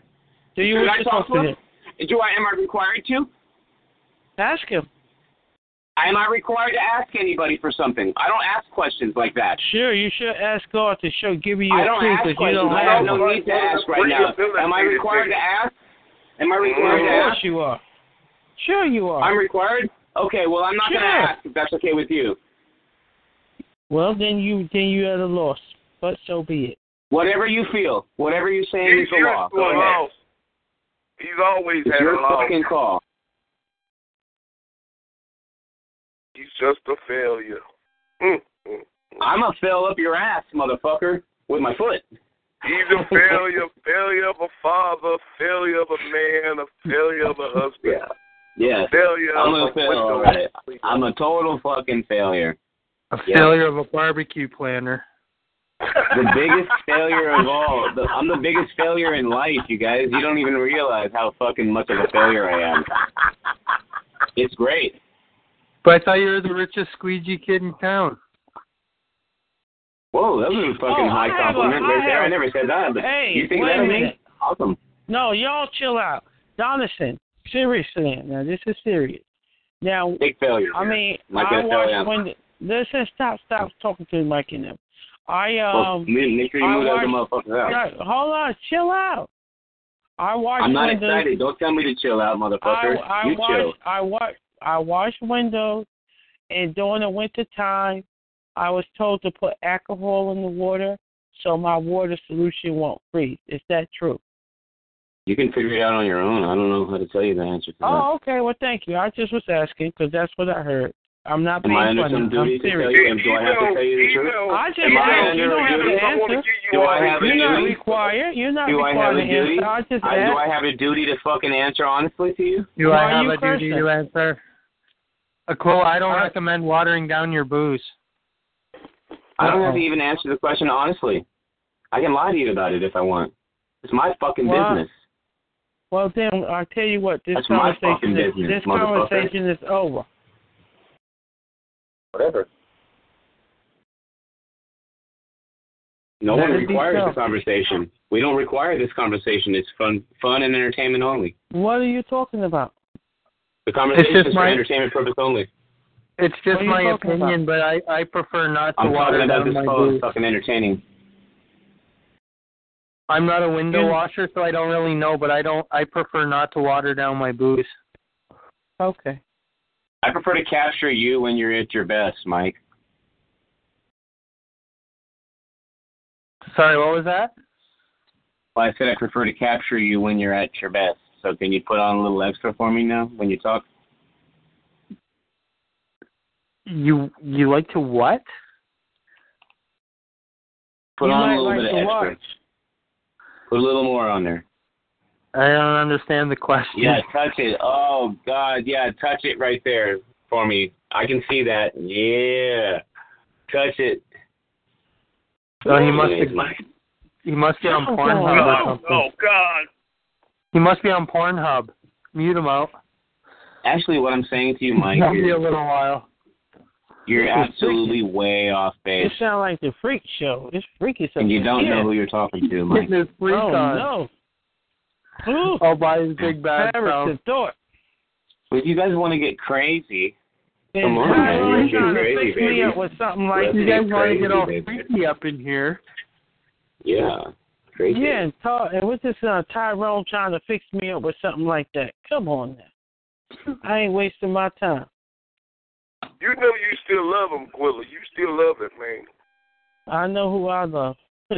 Speaker 4: do you
Speaker 10: Should
Speaker 4: wish
Speaker 10: I
Speaker 4: to
Speaker 10: talk
Speaker 4: talk
Speaker 10: to
Speaker 4: to
Speaker 10: him?
Speaker 4: him?
Speaker 10: Do I am I required to?
Speaker 4: Ask him.
Speaker 10: Am I required to ask anybody for something? I don't ask questions like that.
Speaker 4: Sure, you should ask God to show give you
Speaker 10: I
Speaker 4: your
Speaker 10: don't
Speaker 4: proof
Speaker 10: ask
Speaker 4: that you
Speaker 10: questions.
Speaker 4: don't
Speaker 10: I
Speaker 4: have
Speaker 10: have no
Speaker 4: one.
Speaker 10: need to ask right now. Am I required to ask? Am I required to
Speaker 4: Of course
Speaker 10: ask?
Speaker 4: you are. Sure you are.
Speaker 10: I'm required. Okay, well I'm not gonna
Speaker 4: Sure.
Speaker 10: ask if that's okay with you.
Speaker 4: Well, then you then you at a loss, but so be it.
Speaker 10: Whatever you feel, whatever you're saying
Speaker 7: He's
Speaker 10: is the
Speaker 7: used
Speaker 10: law.
Speaker 7: to
Speaker 10: Go
Speaker 7: a
Speaker 10: ahead.
Speaker 7: loss. He's always
Speaker 10: It's
Speaker 7: had
Speaker 10: your
Speaker 7: a loss.
Speaker 10: fucking call.
Speaker 7: He's just a failure. Mm.
Speaker 9: I'ma fill up your ass, motherfucker, with my foot.
Speaker 7: He's a failure, failure of a father, failure of a man, a failure of a husband.
Speaker 10: Yes.
Speaker 7: Failure
Speaker 10: I'm
Speaker 7: of
Speaker 10: a
Speaker 7: a
Speaker 10: fail at it. I'm a total fucking failure.
Speaker 1: A
Speaker 10: Yeah.
Speaker 1: failure of a barbecue planner.
Speaker 10: The biggest failure of all. The, I'm the biggest failure in life, you guys. You don't even realize how fucking much of a failure I am. It's great.
Speaker 1: But I thought you were the richest squeegee kid in town.
Speaker 10: Whoa, that was a fucking
Speaker 4: Oh, I
Speaker 10: high
Speaker 4: have a-
Speaker 10: compliment right
Speaker 4: I
Speaker 10: there. I
Speaker 4: have-
Speaker 10: never said that. But
Speaker 4: Hey,
Speaker 10: you think
Speaker 4: wait
Speaker 10: that
Speaker 4: a
Speaker 10: of me?
Speaker 4: minute.
Speaker 10: Awesome.
Speaker 4: No, y'all chill out. Donaldson, seriously, now this is serious. Now,
Speaker 10: Big failure.
Speaker 4: I mean,
Speaker 10: Mike
Speaker 4: I
Speaker 10: and Sally,
Speaker 4: watched
Speaker 10: I'm-
Speaker 4: when. Listen, stop, stop talking to Mike and them. I
Speaker 10: Well,
Speaker 4: um.
Speaker 10: make make sure you
Speaker 4: I
Speaker 10: move those
Speaker 4: watched-
Speaker 10: motherfuckers out.
Speaker 4: Right, hold on, chill out. I watched.
Speaker 10: I'm not
Speaker 4: when the-
Speaker 10: excited. Don't tell me to chill out, motherfucker.
Speaker 4: I, I
Speaker 10: you
Speaker 4: wash,
Speaker 10: chill.
Speaker 4: I wash, I wash windows, and during the winter time, I was told to put alcohol in the water so my water solution won't freeze. Is that true?
Speaker 10: You can figure it out on your own. I don't know how to tell you the answer to that.
Speaker 4: Oh, okay. Well, thank you. I just was asking because that's what I heard. I'm not
Speaker 10: Am
Speaker 4: being
Speaker 10: I under
Speaker 4: funny.
Speaker 10: some duty
Speaker 4: I'm
Speaker 10: to tell you?
Speaker 4: serious.
Speaker 10: Do I have to tell you the truth?
Speaker 4: I just
Speaker 10: Am I
Speaker 4: asked. You
Speaker 10: under
Speaker 4: don't
Speaker 10: a
Speaker 4: have
Speaker 10: duty?
Speaker 4: to answer.
Speaker 10: Do I have
Speaker 4: You're
Speaker 10: a
Speaker 4: not
Speaker 10: duty?
Speaker 4: required. You're not
Speaker 10: Do I have
Speaker 4: required
Speaker 10: a
Speaker 4: to
Speaker 10: duty?
Speaker 4: answer. I just
Speaker 10: I- do I
Speaker 4: asked.
Speaker 10: have a duty to fucking answer honestly to you?
Speaker 1: Do
Speaker 4: Why
Speaker 1: I
Speaker 4: are
Speaker 1: have
Speaker 4: you
Speaker 1: a duty
Speaker 4: cursing?
Speaker 1: to answer? Aquila, I don't recommend watering down your booze.
Speaker 10: I don't have
Speaker 1: Uh-oh.
Speaker 10: to even answer the question honestly. I can lie to you about it if I want. It's my fucking
Speaker 4: Wow.
Speaker 10: business.
Speaker 4: Well, then I'll tell you what. This
Speaker 10: That's my
Speaker 4: conversation
Speaker 10: fucking
Speaker 4: is
Speaker 10: business,
Speaker 4: this
Speaker 10: motherfucker.
Speaker 4: conversation is over.
Speaker 10: Whatever. No one
Speaker 4: Let it be
Speaker 10: requires
Speaker 4: so.
Speaker 10: the conversation. We don't require this conversation. It's fun, fun and entertainment only.
Speaker 4: What are you talking about?
Speaker 10: The conversation is for
Speaker 1: my-
Speaker 10: entertainment purpose only.
Speaker 1: It's
Speaker 4: What
Speaker 1: just
Speaker 4: are you
Speaker 1: my
Speaker 4: talking
Speaker 1: opinion, but I, I prefer not to
Speaker 10: I'm
Speaker 1: water
Speaker 10: talking about
Speaker 1: down
Speaker 10: this
Speaker 1: my
Speaker 10: call is
Speaker 1: booze.
Speaker 10: fucking entertaining.
Speaker 1: I'm not a window
Speaker 4: You-
Speaker 1: washer, so I don't really know, but I don't. I prefer not to water down my booze.
Speaker 4: Okay.
Speaker 10: I prefer to capture you when you're at your best, Mike.
Speaker 1: Sorry, what was that?
Speaker 10: Well, I said I prefer to capture you when you're at your best. So can you put on a little extra for me now when you talk?
Speaker 1: You you like to what?
Speaker 10: Put
Speaker 1: You
Speaker 10: on
Speaker 1: might
Speaker 10: a little
Speaker 1: like
Speaker 10: bit
Speaker 1: to
Speaker 10: of extra.
Speaker 1: watch.
Speaker 10: Put a little more on there.
Speaker 1: I don't understand the question.
Speaker 10: Yeah, touch it. Oh God, yeah, touch it right there for me. I can see that. Yeah, touch it.
Speaker 1: So he must
Speaker 10: Anyways,
Speaker 1: have, he must be on
Speaker 7: Oh,
Speaker 1: Pornhub or
Speaker 7: God.
Speaker 1: something.
Speaker 7: Oh, God.
Speaker 1: He must be on Pornhub. Mute him out.
Speaker 10: Actually, what I'm saying to you, Mike,
Speaker 1: That'll be a
Speaker 10: is
Speaker 1: little while.
Speaker 10: you're absolutely way off
Speaker 4: It
Speaker 10: base,
Speaker 4: sound like the freak show. It's freaky. stuff.
Speaker 10: and you don't
Speaker 4: Yeah.
Speaker 10: know who you're talking to, Mike.
Speaker 1: Getting his freak on.
Speaker 4: Oh no. Ooh,
Speaker 1: All by his big bad
Speaker 4: Harrison
Speaker 1: self.
Speaker 4: thought.
Speaker 10: But if you guys want to get crazy,
Speaker 4: Then
Speaker 10: come on, man.
Speaker 4: Tyler
Speaker 10: Let's get
Speaker 4: trying to
Speaker 10: crazy,
Speaker 4: fix me
Speaker 10: baby.
Speaker 4: up with something like
Speaker 10: Let's
Speaker 1: You guys want to
Speaker 10: crazy,
Speaker 1: get all
Speaker 10: baby.
Speaker 1: freaky up in here.
Speaker 10: Yeah, crazy.
Speaker 4: yeah, and, Ty- and what's this uh, Tyrone trying to fix me up with something like that? Come on now. I ain't wasting my time.
Speaker 7: You know you still love him, Quilla. You still love it, man.
Speaker 4: I know who I love.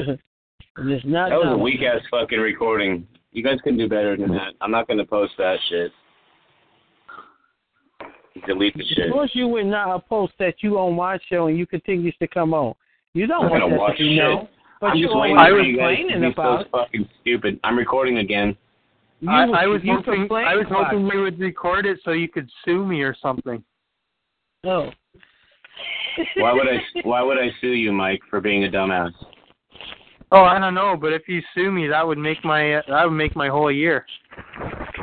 Speaker 4: And it's not
Speaker 10: That was a
Speaker 4: Donald.
Speaker 10: weak ass fucking recording. You guys can do better than that. I'm not gonna post that shit. Delete the shit.
Speaker 4: Of course, you would not post that you on my show and you continues to come on. You don't
Speaker 10: I'm
Speaker 4: want
Speaker 10: gonna
Speaker 4: that
Speaker 10: watch
Speaker 4: to be
Speaker 10: shit.
Speaker 4: known. But
Speaker 10: I'm
Speaker 4: you
Speaker 10: just waiting
Speaker 4: always
Speaker 10: for you guys to
Speaker 4: complaining
Speaker 10: be
Speaker 4: about
Speaker 10: so fucking stupid. I'm recording again.
Speaker 4: You,
Speaker 1: I, I was
Speaker 4: you
Speaker 1: hoping
Speaker 4: complain
Speaker 1: I was
Speaker 4: about
Speaker 1: hoping
Speaker 4: it.
Speaker 1: you would record it so you could sue me or something.
Speaker 4: No.
Speaker 10: Why would I? Why would I sue you, Mike, for being a dumbass?
Speaker 1: Oh, I don't know, but if you sue me, that would make my uh, that would make my whole year.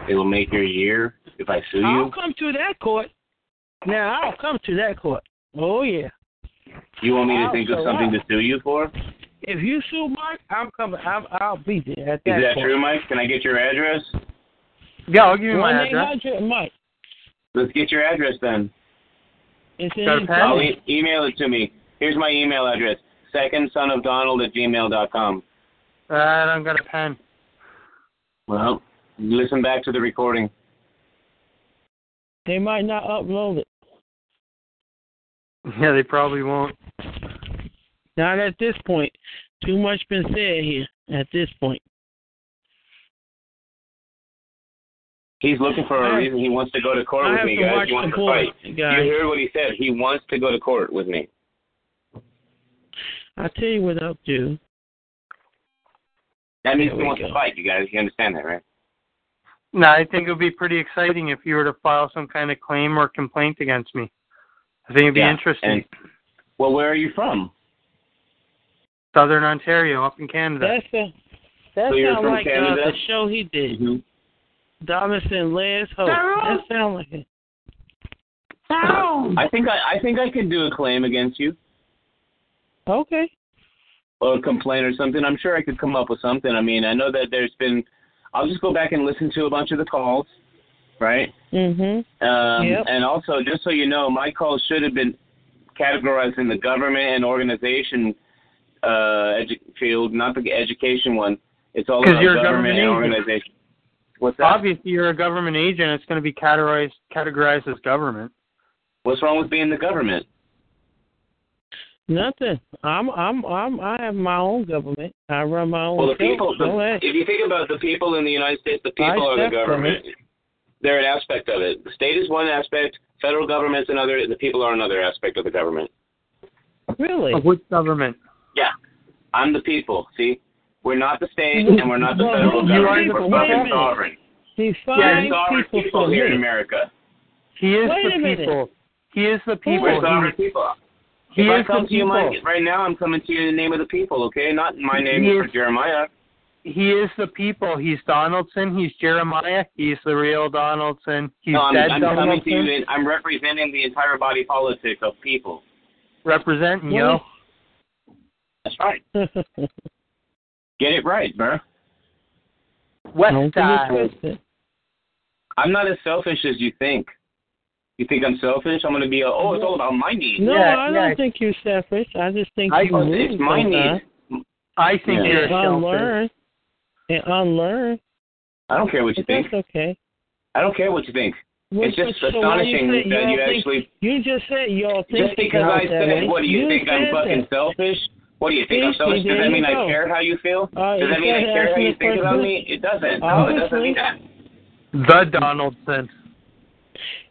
Speaker 10: It will make your year if I sue
Speaker 4: I'll
Speaker 10: you.
Speaker 4: come to that court. Now I'll come to that court. Oh yeah.
Speaker 10: You want me to
Speaker 4: I'll
Speaker 10: think of
Speaker 4: show
Speaker 10: something
Speaker 4: up.
Speaker 10: to sue you for? Is
Speaker 4: If you sue Mike, I'm coming. I'm, I'll be there at that
Speaker 10: that
Speaker 4: court.
Speaker 10: true, Mike? Can I get your address?
Speaker 1: Yeah, I'll give you
Speaker 4: One
Speaker 1: my
Speaker 4: eight
Speaker 1: address.
Speaker 4: hundred Mike.
Speaker 10: Let's get your address then.
Speaker 4: It's in
Speaker 1: Got a pen?
Speaker 10: I'll e- email it to me. Here's my email address: secondsonofdonald at gmail dot com.
Speaker 1: Uh, I don't got a pen.
Speaker 10: Well, listen back to the recording.
Speaker 4: They might not upload it.
Speaker 1: Yeah, they probably won't.
Speaker 4: Not at this point. Too much been said here. At this point.
Speaker 10: He's looking for a
Speaker 4: I-
Speaker 10: reason. He wants to go to court
Speaker 4: I
Speaker 10: with
Speaker 4: have
Speaker 10: me,
Speaker 4: to
Speaker 10: guys.
Speaker 4: watch
Speaker 10: He wants
Speaker 4: the
Speaker 10: to fight.
Speaker 4: court, guys.
Speaker 10: You heard what he said. He wants to go to court with me.
Speaker 4: I'll tell you what I'll do.
Speaker 10: That means
Speaker 4: There
Speaker 10: he
Speaker 4: we
Speaker 10: wants
Speaker 4: go.
Speaker 10: to fight, you guys. You understand that, right?
Speaker 1: No, I think it would be pretty exciting if you were to file some kind of claim or complaint against me. I think it'd be
Speaker 10: Yeah,
Speaker 1: interesting.
Speaker 10: and- well, where are you from?
Speaker 1: Southern Ontario, up in Canada.
Speaker 4: That's the that
Speaker 1: So you're
Speaker 4: sounds
Speaker 1: from
Speaker 4: like uh,
Speaker 1: Canada?
Speaker 4: the show he did.
Speaker 10: Mm-hmm.
Speaker 4: Donaldson Last Hope.
Speaker 16: Tyrone!
Speaker 4: That sounds like it.
Speaker 10: I think I, I think I could do a claim against you.
Speaker 4: Okay.
Speaker 10: Or a complaint or something. I'm sure I could come up with something. I mean, I know that there's been. I'll just go back and listen to a bunch of the calls, right?
Speaker 4: Mhm.
Speaker 10: Um,
Speaker 4: Yep.
Speaker 10: And also, just so you know, my calls should have been categorized in the government and organization uh, edu- field, not the education one. It's all
Speaker 1: 'Cause
Speaker 10: about
Speaker 1: you're a
Speaker 10: government, and
Speaker 1: government agent.
Speaker 10: organization. What's that?
Speaker 1: Obviously, you're a government agent. It's going to be categorized categorized as government.
Speaker 10: What's wrong with being the government?
Speaker 4: Nothing. I'm I'm I'm I have my own government. I run my own
Speaker 10: Well, the
Speaker 4: show.
Speaker 10: people.
Speaker 4: Go
Speaker 10: The,
Speaker 4: ahead.
Speaker 10: if you think about the people in the United States, the people are the
Speaker 4: Dissect them.
Speaker 10: government. They're an aspect of it. The state is one aspect. Federal government's another. And the people are another aspect of the government.
Speaker 4: Really?
Speaker 1: Of which government?
Speaker 10: Yeah, I'm the people. See, we're not the state, and we're not the
Speaker 4: Well,
Speaker 10: federal
Speaker 4: you are
Speaker 10: government.
Speaker 4: the
Speaker 10: We're
Speaker 4: people. Wait a
Speaker 10: fucking
Speaker 4: minute.
Speaker 10: sovereign.
Speaker 4: Define
Speaker 10: We're sovereign
Speaker 4: people, for
Speaker 10: here in
Speaker 4: me.
Speaker 10: America.
Speaker 1: He is
Speaker 4: Wait a
Speaker 1: the
Speaker 4: minute.
Speaker 1: people. He is the people.
Speaker 10: We're sovereign
Speaker 1: He-
Speaker 10: people.
Speaker 1: He
Speaker 10: if
Speaker 1: is
Speaker 10: I come
Speaker 1: the
Speaker 10: to you, in my,
Speaker 1: people.
Speaker 10: right now, I'm coming to you in the name of the people. Okay, not in my name
Speaker 1: He
Speaker 10: for
Speaker 1: is-
Speaker 10: Jeremiah.
Speaker 1: He is the people. He's Donaldson. He's Jeremiah. He's the real Donaldson. He's
Speaker 10: no, I'm,
Speaker 1: dead
Speaker 10: I'm coming to
Speaker 1: Donaldson.
Speaker 10: you. In, I'm representing the entire body politic of people.
Speaker 1: Representing you.
Speaker 10: Well, That's right. Get it right, bro.
Speaker 1: West Side.
Speaker 10: I'm not as selfish as you think. You think I'm selfish? I'm gonna be a, oh, it's all about my needs.
Speaker 4: No, I don't think you're selfish. I just think
Speaker 10: I-
Speaker 4: you
Speaker 10: it's
Speaker 4: rude
Speaker 10: my
Speaker 4: sometimes.
Speaker 1: I
Speaker 10: Yeah.
Speaker 1: think you're a
Speaker 4: And
Speaker 1: selfish.
Speaker 4: unlearn. And unlearn.
Speaker 10: I don't care what you
Speaker 4: But
Speaker 10: think.
Speaker 4: That's okay.
Speaker 10: I don't care what you think.
Speaker 4: What-
Speaker 10: it's just
Speaker 4: so why you
Speaker 10: astonishing that
Speaker 4: say y'all
Speaker 10: you
Speaker 4: think-
Speaker 10: actually
Speaker 4: You just said y'all think
Speaker 10: just because
Speaker 4: y'all
Speaker 10: I
Speaker 4: that
Speaker 10: said
Speaker 4: way.
Speaker 10: it. What do you, think? I'm
Speaker 4: said
Speaker 10: fucking
Speaker 4: that.
Speaker 10: selfish? What do you think I'm
Speaker 4: See,
Speaker 10: selfish?
Speaker 4: there
Speaker 10: Does that
Speaker 4: you
Speaker 10: mean I
Speaker 4: go.
Speaker 10: care how you feel?
Speaker 4: Uh,
Speaker 10: Does that
Speaker 4: you
Speaker 10: mean I
Speaker 4: gotta
Speaker 10: care
Speaker 4: ask
Speaker 10: how
Speaker 4: me
Speaker 10: you
Speaker 4: the
Speaker 10: think
Speaker 4: first
Speaker 10: about
Speaker 4: one.
Speaker 10: me? It doesn't. No, it doesn't mean that.
Speaker 1: The Donaldson.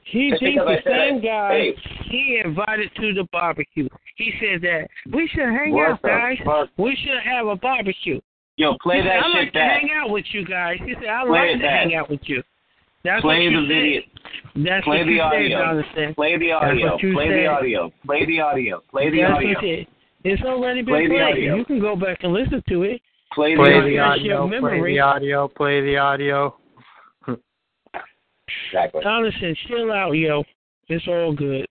Speaker 4: He
Speaker 10: Just
Speaker 4: thinks
Speaker 10: because
Speaker 4: the
Speaker 10: I said I-
Speaker 4: same guy
Speaker 10: Hey.
Speaker 4: he invited to the barbecue. He said that we should hang
Speaker 10: What
Speaker 4: out,
Speaker 10: the
Speaker 4: guys.
Speaker 10: fuck?
Speaker 4: We should have a barbecue.
Speaker 10: Yo, play
Speaker 4: he said,
Speaker 10: that
Speaker 4: I
Speaker 10: shit
Speaker 4: like to
Speaker 10: back.
Speaker 4: hang out with you guys. He said I
Speaker 10: Play
Speaker 4: like
Speaker 10: it
Speaker 4: to
Speaker 10: back.
Speaker 4: hang out with you. That's
Speaker 10: Play
Speaker 4: what you
Speaker 10: the
Speaker 4: said.
Speaker 10: video.
Speaker 4: That's
Speaker 10: Play
Speaker 4: what
Speaker 10: the
Speaker 4: you
Speaker 10: audio.
Speaker 4: said, Jonathan.
Speaker 10: Play the
Speaker 4: That's
Speaker 10: audio.
Speaker 4: what you
Speaker 10: Play
Speaker 4: said.
Speaker 10: the audio. Play the audio. Play the
Speaker 4: That's
Speaker 10: audio.
Speaker 4: what it- It's already been
Speaker 10: Play the
Speaker 4: played.
Speaker 10: audio.
Speaker 4: You can go back and listen to it.
Speaker 10: Play the
Speaker 1: Play
Speaker 10: audio.
Speaker 1: the
Speaker 4: Refresh your
Speaker 1: audio. Play
Speaker 4: memory.
Speaker 1: the audio. Play the audio.
Speaker 10: Exactly.
Speaker 4: Jonathan, chill out, yo. It's all good.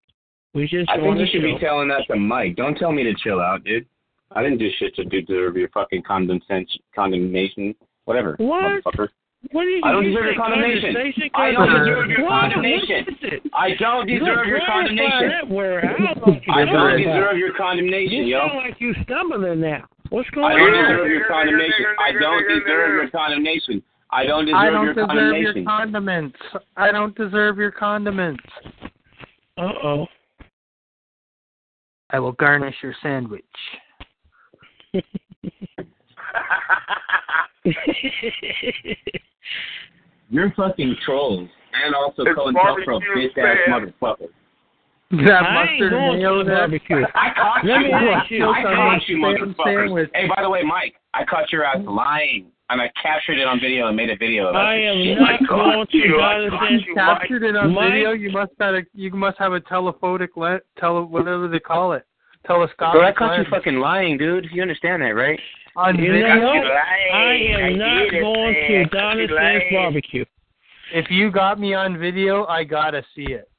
Speaker 4: We just
Speaker 10: I
Speaker 4: on
Speaker 10: think you
Speaker 4: the
Speaker 10: should be
Speaker 4: show.
Speaker 10: telling that to Mike. Don't tell me to chill out, dude. I didn't do shit to do- deserve your fucking condescension, condemnation, whatever.
Speaker 4: What?
Speaker 10: Motherfucker.
Speaker 4: What did you
Speaker 10: I don't
Speaker 4: you
Speaker 10: deserve
Speaker 4: say
Speaker 10: your condemnation.
Speaker 4: condensation?
Speaker 10: I don't deserve your
Speaker 4: What?
Speaker 10: condemnation.
Speaker 4: What is it?
Speaker 10: I don't
Speaker 4: You
Speaker 10: deserve your
Speaker 4: glorify
Speaker 10: condemnation.
Speaker 4: That word. I don't like you.
Speaker 10: I don't
Speaker 4: talking about.
Speaker 10: deserve your condemnation,
Speaker 4: You
Speaker 10: yo.
Speaker 4: sound like you stumbling now. What's going
Speaker 10: I
Speaker 4: on?
Speaker 10: don't deserve your condemnation. I don't deserve your condemnation. I don't deserve
Speaker 1: I don't
Speaker 10: your
Speaker 1: deserve
Speaker 10: condemnation.
Speaker 1: your condiments. I don't deserve your condiments.
Speaker 4: Uh oh.
Speaker 1: I will garnish your sandwich.
Speaker 10: You're fucking trolls. And also
Speaker 1: It's
Speaker 10: Cohen Telfro,
Speaker 1: barbecue
Speaker 10: bitch ass
Speaker 1: fam.
Speaker 10: motherfucker.
Speaker 1: That
Speaker 4: I ain't
Speaker 1: mustard
Speaker 4: going
Speaker 1: mayo
Speaker 4: to the
Speaker 1: there.
Speaker 4: barbecue.
Speaker 10: I caught
Speaker 4: Let
Speaker 10: you.
Speaker 4: me ask you
Speaker 10: I caught
Speaker 4: something.
Speaker 10: you, motherfuckers. Hey, by the way, Mike, I caught your ass lying, and I captured it on video and made a video about
Speaker 4: I
Speaker 10: it.
Speaker 4: am
Speaker 10: Shit.
Speaker 4: not
Speaker 10: I caught
Speaker 4: going to
Speaker 10: you. I
Speaker 4: Jonathan.
Speaker 1: You captured it on
Speaker 4: Mike-
Speaker 1: video. You must have a, you must have a telephotic le- tele whatever they call it telescopic
Speaker 10: Bro, I caught you
Speaker 1: lens.
Speaker 10: fucking lying, dude. You understand that, right?
Speaker 1: on
Speaker 4: You
Speaker 1: video.
Speaker 4: know what? I am not going to Donovan's barbecue.
Speaker 1: If you got me on video, I gotta see it.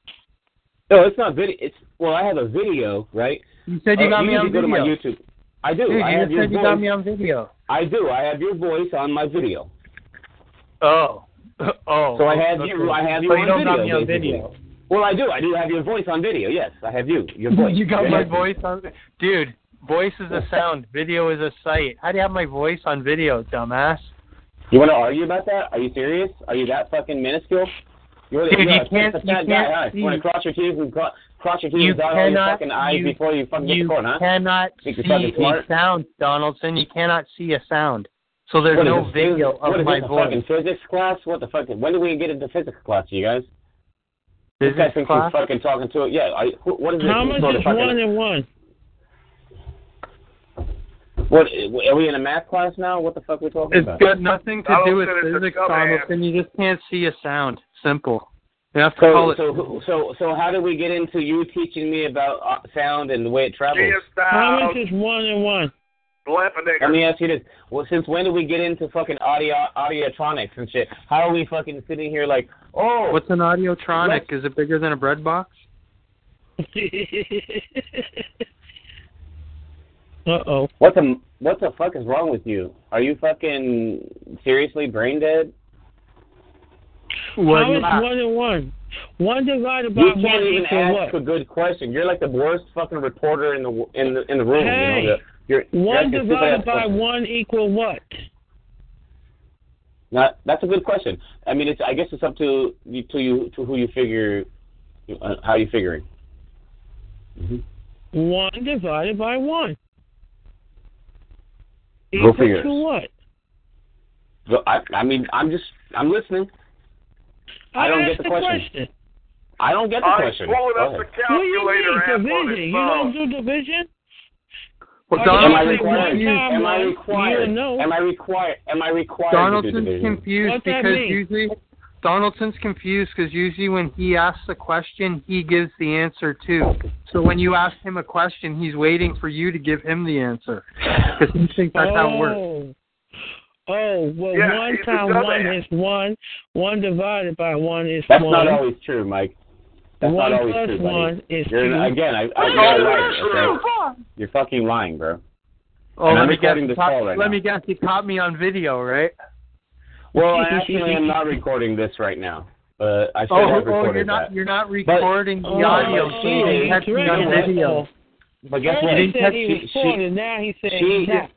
Speaker 10: No, it's not video. It's well, I have a video, right?
Speaker 1: You said you
Speaker 10: Uh,
Speaker 1: got me
Speaker 10: need
Speaker 1: on
Speaker 10: to go to my
Speaker 1: video.
Speaker 10: YouTube. I do.
Speaker 1: Dude,
Speaker 10: I
Speaker 1: you
Speaker 10: have
Speaker 1: just
Speaker 10: your
Speaker 1: said you got
Speaker 10: voice.
Speaker 1: me on video.
Speaker 10: I do. I have your voice on my video.
Speaker 1: Oh, oh.
Speaker 10: So I have
Speaker 1: okay.
Speaker 10: you. I have you
Speaker 1: So
Speaker 10: on
Speaker 1: you don't
Speaker 10: video.
Speaker 1: got me on
Speaker 10: basically.
Speaker 1: video.
Speaker 10: Well, I do. I do have your voice on video. Yes, I have you. Your voice.
Speaker 1: You got
Speaker 10: Your
Speaker 1: my
Speaker 10: head.
Speaker 1: voice on. Dude, voice is a sound, video is a sight. How do you have my voice on video, dumbass?
Speaker 10: You want to argue about that? Are you serious? Are you that fucking minuscule? You're,
Speaker 1: Dude,
Speaker 10: you're
Speaker 1: you
Speaker 10: a-
Speaker 1: can't-
Speaker 10: a fat
Speaker 1: you
Speaker 10: guy,
Speaker 1: can't
Speaker 10: huh? You want to
Speaker 1: see.
Speaker 10: cross your T's and cro- cross your T's
Speaker 1: You
Speaker 10: and dot all your
Speaker 1: cannot-
Speaker 10: fucking I's
Speaker 1: you-
Speaker 10: before you fucking get
Speaker 1: you
Speaker 10: to court, huh?
Speaker 1: cannot
Speaker 10: Think
Speaker 1: see
Speaker 10: you're fucking
Speaker 1: a
Speaker 10: smart?
Speaker 1: sound, Donaldson. You cannot see a sound. So there's
Speaker 10: What is
Speaker 1: no
Speaker 10: this,
Speaker 1: video
Speaker 10: what
Speaker 1: of
Speaker 10: is
Speaker 1: my
Speaker 10: this, a
Speaker 1: voice.
Speaker 10: fucking physics class? What the fuck? When do we get into physics class, you guys? This guy
Speaker 1: Physics
Speaker 10: thinks
Speaker 1: class?
Speaker 10: he's fucking talking to it. Yeah. Are, you- wh- what is this?
Speaker 4: How
Speaker 10: Some
Speaker 4: much
Speaker 10: sort of
Speaker 4: is
Speaker 10: fucking-
Speaker 4: one and one?
Speaker 10: What are we in a math class now? What the fuck are we talking
Speaker 1: It's
Speaker 10: about?
Speaker 1: got nothing to
Speaker 10: I
Speaker 1: do
Speaker 10: don't
Speaker 1: with
Speaker 10: think it's a
Speaker 1: physics,
Speaker 10: dumb
Speaker 1: Thomas,
Speaker 10: ass.
Speaker 1: and you just can't see a sound. Simple. You have to
Speaker 10: So,
Speaker 1: call it.
Speaker 10: so, who- so, so, how did we get into you teaching me about uh, sound and the way it travels?
Speaker 4: Thomas is one and one.
Speaker 10: Let me ask you this: Well, since when did we get into fucking audio, audiotronics and shit? How are we fucking sitting here like, oh,
Speaker 1: What's an audiotronic? Is it bigger than a bread box?
Speaker 4: Uh oh.
Speaker 10: What the what the fuck is wrong with you? Are you fucking seriously brain dead?
Speaker 4: Thomas one and one. One divided by
Speaker 10: you
Speaker 4: one
Speaker 10: can't even
Speaker 4: equals
Speaker 10: ask
Speaker 4: what?
Speaker 10: a good question. You're like the worst fucking reporter in the w- in the in the room.
Speaker 4: Hey,
Speaker 10: you know, the, you're, you're
Speaker 4: One
Speaker 10: asking stupid ass
Speaker 4: divided by
Speaker 10: questions.
Speaker 4: one equal what?
Speaker 10: Not, that's a good question. I mean, it's I guess it's up to you to you to who you figure uh, how you figuring.
Speaker 4: One divided by one.
Speaker 10: Go
Speaker 4: Equal
Speaker 10: figure.
Speaker 4: to what?
Speaker 10: So I I mean I'm just I'm listening. I, don't
Speaker 4: asked
Speaker 10: get the
Speaker 4: the
Speaker 10: question. I don't get the
Speaker 4: I
Speaker 10: question.
Speaker 4: pulled
Speaker 10: Go
Speaker 4: up
Speaker 10: ahead.
Speaker 4: What do you mean division? You don't do division? Well,
Speaker 10: am I
Speaker 4: Donaldson
Speaker 10: required?
Speaker 4: confused.
Speaker 10: Am I
Speaker 4: You
Speaker 10: required?
Speaker 4: know.
Speaker 10: Am I required? Am I required to do
Speaker 1: Donaldson's
Speaker 10: division?
Speaker 1: confused
Speaker 4: What's that
Speaker 1: because
Speaker 4: mean?
Speaker 1: usually Donaldson's confused because usually when he asks a question, he gives the answer too. So when you ask him a question, he's waiting for you to give him the answer because he thinks that's how it works.
Speaker 4: Oh. Oh, well,
Speaker 1: Yeah,
Speaker 4: one
Speaker 1: he's a
Speaker 4: times one
Speaker 1: dumbass.
Speaker 4: is one. One divided by one is
Speaker 10: That's
Speaker 4: one.
Speaker 10: not always true, Mike. That's
Speaker 4: One
Speaker 10: not always
Speaker 4: plus
Speaker 10: true, buddy.
Speaker 4: one is
Speaker 10: You're-
Speaker 4: two.
Speaker 10: Again, I, I,
Speaker 4: That's
Speaker 10: you're
Speaker 4: not
Speaker 10: lying,
Speaker 4: true.
Speaker 10: okay? You're fucking lying, bro.
Speaker 1: Oh,
Speaker 10: and
Speaker 1: let
Speaker 10: I'm
Speaker 1: me guess.
Speaker 10: recording
Speaker 1: he
Speaker 10: this
Speaker 1: caught-
Speaker 10: call right
Speaker 1: let
Speaker 10: now.
Speaker 1: me guess. He caught me on video, right?
Speaker 10: Well, I actually am not recording this right now, but I should
Speaker 1: Oh,
Speaker 10: have
Speaker 1: oh,
Speaker 10: recorded
Speaker 1: you're not
Speaker 10: that. Oh,
Speaker 1: you're not recording the audio.
Speaker 10: but
Speaker 1: so you can
Speaker 10: she-
Speaker 1: catch me on
Speaker 10: Oh.
Speaker 1: video.
Speaker 10: But guess
Speaker 1: He
Speaker 10: what?
Speaker 1: didn't catch-
Speaker 10: She- she-
Speaker 4: now he said
Speaker 10: she-
Speaker 1: Yeah,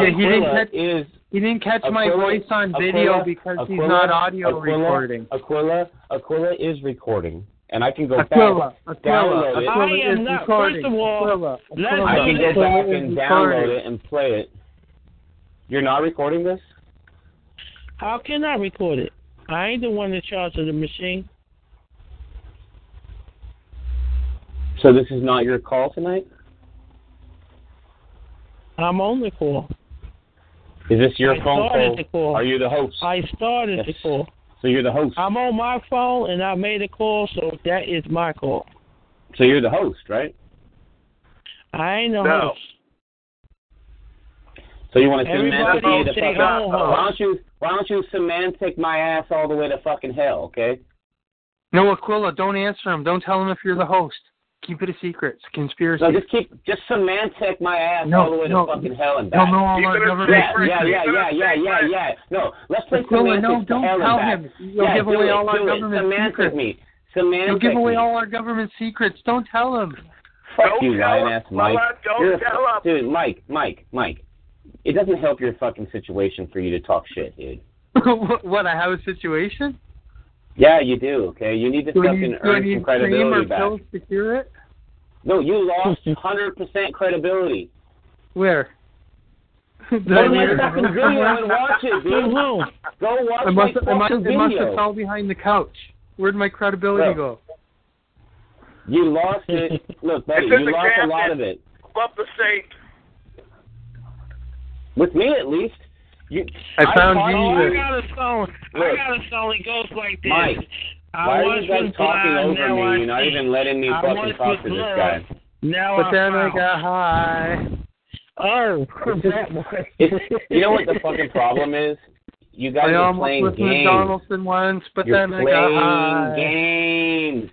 Speaker 1: he didn't
Speaker 10: Aquila
Speaker 1: catch-
Speaker 10: is
Speaker 1: He didn't catch my
Speaker 10: Aquila-
Speaker 1: voice on
Speaker 10: Aquila-
Speaker 1: video because he's
Speaker 10: Aquila-
Speaker 1: not audio
Speaker 10: Aquila-
Speaker 1: recording.
Speaker 10: Aquila, Aquila is recording, and I can go
Speaker 1: Aquila,
Speaker 10: back,
Speaker 1: Aquila,
Speaker 10: download it.
Speaker 1: Aquila
Speaker 4: I
Speaker 1: is
Speaker 4: am not.
Speaker 1: recording.
Speaker 4: First of all, let's
Speaker 10: I can
Speaker 4: do
Speaker 10: go back
Speaker 4: this.
Speaker 10: and download it and play it. You're not recording this?
Speaker 4: How can I record it? I ain't the one in charge of the machine.
Speaker 10: So this is not your call tonight?
Speaker 4: I'm on the call.
Speaker 10: Is this your
Speaker 4: I
Speaker 10: phone
Speaker 4: started
Speaker 10: call?
Speaker 4: the call.
Speaker 10: Are you the host?
Speaker 4: I started the call.
Speaker 10: So you're the host.
Speaker 4: I'm on my phone and I made a call, so that is my call.
Speaker 10: So you're the host, right?
Speaker 4: I ain't the
Speaker 10: No.
Speaker 4: host.
Speaker 10: So you want to
Speaker 4: Everybody
Speaker 10: semantic me to
Speaker 4: stay
Speaker 10: fucking
Speaker 4: home, huh?
Speaker 10: why don't you why don't you semantic my ass all the way to fucking hell, okay?
Speaker 1: No, Aquila, don't answer him. Don't tell him if you're the host. Keep it a secret. It's a conspiracy.
Speaker 10: No, just keep just semantic my ass
Speaker 1: No,
Speaker 10: all the way
Speaker 1: no.
Speaker 10: to fucking hell and
Speaker 1: He'll
Speaker 10: back.
Speaker 1: know all our government
Speaker 10: yeah,
Speaker 1: secrets.
Speaker 10: yeah, yeah, yeah, yeah, yeah, yeah. No, let's play
Speaker 1: Aquila,
Speaker 10: semantics
Speaker 1: no,
Speaker 10: to
Speaker 1: don't
Speaker 10: hell
Speaker 1: tell
Speaker 10: and
Speaker 1: him.
Speaker 10: back.
Speaker 1: You'll
Speaker 10: yeah,
Speaker 1: give
Speaker 10: do
Speaker 1: away
Speaker 10: it,
Speaker 1: all our
Speaker 10: do it.
Speaker 1: government
Speaker 10: semantic
Speaker 1: secrets.
Speaker 10: me. Semantic
Speaker 1: You'll give away
Speaker 10: me.
Speaker 1: all our government secrets. Don't tell him.
Speaker 10: Fuck
Speaker 1: Don't
Speaker 10: you,
Speaker 1: tell
Speaker 10: lying
Speaker 1: her.
Speaker 10: ass Mike.
Speaker 1: Mama, don't
Speaker 10: You're a-
Speaker 1: tell her.
Speaker 10: Dude, Mike, Mike, Mike. It doesn't help your fucking situation for you to talk shit, dude.
Speaker 1: what, what, I have a situation?
Speaker 10: Yeah, you do, okay? You need to
Speaker 1: Do I
Speaker 10: fucking
Speaker 1: need, do I
Speaker 10: earn
Speaker 1: need
Speaker 10: some
Speaker 1: cream or
Speaker 10: credibility back.
Speaker 1: pills to cure it?
Speaker 10: No, you lost 100% credibility.
Speaker 1: Where? Did
Speaker 10: Go
Speaker 1: I
Speaker 10: to my
Speaker 1: need-
Speaker 10: fucking video and watch it, dude.
Speaker 1: Go
Speaker 10: Go watch
Speaker 1: I
Speaker 10: my
Speaker 1: must, I must,
Speaker 10: fucking
Speaker 1: it must have
Speaker 10: video.
Speaker 1: fell behind the couch. Where'd my credibility go?
Speaker 10: You lost it. Look, buddy,
Speaker 7: It's in
Speaker 10: you
Speaker 7: the
Speaker 10: lost a
Speaker 7: cabinet.
Speaker 10: lot of it.
Speaker 7: Up the sink.
Speaker 10: With me, at least. You,
Speaker 1: I found
Speaker 10: fought all
Speaker 4: I
Speaker 10: you.
Speaker 4: got a song. I
Speaker 10: Look.
Speaker 4: got a song that goes like this.
Speaker 10: Mike,
Speaker 4: I
Speaker 10: why are
Speaker 4: once
Speaker 10: you guys
Speaker 4: was
Speaker 10: talking
Speaker 4: blind,
Speaker 10: over
Speaker 4: now
Speaker 10: me?
Speaker 4: I
Speaker 10: You're not
Speaker 4: see.
Speaker 10: even letting me
Speaker 4: I
Speaker 10: fucking
Speaker 4: once
Speaker 10: talk
Speaker 4: was
Speaker 10: to this
Speaker 4: blind,
Speaker 10: guy.
Speaker 4: Now
Speaker 1: But
Speaker 4: I
Speaker 1: then uh, I
Speaker 4: found.
Speaker 1: got high.
Speaker 4: Oh,
Speaker 10: that It's- you know what the fucking problem is? You guys
Speaker 1: I
Speaker 10: are
Speaker 1: almost
Speaker 10: playing
Speaker 1: listened to
Speaker 10: games.
Speaker 1: Donaldson once, but
Speaker 10: You're
Speaker 1: then I got
Speaker 10: playing
Speaker 1: high.
Speaker 10: games.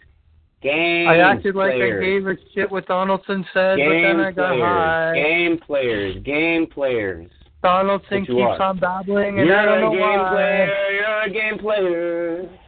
Speaker 10: Games.
Speaker 1: I acted like
Speaker 10: players.
Speaker 1: I gave a shit what Donaldson said, but then I
Speaker 10: Game
Speaker 1: got high.
Speaker 10: players. Game players. Game players.
Speaker 1: Donaldson
Speaker 10: But you
Speaker 1: keeps
Speaker 10: are.
Speaker 1: on babbling, and I
Speaker 10: You're
Speaker 1: don't
Speaker 10: a
Speaker 1: know
Speaker 10: game
Speaker 1: why.
Speaker 10: player. You're a game player.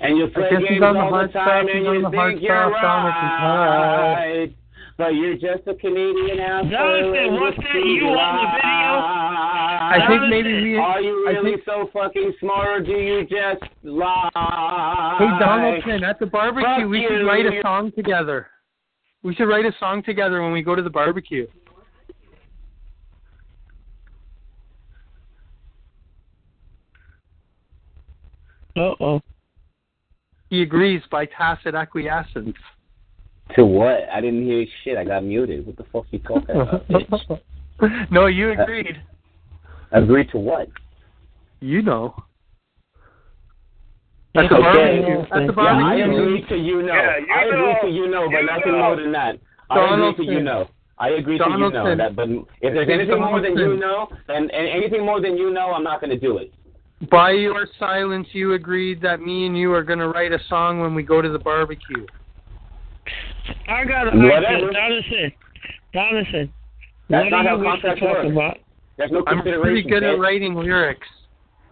Speaker 10: And you play
Speaker 1: guess he's
Speaker 10: games
Speaker 1: on the
Speaker 10: all
Speaker 1: hard
Speaker 10: the time,
Speaker 1: stuff,
Speaker 10: and
Speaker 1: he's on
Speaker 10: you
Speaker 1: the hard
Speaker 10: think you're
Speaker 1: stuff, Thomas, he's hard.
Speaker 10: right. But you're just a Canadian asshole.
Speaker 4: Jonathan,
Speaker 10: and
Speaker 4: what's
Speaker 10: you
Speaker 4: that you on the
Speaker 10: lie.
Speaker 4: video? I think maybe we-
Speaker 10: Are you
Speaker 4: I
Speaker 10: really
Speaker 4: think-
Speaker 10: so fucking smart, or do you just lie?
Speaker 1: Hey Donaldson, at the barbecue,
Speaker 10: Fuck
Speaker 1: we should
Speaker 10: you.
Speaker 1: write a song together. We should write a song together when we go to the barbecue.
Speaker 4: Uh oh.
Speaker 1: He agrees by tacit acquiescence.
Speaker 10: To what? I didn't hear shit. I got muted. What the fuck you talking about? bitch?
Speaker 1: no, you agreed.
Speaker 18: Agree to what?
Speaker 1: You know.
Speaker 10: That's
Speaker 1: a
Speaker 10: okay.
Speaker 1: barbecue. That's a
Speaker 10: Yeah, I
Speaker 1: barbecue.
Speaker 10: agree to you know.
Speaker 1: Yeah, you
Speaker 10: I
Speaker 1: know.
Speaker 10: agree to you know, but
Speaker 1: You
Speaker 10: nothing
Speaker 1: know.
Speaker 10: more than that. I agree
Speaker 1: Donaldson.
Speaker 10: to you know. I agree to you know
Speaker 1: Donaldson.
Speaker 10: that, but if there's
Speaker 1: It's
Speaker 10: anything more than you
Speaker 1: Donaldson.
Speaker 10: know, and, and anything more than you know, I'm not going to do it.
Speaker 1: By your silence, you agreed that me and you are going to write a song when we go to the barbecue.
Speaker 4: I got an
Speaker 1: Whatever.
Speaker 4: idea. Donaldson. Donaldson.
Speaker 1: That's
Speaker 4: what
Speaker 1: not
Speaker 4: do
Speaker 1: how
Speaker 4: you wish
Speaker 1: contracts
Speaker 4: to talk
Speaker 1: work.
Speaker 4: about?
Speaker 10: There's no
Speaker 1: I'm pretty
Speaker 10: consideration,
Speaker 1: good at
Speaker 10: Ted.
Speaker 1: writing lyrics.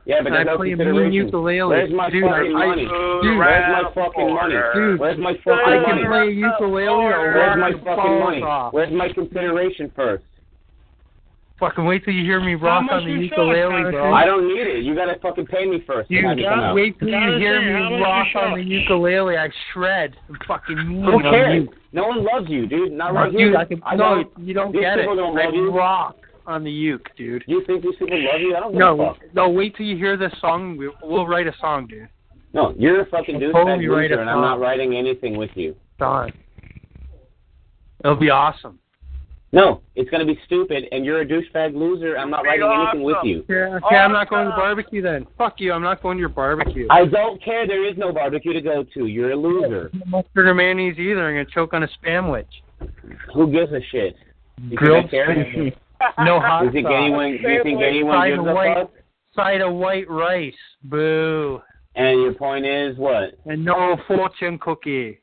Speaker 10: Yeah, but
Speaker 1: I
Speaker 10: there's no
Speaker 1: play a mean
Speaker 10: consideration.
Speaker 1: ukulele.
Speaker 10: Where's my
Speaker 1: Dude,
Speaker 10: fucking
Speaker 1: I-
Speaker 10: money?
Speaker 1: dude,
Speaker 10: Where's my fucking money?
Speaker 1: Dude,
Speaker 10: Where's my fucking
Speaker 1: I can
Speaker 10: money?
Speaker 1: play a ukulele or
Speaker 10: Where's my
Speaker 1: rock
Speaker 10: fucking
Speaker 1: balls
Speaker 10: money?
Speaker 1: off.
Speaker 10: Where's my consideration first?
Speaker 1: Fucking wait till you hear me rock
Speaker 10: much
Speaker 1: on the
Speaker 10: you
Speaker 1: ukulele, bro.
Speaker 10: I don't need it. You gotta fucking pay me first.
Speaker 1: You
Speaker 10: Then I can come out.
Speaker 1: wait till you hear me rock on the ukulele. I shred. I'm fucking mean
Speaker 10: Who
Speaker 1: on
Speaker 10: cares?
Speaker 1: you.
Speaker 10: No one loves you, dude. Not
Speaker 1: No,
Speaker 10: right
Speaker 1: dude,
Speaker 10: here.
Speaker 1: I can-
Speaker 10: I
Speaker 1: no,
Speaker 10: don't-
Speaker 1: you don't
Speaker 10: these
Speaker 1: get
Speaker 10: people
Speaker 1: it.
Speaker 10: Don't
Speaker 1: I
Speaker 10: love you.
Speaker 1: rock on the uke, dude.
Speaker 10: You think these people love you? I don't give a
Speaker 1: No,
Speaker 10: fuck.
Speaker 1: no. Wait till you hear this song. We'll, we'll write a song, dude.
Speaker 10: No, you're a fucking
Speaker 1: I
Speaker 10: douchebag
Speaker 1: totally
Speaker 10: loser,
Speaker 1: write a
Speaker 10: and I'm not
Speaker 1: song.
Speaker 10: writing anything with you.
Speaker 1: Done. It'll be awesome.
Speaker 10: No, it's gonna be stupid, and you're a douchebag loser. I'm not writing anything with you.
Speaker 1: Yeah, okay, I'm not going to barbecue then. Fuck you. I'm not going to your barbecue.
Speaker 10: I don't care. There is no barbecue to go to. You're a loser.
Speaker 1: mustard or mayonnaise either. I'm gonna choke on a sandwich.
Speaker 10: Who gives a shit? You
Speaker 1: Grilled
Speaker 10: think I care?
Speaker 1: spam. No hot
Speaker 10: You think
Speaker 1: sauce.
Speaker 10: anyone? You think anyone
Speaker 1: Side
Speaker 10: gives
Speaker 1: of
Speaker 10: a
Speaker 1: white,
Speaker 10: fuck?
Speaker 1: Side of white rice. Boo.
Speaker 10: And your point is what?
Speaker 1: And no fortune cookie.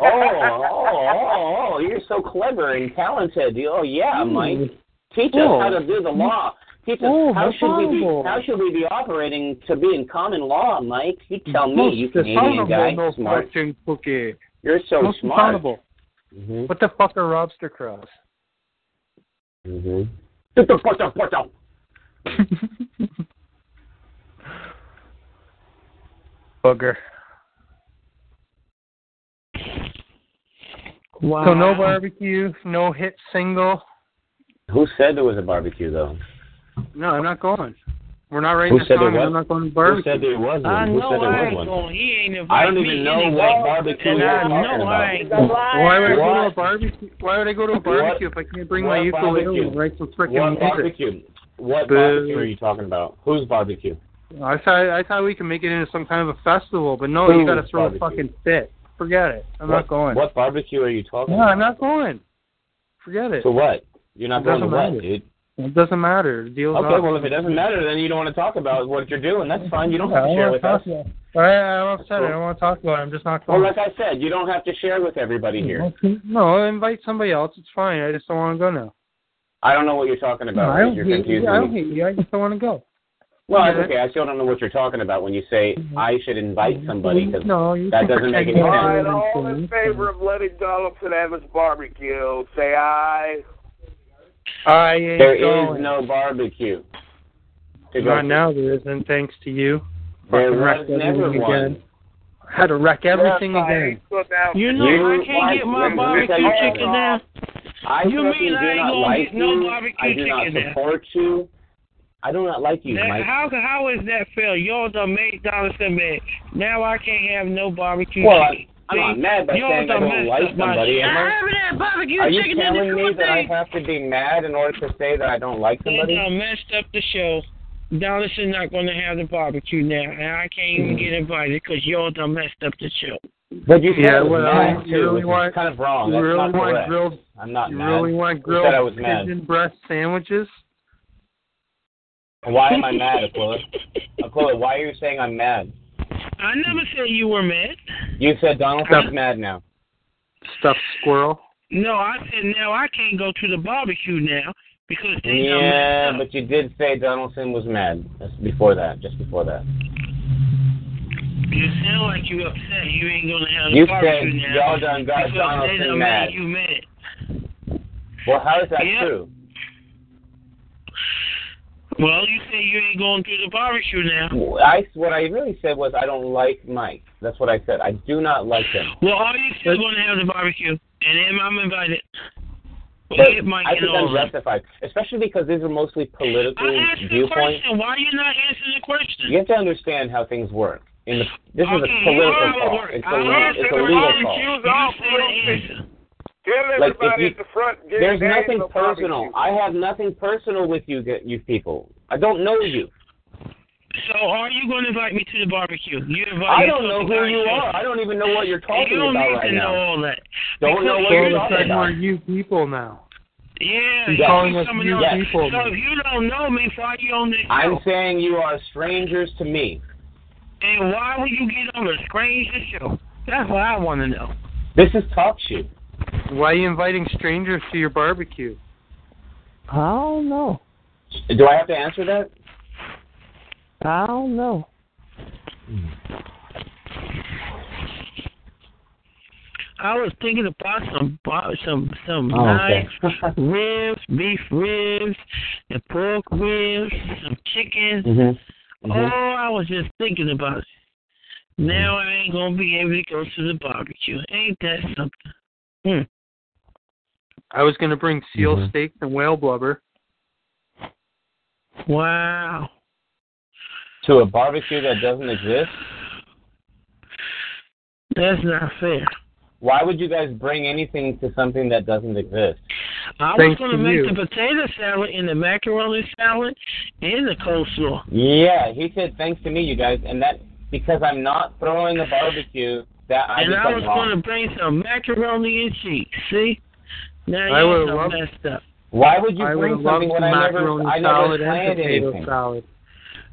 Speaker 10: Oh, oh, oh, oh! You're so clever and talented. You- Oh yeah, Mike. Teach us how to do the law. Teach us
Speaker 19: Oh,
Speaker 10: how
Speaker 19: that's
Speaker 10: should we be
Speaker 19: horrible.
Speaker 10: how should we be operating to be in common law, Mike? You tell me,
Speaker 1: Most
Speaker 10: you Canadian
Speaker 1: dishonorable
Speaker 10: guy,
Speaker 1: no
Speaker 10: smart.
Speaker 1: fortune cookie.
Speaker 10: You're so
Speaker 1: Most
Speaker 10: smart.
Speaker 1: dishonorable.
Speaker 10: Mhm.
Speaker 1: What the fuck are lobster crows?
Speaker 10: Mhm. Get the fuck out, fuck out.
Speaker 1: Booger.
Speaker 4: Wow.
Speaker 1: So no barbecue, no hit single.
Speaker 10: Who said there was a barbecue though?
Speaker 1: No, I'm not going. We're not writing
Speaker 10: Who
Speaker 1: a
Speaker 10: said
Speaker 1: song.
Speaker 10: there
Speaker 1: and I'm
Speaker 10: was-
Speaker 1: not going to
Speaker 10: Who
Speaker 1: barbecue.
Speaker 10: said there was one?
Speaker 4: I
Speaker 10: Who
Speaker 4: know
Speaker 10: said there
Speaker 4: I
Speaker 10: was
Speaker 4: ain't
Speaker 10: one?
Speaker 4: going. He ain't inviting
Speaker 10: I don't even know what barbecue
Speaker 4: And
Speaker 10: you're
Speaker 4: I know
Speaker 10: talking about.
Speaker 4: I ain't
Speaker 1: Why would I go to a
Speaker 10: What?
Speaker 1: barbecue? Why would I go to a barbecue if I can't bring my
Speaker 10: what
Speaker 1: ukulele
Speaker 10: barbecue?
Speaker 1: and write some
Speaker 10: What
Speaker 1: frickin' music?
Speaker 10: barbecue? What
Speaker 1: Boo.
Speaker 10: barbecue are you talking about? Whose barbecue?
Speaker 1: I thought I thought we could make it into some kind of a festival, but no, you
Speaker 10: Ooh,
Speaker 1: got to throw a
Speaker 10: barbecue.
Speaker 1: fucking fit. Forget it. I'm
Speaker 10: what,
Speaker 1: not going.
Speaker 10: What barbecue are you talking
Speaker 1: No, I'm not going. Forget it.
Speaker 10: about? To what? You're not
Speaker 1: It
Speaker 10: going to
Speaker 1: doesn't
Speaker 10: what,
Speaker 1: matter.
Speaker 10: dude?
Speaker 1: It doesn't matter. The deal's
Speaker 10: Okay,
Speaker 1: off.
Speaker 10: well, if it doesn't matter, then you don't want to talk about what you're doing. That's fine. You don't
Speaker 1: I
Speaker 10: have to
Speaker 1: don't
Speaker 10: share
Speaker 1: want
Speaker 10: with
Speaker 1: to talk
Speaker 10: us.
Speaker 1: about it. I, I'm upset. I don't want to talk about it. I'm just not
Speaker 10: Well,
Speaker 1: going. Mm-hmm.
Speaker 10: like I said, you don't have to share with everybody here.
Speaker 1: no, invite somebody else. It's fine. I just don't want to go now.
Speaker 10: I don't know what you're talking
Speaker 1: No,
Speaker 10: about.
Speaker 1: I don't
Speaker 10: you're
Speaker 1: hate you.
Speaker 10: confusing
Speaker 1: I don't
Speaker 10: me.
Speaker 1: hate you. I just don't want to go.
Speaker 10: Well,
Speaker 1: Yeah.
Speaker 10: it's okay. I still don't know what you're talking about when you say I should invite somebody because
Speaker 1: Mm-hmm. No, you
Speaker 10: that
Speaker 1: can
Speaker 10: doesn't make any
Speaker 1: pretend you're not
Speaker 10: sense.
Speaker 1: doing
Speaker 7: All in favor of letting Donaldson have his barbecue, say aye.
Speaker 1: I ain't
Speaker 10: There
Speaker 1: going.
Speaker 10: is no barbecue. To go
Speaker 1: Not
Speaker 10: to.
Speaker 1: now there isn't, thanks to you.
Speaker 10: There
Speaker 1: Fucking
Speaker 10: was
Speaker 1: wrecked
Speaker 10: never
Speaker 1: everything
Speaker 10: one.
Speaker 1: again. Had to wreck everything again.
Speaker 4: You know
Speaker 10: You-
Speaker 4: I can't get my
Speaker 10: Listen,
Speaker 4: barbecue
Speaker 10: listen,
Speaker 4: chicken now.
Speaker 10: I
Speaker 4: You
Speaker 10: fucking
Speaker 4: mean
Speaker 10: do
Speaker 4: I ain't
Speaker 10: not
Speaker 4: gonna
Speaker 10: like
Speaker 4: get no
Speaker 10: you.
Speaker 4: barbecue
Speaker 10: I do not
Speaker 4: chicken now?
Speaker 10: support you. I do not like you,
Speaker 4: That-
Speaker 10: Mike.
Speaker 4: how how is that fair? Y'all done made Donaldson mad. Now I can't have no barbecue
Speaker 10: Well, I-
Speaker 4: chicken.
Speaker 10: I'm not mad by
Speaker 4: Y'all
Speaker 10: saying I
Speaker 4: done
Speaker 10: don't
Speaker 4: messed
Speaker 10: like
Speaker 4: up my-
Speaker 10: somebody. Am
Speaker 4: I
Speaker 10: I,
Speaker 4: haven't had barbecue
Speaker 10: are you
Speaker 4: chicken in
Speaker 10: telling
Speaker 4: this
Speaker 10: me
Speaker 4: whole
Speaker 10: that I
Speaker 4: thing. um,
Speaker 10: have to be mad in order to say that I don't like somebody?
Speaker 4: Y'all done messed up the show. Donaldson not going to have the barbecue now, and I can't even get invited because y'all done messed up the show.
Speaker 10: But you said
Speaker 1: Yeah,
Speaker 10: I was
Speaker 1: well, um,
Speaker 10: mad
Speaker 1: you
Speaker 10: too,
Speaker 1: really
Speaker 10: which is
Speaker 1: want-
Speaker 10: kind of wrong.
Speaker 1: you
Speaker 10: That's
Speaker 1: really
Speaker 10: not
Speaker 1: want
Speaker 10: correct.
Speaker 1: grilled-
Speaker 10: I'm not
Speaker 1: you
Speaker 10: mad.
Speaker 1: really want
Speaker 10: You said I was
Speaker 1: grilled
Speaker 10: mad.
Speaker 1: pigeon breast sandwiches?
Speaker 10: Why am I mad, Aquila? Aquila, why are you saying I'm mad?
Speaker 4: I never said you were mad.
Speaker 10: You said Donaldson's mad now.
Speaker 1: Stuffed squirrel.
Speaker 4: No, I said now I can't go to the barbecue now because they done messed
Speaker 10: Yeah,
Speaker 4: up.
Speaker 10: but you did say Donaldson was mad. That's before that, just before that.
Speaker 4: You sound like you upset. You ain't gonna have the
Speaker 10: You
Speaker 4: barbecue
Speaker 10: said
Speaker 4: now.
Speaker 10: y'all done got
Speaker 4: because
Speaker 10: Donaldson
Speaker 4: they done
Speaker 10: mad.
Speaker 4: made you mad.
Speaker 10: Well, how is that
Speaker 4: Yeah.
Speaker 10: true?
Speaker 4: Well, you say you ain't going to the barbecue now.
Speaker 10: I what I really said was I don't like Mike. That's what I said. I do not like him.
Speaker 4: Well, all you said going to have the barbecue, and then I'm invited. Well,
Speaker 10: But
Speaker 4: hit Mike
Speaker 10: I
Speaker 4: and
Speaker 10: think
Speaker 4: all
Speaker 10: I'm
Speaker 4: that.
Speaker 10: rectified, especially because these are mostly
Speaker 4: I
Speaker 10: political
Speaker 4: asked the
Speaker 10: viewpoints.
Speaker 4: question. Why are you not answering the question?
Speaker 10: You have to understand how things work. In the, this is
Speaker 4: okay,
Speaker 10: a political
Speaker 4: how it
Speaker 10: call.
Speaker 4: work.
Speaker 10: It's a,
Speaker 4: I
Speaker 10: legal-
Speaker 4: asked
Speaker 10: it's
Speaker 4: the
Speaker 10: a legal
Speaker 4: question.
Speaker 10: call.
Speaker 4: You said answer.
Speaker 7: Tell
Speaker 10: Like, if
Speaker 7: everybody
Speaker 10: you-
Speaker 7: at the front. get
Speaker 10: There's
Speaker 7: there ain't
Speaker 10: nothing
Speaker 7: no barbecue.
Speaker 10: personal. I have nothing personal with you, g- you people. I don't know you.
Speaker 4: So are you going to invite me to the barbecue? You invite
Speaker 10: I
Speaker 4: me
Speaker 10: don't
Speaker 4: to
Speaker 10: know
Speaker 4: the
Speaker 10: who you
Speaker 4: barbecue.
Speaker 10: are. I don't even know what you're talking
Speaker 4: you don't
Speaker 10: about
Speaker 4: need
Speaker 10: right
Speaker 4: to
Speaker 10: now.
Speaker 4: Know all that.
Speaker 10: Don't
Speaker 4: Because
Speaker 10: know what
Speaker 1: So
Speaker 10: you're
Speaker 1: it's
Speaker 10: talking
Speaker 1: like
Speaker 10: about.
Speaker 1: we're you people now.
Speaker 4: Yeah,
Speaker 1: He's
Speaker 4: you
Speaker 1: calling us
Speaker 4: someone
Speaker 1: you
Speaker 4: else.
Speaker 1: people.
Speaker 4: So if you don't know me, why you on this
Speaker 10: I'm
Speaker 4: show?
Speaker 10: saying you are strangers to me.
Speaker 4: And why would you get on a stranger show? That's what I want to know.
Speaker 10: This is talk shit.
Speaker 1: Why are you inviting strangers to your barbecue?
Speaker 2: I don't know.
Speaker 10: Do I have to answer that?
Speaker 2: I don't know.
Speaker 10: Mm-hmm.
Speaker 4: I was thinking about some bar- some some
Speaker 16: Oh, okay.
Speaker 4: nice ribs, beef ribs, and pork ribs, some chicken.
Speaker 16: Mm-hmm.
Speaker 4: Oh, I was just thinking about it. Now I ain't gonna be able to go to the barbecue. Ain't that something?
Speaker 1: Hmm. I was gonna bring seal steaks and whale blubber.
Speaker 4: Wow.
Speaker 10: To a barbecue that doesn't exist?
Speaker 4: That's not fair.
Speaker 10: Why would you guys bring anything to something that doesn't exist?
Speaker 4: I
Speaker 10: Thanks
Speaker 4: was
Speaker 10: to
Speaker 4: gonna make
Speaker 10: you.
Speaker 4: the potato salad and the macaroni salad and the coleslaw.
Speaker 10: Yeah, he said thanks to me, you guys, and that because I'm not throwing a barbecue that I
Speaker 4: and
Speaker 10: just
Speaker 4: I was
Speaker 10: wrong.
Speaker 4: gonna bring some macaroni and cheese. See? Now
Speaker 10: I
Speaker 4: you
Speaker 10: would've
Speaker 4: done
Speaker 10: loved-
Speaker 4: messed up.
Speaker 10: Why would you
Speaker 4: I
Speaker 10: bring
Speaker 4: would've loved
Speaker 10: something when I never,
Speaker 4: macaroni
Speaker 10: I never
Speaker 4: salad and
Speaker 10: planned
Speaker 4: potato
Speaker 10: anything?
Speaker 1: Salad.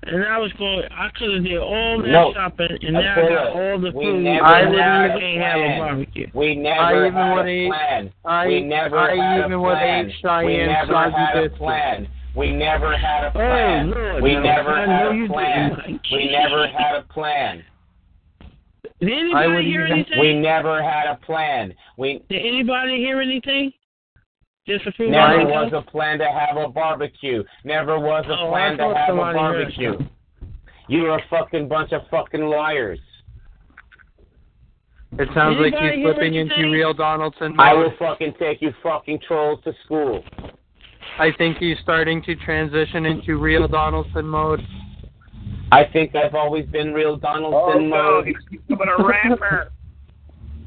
Speaker 4: And I was going. I could have did all that
Speaker 10: No.
Speaker 4: shopping, and
Speaker 10: I
Speaker 4: now I
Speaker 10: tell
Speaker 4: got
Speaker 10: you,
Speaker 4: all the
Speaker 10: we
Speaker 4: food.
Speaker 10: never
Speaker 4: I
Speaker 10: had
Speaker 4: literally
Speaker 10: a
Speaker 4: can't have a
Speaker 10: plan.
Speaker 4: barbecue.
Speaker 10: We never
Speaker 4: I even
Speaker 10: had
Speaker 4: wanna
Speaker 10: a
Speaker 4: eat-
Speaker 10: plan.
Speaker 4: I-
Speaker 10: we never
Speaker 4: I
Speaker 10: had
Speaker 4: even
Speaker 10: a
Speaker 4: wanna
Speaker 10: plan.
Speaker 4: eat Cheyenne
Speaker 10: we never
Speaker 4: soggy
Speaker 10: had a
Speaker 4: biscuits.
Speaker 10: plan. We never had a
Speaker 4: Oh,
Speaker 10: plan.
Speaker 4: Lord,
Speaker 10: we
Speaker 4: no.
Speaker 10: never
Speaker 4: I
Speaker 10: had
Speaker 4: know
Speaker 10: a
Speaker 4: you
Speaker 10: plan.
Speaker 4: didn't.
Speaker 10: We never had a plan.
Speaker 4: Did anybody hear anything?
Speaker 10: We never had a plan. We
Speaker 4: Did anybody hear anything? Just a few
Speaker 10: never
Speaker 4: minutes
Speaker 10: was
Speaker 4: ago?
Speaker 10: a plan to have a barbecue. Never was a
Speaker 4: Oh, I
Speaker 10: plan to
Speaker 4: thought
Speaker 10: have a
Speaker 4: somebody heard
Speaker 10: barbecue. You're a fucking bunch of fucking liars.
Speaker 1: It sounds like
Speaker 10: Anybody
Speaker 1: he's
Speaker 10: hear
Speaker 1: flipping into
Speaker 10: anything?
Speaker 1: real Donaldson.
Speaker 10: I will
Speaker 1: mode.
Speaker 10: fucking take you fucking trolls to school.
Speaker 1: I think he's starting to transition into real Donaldson mode.
Speaker 10: I think I've always been real Donaldson
Speaker 1: Oh, no,
Speaker 10: mode.
Speaker 7: But a rapper.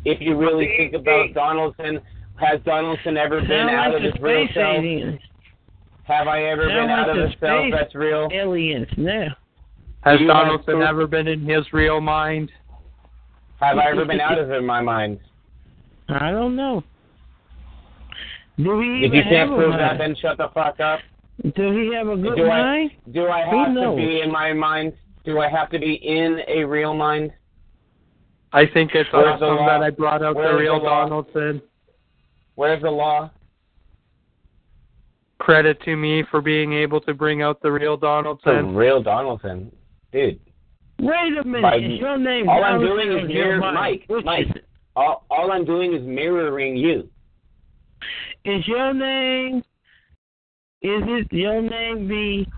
Speaker 10: If you really think about Donaldson, has Donaldson ever been
Speaker 4: Sound
Speaker 10: out
Speaker 4: like
Speaker 10: of
Speaker 4: the
Speaker 10: his real
Speaker 4: space
Speaker 10: self?
Speaker 4: aliens.
Speaker 10: Have I ever
Speaker 4: Sound
Speaker 10: been out
Speaker 4: like
Speaker 10: of
Speaker 4: the
Speaker 10: his self?
Speaker 4: space
Speaker 10: That's real.
Speaker 4: Aliens, now.
Speaker 1: Has
Speaker 10: You have
Speaker 1: Donaldson
Speaker 10: to-
Speaker 1: ever been in his real mind?
Speaker 10: Have I ever been out of it in my mind?
Speaker 4: I don't know. Do we
Speaker 10: If
Speaker 4: even
Speaker 10: you
Speaker 4: have
Speaker 10: can't
Speaker 4: a
Speaker 10: prove that,
Speaker 4: mind?
Speaker 10: then shut the fuck up.
Speaker 4: Do we have a good
Speaker 10: do
Speaker 4: mind?
Speaker 10: I do I
Speaker 4: Who
Speaker 10: have to
Speaker 4: knows?
Speaker 10: be in my mind? Do I have to be in a real mind?
Speaker 1: I think it's
Speaker 10: Where's the
Speaker 1: awesome
Speaker 10: law?
Speaker 1: that I brought out
Speaker 10: Where's
Speaker 1: the
Speaker 10: the
Speaker 1: real
Speaker 10: law?
Speaker 1: Donaldson.
Speaker 10: Where's the law?
Speaker 1: Credit to me for being able to bring out the real
Speaker 10: The
Speaker 1: Donaldson.
Speaker 10: real Donaldson, dude.
Speaker 4: Wait a minute.
Speaker 10: By-
Speaker 4: is your name
Speaker 10: all I'm doing
Speaker 4: Donaldson or
Speaker 10: is
Speaker 4: your
Speaker 10: mirror
Speaker 4: mind?
Speaker 10: Mike.
Speaker 4: Which
Speaker 10: Mike.
Speaker 4: is it?
Speaker 10: All, all I'm doing is mirroring you.
Speaker 4: Is your name? Is it your name be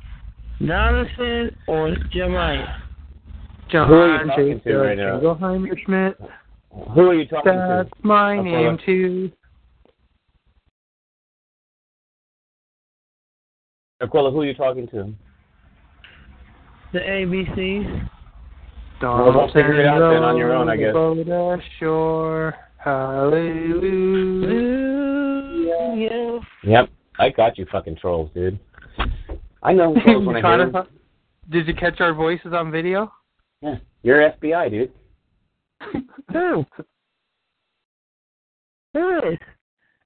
Speaker 4: Donaldson or Jeremiah?
Speaker 1: John
Speaker 10: Who are you talking to
Speaker 1: Jacob
Speaker 10: right now?
Speaker 1: Engelheimer Schmidt.
Speaker 10: Who are you talking
Speaker 1: That's
Speaker 10: to?
Speaker 1: my
Speaker 10: That's
Speaker 1: name
Speaker 10: what
Speaker 1: too.
Speaker 10: Aquila, who are you talking to?
Speaker 4: The ABCs.
Speaker 10: Well, don't figure it out then on your own, I guess.
Speaker 1: Donaldson rowed ashore. Hallelujah.
Speaker 10: Yep, I got you, fucking trolls, dude. I know trolls when I hear
Speaker 1: Connor,
Speaker 10: them.
Speaker 1: Did you catch our voices on video?
Speaker 10: You're FBI, dude.
Speaker 4: Who? Who is?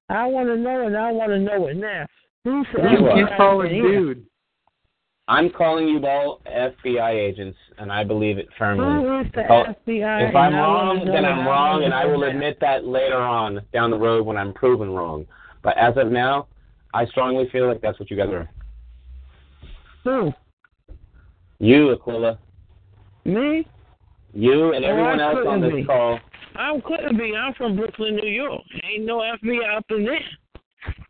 Speaker 4: I want to know it. I want to know it now. Who said
Speaker 10: You are.
Speaker 4: I
Speaker 10: You call it
Speaker 4: Yeah.
Speaker 10: dude. I'm calling you all FBI agents, and I believe it
Speaker 4: Who
Speaker 10: firmly.
Speaker 4: is the
Speaker 10: Call-
Speaker 4: FBI?
Speaker 10: If I'm
Speaker 4: And I wanna
Speaker 10: wrong,
Speaker 4: know
Speaker 10: then
Speaker 4: it.
Speaker 10: I'm wrong, and
Speaker 4: wanna
Speaker 10: I will
Speaker 4: know it.
Speaker 10: admit that later on down the road when I'm proven wrong. But as of now, I strongly feel like that's what you guys are.
Speaker 4: Who?
Speaker 10: You, Aquila,
Speaker 4: Me?
Speaker 10: you, and
Speaker 4: Oh, I
Speaker 10: everyone else on
Speaker 4: couldn't
Speaker 10: this
Speaker 4: be.
Speaker 10: call.
Speaker 4: I couldn't be. I'm from Brooklyn, New York. Ain't no FBI up in there.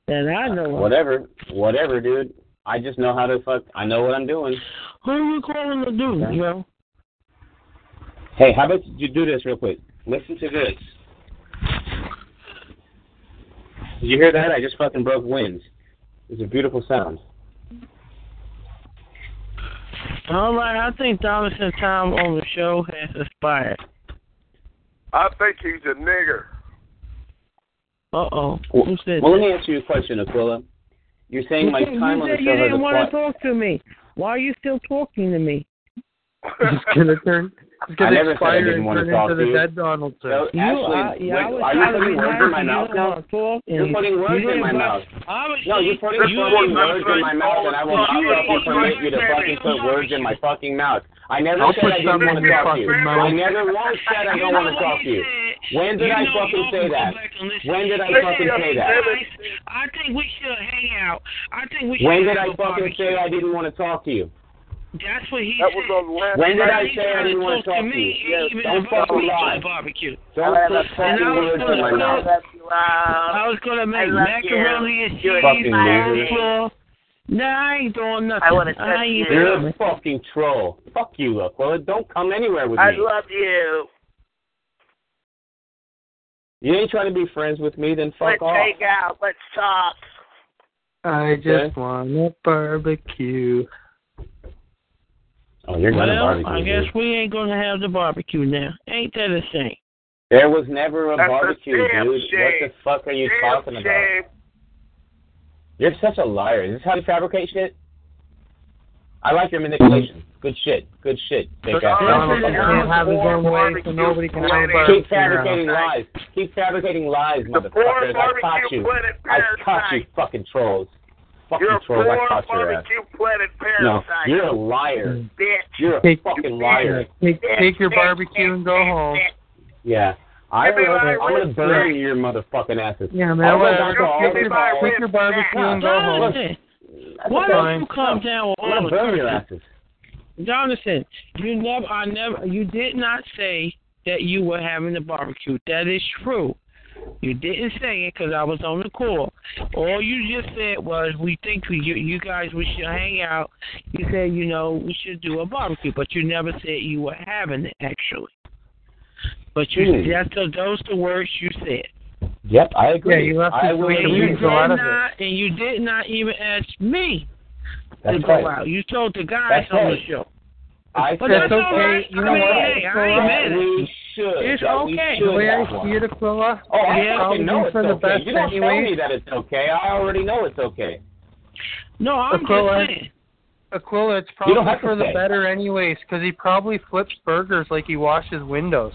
Speaker 4: That I know. of.
Speaker 10: Whatever, whatever, dude. I just know how to fuck. I know what I'm doing.
Speaker 4: Who you calling a dude, Joe?
Speaker 10: Hey, how about you do this real quick? Listen to this. Did you hear that? I just fucking broke wind. It's a beautiful sound.
Speaker 4: All right, I think Donaldson's time on the show has expired.
Speaker 7: I think he's a nigger.
Speaker 4: Uh oh.
Speaker 10: Well,
Speaker 4: said
Speaker 10: well, let
Speaker 4: that?
Speaker 10: me answer your question, Aquila. You're saying my
Speaker 4: you, said-
Speaker 10: time
Speaker 4: you
Speaker 10: on the
Speaker 4: said you
Speaker 10: show has a
Speaker 4: didn't want
Speaker 10: plot.
Speaker 4: to talk to me. Why are you still talking to me?
Speaker 1: It's gonna turn. It's gonna
Speaker 10: I never said I
Speaker 1: expire
Speaker 10: didn't
Speaker 1: and
Speaker 10: wanna
Speaker 1: turn
Speaker 10: talk
Speaker 1: into
Speaker 10: to
Speaker 1: the
Speaker 10: you.
Speaker 1: dead Donaldson.
Speaker 10: So, You actually, are- yeah, I wait, was are you trying to putting be words in nice my and mouth you now?
Speaker 4: don't talk
Speaker 10: You're
Speaker 4: and-
Speaker 10: putting words
Speaker 4: you
Speaker 10: in my
Speaker 4: didn't-
Speaker 10: mouth.
Speaker 4: Obviously,
Speaker 10: No, you're putting
Speaker 4: you
Speaker 10: fucking
Speaker 4: didn't-
Speaker 10: words in my mouth, and I will not
Speaker 4: You
Speaker 10: fucking
Speaker 4: didn't-
Speaker 10: permit you to fucking put words in my fucking mouth. I never
Speaker 4: I'll
Speaker 10: said
Speaker 4: put
Speaker 10: I didn't
Speaker 4: something
Speaker 10: want
Speaker 4: in
Speaker 10: to
Speaker 4: your
Speaker 10: talk to you.
Speaker 4: fucking mouth.
Speaker 10: I never once said I don't want to talk to you. When did
Speaker 4: You
Speaker 10: I
Speaker 4: know
Speaker 10: fucking
Speaker 4: y'all
Speaker 10: say
Speaker 4: can go
Speaker 10: that?
Speaker 4: back and listen
Speaker 10: When
Speaker 4: to
Speaker 10: did I
Speaker 4: it.
Speaker 10: fucking say that?
Speaker 4: I think we should hang out. I think we should.
Speaker 10: When did I
Speaker 4: have a
Speaker 10: fucking
Speaker 4: barbecue.
Speaker 10: say I didn't want to talk to you?
Speaker 4: That's what he
Speaker 10: That
Speaker 4: said.
Speaker 10: was on last When did I night. say I didn't wanna talk to you?
Speaker 4: me,
Speaker 10: Yes,
Speaker 4: even
Speaker 10: don't
Speaker 4: if
Speaker 10: fucking
Speaker 4: we
Speaker 10: lie.
Speaker 4: did Barbecue.
Speaker 10: Don't
Speaker 4: I
Speaker 10: put
Speaker 4: love
Speaker 10: fucking
Speaker 4: you.
Speaker 10: words in my mouth.
Speaker 4: I was gonna make
Speaker 10: I love you.
Speaker 4: macaroni and
Speaker 10: You're
Speaker 4: cheese
Speaker 10: fucking
Speaker 4: on the
Speaker 10: loser.
Speaker 4: floor. No, I ain't doing nothing.
Speaker 10: I wanna
Speaker 4: I ain't
Speaker 10: You're a fucking troll. Fuck you, Aquila. Don't come anywhere with me.
Speaker 20: you.
Speaker 10: You ain't trying to be friends with me, then fuck
Speaker 20: Let's
Speaker 10: off.
Speaker 20: hang out. Let's talk.
Speaker 1: I
Speaker 10: Okay.
Speaker 1: just want a barbecue.
Speaker 10: Oh, you're gonna
Speaker 4: well,
Speaker 10: barbecue.
Speaker 4: I guess we ain't gonna have the barbecue now. Ain't that a thing?
Speaker 10: There was never a
Speaker 4: That's a
Speaker 10: barbecue,
Speaker 4: damn
Speaker 10: dude. What the
Speaker 4: shame.
Speaker 10: fuck are you
Speaker 4: Damn
Speaker 10: talking about? You're such a liar. Is this how you fabricate shit? I like your manipulation. Good shit. Good shit. Fake ass.
Speaker 1: Donaldson can't have his own way, so nobody can have a barbecue.
Speaker 10: Keep fabricating lies. Keep fabricating lies, motherfuckers. I caught you. I caught you, fucking trolls. Fucking
Speaker 20: You're a
Speaker 10: trolls. I
Speaker 20: poor
Speaker 10: caught your ass.
Speaker 20: barbecue planet
Speaker 10: No,
Speaker 20: parasite.
Speaker 10: you're a liar.
Speaker 20: Bitch.
Speaker 10: You're a
Speaker 1: Mm. Take-
Speaker 10: fucking liar.
Speaker 1: Take, take your barbecue and go home.
Speaker 10: Yeah. I
Speaker 1: Everybody
Speaker 10: am gonna
Speaker 1: with
Speaker 10: burn your motherfucking asses.
Speaker 1: Yeah,
Speaker 10: I'll
Speaker 1: man.
Speaker 10: go
Speaker 1: Whatever.
Speaker 10: back to all
Speaker 1: Take
Speaker 10: the
Speaker 1: your,
Speaker 10: calls.
Speaker 1: take your barbecue and go home.
Speaker 4: Jonathan,
Speaker 10: That's
Speaker 4: why
Speaker 10: fine.
Speaker 4: don't you come down with
Speaker 10: I'm
Speaker 4: all
Speaker 10: gonna
Speaker 4: the
Speaker 10: burn your
Speaker 4: cursing?
Speaker 10: asses.
Speaker 4: Jonathan, you never, I never, you did not say that you were having the barbecue. That is true. You didn't say it because I was on the call. All you just said was, "We think we, you, you guys, we should hang out." You said, "You know, we should do a barbecue," but you never said you were having it actually. But you,
Speaker 10: Hmm.
Speaker 4: that's the, those the words you said.
Speaker 10: Yep, I agree.
Speaker 4: Yeah, you
Speaker 1: have to
Speaker 10: I will
Speaker 4: And you
Speaker 10: agree.
Speaker 4: did not, and you did not even ask me
Speaker 10: That's
Speaker 4: to go
Speaker 10: right.
Speaker 4: out. You told the guys
Speaker 10: That's
Speaker 4: on
Speaker 10: right.
Speaker 4: the show.
Speaker 10: I
Speaker 4: But
Speaker 10: said
Speaker 4: that's all right. You know what? Hey, I ain't mad at
Speaker 10: We
Speaker 4: it.
Speaker 10: should.
Speaker 4: It's
Speaker 10: that we
Speaker 4: okay.
Speaker 10: should
Speaker 1: The way I
Speaker 10: have one.
Speaker 1: see it, Aquila,
Speaker 10: Oh, I
Speaker 1: it's
Speaker 10: fucking
Speaker 1: probably
Speaker 10: know it's
Speaker 1: for the
Speaker 10: okay.
Speaker 1: best
Speaker 10: you don't tell me
Speaker 1: anyway.
Speaker 10: that it's okay. I already know it's okay.
Speaker 4: No, I'm
Speaker 1: Aquila,
Speaker 4: just saying.
Speaker 1: Aquila, it's
Speaker 10: You
Speaker 1: probably
Speaker 10: don't have to
Speaker 1: for the
Speaker 10: say.
Speaker 1: better anyways, because he probably flips burgers like he washes windows.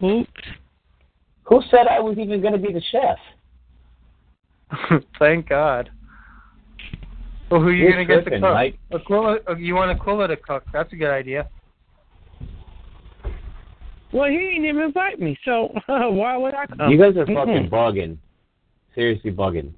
Speaker 4: Who?
Speaker 10: Who said I was even going to be the chef?
Speaker 1: Thank God. Well, who are you
Speaker 10: You're
Speaker 1: gonna get to
Speaker 10: tripping,
Speaker 1: cook?
Speaker 10: Mike.
Speaker 1: Aquila, uh, you want Aquila to cook? That's a good idea.
Speaker 4: Well, he didn't even invite me, so why would I come?
Speaker 10: you guys are
Speaker 4: Mm-mm.
Speaker 10: fucking bugging. Seriously bugging.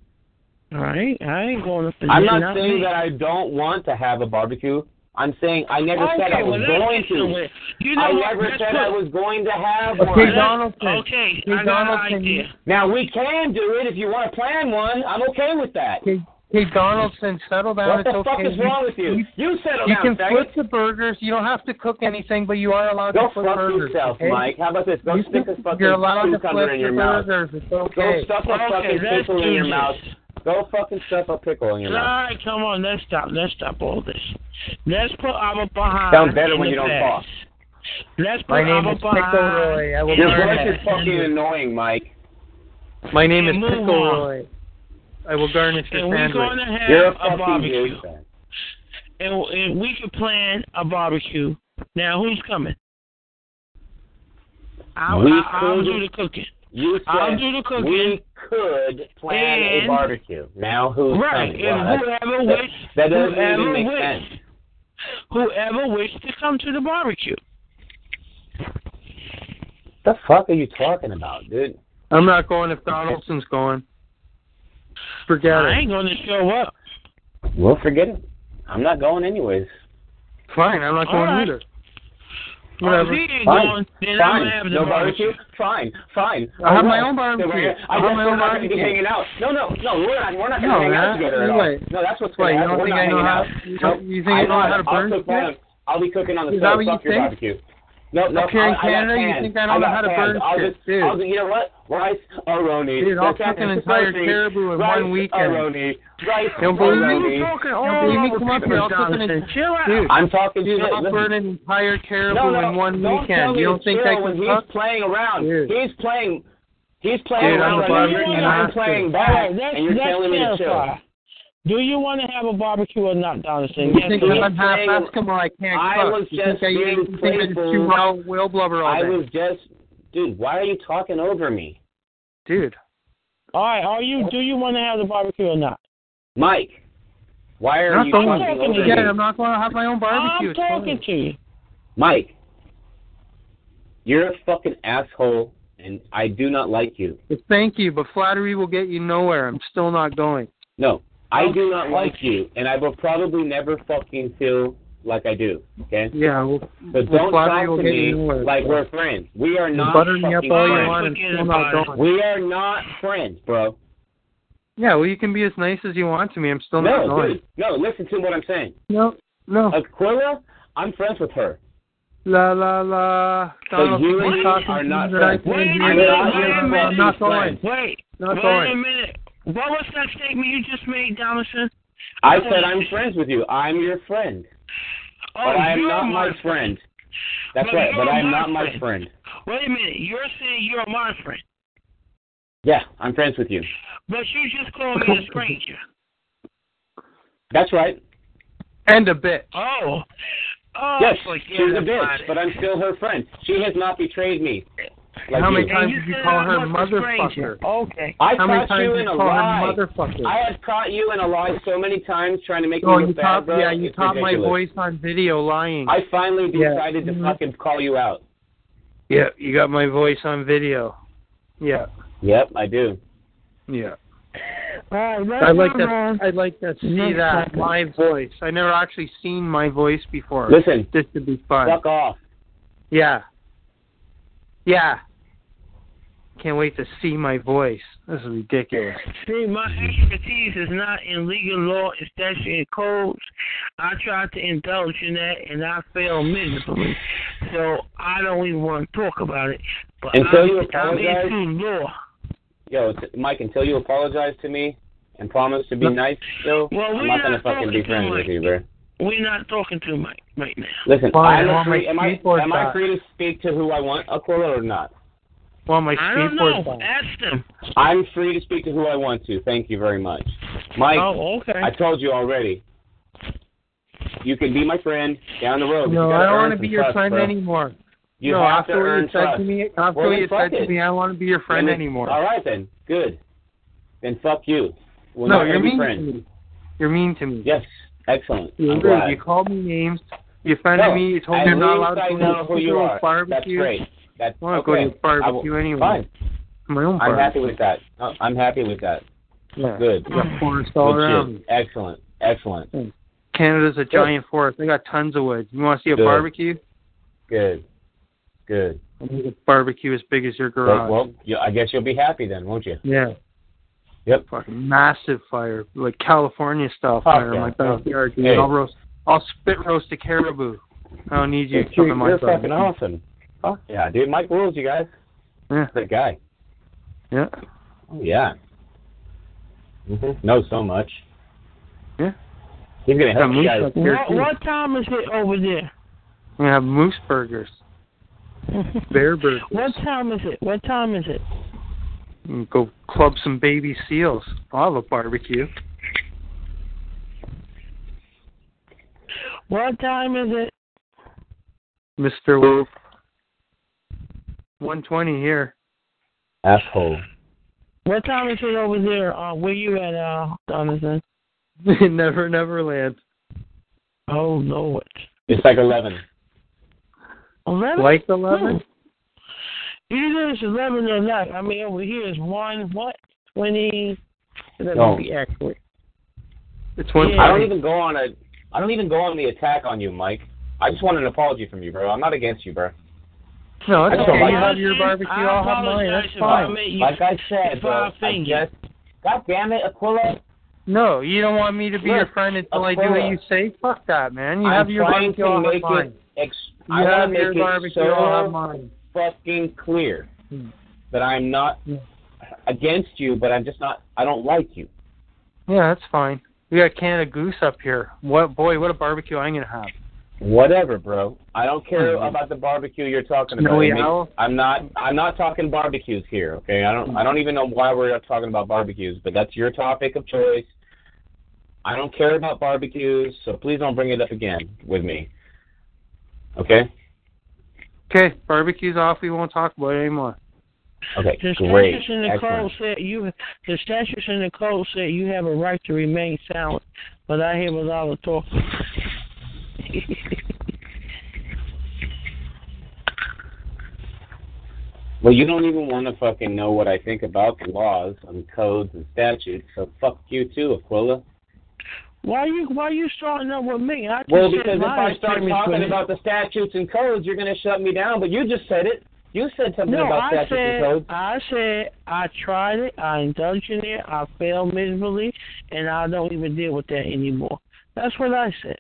Speaker 4: All right, I ain't going to.
Speaker 10: I'm not saying
Speaker 4: me.
Speaker 10: that I don't want to have a barbecue. I'm saying I never said I
Speaker 4: Okay,
Speaker 10: was
Speaker 4: well, let's
Speaker 10: going
Speaker 4: get
Speaker 10: to.
Speaker 4: somewhere. You know
Speaker 10: I
Speaker 4: what?
Speaker 10: never
Speaker 4: Let's
Speaker 10: said
Speaker 4: put-
Speaker 10: I was going to have
Speaker 4: Okay,
Speaker 10: one.
Speaker 4: Donaldson. Okay, I got an idea.
Speaker 10: Now we can do it if you want to plan one. I'm okay with that.
Speaker 1: Hey, hey Donaldson, settle down.
Speaker 10: What
Speaker 1: it's
Speaker 10: the
Speaker 1: okay.
Speaker 10: fuck is wrong with you? You settle
Speaker 1: you
Speaker 10: down,
Speaker 1: can
Speaker 10: faggot.
Speaker 1: flip the burgers. You don't have to cook anything, but you are allowed
Speaker 10: Go
Speaker 1: to flip
Speaker 10: fuck
Speaker 1: burgers.
Speaker 10: yourself,
Speaker 1: okay?
Speaker 10: Mike. How about this? Go
Speaker 1: You
Speaker 10: stick
Speaker 1: can-
Speaker 10: a fucking
Speaker 1: you're allowed to
Speaker 10: cucumber
Speaker 1: flip
Speaker 10: in
Speaker 1: the
Speaker 10: your mouth.
Speaker 1: burgers. It's
Speaker 10: Go
Speaker 1: okay.
Speaker 10: stuff a
Speaker 4: Okay,
Speaker 10: fucking
Speaker 4: let's
Speaker 10: pickle in
Speaker 4: do
Speaker 10: your
Speaker 4: this.
Speaker 10: mouth. Go fucking stuff a pickle in your
Speaker 4: All
Speaker 10: mouth.
Speaker 4: right, come on, let's stop. Let's stop all this. Let's put our behind.
Speaker 10: Sound better
Speaker 4: in
Speaker 10: when
Speaker 4: the
Speaker 10: you don't
Speaker 4: past.
Speaker 10: talk.
Speaker 4: Let's put
Speaker 1: My name
Speaker 4: our
Speaker 1: is Pickle
Speaker 4: behind.
Speaker 1: Roy. I will
Speaker 10: Your
Speaker 1: burn
Speaker 10: voice
Speaker 1: it.
Speaker 10: is fucking annoying, Mike.
Speaker 1: My name is
Speaker 4: And move
Speaker 1: Pickle
Speaker 4: on.
Speaker 1: Roy. I will garnish your
Speaker 4: And we're
Speaker 1: sandwich.
Speaker 4: going to have
Speaker 10: You're a
Speaker 4: a
Speaker 10: fucking
Speaker 4: barbecue.
Speaker 10: douchebag.
Speaker 4: and, and we could plan a barbecue. Now, who's coming? I'll,
Speaker 10: We
Speaker 4: I'll, I'll
Speaker 10: could-
Speaker 4: do the cooking.
Speaker 10: You said
Speaker 4: I'll do the cooking.
Speaker 10: we could plan a
Speaker 4: And-
Speaker 10: barbecue. Now who's
Speaker 4: right,
Speaker 10: coming? Well,
Speaker 4: and
Speaker 10: that's- that,
Speaker 4: whoever wish,
Speaker 10: that doesn't
Speaker 4: whoever
Speaker 10: even make
Speaker 4: wish,
Speaker 10: sense.
Speaker 4: whoever wish to come to the barbecue.
Speaker 10: The fuck are you talking about, dude?
Speaker 1: I'm not going if Donaldson's going. Forget
Speaker 4: I
Speaker 1: it.
Speaker 4: ain't going to show up.
Speaker 10: Well, forget it. I'm not going anyways.
Speaker 1: Fine, I'm not
Speaker 4: All
Speaker 1: going
Speaker 4: right.
Speaker 1: either.
Speaker 4: Oh,
Speaker 1: Whatever.
Speaker 4: if he ain't
Speaker 10: Fine.
Speaker 4: going, then
Speaker 10: Fine.
Speaker 4: I'm having the
Speaker 10: no
Speaker 4: barbecue.
Speaker 10: Fine. Fine.
Speaker 1: I have my
Speaker 10: Oh,
Speaker 1: own barbecue.
Speaker 10: we're- I
Speaker 1: I have
Speaker 10: guess
Speaker 1: my
Speaker 10: we're
Speaker 1: own
Speaker 10: not going to be
Speaker 1: barbecue.
Speaker 10: hanging out. No, no, no. We're not. We're not going to
Speaker 1: No,
Speaker 10: hang out
Speaker 1: man.
Speaker 10: together at
Speaker 1: Wait.
Speaker 10: all. No, that's what's
Speaker 1: Wait,
Speaker 10: going
Speaker 1: you
Speaker 10: on.
Speaker 1: don't
Speaker 10: We're
Speaker 1: think
Speaker 10: not
Speaker 1: I
Speaker 10: hanging
Speaker 1: know how-
Speaker 10: out.
Speaker 1: you
Speaker 10: No,
Speaker 1: don't- you think you know
Speaker 10: I
Speaker 1: how to burn
Speaker 10: I'll cook
Speaker 1: shit?
Speaker 10: on, I'll be cooking on the
Speaker 1: Is that
Speaker 10: stove.
Speaker 1: what you
Speaker 10: Fuck your
Speaker 1: think?
Speaker 10: barbecue. No, no.
Speaker 1: Up here in
Speaker 10: I, I got
Speaker 1: Canada, you
Speaker 10: pans.
Speaker 1: think I don't know
Speaker 10: got
Speaker 1: how to
Speaker 10: pans.
Speaker 1: burn
Speaker 10: I'll
Speaker 1: shit,
Speaker 10: Just,
Speaker 1: dude.
Speaker 10: I'll just, you know what? Rice aroni.
Speaker 1: Dude, I'll
Speaker 10: That's
Speaker 1: cook an
Speaker 10: that's
Speaker 1: entire
Speaker 10: supposed to be
Speaker 1: caribou in
Speaker 10: rice
Speaker 1: one weekend.
Speaker 10: Aroni. Rice
Speaker 1: Don't believe me?
Speaker 10: aroni.
Speaker 1: You
Speaker 4: talking
Speaker 1: Don't
Speaker 4: all
Speaker 1: believe me?
Speaker 4: over
Speaker 1: Come up
Speaker 4: people,
Speaker 1: here. I'll cook an
Speaker 4: Jonathan.
Speaker 1: en-
Speaker 4: Chill out.
Speaker 1: Dude,
Speaker 10: I'm talking
Speaker 1: dude,
Speaker 10: shit.
Speaker 1: I'll
Speaker 10: Listen.
Speaker 1: burn an entire caribou
Speaker 10: No, no,
Speaker 1: in one
Speaker 10: don't Tell
Speaker 1: weekend.
Speaker 10: me
Speaker 1: You don't
Speaker 10: to
Speaker 1: think
Speaker 10: chill
Speaker 1: I
Speaker 10: when
Speaker 1: can
Speaker 10: he's
Speaker 1: cook?
Speaker 10: playing around.
Speaker 1: Dude.
Speaker 10: He's playing. He's playing
Speaker 4: Dude,
Speaker 10: around
Speaker 4: I'm
Speaker 10: right
Speaker 4: bugging
Speaker 10: now, and
Speaker 4: you.
Speaker 10: I'm playing back,
Speaker 4: Alright, let's-
Speaker 10: and you're
Speaker 4: let's
Speaker 10: telling me to chill.
Speaker 4: clarify. Do you want to have a barbecue or not, Donaldson?
Speaker 10: You
Speaker 4: Yes
Speaker 10: think
Speaker 4: or
Speaker 10: I'm
Speaker 4: no?
Speaker 10: gonna have basketball,
Speaker 21: I can't
Speaker 10: I
Speaker 21: cook.
Speaker 10: was
Speaker 21: You
Speaker 10: just
Speaker 21: think I
Speaker 10: being
Speaker 21: you think I just
Speaker 10: playful.
Speaker 21: chew raw whale blubber all
Speaker 10: I
Speaker 21: day?
Speaker 10: was just, dude. Why are you talking over me,
Speaker 1: dude?
Speaker 4: All right, are you? Do you want to have the barbecue or not?
Speaker 10: Mike? Why are
Speaker 4: Not
Speaker 10: you
Speaker 4: going-
Speaker 10: talking
Speaker 4: I'm
Speaker 10: over
Speaker 4: talking to you.
Speaker 10: me,
Speaker 4: I'm
Speaker 21: not going to have my own
Speaker 4: barbecue. I'm talking to you.
Speaker 10: Mike? You're a fucking asshole, and I do not like you.
Speaker 1: But thank you, but flattery will get you nowhere. I'm still not going.
Speaker 10: No, I do not
Speaker 1: Okay.
Speaker 10: like you, and I will probably never fucking feel like I do. Okay?
Speaker 1: Yeah. Well,
Speaker 10: So
Speaker 1: well,
Speaker 10: don't
Speaker 1: flattery
Speaker 10: talk
Speaker 1: will
Speaker 10: to
Speaker 1: get
Speaker 10: me
Speaker 1: you nowhere.
Speaker 10: like we're friends. We are
Speaker 1: You
Speaker 10: not
Speaker 1: butter me up
Speaker 10: fucking
Speaker 1: all you
Speaker 10: friends.
Speaker 1: want and still not going.
Speaker 10: We are not friends, bro.
Speaker 1: Yeah. Well, you can be as nice as you want to me. I'm still not
Speaker 10: no,
Speaker 1: going.
Speaker 10: dude, no. Listen to what I'm saying.
Speaker 1: No, no.
Speaker 10: Aquila, I'm friends with her.
Speaker 1: La la la.
Speaker 10: So
Speaker 1: Donald,
Speaker 10: you
Speaker 1: I'm
Speaker 10: and me
Speaker 1: talking
Speaker 10: are
Speaker 1: to
Speaker 10: not
Speaker 1: you that I
Speaker 10: friends.
Speaker 1: can't
Speaker 10: Wait
Speaker 1: hear
Speaker 10: a
Speaker 1: you.
Speaker 10: minute,
Speaker 1: I'm
Speaker 10: wait a
Speaker 1: not
Speaker 10: minute.
Speaker 1: going.
Speaker 4: Wait,
Speaker 1: Not
Speaker 4: wait
Speaker 1: going.
Speaker 4: a minute. What was that statement you just made, Donaldson?
Speaker 10: I said I'm friends with you. I'm your friend.
Speaker 4: Oh,
Speaker 10: but I am
Speaker 4: you're
Speaker 10: not
Speaker 4: my
Speaker 10: my friend. That's
Speaker 4: But
Speaker 10: right, but
Speaker 4: you're
Speaker 10: I am
Speaker 4: my
Speaker 10: not my
Speaker 4: friend.
Speaker 10: friend.
Speaker 4: Wait a minute. You're saying you're my friend,
Speaker 10: Yeah, I'm friends with you.
Speaker 4: but you just called me a stranger.
Speaker 10: That's right.
Speaker 1: And a bitch.
Speaker 4: Oh. Oh,
Speaker 10: yes,
Speaker 4: forget
Speaker 10: she's a bitch,
Speaker 4: about it.
Speaker 10: but I'm still her friend. She has not betrayed me. Like
Speaker 1: How many
Speaker 10: you.
Speaker 1: times did you call her motherfucker?
Speaker 4: Okay.
Speaker 10: I
Speaker 1: How many
Speaker 10: caught
Speaker 1: times
Speaker 10: you
Speaker 1: did
Speaker 10: in a
Speaker 1: you call her
Speaker 10: lie.
Speaker 1: motherfucker?
Speaker 10: Oh, I have caught you in a lie so many times trying to make
Speaker 1: Oh,
Speaker 10: me
Speaker 1: you
Speaker 10: look bad,
Speaker 1: caught,
Speaker 10: bro.
Speaker 1: yeah, you
Speaker 10: It's
Speaker 1: caught my
Speaker 10: ridiculous.
Speaker 1: voice on video lying.
Speaker 10: I finally
Speaker 1: Yeah. Mm-hmm.
Speaker 10: decided to fucking call you out.
Speaker 1: yeah, you got my voice on video. Yeah.
Speaker 10: Yep, I do.
Speaker 1: Yeah.
Speaker 4: All right, let's
Speaker 1: I like
Speaker 4: move
Speaker 1: that.
Speaker 4: on.
Speaker 1: I'd like to see
Speaker 4: Next
Speaker 1: that
Speaker 4: topic.
Speaker 1: my voice. I never actually seen my voice before.
Speaker 10: Listen.
Speaker 1: this would be fun.
Speaker 10: Fuck off.
Speaker 1: Yeah. Yeah. Can't wait to see my voice. This is ridiculous.
Speaker 4: See, my expertise is not in legal law, it's actually in codes. I tried to indulge in that and I failed miserably. So I don't even want to talk about it. But
Speaker 10: And so
Speaker 4: I'm,
Speaker 10: you
Speaker 4: I'm
Speaker 10: apologize?
Speaker 4: into law.
Speaker 10: Yo, t- Mike, until you apologize to me and promise to be nice, yo,
Speaker 4: Well,
Speaker 10: I'm
Speaker 4: we're
Speaker 10: not gonna
Speaker 4: not
Speaker 10: fucking be
Speaker 4: talking
Speaker 10: friends
Speaker 4: to
Speaker 10: with you, bro.
Speaker 4: We're not talking to Mike right now.
Speaker 10: Listen,
Speaker 1: Fine,
Speaker 10: I'm
Speaker 1: well,
Speaker 10: free,
Speaker 1: my
Speaker 10: am I
Speaker 1: keyboard
Speaker 10: am I
Speaker 1: died.
Speaker 10: free to speak to who I want, Aquila or not?
Speaker 1: Well, my
Speaker 4: I don't
Speaker 1: skateboard
Speaker 4: know. Ask them.
Speaker 10: I'm free to speak to who I want to. Thank you very much, Mike.
Speaker 4: Oh, okay.
Speaker 10: I told you already. You can be my friend down the road. but
Speaker 1: No,
Speaker 10: you
Speaker 1: I
Speaker 10: gotta
Speaker 1: don't
Speaker 10: earn
Speaker 1: want to
Speaker 10: some
Speaker 1: be your
Speaker 10: trust,
Speaker 1: friend
Speaker 10: bro.
Speaker 1: anymore.
Speaker 10: You
Speaker 1: no,
Speaker 10: have
Speaker 1: after
Speaker 10: to
Speaker 1: what
Speaker 10: earn
Speaker 1: you said
Speaker 10: trust.
Speaker 1: to me, after
Speaker 10: Well,
Speaker 1: what
Speaker 10: then
Speaker 1: you
Speaker 10: fuck
Speaker 1: said to
Speaker 10: it.
Speaker 1: me, I don't want to be your friend
Speaker 10: Then-
Speaker 1: anymore.
Speaker 10: All right then, good. Then fuck you. We're
Speaker 1: no,
Speaker 10: not
Speaker 1: you're
Speaker 10: gonna be
Speaker 1: mean.
Speaker 10: friends.
Speaker 1: To me. You're mean to me.
Speaker 10: Yes, excellent.
Speaker 1: You're
Speaker 10: I'm
Speaker 1: rude.
Speaker 10: glad.
Speaker 1: You called me names. You offended
Speaker 10: No,
Speaker 1: me. You told
Speaker 10: at
Speaker 1: me I'm not
Speaker 10: least
Speaker 1: allowed to
Speaker 10: I
Speaker 1: go
Speaker 10: know
Speaker 1: to
Speaker 10: who you
Speaker 1: your
Speaker 10: are. That's
Speaker 1: barbecue.
Speaker 10: great. That's
Speaker 1: I want to
Speaker 10: okay.
Speaker 1: go to
Speaker 10: I will-
Speaker 1: barbecue anyway.
Speaker 10: Fine.
Speaker 1: My own
Speaker 10: I'm happy
Speaker 1: barbecue.
Speaker 10: with that. Uh, I'm happy with that.
Speaker 1: Yeah.
Speaker 10: Good.
Speaker 1: I got forest all
Speaker 10: Good shit.
Speaker 1: around. me.
Speaker 10: Excellent. Excellent.
Speaker 1: Canada's a giant forest. They got tons of wood. You want to see a
Speaker 10: Good.
Speaker 1: barbecue?
Speaker 10: Good. Good.
Speaker 1: I'll make a barbecue as big as your garage.
Speaker 10: Well, well, you- I guess you'll be happy then, won't you?
Speaker 1: yeah.
Speaker 10: Yep.
Speaker 1: Fucking massive fire, like California style
Speaker 10: Fuck
Speaker 1: fire in
Speaker 10: yeah.
Speaker 1: my backyard. dude.
Speaker 10: Hey.
Speaker 1: I'll roast. I'll spit roast a caribou. I don't need you
Speaker 10: Dude,
Speaker 1: coming
Speaker 10: you're
Speaker 1: to my garage.
Speaker 10: fucking awesome. Fuck yeah, dude. Mike rules, you guys.
Speaker 1: Yeah.
Speaker 10: That guy.
Speaker 1: Yeah.
Speaker 10: Oh, yeah. hmm Knows so much.
Speaker 1: Yeah.
Speaker 10: He's gonna help
Speaker 1: Got
Speaker 10: you
Speaker 1: moose
Speaker 10: guys.
Speaker 1: up here,
Speaker 4: What,
Speaker 1: too.
Speaker 4: what time is it over there?
Speaker 1: We have moose burgers, bear burgers.
Speaker 4: What time is it? What time is it?
Speaker 1: And go club some baby seals. I'll have a barbecue.
Speaker 4: What time is it?
Speaker 1: Mister Wolf. One twenty here.
Speaker 10: Asshole.
Speaker 4: What time is it over there? Uh, where you at, uh, Donaldson?
Speaker 1: Never Neverland.
Speaker 4: Oh, no, it.
Speaker 10: It's like eleven.
Speaker 4: 11?
Speaker 1: Like eleven?
Speaker 4: Either it's 11 or not. I mean, over here is 1, what? 20. That
Speaker 10: No.
Speaker 4: would be accurate.
Speaker 1: Oh. It's one.
Speaker 10: I don't even go on a. I don't even go on the attack on you, Mike. I just want an apology from you, bro. I'm not against you, bro.
Speaker 1: No, it's
Speaker 10: I don't
Speaker 1: okay.
Speaker 10: like
Speaker 1: You
Speaker 10: that.
Speaker 1: have your barbecue.
Speaker 4: I
Speaker 1: I'll have mine.
Speaker 4: apologize
Speaker 1: That's
Speaker 4: if I
Speaker 1: fine.
Speaker 4: made you
Speaker 10: Like I said, bro.
Speaker 4: five
Speaker 10: I
Speaker 4: fingers.
Speaker 10: just. God damn it, Aquila.
Speaker 1: No, you don't want me to be
Speaker 10: Look,
Speaker 1: your friend until I do what
Speaker 10: Aquila.
Speaker 1: you say. Fuck that, man. You
Speaker 10: I'm
Speaker 1: have your
Speaker 10: trying
Speaker 1: barbecue. I'll
Speaker 10: to
Speaker 1: have
Speaker 10: make
Speaker 1: mine.
Speaker 10: it. Ex-
Speaker 1: You
Speaker 10: I wanna
Speaker 1: have
Speaker 10: make
Speaker 1: your
Speaker 10: it
Speaker 1: barbecue.
Speaker 10: so
Speaker 1: I'll have mine.
Speaker 10: fucking clear
Speaker 1: Hmm.
Speaker 10: that I'm not against you, but I'm just not. I don't like you.
Speaker 1: Yeah, that's fine. We got Canada goose up here. What boy? What a barbecue I'm gonna have.
Speaker 22: Whatever, bro. I don't
Speaker 1: Hmm.
Speaker 22: care about the barbecue you're talking about.
Speaker 9: Snowy
Speaker 22: I mean,
Speaker 9: owl?
Speaker 22: I'm not. I'm not talking barbecues here. Okay. I don't. I don't even know why we're talking about barbecues, but that's your topic of choice. I don't care about barbecues, so please don't bring it up again with me. Okay.
Speaker 1: Okay, barbecue's off. We won't talk about it anymore.
Speaker 22: Okay.
Speaker 4: The
Speaker 22: Great.
Speaker 4: statutes in the code said you. The statutes in the code said you have a right to remain silent, but I hear a lot of talking.
Speaker 10: Well, you don't even want to fucking know what I think about the laws and codes and statutes, so fuck you too, Aquila.
Speaker 4: Why you Why you starting up with me? I just
Speaker 10: Well,
Speaker 4: said
Speaker 10: because if
Speaker 4: my
Speaker 10: I start
Speaker 4: opinion,
Speaker 10: talking
Speaker 4: but-
Speaker 10: about the statutes and codes, you're going to shut me down, but you just said it. You said something
Speaker 4: no,
Speaker 10: about
Speaker 4: I
Speaker 10: statutes
Speaker 4: said,
Speaker 10: and codes.
Speaker 4: I said I tried it, I indulged in it, I failed miserably, and I don't even deal with that anymore. That's what I said.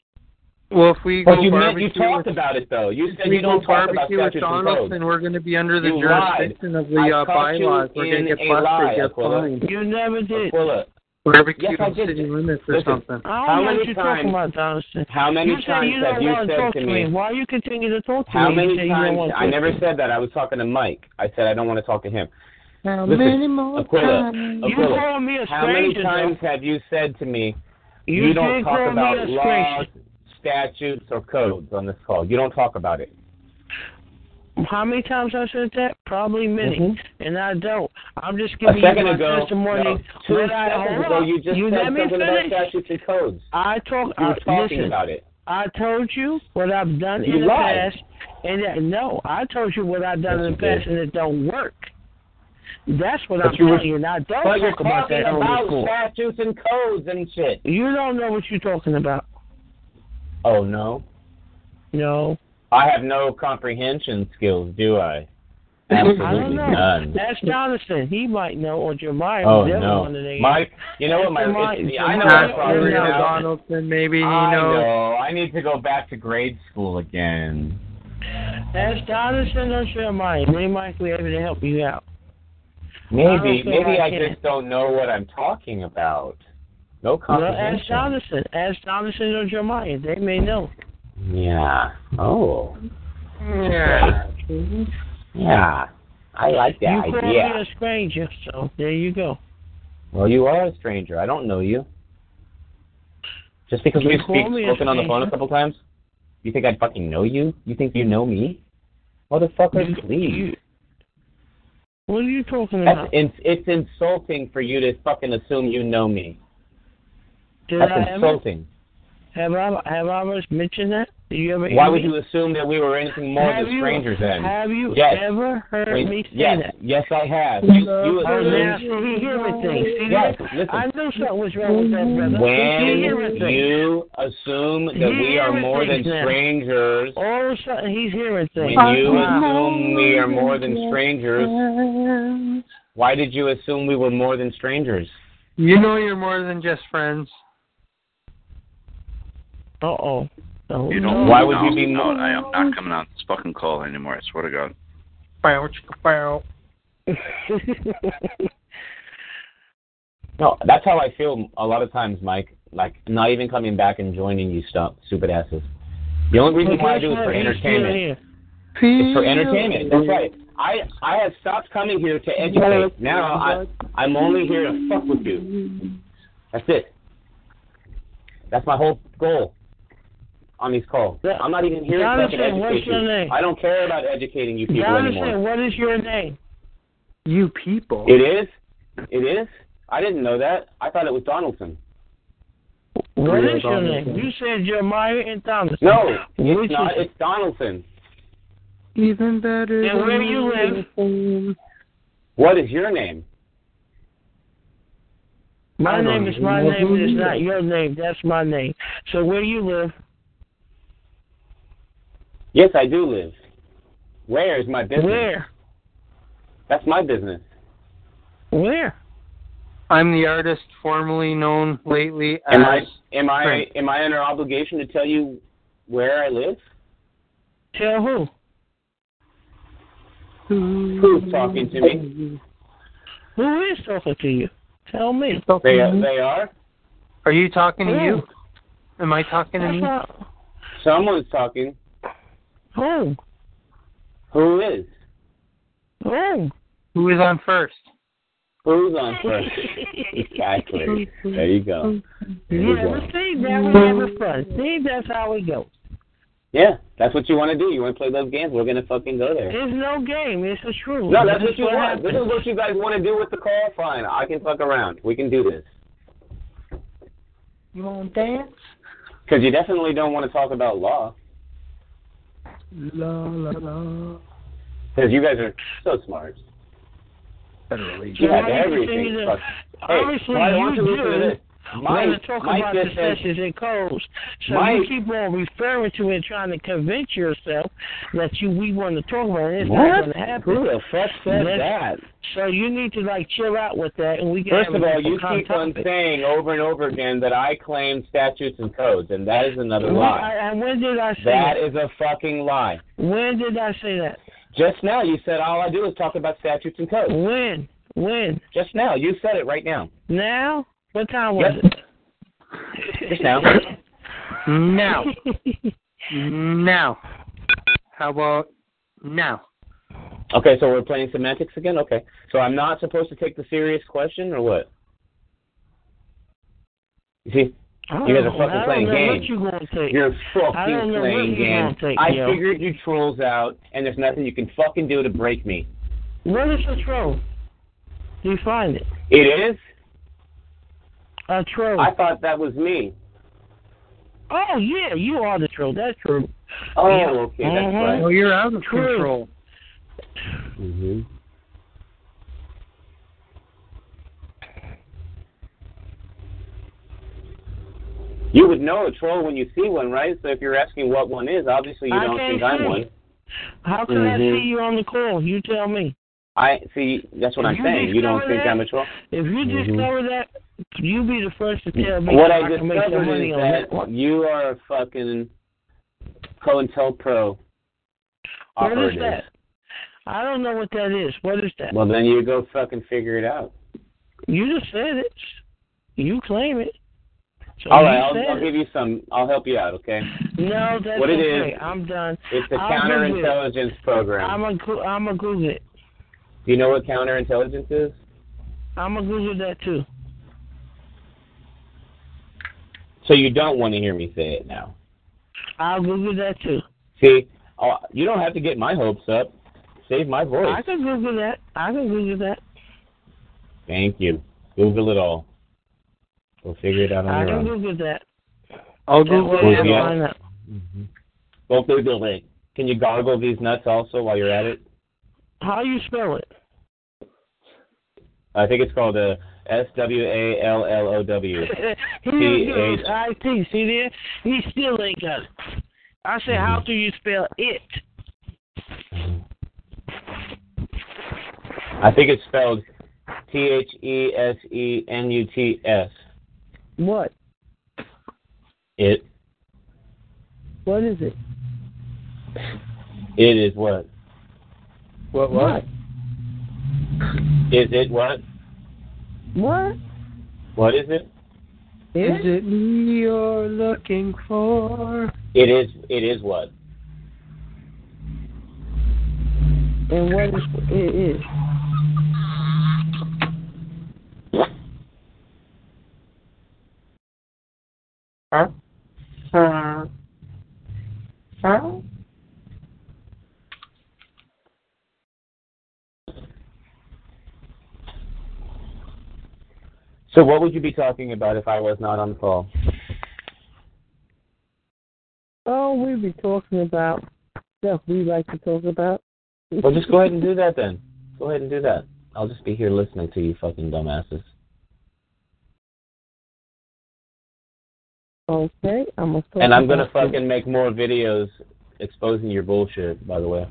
Speaker 1: Well, if we
Speaker 4: But
Speaker 1: go
Speaker 4: you meant-
Speaker 1: barbecue,
Speaker 4: you talked
Speaker 1: with-
Speaker 4: about
Speaker 10: it though. You
Speaker 1: if
Speaker 10: said
Speaker 1: we
Speaker 10: you don't
Speaker 1: go
Speaker 10: talk about
Speaker 1: barbecue with
Speaker 10: statutes and
Speaker 1: Donaldson,
Speaker 10: codes.
Speaker 1: we're going to be under the
Speaker 10: You lied.
Speaker 1: jurisdiction of the
Speaker 10: I
Speaker 1: uh,
Speaker 10: caught you
Speaker 1: bylaws. We're
Speaker 10: in
Speaker 1: going to get
Speaker 10: a
Speaker 1: busted,
Speaker 10: lie,
Speaker 1: get
Speaker 10: Aquila.
Speaker 1: fined.
Speaker 4: You never did.
Speaker 10: Aquila.
Speaker 1: Barbecue
Speaker 10: Yes, I
Speaker 1: on
Speaker 10: did.
Speaker 1: city limits or
Speaker 10: Listen,
Speaker 1: something.
Speaker 4: I don't
Speaker 10: How
Speaker 4: know
Speaker 10: many
Speaker 4: what you're talking
Speaker 10: times-
Speaker 4: about, Donaldson.
Speaker 10: how many
Speaker 4: you
Speaker 10: times
Speaker 4: said you
Speaker 10: have
Speaker 4: don't
Speaker 10: you
Speaker 4: want
Speaker 10: said
Speaker 4: talk
Speaker 10: to
Speaker 4: to
Speaker 10: me-
Speaker 4: me? Why you continue to talk to
Speaker 10: How
Speaker 4: me?
Speaker 10: many
Speaker 4: you say you don't
Speaker 10: times?
Speaker 4: want to
Speaker 10: I
Speaker 4: talk
Speaker 10: never
Speaker 4: to me?
Speaker 10: said that. I was talking to Mike. I said I don't want to talk to him.
Speaker 4: How
Speaker 10: Listen,
Speaker 4: many more
Speaker 10: Aquila,
Speaker 4: times? You
Speaker 10: Aquila,
Speaker 4: call me a
Speaker 10: how many
Speaker 4: stranger,
Speaker 10: times have you said to me,
Speaker 4: You
Speaker 10: don't
Speaker 4: did
Speaker 10: talk
Speaker 4: call me
Speaker 10: about
Speaker 4: a
Speaker 10: laws, statutes, or codes on this call? You don't talk about it.
Speaker 4: How many times I said that? Probably many,
Speaker 10: Mhm.
Speaker 4: and I don't. I'm just
Speaker 10: A
Speaker 4: giving you
Speaker 10: second
Speaker 4: my
Speaker 10: ago,
Speaker 4: testimony.
Speaker 10: no, two
Speaker 4: When I-
Speaker 10: seconds
Speaker 4: hold
Speaker 10: ago,
Speaker 4: on.
Speaker 10: you just said
Speaker 4: let me
Speaker 10: something about
Speaker 4: finish.
Speaker 10: statutes and codes.
Speaker 4: I talk.
Speaker 10: You were
Speaker 4: I,
Speaker 10: talking
Speaker 4: listen,
Speaker 10: about it.
Speaker 4: I told you what I've done
Speaker 10: You
Speaker 4: in the
Speaker 10: lied.
Speaker 4: past, and that, no, I told you what I've done
Speaker 10: Yes,
Speaker 4: in
Speaker 10: you
Speaker 4: the
Speaker 10: did.
Speaker 4: past, and it don't work. That's what
Speaker 10: But
Speaker 4: I'm
Speaker 10: you were-
Speaker 4: telling you, and I don't
Speaker 10: but you're
Speaker 4: talk about
Speaker 10: talking
Speaker 4: that on
Speaker 10: about
Speaker 4: this call.
Speaker 10: statutes and codes and shit.
Speaker 4: You don't know what you're talking about.
Speaker 10: Oh no,
Speaker 4: no.
Speaker 10: I have no comprehension skills, do I?
Speaker 4: I don't
Speaker 10: Absolutely
Speaker 4: know.
Speaker 10: none.
Speaker 4: That's Jonathan. He might know, or Jeremiah.
Speaker 10: Oh
Speaker 4: the other
Speaker 10: no,
Speaker 4: one of the-
Speaker 10: Mike. You know what, Mike?
Speaker 4: Jeremiah-
Speaker 10: it's- I know.
Speaker 4: Jeremiah-
Speaker 10: what problem
Speaker 4: Jeremiah-
Speaker 10: is.
Speaker 1: Donaldson, maybe
Speaker 10: I
Speaker 1: you know.
Speaker 10: know. I need to go back to grade school again.
Speaker 4: That's Donaldson or Jeremiah. They might be able to help you out. I
Speaker 10: Maybe,
Speaker 4: don't feel
Speaker 10: maybe
Speaker 4: I
Speaker 10: I
Speaker 4: can.
Speaker 10: just don't know what I'm talking about. No
Speaker 4: Well, ask
Speaker 10: comprehension.
Speaker 4: Donaldson. Ask Donaldson or Jeremiah. They may know.
Speaker 10: Yeah. Oh.
Speaker 4: Yeah.
Speaker 10: Yeah. I like
Speaker 4: you
Speaker 10: that
Speaker 4: call me
Speaker 10: idea.
Speaker 4: a stranger, so there you go.
Speaker 10: Well, you are a stranger. I don't know you. Just because
Speaker 4: You
Speaker 10: we've
Speaker 4: call
Speaker 10: speak,
Speaker 4: me a
Speaker 10: spoken on the phone a
Speaker 4: stranger?
Speaker 10: couple times, you think I fucking know you? You think you know me? Motherfucker, please.
Speaker 4: What are you talking
Speaker 10: That's
Speaker 4: about?
Speaker 10: in, it's insulting for you to fucking assume you know me.
Speaker 4: Did
Speaker 10: That's
Speaker 4: I ever-
Speaker 10: insulting.
Speaker 4: Have I have I ever mentioned that? Do you ever?
Speaker 10: Why
Speaker 4: hear
Speaker 10: would
Speaker 4: me?
Speaker 10: you assume that we were anything more
Speaker 4: Have
Speaker 10: than
Speaker 4: you-
Speaker 10: strangers then?
Speaker 4: Have you
Speaker 10: yes.
Speaker 4: ever heard
Speaker 10: Wait,
Speaker 4: me say
Speaker 10: yes.
Speaker 4: that?
Speaker 10: Yes, I have. You, you
Speaker 4: oh, now
Speaker 10: assumed
Speaker 4: see, hear me things. See
Speaker 10: Yes,
Speaker 4: that?
Speaker 10: listen.
Speaker 4: I knew something was wrong with that brother. see, hear me
Speaker 10: when
Speaker 4: things.
Speaker 10: you assume that we are more than strangers,
Speaker 4: All of a sudden, he's hearing
Speaker 10: when
Speaker 4: things.
Speaker 10: you assume we are more than strangers,
Speaker 4: strangers.
Speaker 10: why did you assume we were more than strangers?
Speaker 1: You know you're more than just friends.
Speaker 4: Uh oh.
Speaker 5: You don't.
Speaker 10: Why would
Speaker 5: no,
Speaker 10: you be
Speaker 5: No,
Speaker 10: mo-
Speaker 5: I am not coming on this fucking call anymore. I swear to God.
Speaker 1: Bow, chicka, bow.
Speaker 10: No, that's how I feel a lot of times, Mike. Like not even coming back and joining you, stop stupid asses. The only reason why I do it is for entertainment. It's for entertainment. That's right. I I have stopped coming here to educate. Now I I'm only here to fuck with you. That's it. That's my whole goal on these calls. I'm not even here to fucking
Speaker 4: Jonathan, what's
Speaker 10: educate
Speaker 4: your
Speaker 10: you.
Speaker 4: name?
Speaker 10: I don't care about educating you people
Speaker 4: Jonathan,
Speaker 10: anymore.
Speaker 4: what is your name?
Speaker 1: You people.
Speaker 10: It is. It is. I didn't know that. I thought it was Donaldson.
Speaker 4: What is your name? You said Jeremiah and Thomas.
Speaker 10: No,
Speaker 4: Which
Speaker 10: it's not.
Speaker 4: is-
Speaker 10: It's Donaldson.
Speaker 1: Even better.
Speaker 4: And where
Speaker 1: than
Speaker 4: you live?
Speaker 1: anything.
Speaker 10: What is your name?
Speaker 4: My
Speaker 10: I don't
Speaker 4: name is my
Speaker 10: know
Speaker 4: name.
Speaker 10: who
Speaker 4: It is
Speaker 10: you
Speaker 4: not
Speaker 10: are.
Speaker 4: your name. That's my name. So where you live?
Speaker 10: Yes, I do live. Where is my business?
Speaker 4: Where?
Speaker 10: That's my business.
Speaker 4: Where?
Speaker 1: I'm the artist formerly known lately as.
Speaker 10: Am I am I
Speaker 1: Uh, Frank.
Speaker 10: am I under obligation to tell you where I live?
Speaker 4: Tell who?
Speaker 10: Who's talking to me?
Speaker 4: Who is talking to you? Tell me. Mm-hmm.
Speaker 10: They they are.
Speaker 1: Are you talking to
Speaker 4: Yeah.
Speaker 1: you? Am I talking to
Speaker 4: That's
Speaker 1: me?
Speaker 4: not-
Speaker 10: Someone's talking.
Speaker 2: Who?
Speaker 10: Who is?
Speaker 2: Who?
Speaker 1: Who is on first?
Speaker 10: Who's on first? exactly. There you go. There you
Speaker 4: Yeah,
Speaker 10: go.
Speaker 4: but see, that we never first. See, that's how we go.
Speaker 10: Yeah, that's what you want to do. You want to play those games? We're gonna fucking go there.
Speaker 4: It's no game. It's the truth.
Speaker 10: No, that's what you want.
Speaker 4: happens.
Speaker 10: This is what you guys want to do with the call. Fine, I can fuck around. We can do this.
Speaker 2: You want to dance?
Speaker 10: Because you definitely don't want to talk about law.
Speaker 2: La la la.
Speaker 10: Because you guys are so smart. You have everything. fuck- Hey,
Speaker 4: Obviously,
Speaker 10: why
Speaker 4: you
Speaker 10: don't you listen to
Speaker 4: do.
Speaker 10: this? Mike,
Speaker 4: want to talk
Speaker 10: Mike
Speaker 4: about
Speaker 10: just said,
Speaker 4: concessions and codes. So
Speaker 10: Mike-
Speaker 4: you keep on referring to it, trying to convince yourself that you we want to talk about it. It's
Speaker 10: What?
Speaker 4: not going to happen.
Speaker 10: Who the fuck said that?
Speaker 4: So you need to like chill out with that, and we can.
Speaker 10: First
Speaker 4: have
Speaker 10: of
Speaker 4: a
Speaker 10: all, you
Speaker 4: different
Speaker 10: keep on
Speaker 4: topic.
Speaker 10: saying over and over again that I claim statutes and codes, and that is another
Speaker 4: When-
Speaker 10: lie.
Speaker 4: I- And when did I say
Speaker 10: That is a fucking lie.
Speaker 4: When did I say that?
Speaker 10: Just now, you said all I do is talk about statutes and codes.
Speaker 4: When? When?
Speaker 10: Just now, you said it right now.
Speaker 4: Now? What time was
Speaker 10: Yep.
Speaker 4: it?
Speaker 10: Just now.
Speaker 1: Now. now. How about now?
Speaker 10: Okay, so we're playing semantics again. Okay, so I'm not supposed to take the serious question or what? You see, you guys are
Speaker 4: Oh,
Speaker 10: fucking
Speaker 4: I
Speaker 10: playing
Speaker 4: don't know what
Speaker 10: games.
Speaker 4: you gonna take.
Speaker 10: You're
Speaker 4: I don't
Speaker 10: fucking
Speaker 4: know what
Speaker 10: playing
Speaker 4: you gonna
Speaker 10: games.
Speaker 4: take,
Speaker 10: I
Speaker 4: yo.
Speaker 10: figured you trolls out, and there's nothing you can fucking do to break me.
Speaker 4: What is a troll? Define it.
Speaker 10: It is.
Speaker 4: A troll.
Speaker 10: I thought that was me.
Speaker 4: Oh yeah, you are the troll. That's true.
Speaker 10: Oh,
Speaker 4: Yeah.
Speaker 10: okay, that's
Speaker 4: Mhm.
Speaker 10: right.
Speaker 1: Well, Oh, you're out of
Speaker 4: True.
Speaker 1: control.
Speaker 10: Mm-hmm. You would know a troll when you see one, right? So if you're asking what one is, obviously you
Speaker 4: I
Speaker 10: don't
Speaker 4: can't
Speaker 10: think I'm
Speaker 4: see.
Speaker 10: one.
Speaker 4: How can I
Speaker 10: Mhm.
Speaker 4: see you on the call? You tell me.
Speaker 10: I see. That's what I'm
Speaker 4: You
Speaker 10: saying. You don't
Speaker 4: discover
Speaker 10: think
Speaker 4: that?
Speaker 10: I'm a troll.
Speaker 4: If you
Speaker 10: Mhm.
Speaker 4: discover that, you be the first to tell me.
Speaker 10: Mm. What
Speaker 4: so
Speaker 10: I
Speaker 4: I can make some
Speaker 10: discovered
Speaker 4: money
Speaker 10: is
Speaker 4: on
Speaker 10: that you are a fucking COINTELPRO
Speaker 4: What is
Speaker 10: operative.
Speaker 4: that? I don't know what that is. What is that?
Speaker 10: Well, then you go fucking figure it out.
Speaker 4: you just said it. You claim it. So
Speaker 10: All
Speaker 4: you
Speaker 10: right, I'll,
Speaker 4: said
Speaker 10: I'll
Speaker 4: it.
Speaker 10: give you some. I'll help you out, okay?
Speaker 4: No, that's
Speaker 10: What it
Speaker 4: okay.
Speaker 10: is,
Speaker 4: I'm done.
Speaker 10: It's a
Speaker 4: I'll Google it.
Speaker 10: counterintelligence program.
Speaker 4: I'm a go- I'm a Google it.
Speaker 10: Do you know what counterintelligence is?
Speaker 4: I'm a Google that too.
Speaker 10: So you don't want to hear me say it now.
Speaker 4: I'll Google that too.
Speaker 10: See, oh, you don't have to get my hopes up. Save my voice.
Speaker 4: I can Google that. I can Google that.
Speaker 10: Thank you. Google it all. We'll figure it out on
Speaker 4: I
Speaker 10: your
Speaker 4: can
Speaker 10: own.
Speaker 4: Google that.
Speaker 1: I'll
Speaker 4: That way
Speaker 10: it.
Speaker 4: I
Speaker 10: Yeah.
Speaker 4: find out.
Speaker 10: Well, Google it. Can you gargle these nuts also while you're at it?
Speaker 4: How you spell it?
Speaker 10: I think it's called uh, S W A L L O W.
Speaker 4: he didn't do it. I think. See there? He still ain't got it. I said, how do you spell it?
Speaker 10: I think it's spelled T H E S E N U T S.
Speaker 4: What?
Speaker 10: It
Speaker 4: What is it?
Speaker 10: it is what?
Speaker 1: What
Speaker 4: what?
Speaker 10: Is it what?
Speaker 4: What?
Speaker 10: What is it?
Speaker 1: Is it me you're looking for?
Speaker 10: It is it is what?
Speaker 4: And what is it is?
Speaker 2: Huh? Huh? Huh?
Speaker 10: So what would you be talking about if I was not on the call?
Speaker 4: Oh, we be talking about stuff we like to talk about.
Speaker 10: Well, just go ahead and do that then. Go ahead and do that. I'll just be here listening to you fucking dumbasses.
Speaker 4: Okay, I'm gonna.
Speaker 10: And I'm gonna fucking make more videos exposing your bullshit. By the way.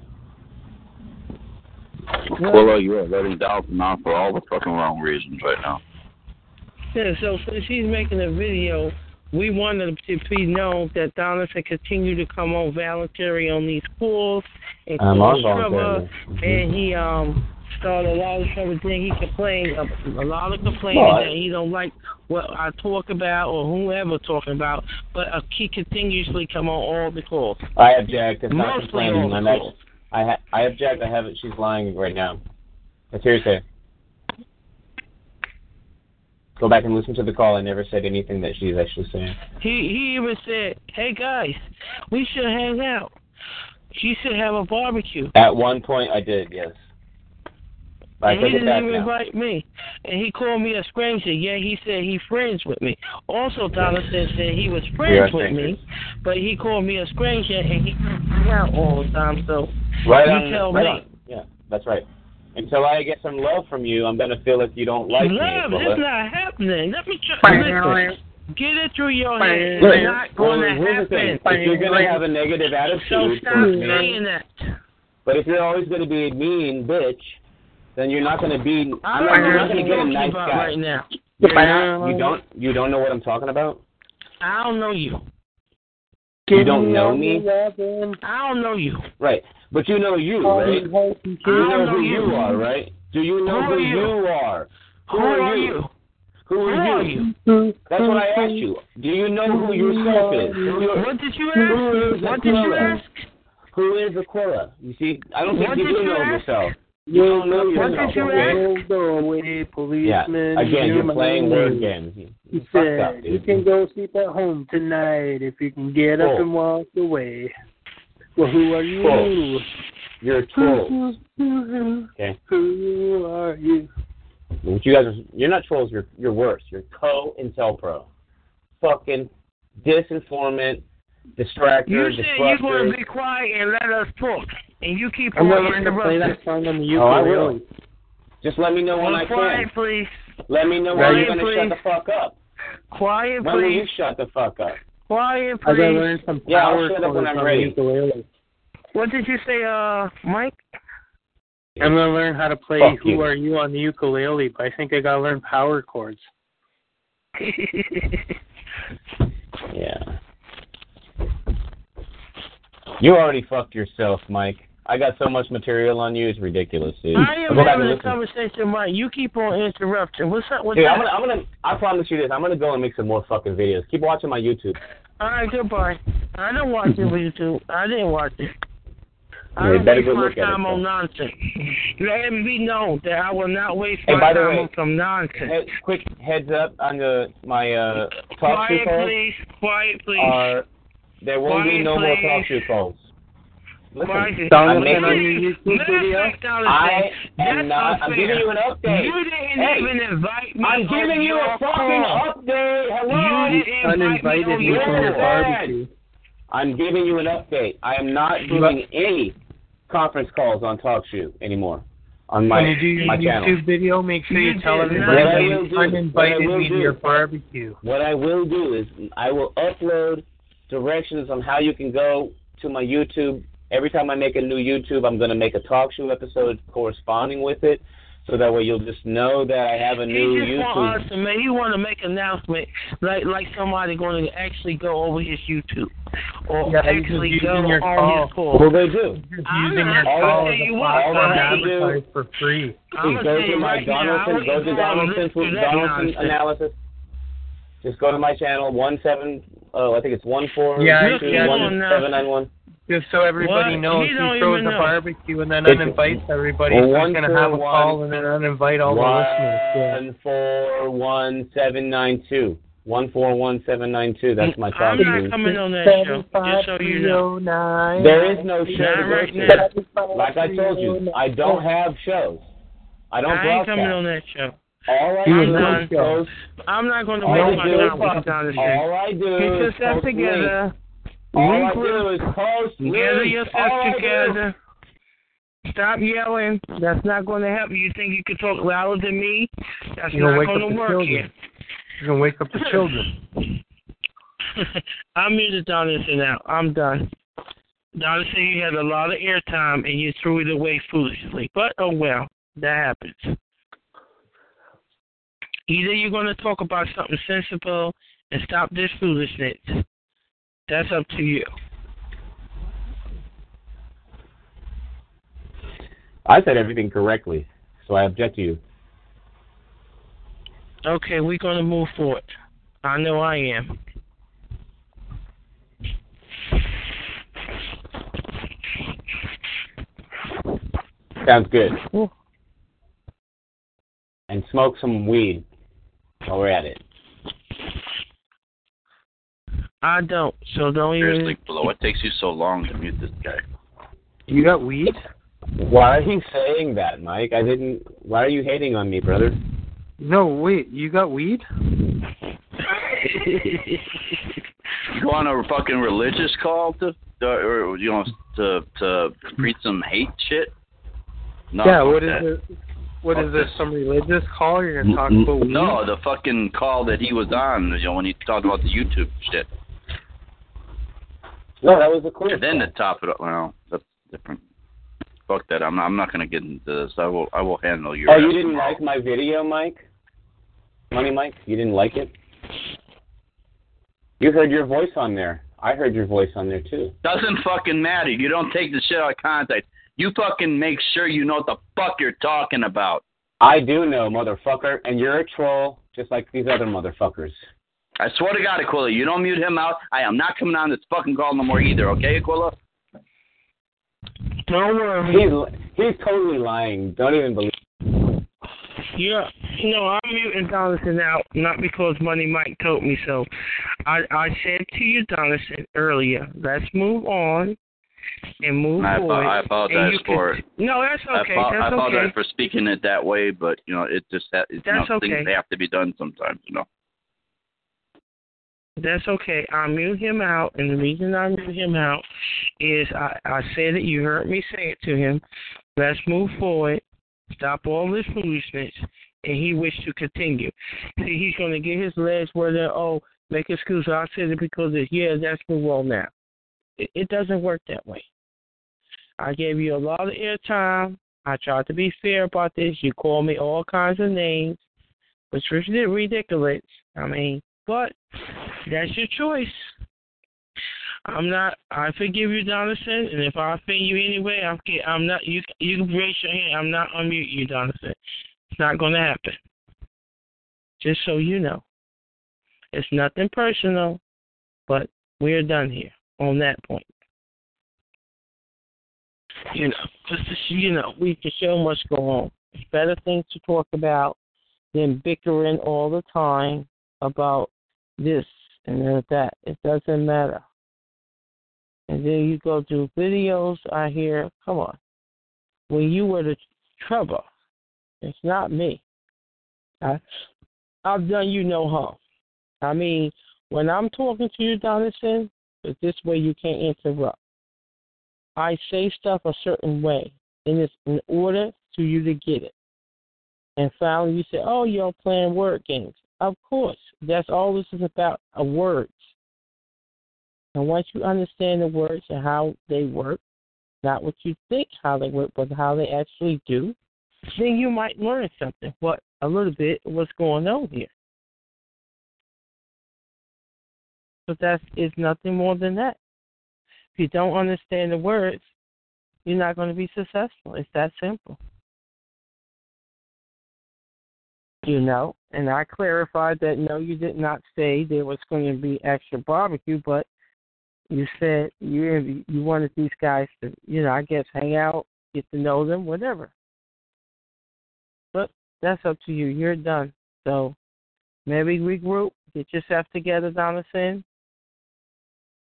Speaker 5: Aquila, you are letting Dalton on for all the fucking wrong reasons right now.
Speaker 4: Yeah, so since he's making a video, we wanted to be known that Donna should continue to come on voluntary on these calls. And
Speaker 10: I'm
Speaker 4: call
Speaker 10: on voluntarily.
Speaker 4: Trevor, And he um start a lot of trouble. Then he complained a, a lot of complaining
Speaker 16: Right.
Speaker 4: that he don't like what I talk about or whoever talking about. But uh, he continuously come on all the calls.
Speaker 10: I object. It's not
Speaker 4: Mostly
Speaker 10: complaining.
Speaker 4: on
Speaker 10: I'm
Speaker 4: the
Speaker 10: act- I ha- I object. I have it. She's lying right now. But seriously, go back and listen to the call. I never said anything that she's actually saying.
Speaker 4: He he even said, "Hey guys, we should hang out. You should have a barbecue."
Speaker 10: At one point, I did. Yes. I
Speaker 4: and he
Speaker 10: take it
Speaker 4: didn't
Speaker 10: back
Speaker 4: even
Speaker 10: now.
Speaker 4: invite me. And he called me a stranger. Yeah, he said he friends with me. Also, Donaldson said he was friends with me, but he called me a stranger and he comes out all the time. So
Speaker 10: Right
Speaker 4: you
Speaker 10: on.
Speaker 4: tell
Speaker 10: right
Speaker 4: me.
Speaker 10: on. Yeah, that's right. Until I get some love from you, I'm gonna feel like you don't like me.
Speaker 4: Love,
Speaker 10: But
Speaker 4: it's
Speaker 10: let-
Speaker 4: not happening. Let me try. Listen, get it through your head.
Speaker 10: Look,
Speaker 4: It's not going
Speaker 10: well,
Speaker 4: to
Speaker 10: here's the thing.
Speaker 4: happen.
Speaker 10: If you're gonna have a negative
Speaker 4: so
Speaker 10: attitude
Speaker 4: stop
Speaker 10: towards me,
Speaker 4: saying that.
Speaker 10: But if you're always going to be a mean bitch, then you're not going to be.
Speaker 4: I
Speaker 10: I'm
Speaker 4: don't know
Speaker 10: you're not
Speaker 4: what
Speaker 10: going to
Speaker 4: you're
Speaker 10: get a
Speaker 4: talking
Speaker 10: nice
Speaker 4: about
Speaker 10: guy.
Speaker 4: right now.
Speaker 10: You're not- you don't. You don't know what I'm talking about.
Speaker 4: I don't know you.
Speaker 10: You don't know me.
Speaker 4: I don't know you.
Speaker 10: Right. But you know you,
Speaker 4: Oh,
Speaker 10: right?
Speaker 4: you
Speaker 10: You
Speaker 4: I don't
Speaker 10: know
Speaker 4: know
Speaker 10: who
Speaker 4: you.
Speaker 10: you are, right? Do you know
Speaker 4: Who are
Speaker 10: who
Speaker 4: you?
Speaker 10: you are? Who
Speaker 4: Who
Speaker 10: are
Speaker 4: are
Speaker 10: you? Who
Speaker 4: Who
Speaker 10: are
Speaker 4: are
Speaker 10: you? That's what I asked you. Do you know who yourself is? Who your-
Speaker 4: What did you
Speaker 10: Who
Speaker 4: ask?
Speaker 10: is
Speaker 4: What did you
Speaker 10: Aquila?
Speaker 4: ask?
Speaker 10: Who is Aquila? You see, I don't think
Speaker 4: What
Speaker 10: you
Speaker 4: did
Speaker 10: do
Speaker 4: you
Speaker 10: know
Speaker 4: ask?
Speaker 10: yourself. You don't know
Speaker 4: What
Speaker 10: yourself.
Speaker 4: did you
Speaker 10: okay?
Speaker 4: ask?
Speaker 10: Yeah.
Speaker 23: policeman,
Speaker 10: Again,
Speaker 23: you're
Speaker 10: you're
Speaker 23: my
Speaker 10: playing word
Speaker 23: man.
Speaker 10: games.
Speaker 23: He
Speaker 10: Fucked up,
Speaker 23: said,
Speaker 10: dude.
Speaker 23: "You can go sleep at home tonight if you can get up
Speaker 10: Cool.
Speaker 23: and walk away." Well, who are you?
Speaker 10: Cool. You're a troll.
Speaker 23: Who, who, who,
Speaker 10: Okay.
Speaker 23: who are you?
Speaker 10: What you guys are, you're not trolls. You're you're worse. You're co intel pro. Fucking disinformant, distractor,
Speaker 4: You said you're going
Speaker 10: disruptor.
Speaker 4: to be quiet and let us talk, and you keep
Speaker 10: I'm
Speaker 4: on
Speaker 10: not gonna play
Speaker 4: interrupting.
Speaker 10: that song on the Oh, I will. ukulele. Just let me know when I can.
Speaker 4: Well, quiet, please.
Speaker 10: Let me know when
Speaker 4: Quiet,
Speaker 10: you're gonna shut
Speaker 4: please.
Speaker 10: the fuck up.
Speaker 4: Quiet,
Speaker 10: When will you
Speaker 4: please.
Speaker 10: shut the fuck up?
Speaker 4: Quiet,
Speaker 23: I gotta
Speaker 4: please.
Speaker 23: learn some
Speaker 10: Yeah, I'll
Speaker 23: power
Speaker 10: shut up when
Speaker 23: chords
Speaker 10: I'm
Speaker 23: on the
Speaker 10: ready.
Speaker 23: ukulele.
Speaker 4: What did you say, uh, Mike?
Speaker 1: I'm gonna learn how to play
Speaker 23: Fuck
Speaker 1: "Who
Speaker 23: you.
Speaker 1: Are You" on the ukulele, but I think I gotta learn power chords.
Speaker 10: Yeah. You already fucked yourself, Mike. I got so much material on you, it's ridiculous, dude.
Speaker 4: I am
Speaker 10: Go back
Speaker 4: having
Speaker 10: and
Speaker 4: a
Speaker 10: listen.
Speaker 4: conversation, Mike. You keep on interrupting. What's up with
Speaker 10: Dude,
Speaker 4: that?
Speaker 10: I'm gonna, I'm gonna, I promise you this. I'm gonna go and make some more fucking videos. Keep watching my YouTube.
Speaker 4: All right, goodbye. I don't watch it with you two. I didn't watch it. I
Speaker 10: Yeah,
Speaker 4: don't
Speaker 10: better
Speaker 4: waste
Speaker 10: go
Speaker 4: my
Speaker 10: look at it,
Speaker 4: time
Speaker 10: though.
Speaker 4: on nonsense. Let it be known that I will not waste
Speaker 10: And
Speaker 4: my
Speaker 10: by the
Speaker 4: time
Speaker 10: way-
Speaker 4: on some nonsense.
Speaker 10: Hey, quick heads up on the my uh, talk Uh, shoe
Speaker 4: Quiet,
Speaker 10: calls.
Speaker 4: please. Quiet, please.
Speaker 10: Are, there won't be
Speaker 4: Quiet,
Speaker 10: no more
Speaker 4: please.
Speaker 10: talk shoe calls. Listen,
Speaker 4: Quiet.
Speaker 10: I'm
Speaker 4: Matter
Speaker 10: making-
Speaker 4: of fact, Donaldson,
Speaker 10: I
Speaker 4: that's
Speaker 10: am not. I'm
Speaker 4: unfair.
Speaker 10: giving you an update.
Speaker 4: You didn't
Speaker 10: Hey,
Speaker 4: even invite me.
Speaker 10: I'm
Speaker 4: on
Speaker 10: giving you
Speaker 4: your
Speaker 10: a fucking
Speaker 4: call.
Speaker 10: update. Hello.
Speaker 4: You didn't invite me on your call.
Speaker 10: I'm giving you an update. I am not
Speaker 4: You-
Speaker 10: doing any conference calls on TalkShoe anymore on my
Speaker 1: when you do your
Speaker 10: my
Speaker 1: YouTube
Speaker 10: channel.
Speaker 1: video, make sure you,
Speaker 10: You
Speaker 1: tell
Speaker 10: did
Speaker 1: everybody
Speaker 10: not.
Speaker 1: that
Speaker 10: What I
Speaker 1: you
Speaker 10: will do-
Speaker 1: uninvited
Speaker 10: what I will
Speaker 1: me to
Speaker 10: do-
Speaker 1: your barbecue.
Speaker 10: What I will do is I will upload directions on how you can go to my YouTube. Every time I make a new YouTube, I'm going to make a talk show episode corresponding with it, so that way you'll just know that I have a new
Speaker 4: He just want
Speaker 10: YouTube.
Speaker 4: us to make. He want to make announcement like like somebody going to actually go over his YouTube or
Speaker 10: Yeah, he's just
Speaker 4: actually
Speaker 10: using
Speaker 4: go
Speaker 10: your
Speaker 4: on his call.
Speaker 10: Well, they do.
Speaker 4: I'm
Speaker 1: using
Speaker 4: not-
Speaker 1: your
Speaker 4: I'll
Speaker 1: call
Speaker 4: tell
Speaker 1: as
Speaker 4: you
Speaker 1: a
Speaker 4: what,
Speaker 1: platform to
Speaker 4: I'll tell you-
Speaker 1: advertise for free.
Speaker 4: I'ma
Speaker 10: Please go
Speaker 4: say
Speaker 10: to my
Speaker 4: right now,
Speaker 10: Donaldson.
Speaker 4: I
Speaker 10: Go
Speaker 4: was
Speaker 10: to
Speaker 4: involved
Speaker 10: Donaldson's
Speaker 4: in that
Speaker 10: Donaldson
Speaker 4: nonsense.
Speaker 10: analysis. Just go to my channel one seven. Oh, I think it's one four
Speaker 1: Yeah, I
Speaker 10: two,
Speaker 1: see.
Speaker 10: one seven nine one.
Speaker 1: Just so everybody
Speaker 10: What?
Speaker 1: knows
Speaker 10: He
Speaker 1: who
Speaker 10: don't
Speaker 1: throws
Speaker 10: even
Speaker 1: the
Speaker 10: know.
Speaker 1: barbecue and then
Speaker 10: It's-
Speaker 1: uninvites everybody.
Speaker 10: Well,
Speaker 1: so
Speaker 10: one
Speaker 1: he's gonna have a
Speaker 10: for one-
Speaker 1: call and then uninvite all
Speaker 10: one,
Speaker 1: the listeners. Yeah.
Speaker 10: four one seven nine two. One four one seven nine two. That's my
Speaker 4: I'm
Speaker 10: talk
Speaker 4: not
Speaker 10: shoe.
Speaker 4: coming on that
Speaker 10: Seven,
Speaker 4: show.
Speaker 10: five,
Speaker 4: Just so you
Speaker 10: three,
Speaker 4: know.
Speaker 10: oh, There is no show.
Speaker 4: Not
Speaker 10: to go
Speaker 4: right
Speaker 10: to.
Speaker 4: now.
Speaker 10: Like I told you, I don't have shows. I don't
Speaker 4: I ain't
Speaker 10: broadcast.
Speaker 4: coming on that show.
Speaker 10: All I
Speaker 4: You
Speaker 10: do
Speaker 4: ain't on
Speaker 10: is
Speaker 4: show.
Speaker 10: post-
Speaker 4: I'm not going to
Speaker 10: All
Speaker 4: waste
Speaker 10: I
Speaker 4: my
Speaker 10: do-
Speaker 4: time with you, Donaldson.
Speaker 10: all I do
Speaker 4: Get
Speaker 10: is
Speaker 4: yourself
Speaker 10: post
Speaker 4: together.
Speaker 10: links. All I
Speaker 4: Link
Speaker 10: do is post
Speaker 4: Gather
Speaker 10: links.
Speaker 4: yourself
Speaker 10: All I do-
Speaker 4: together. Stop yelling. That's not going to help. You think you can talk louder than me? That's
Speaker 1: You're gonna
Speaker 4: not
Speaker 1: wake up
Speaker 4: going to
Speaker 1: the
Speaker 4: work
Speaker 1: children.
Speaker 4: here.
Speaker 1: You're gonna wake up the children.
Speaker 4: I'm muted Donaldson now. I'm done. Donaldson, you had a lot of airtime and you threw it away foolishly. But oh well, that happens. Either you're going to talk about something sensible and stop this foolishness. That's up to you.
Speaker 10: I said everything correctly. so I object to you.
Speaker 4: Okay, we're gonna move forward. I know I am.
Speaker 10: Sounds good. And smoke some weed while we're at it.
Speaker 4: I don't, so don't even.
Speaker 5: Seriously, Blow, what takes you so long to mute this guy?
Speaker 10: You got weed? Why are you saying that, Mike? I didn't. Why are you hating on me, brother?
Speaker 1: No, wait, you got weed?
Speaker 5: Oh, You go on a fucking religious call to, uh, or you know, to to preach some hate shit. No,
Speaker 1: yeah,
Speaker 5: fuck
Speaker 1: what is
Speaker 5: that.
Speaker 1: it? What is this? Some religious call? You're gonna talk about weed?
Speaker 5: No, the fucking call that he was on, you know, when he talked about the YouTube shit.
Speaker 10: No, that was a clear.
Speaker 5: And then to top it up, well, that's different. Fuck that. I'm not, I'm not gonna get into this. I will I will handle your.
Speaker 10: oh, you didn't like my video, Mike? Money, Mike? You didn't like it? You heard your voice on there. I heard your voice on there too.
Speaker 5: Doesn't fucking matter. You don't take the shit out of context. You fucking make sure you know what the fuck you're talking about.
Speaker 10: I do know, motherfucker, and you're a troll just like these other motherfuckers.
Speaker 5: I swear to God, Aquila, you don't mute him out. I am not coming on this fucking call no more either. Okay, Aquila?
Speaker 4: Don't worry.
Speaker 10: He's, li- he's totally lying. Don't even believe.
Speaker 4: Yeah, no, I'm muting Donaldson out, not because Money Mike told me so. I I said to you, Donaldson, earlier, let's move on and move
Speaker 5: I, apo-
Speaker 4: forward.
Speaker 5: I
Speaker 4: and
Speaker 5: apologize
Speaker 4: you
Speaker 5: for
Speaker 4: can-
Speaker 5: it.
Speaker 4: No, that's okay.
Speaker 5: I, apo- I
Speaker 4: that's
Speaker 5: apologize
Speaker 4: okay.
Speaker 5: for speaking it that way, but you know, it just ha- it's,
Speaker 4: That's
Speaker 5: you know, things
Speaker 4: okay.
Speaker 5: they have to be done sometimes. You know.
Speaker 4: That's okay. I mute him out, and the reason I mute him out is I, I said it. You heard me say it to him. Let's move forward. Stop all this foolishness, and he wished to continue. See, he's going to get his legs where they're oh, make excuses. I said it because it's yeah, that's the wall now. It, it doesn't work that way. I gave you a lot of airtime. I tried to be fair about this. You called me all kinds of names, which was ridiculous. I mean, but that's your choice. I'm not. I forgive you, Donaldson. And if I offend you anyway, I'm. ki- I'm not. You. You can raise your hand. I'm not unmute you, Donaldson. It's not going to happen. Just so you know, it's nothing personal, but we're done here on that point. You know, just to- you know, we can so much go on. It's better things to talk about than bickering all the time about this and then that. It doesn't matter. And then you go through videos. I hear, come on, when you were the trouble, it's not me. I, I've done you no harm. I mean, when I'm talking to you, Donaldson, but this way you can't interrupt. I say stuff a certain way, and it's in order to you to get it. And finally, you say, "Oh, you're playing word games." Of course, that's all this is about: uh, words. And once you understand the words and how they work, not what you think how they work, but how they actually do, then you might learn something. What a little bit what's going on here. So that is nothing more than that. If you don't understand the words, you're not going to be successful. It's that simple. You know, and I clarified that no, you did not say there was going to be extra barbecue, but you said you you wanted these guys to, you know, I guess hang out, get to know them, whatever. But that's up to you. You're done. So maybe regroup, get yourself together, Donaldson.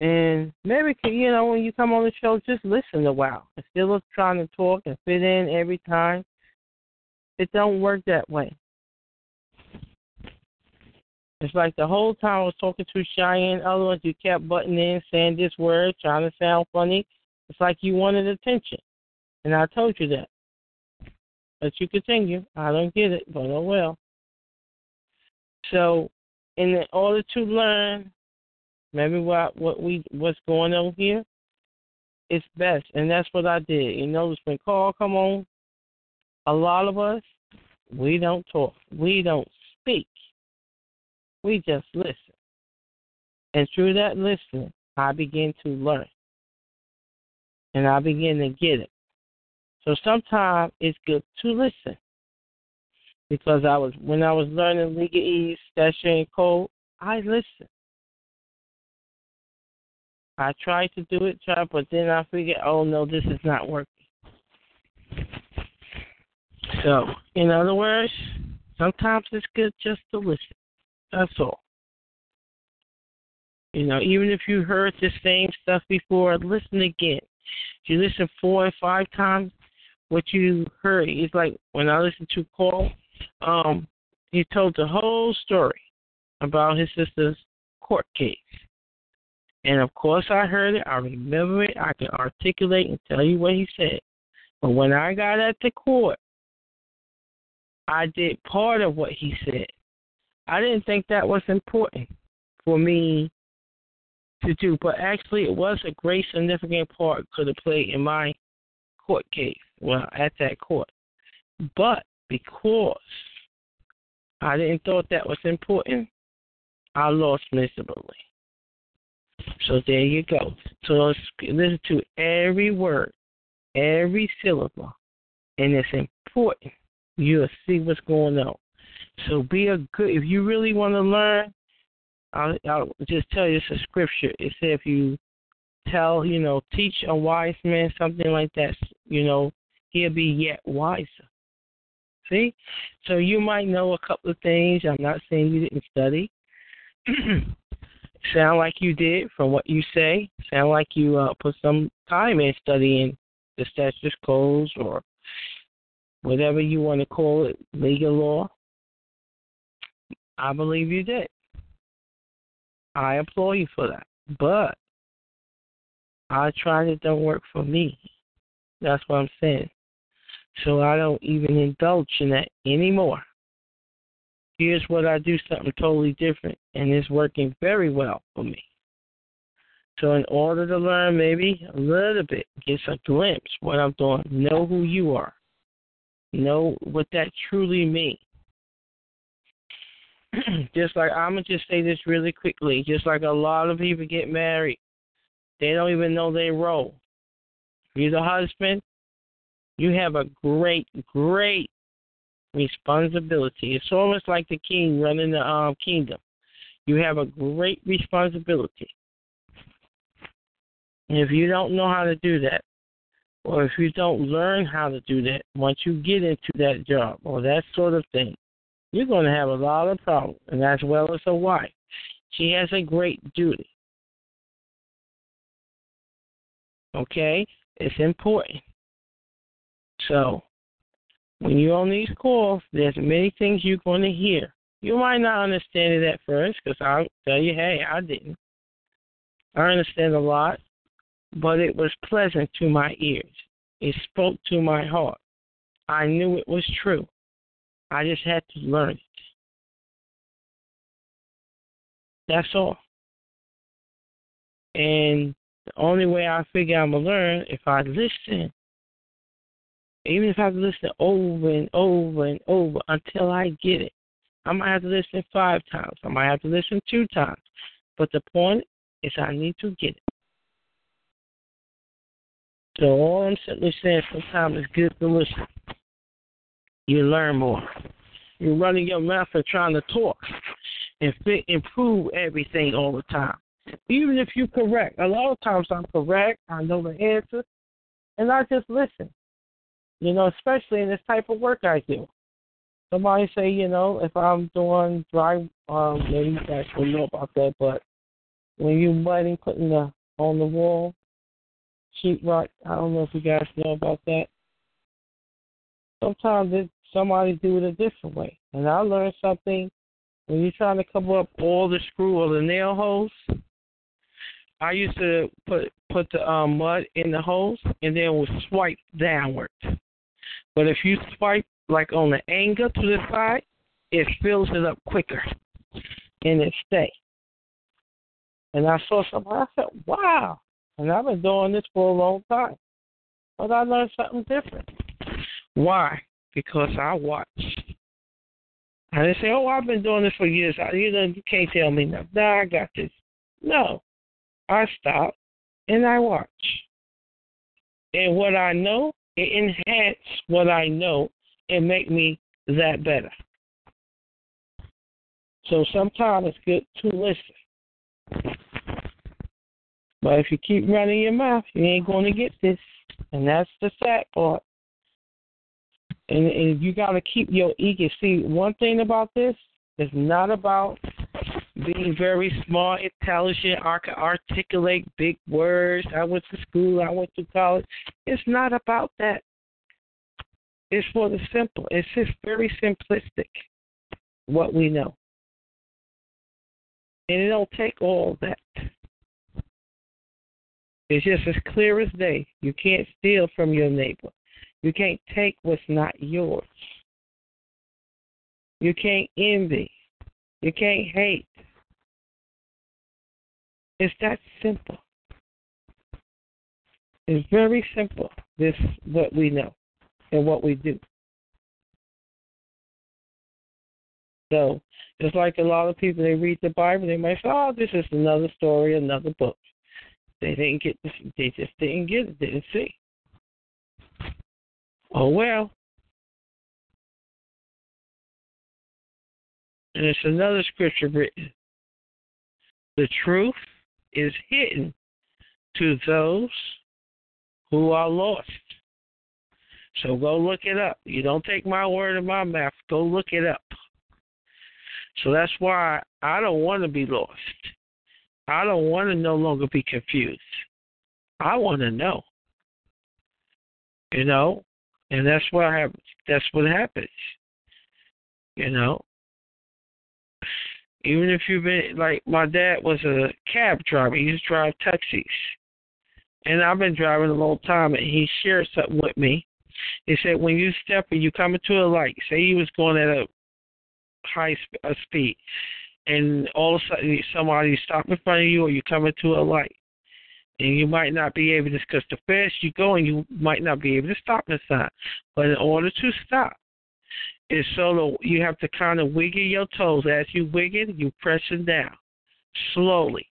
Speaker 4: And maybe can- you know when you come on the show, just listen a while. Instead of trying to talk and fit in every time, it don't work that way. It's like the whole time I was talking to Cheyenne, other ones you kept butting in, saying this word, trying to sound funny. It's like you wanted attention, and I told you that. But you continue. I don't get it, but oh well. So, in order to learn, maybe what what we what's going on here, it's best, and that's what I did. You notice when Carl come on, a lot of us we don't talk, we don't speak, we just listen, and through that listening, I begin to learn, and I begin to get it. So sometimes it's good to listen because I was when I was learning legalese, that Shane Cole, I listened. I tried to do it, tried, but then I figured, oh no, this is not working. So, in other words, sometimes it's good just to listen. That's all. You know, even if you heard the same stuff before, listen again. If you listen four or five times, what you heard is like when I listened to Paul, um, he told the whole story about his sister's court case. And of course I heard it, I remember it, I can articulate and tell you what he said. But when I got at the court, I did part of what he said. I didn't think that was important for me to do, but actually it was a great significant part could have played in my court case, well, at that court. But because I didn't thought that was important, I lost miserably. So there you go. So let's listen to every word, every syllable, and it's important. You'll see what's going on. So be a good. If you really want to learn, I'll, I'll just tell you it's a scripture. It said if you tell, you know, teach a wise man something like that, you know, he'll be yet wiser. See? So you might know a couple of things. I'm not saying you didn't study. Sound like you did from what you say. Sound like you uh, put some time in studying the statutes, codes, or whatever you want to call it, legal law. I believe you did. I applaud you for that. But I tried it, don't work for me. That's what I'm saying. So I don't even indulge in that anymore. Here's what I do something totally different, and it's working very well for me. So, in order to learn maybe a little bit, get a glimpse what I'm doing, know who you are, know what that truly means. just like I'm going to just say this really quickly, just like a lot of people get married, they don't even know their role. If you're the husband, you have a great, great responsibility. It's almost like the king running the um, kingdom. You have a great responsibility. And if you don't know how to do that, or if you don't learn how to do that, once you get into that job or that sort of thing, you're going to have a lot of problems, and as well as a wife. She has a great duty. Okay? It's important. So, when you're on these calls, there's many things you're going to hear. You might not understand it at first, because I'll tell you, hey, I didn't. I understand a lot, but it was pleasant to my ears. It spoke to my heart. I knew it was true. I just had to learn it. That's all. And the only way I figure I'm gonna learn if I listen. Even if I have to listen over and over and over until I get it. I might have to listen five times. I might have to listen two times. But the point is I need to get it. So all I'm simply saying sometimes it's good to listen. You learn more. You're running your mouth and trying to talk and fit, improve everything all the time even if you're correct. A lot of times I'm correct, I know the answer, and I just listen. You know, especially in this type of work I do. Somebody say, you know, if I'm doing dry, um, maybe you guys will know about that, but when you're mudding, putting the on the wall, sheetrock, I don't know if you guys know about that. Sometimes it, somebody do it a different way, and I learned something when you're trying to cover up all the screw or the nail holes, I used to put put the um, mud in the holes and then would swipe downward. But if you swipe like on the angle to the side, it fills it up quicker and it stays. And I saw something. I said, "Wow!" And I've been doing this for a long time, but I learned something different. Why? Because I watched. And they say, "Oh, I've been doing this for years. You know, you can't tell me nothing. Nah, I got this." No, I stop and I watch. And what I know, it enhances what I know and make me that better. So sometimes it's good to listen. But if you keep running your mouth, you ain't going to get this. And that's the sad part. And, and you got to keep your ego. See, one thing about this is not about being very smart, intelligent, I can articulate big words. I went to school, I went to college. It's not about that. It's for the simple. It's just very simplistic what we know. And it don't take all that. It's just as clear as day. You can't steal from your neighbor. You can't take what's not yours. You can't envy. You can't hate. It's that simple. It's very simple, this what we know and what we do. So just like a lot of people they read the Bible, they might say, Oh, this is another story, another book. They didn't get this they just didn't get it, didn't see. Oh well. And it's another scripture written. The truth is hidden to those who are lost. So go look it up. You don't take my word in my mouth. Go look it up. So that's why I don't want to be lost. I don't want to no longer be confused. I want to know. You know, and that's what happens. That's what happens. You know, even if you've been like my dad was a cab driver, he used to drive taxis. And I've been driving a long time and he shared something with me. He said when you step and you come into a light, say you was going at a high sp- a speed and all of a sudden somebody stop in front of you or you come into a light and you might not be able to because the fast you go and you might not be able to stop in time. But in order to stop, is so that you have to kind of wiggle your toes. As you wiggle, you pressing down slowly.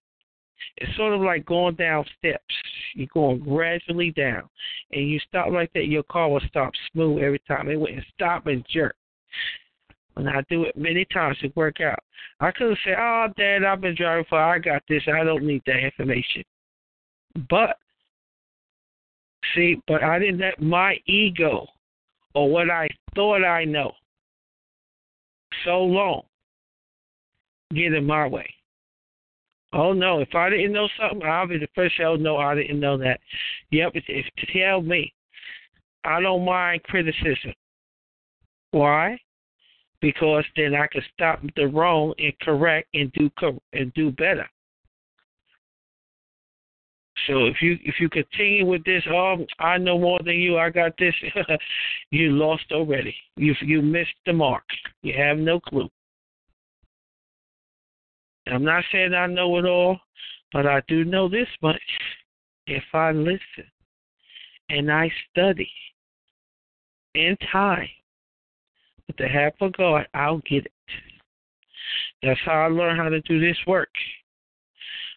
Speaker 4: It's sort of like going down steps. You're going gradually down, and you stop like that. Your car will stop smooth every time. It wouldn't stop and jerk. And I do it many times to work out. I couldn't say, "Oh, Dad, I've been driving for. I got this. I don't need that information." But see, but I didn't let my ego or what I thought I know so long get in my way. Oh no, if I didn't know something, I'll be the first to know I didn't know that. Yep, if, if tell me. I don't mind criticism. Why? Because then I can stop the wrong and correct and do cor- and do better. So if you if you continue with this, oh, I know more than you. I got this. you lost already. You you missed the mark. You have no clue. I'm not saying I know it all, but I do know this much. If I listen and I study in time with the help of God, I'll get it. That's how I learned how to do this work.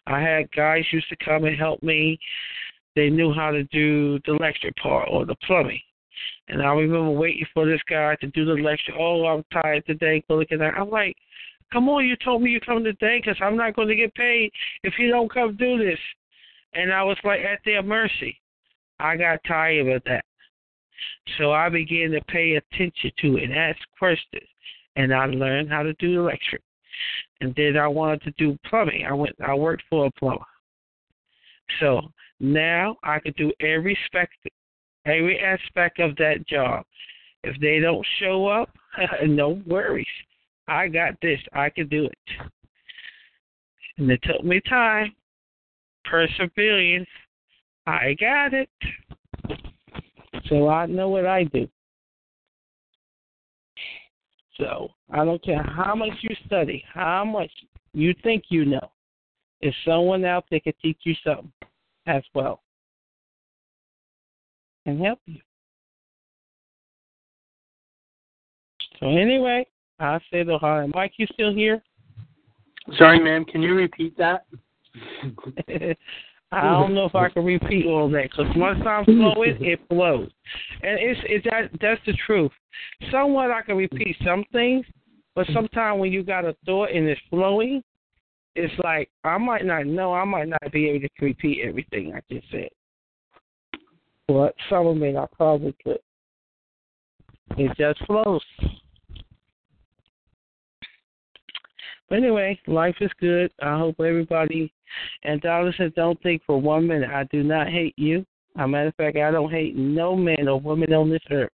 Speaker 4: I had guys used to come and help me. They knew how to do the lecture part or the plumbing. And I remember waiting for this guy to do the lecture. Oh, I'm tired today. Go look at that. I'm like, come on, you told me you come today because I'm not going to get paid if you don't come do this. And I was like, at their mercy. I got tired of that. So I began to pay attention to it and ask questions. And I learned how to do the lecture and then I wanted to do plumbing. I went I worked for a plumber. So now I could do every spec every aspect of that job. If they don't show up, no worries. I got this. I can do it. And it took me time, perseverance. I got it. So I know what I do. So I don't care how much you study, how much you think you know. If someone out there can teach you something as well and help you. So anyway, I say the hi. Mike, you still here?
Speaker 23: Sorry, ma'am. Can you repeat that?
Speaker 4: I don't know if I can repeat all that because once I'm flowing, it flows, and it's it that that's the truth. Somewhat I can repeat some things, but sometimes when you got a thought and it's flowing, it's like I might not know, I might not be able to repeat everything I just said, but some of it I probably could. It just flows. But anyway, life is good. I hope everybody and Dollar said, don't think for one minute I do not hate you. As a matter of fact, I don't hate no man or woman on this earth.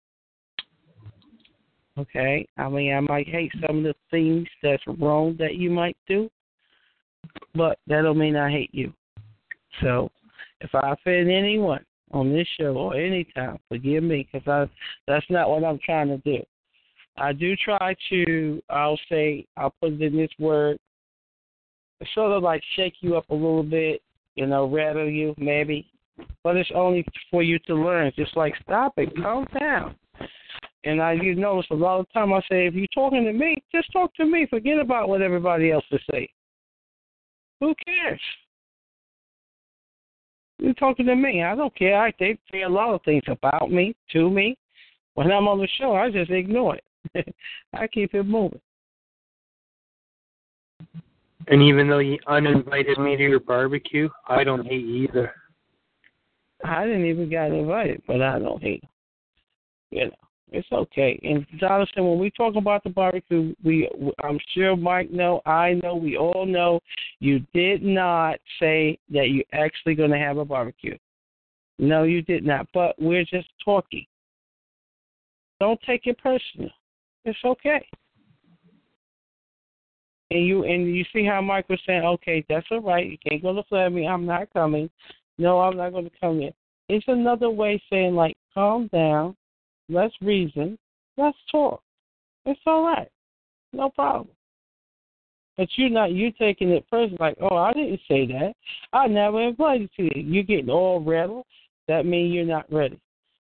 Speaker 4: Okay? I mean, I might hate some of the things that's wrong that you might do, but that don't mean I hate you. So if I offend anyone on this show or any time, forgive me because that's not what I'm trying to do. I do try to, I'll say, I'll put it in this word, sort of like shake you up a little bit, you know, rattle you maybe, but it's only for you to learn. Just like stop it, calm down. And I, you notice a lot of time I say, if you're talking to me, just talk to me. Forget about what everybody else is saying. Who cares? You're talking to me. I don't care. I, they say a lot of things about me, to me. When I'm on the show, I just ignore it. I keep it moving.
Speaker 1: And even though you uninvited me to your barbecue, I don't hate you either.
Speaker 4: I didn't even got invited, but I don't hate. 'em. You know, it's okay. And Jonathan, when we talk about the barbecue, we I'm sure Mike know, I know, we all know, you did not say that you're actually going to have a barbecue. No, you did not. But we're just talking. Don't take it personal. It's okay. And you and you see how Mike was saying, okay, that's all right. You can't go to flag me. I'm not coming. No, I'm not going to come in. It's another way saying like, calm down, let's reason, let's talk. It's all right, no problem. But you're not you taking it personal like, oh, I didn't say that. I never invited you. You're getting all rattled. That means you're not ready.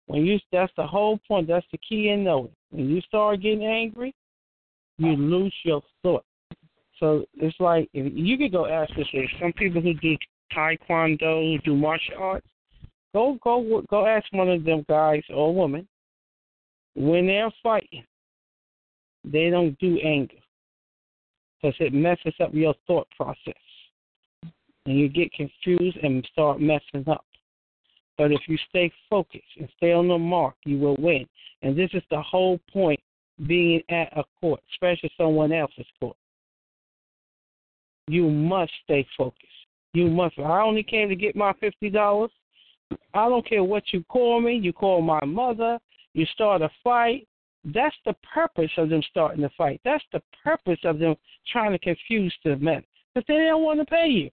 Speaker 4: When you that's the whole point. That's the key in knowing. When you start getting angry, you lose your thought. So it's like if you could go ask this. If some people who do taekwondo, who do martial arts, go go go ask one of them guys or woman when they're fighting, they don't do anger because it messes up your thought process and you get confused and start messing up. But if you stay focused and stay on the mark, you will win. And this is the whole point being at a court, especially someone else's court you must stay focused. You must. I only came to get my fifty dollars. I don't care what you call me. You call my mother. You start a fight. That's the purpose of them starting the fight. That's the purpose of them trying to confuse the men because they don't want to pay you.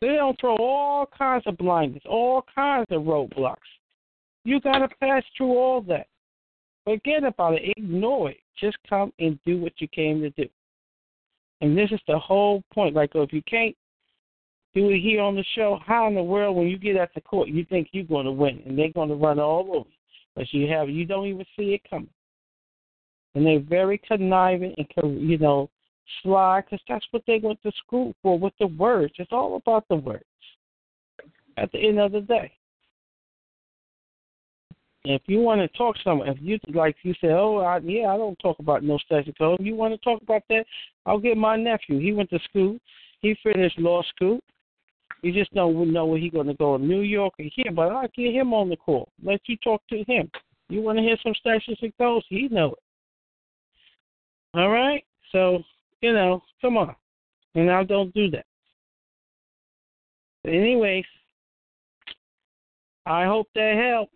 Speaker 4: They don't throw all kinds of blindness, all kinds of roadblocks. You got to pass through all that. Forget about it. Ignore it. Just come and do what you came to do. And this is the whole point. Like, if you can't do it here on the show, how in the world, when you get at the court, you think you're going to win and they're going to run all over you, but you have you don't even see it coming. And they're very conniving and you know sly because that's what they went to school for with the words. It's all about the words. At the end of the day. And if you want to talk some, if you like, you say, "Oh, I, yeah, I don't talk about no study code." If you want to talk about that, I'll get my nephew. He went to school. He finished law school. You just don't know where he's going to go, New York or here. But I'll get him on the call. Let you talk to him. You want to hear some statutes and codes? He know it. All right. So you know, come on. And I don't do that. But anyways, I hope that helps.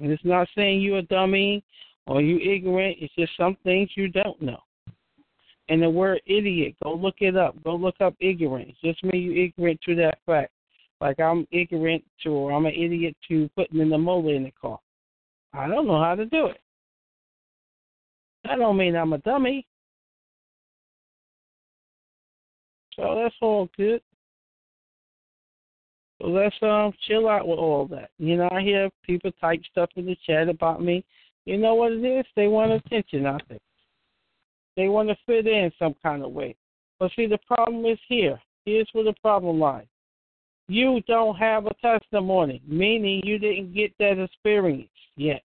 Speaker 4: And it's not saying you're a dummy or you ignorant. It's just some things you don't know. And the word idiot, go look it up. Go look up ignorance. Just mean you ignorant to that fact. Like I'm ignorant to, or I'm an idiot to putting in the molar in the car. I don't know how to do it. That don't mean I'm a dummy. So that's all good. So let's um chill out with all that. You know, I hear people type stuff in the chat about me. You know what it is? They want attention, I think. They want to fit in some kind of way. But see the problem is here. Here's where the problem lies. you don't have a testimony, meaning you didn't get that experience yet.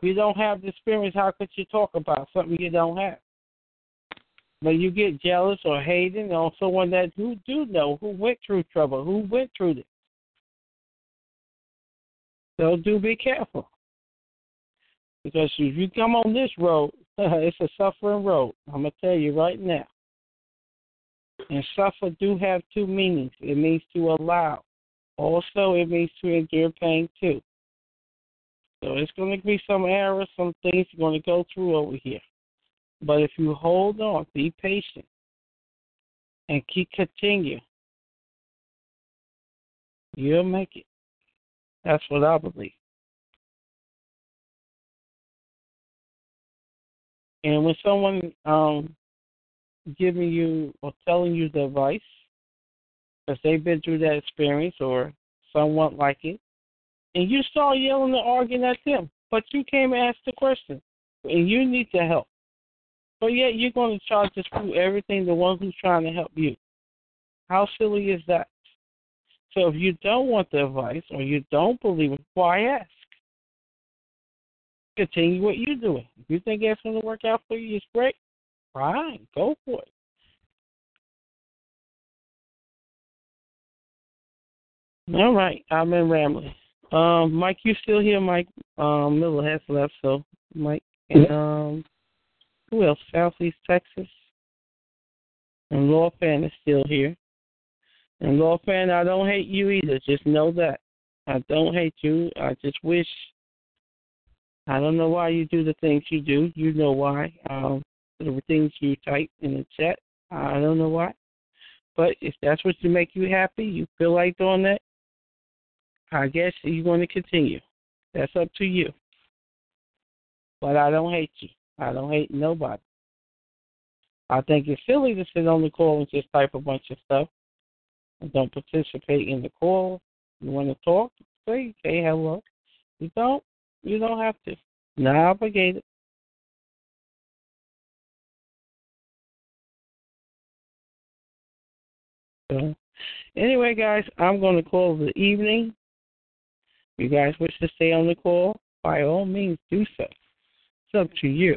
Speaker 4: You don't have the experience. How could you talk about something you don't have? When you get jealous or hating on someone that you do know who went through trouble, who went through this. So do be careful. Because if you come on this road, it's a suffering road. I'm gonna tell you right now. And suffer do have two meanings. It means to allow. Also, it means to endure pain too. So it's going to be some errors, some things you're going to go through over here. But if you hold on, be patient, and keep continue, you'll make it. That's what I believe. And when someone um, giving you or telling you the advice, because they've been through that experience or somewhat like it, and you start yelling and arguing at them, but you came and asked the question, and you need the help. But yet you're going to try to screw everything the one who's trying to help you. How silly is that? So if you don't want the advice or you don't believe it, why ask? Continue what you're doing. If you think it's going to work out for you, it's great. Fine, go for it. All right, I've been rambling. Um, Mike, you still here? Mike um, Miller has left, so Mike and um, who else? Southeast Texas and Law Fan is still here. And Law Fan, I don't hate you either. Just know that I don't hate you. I just wish. I don't know why you do the things you do. You know why. Um, the things you type in the chat. I don't know why. But if that's what you make you happy, you feel like doing that, I guess you're going to continue. That's up to you. But I don't hate you. I don't hate nobody. I think it's silly to sit on the call and just type a bunch of stuff and don't participate in the call. You want to talk? Say, say hello. You don't. You don't have to. Not obligated. So, anyway, guys, I'm going to call the evening. If you guys wish to stay on the call, by all means, do so. It's up to you.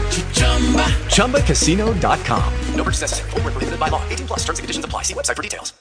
Speaker 24: ChumbaCasino.com. No purchase necessary. Forward, prohibited by law. 18 plus terms and conditions apply. See website for details.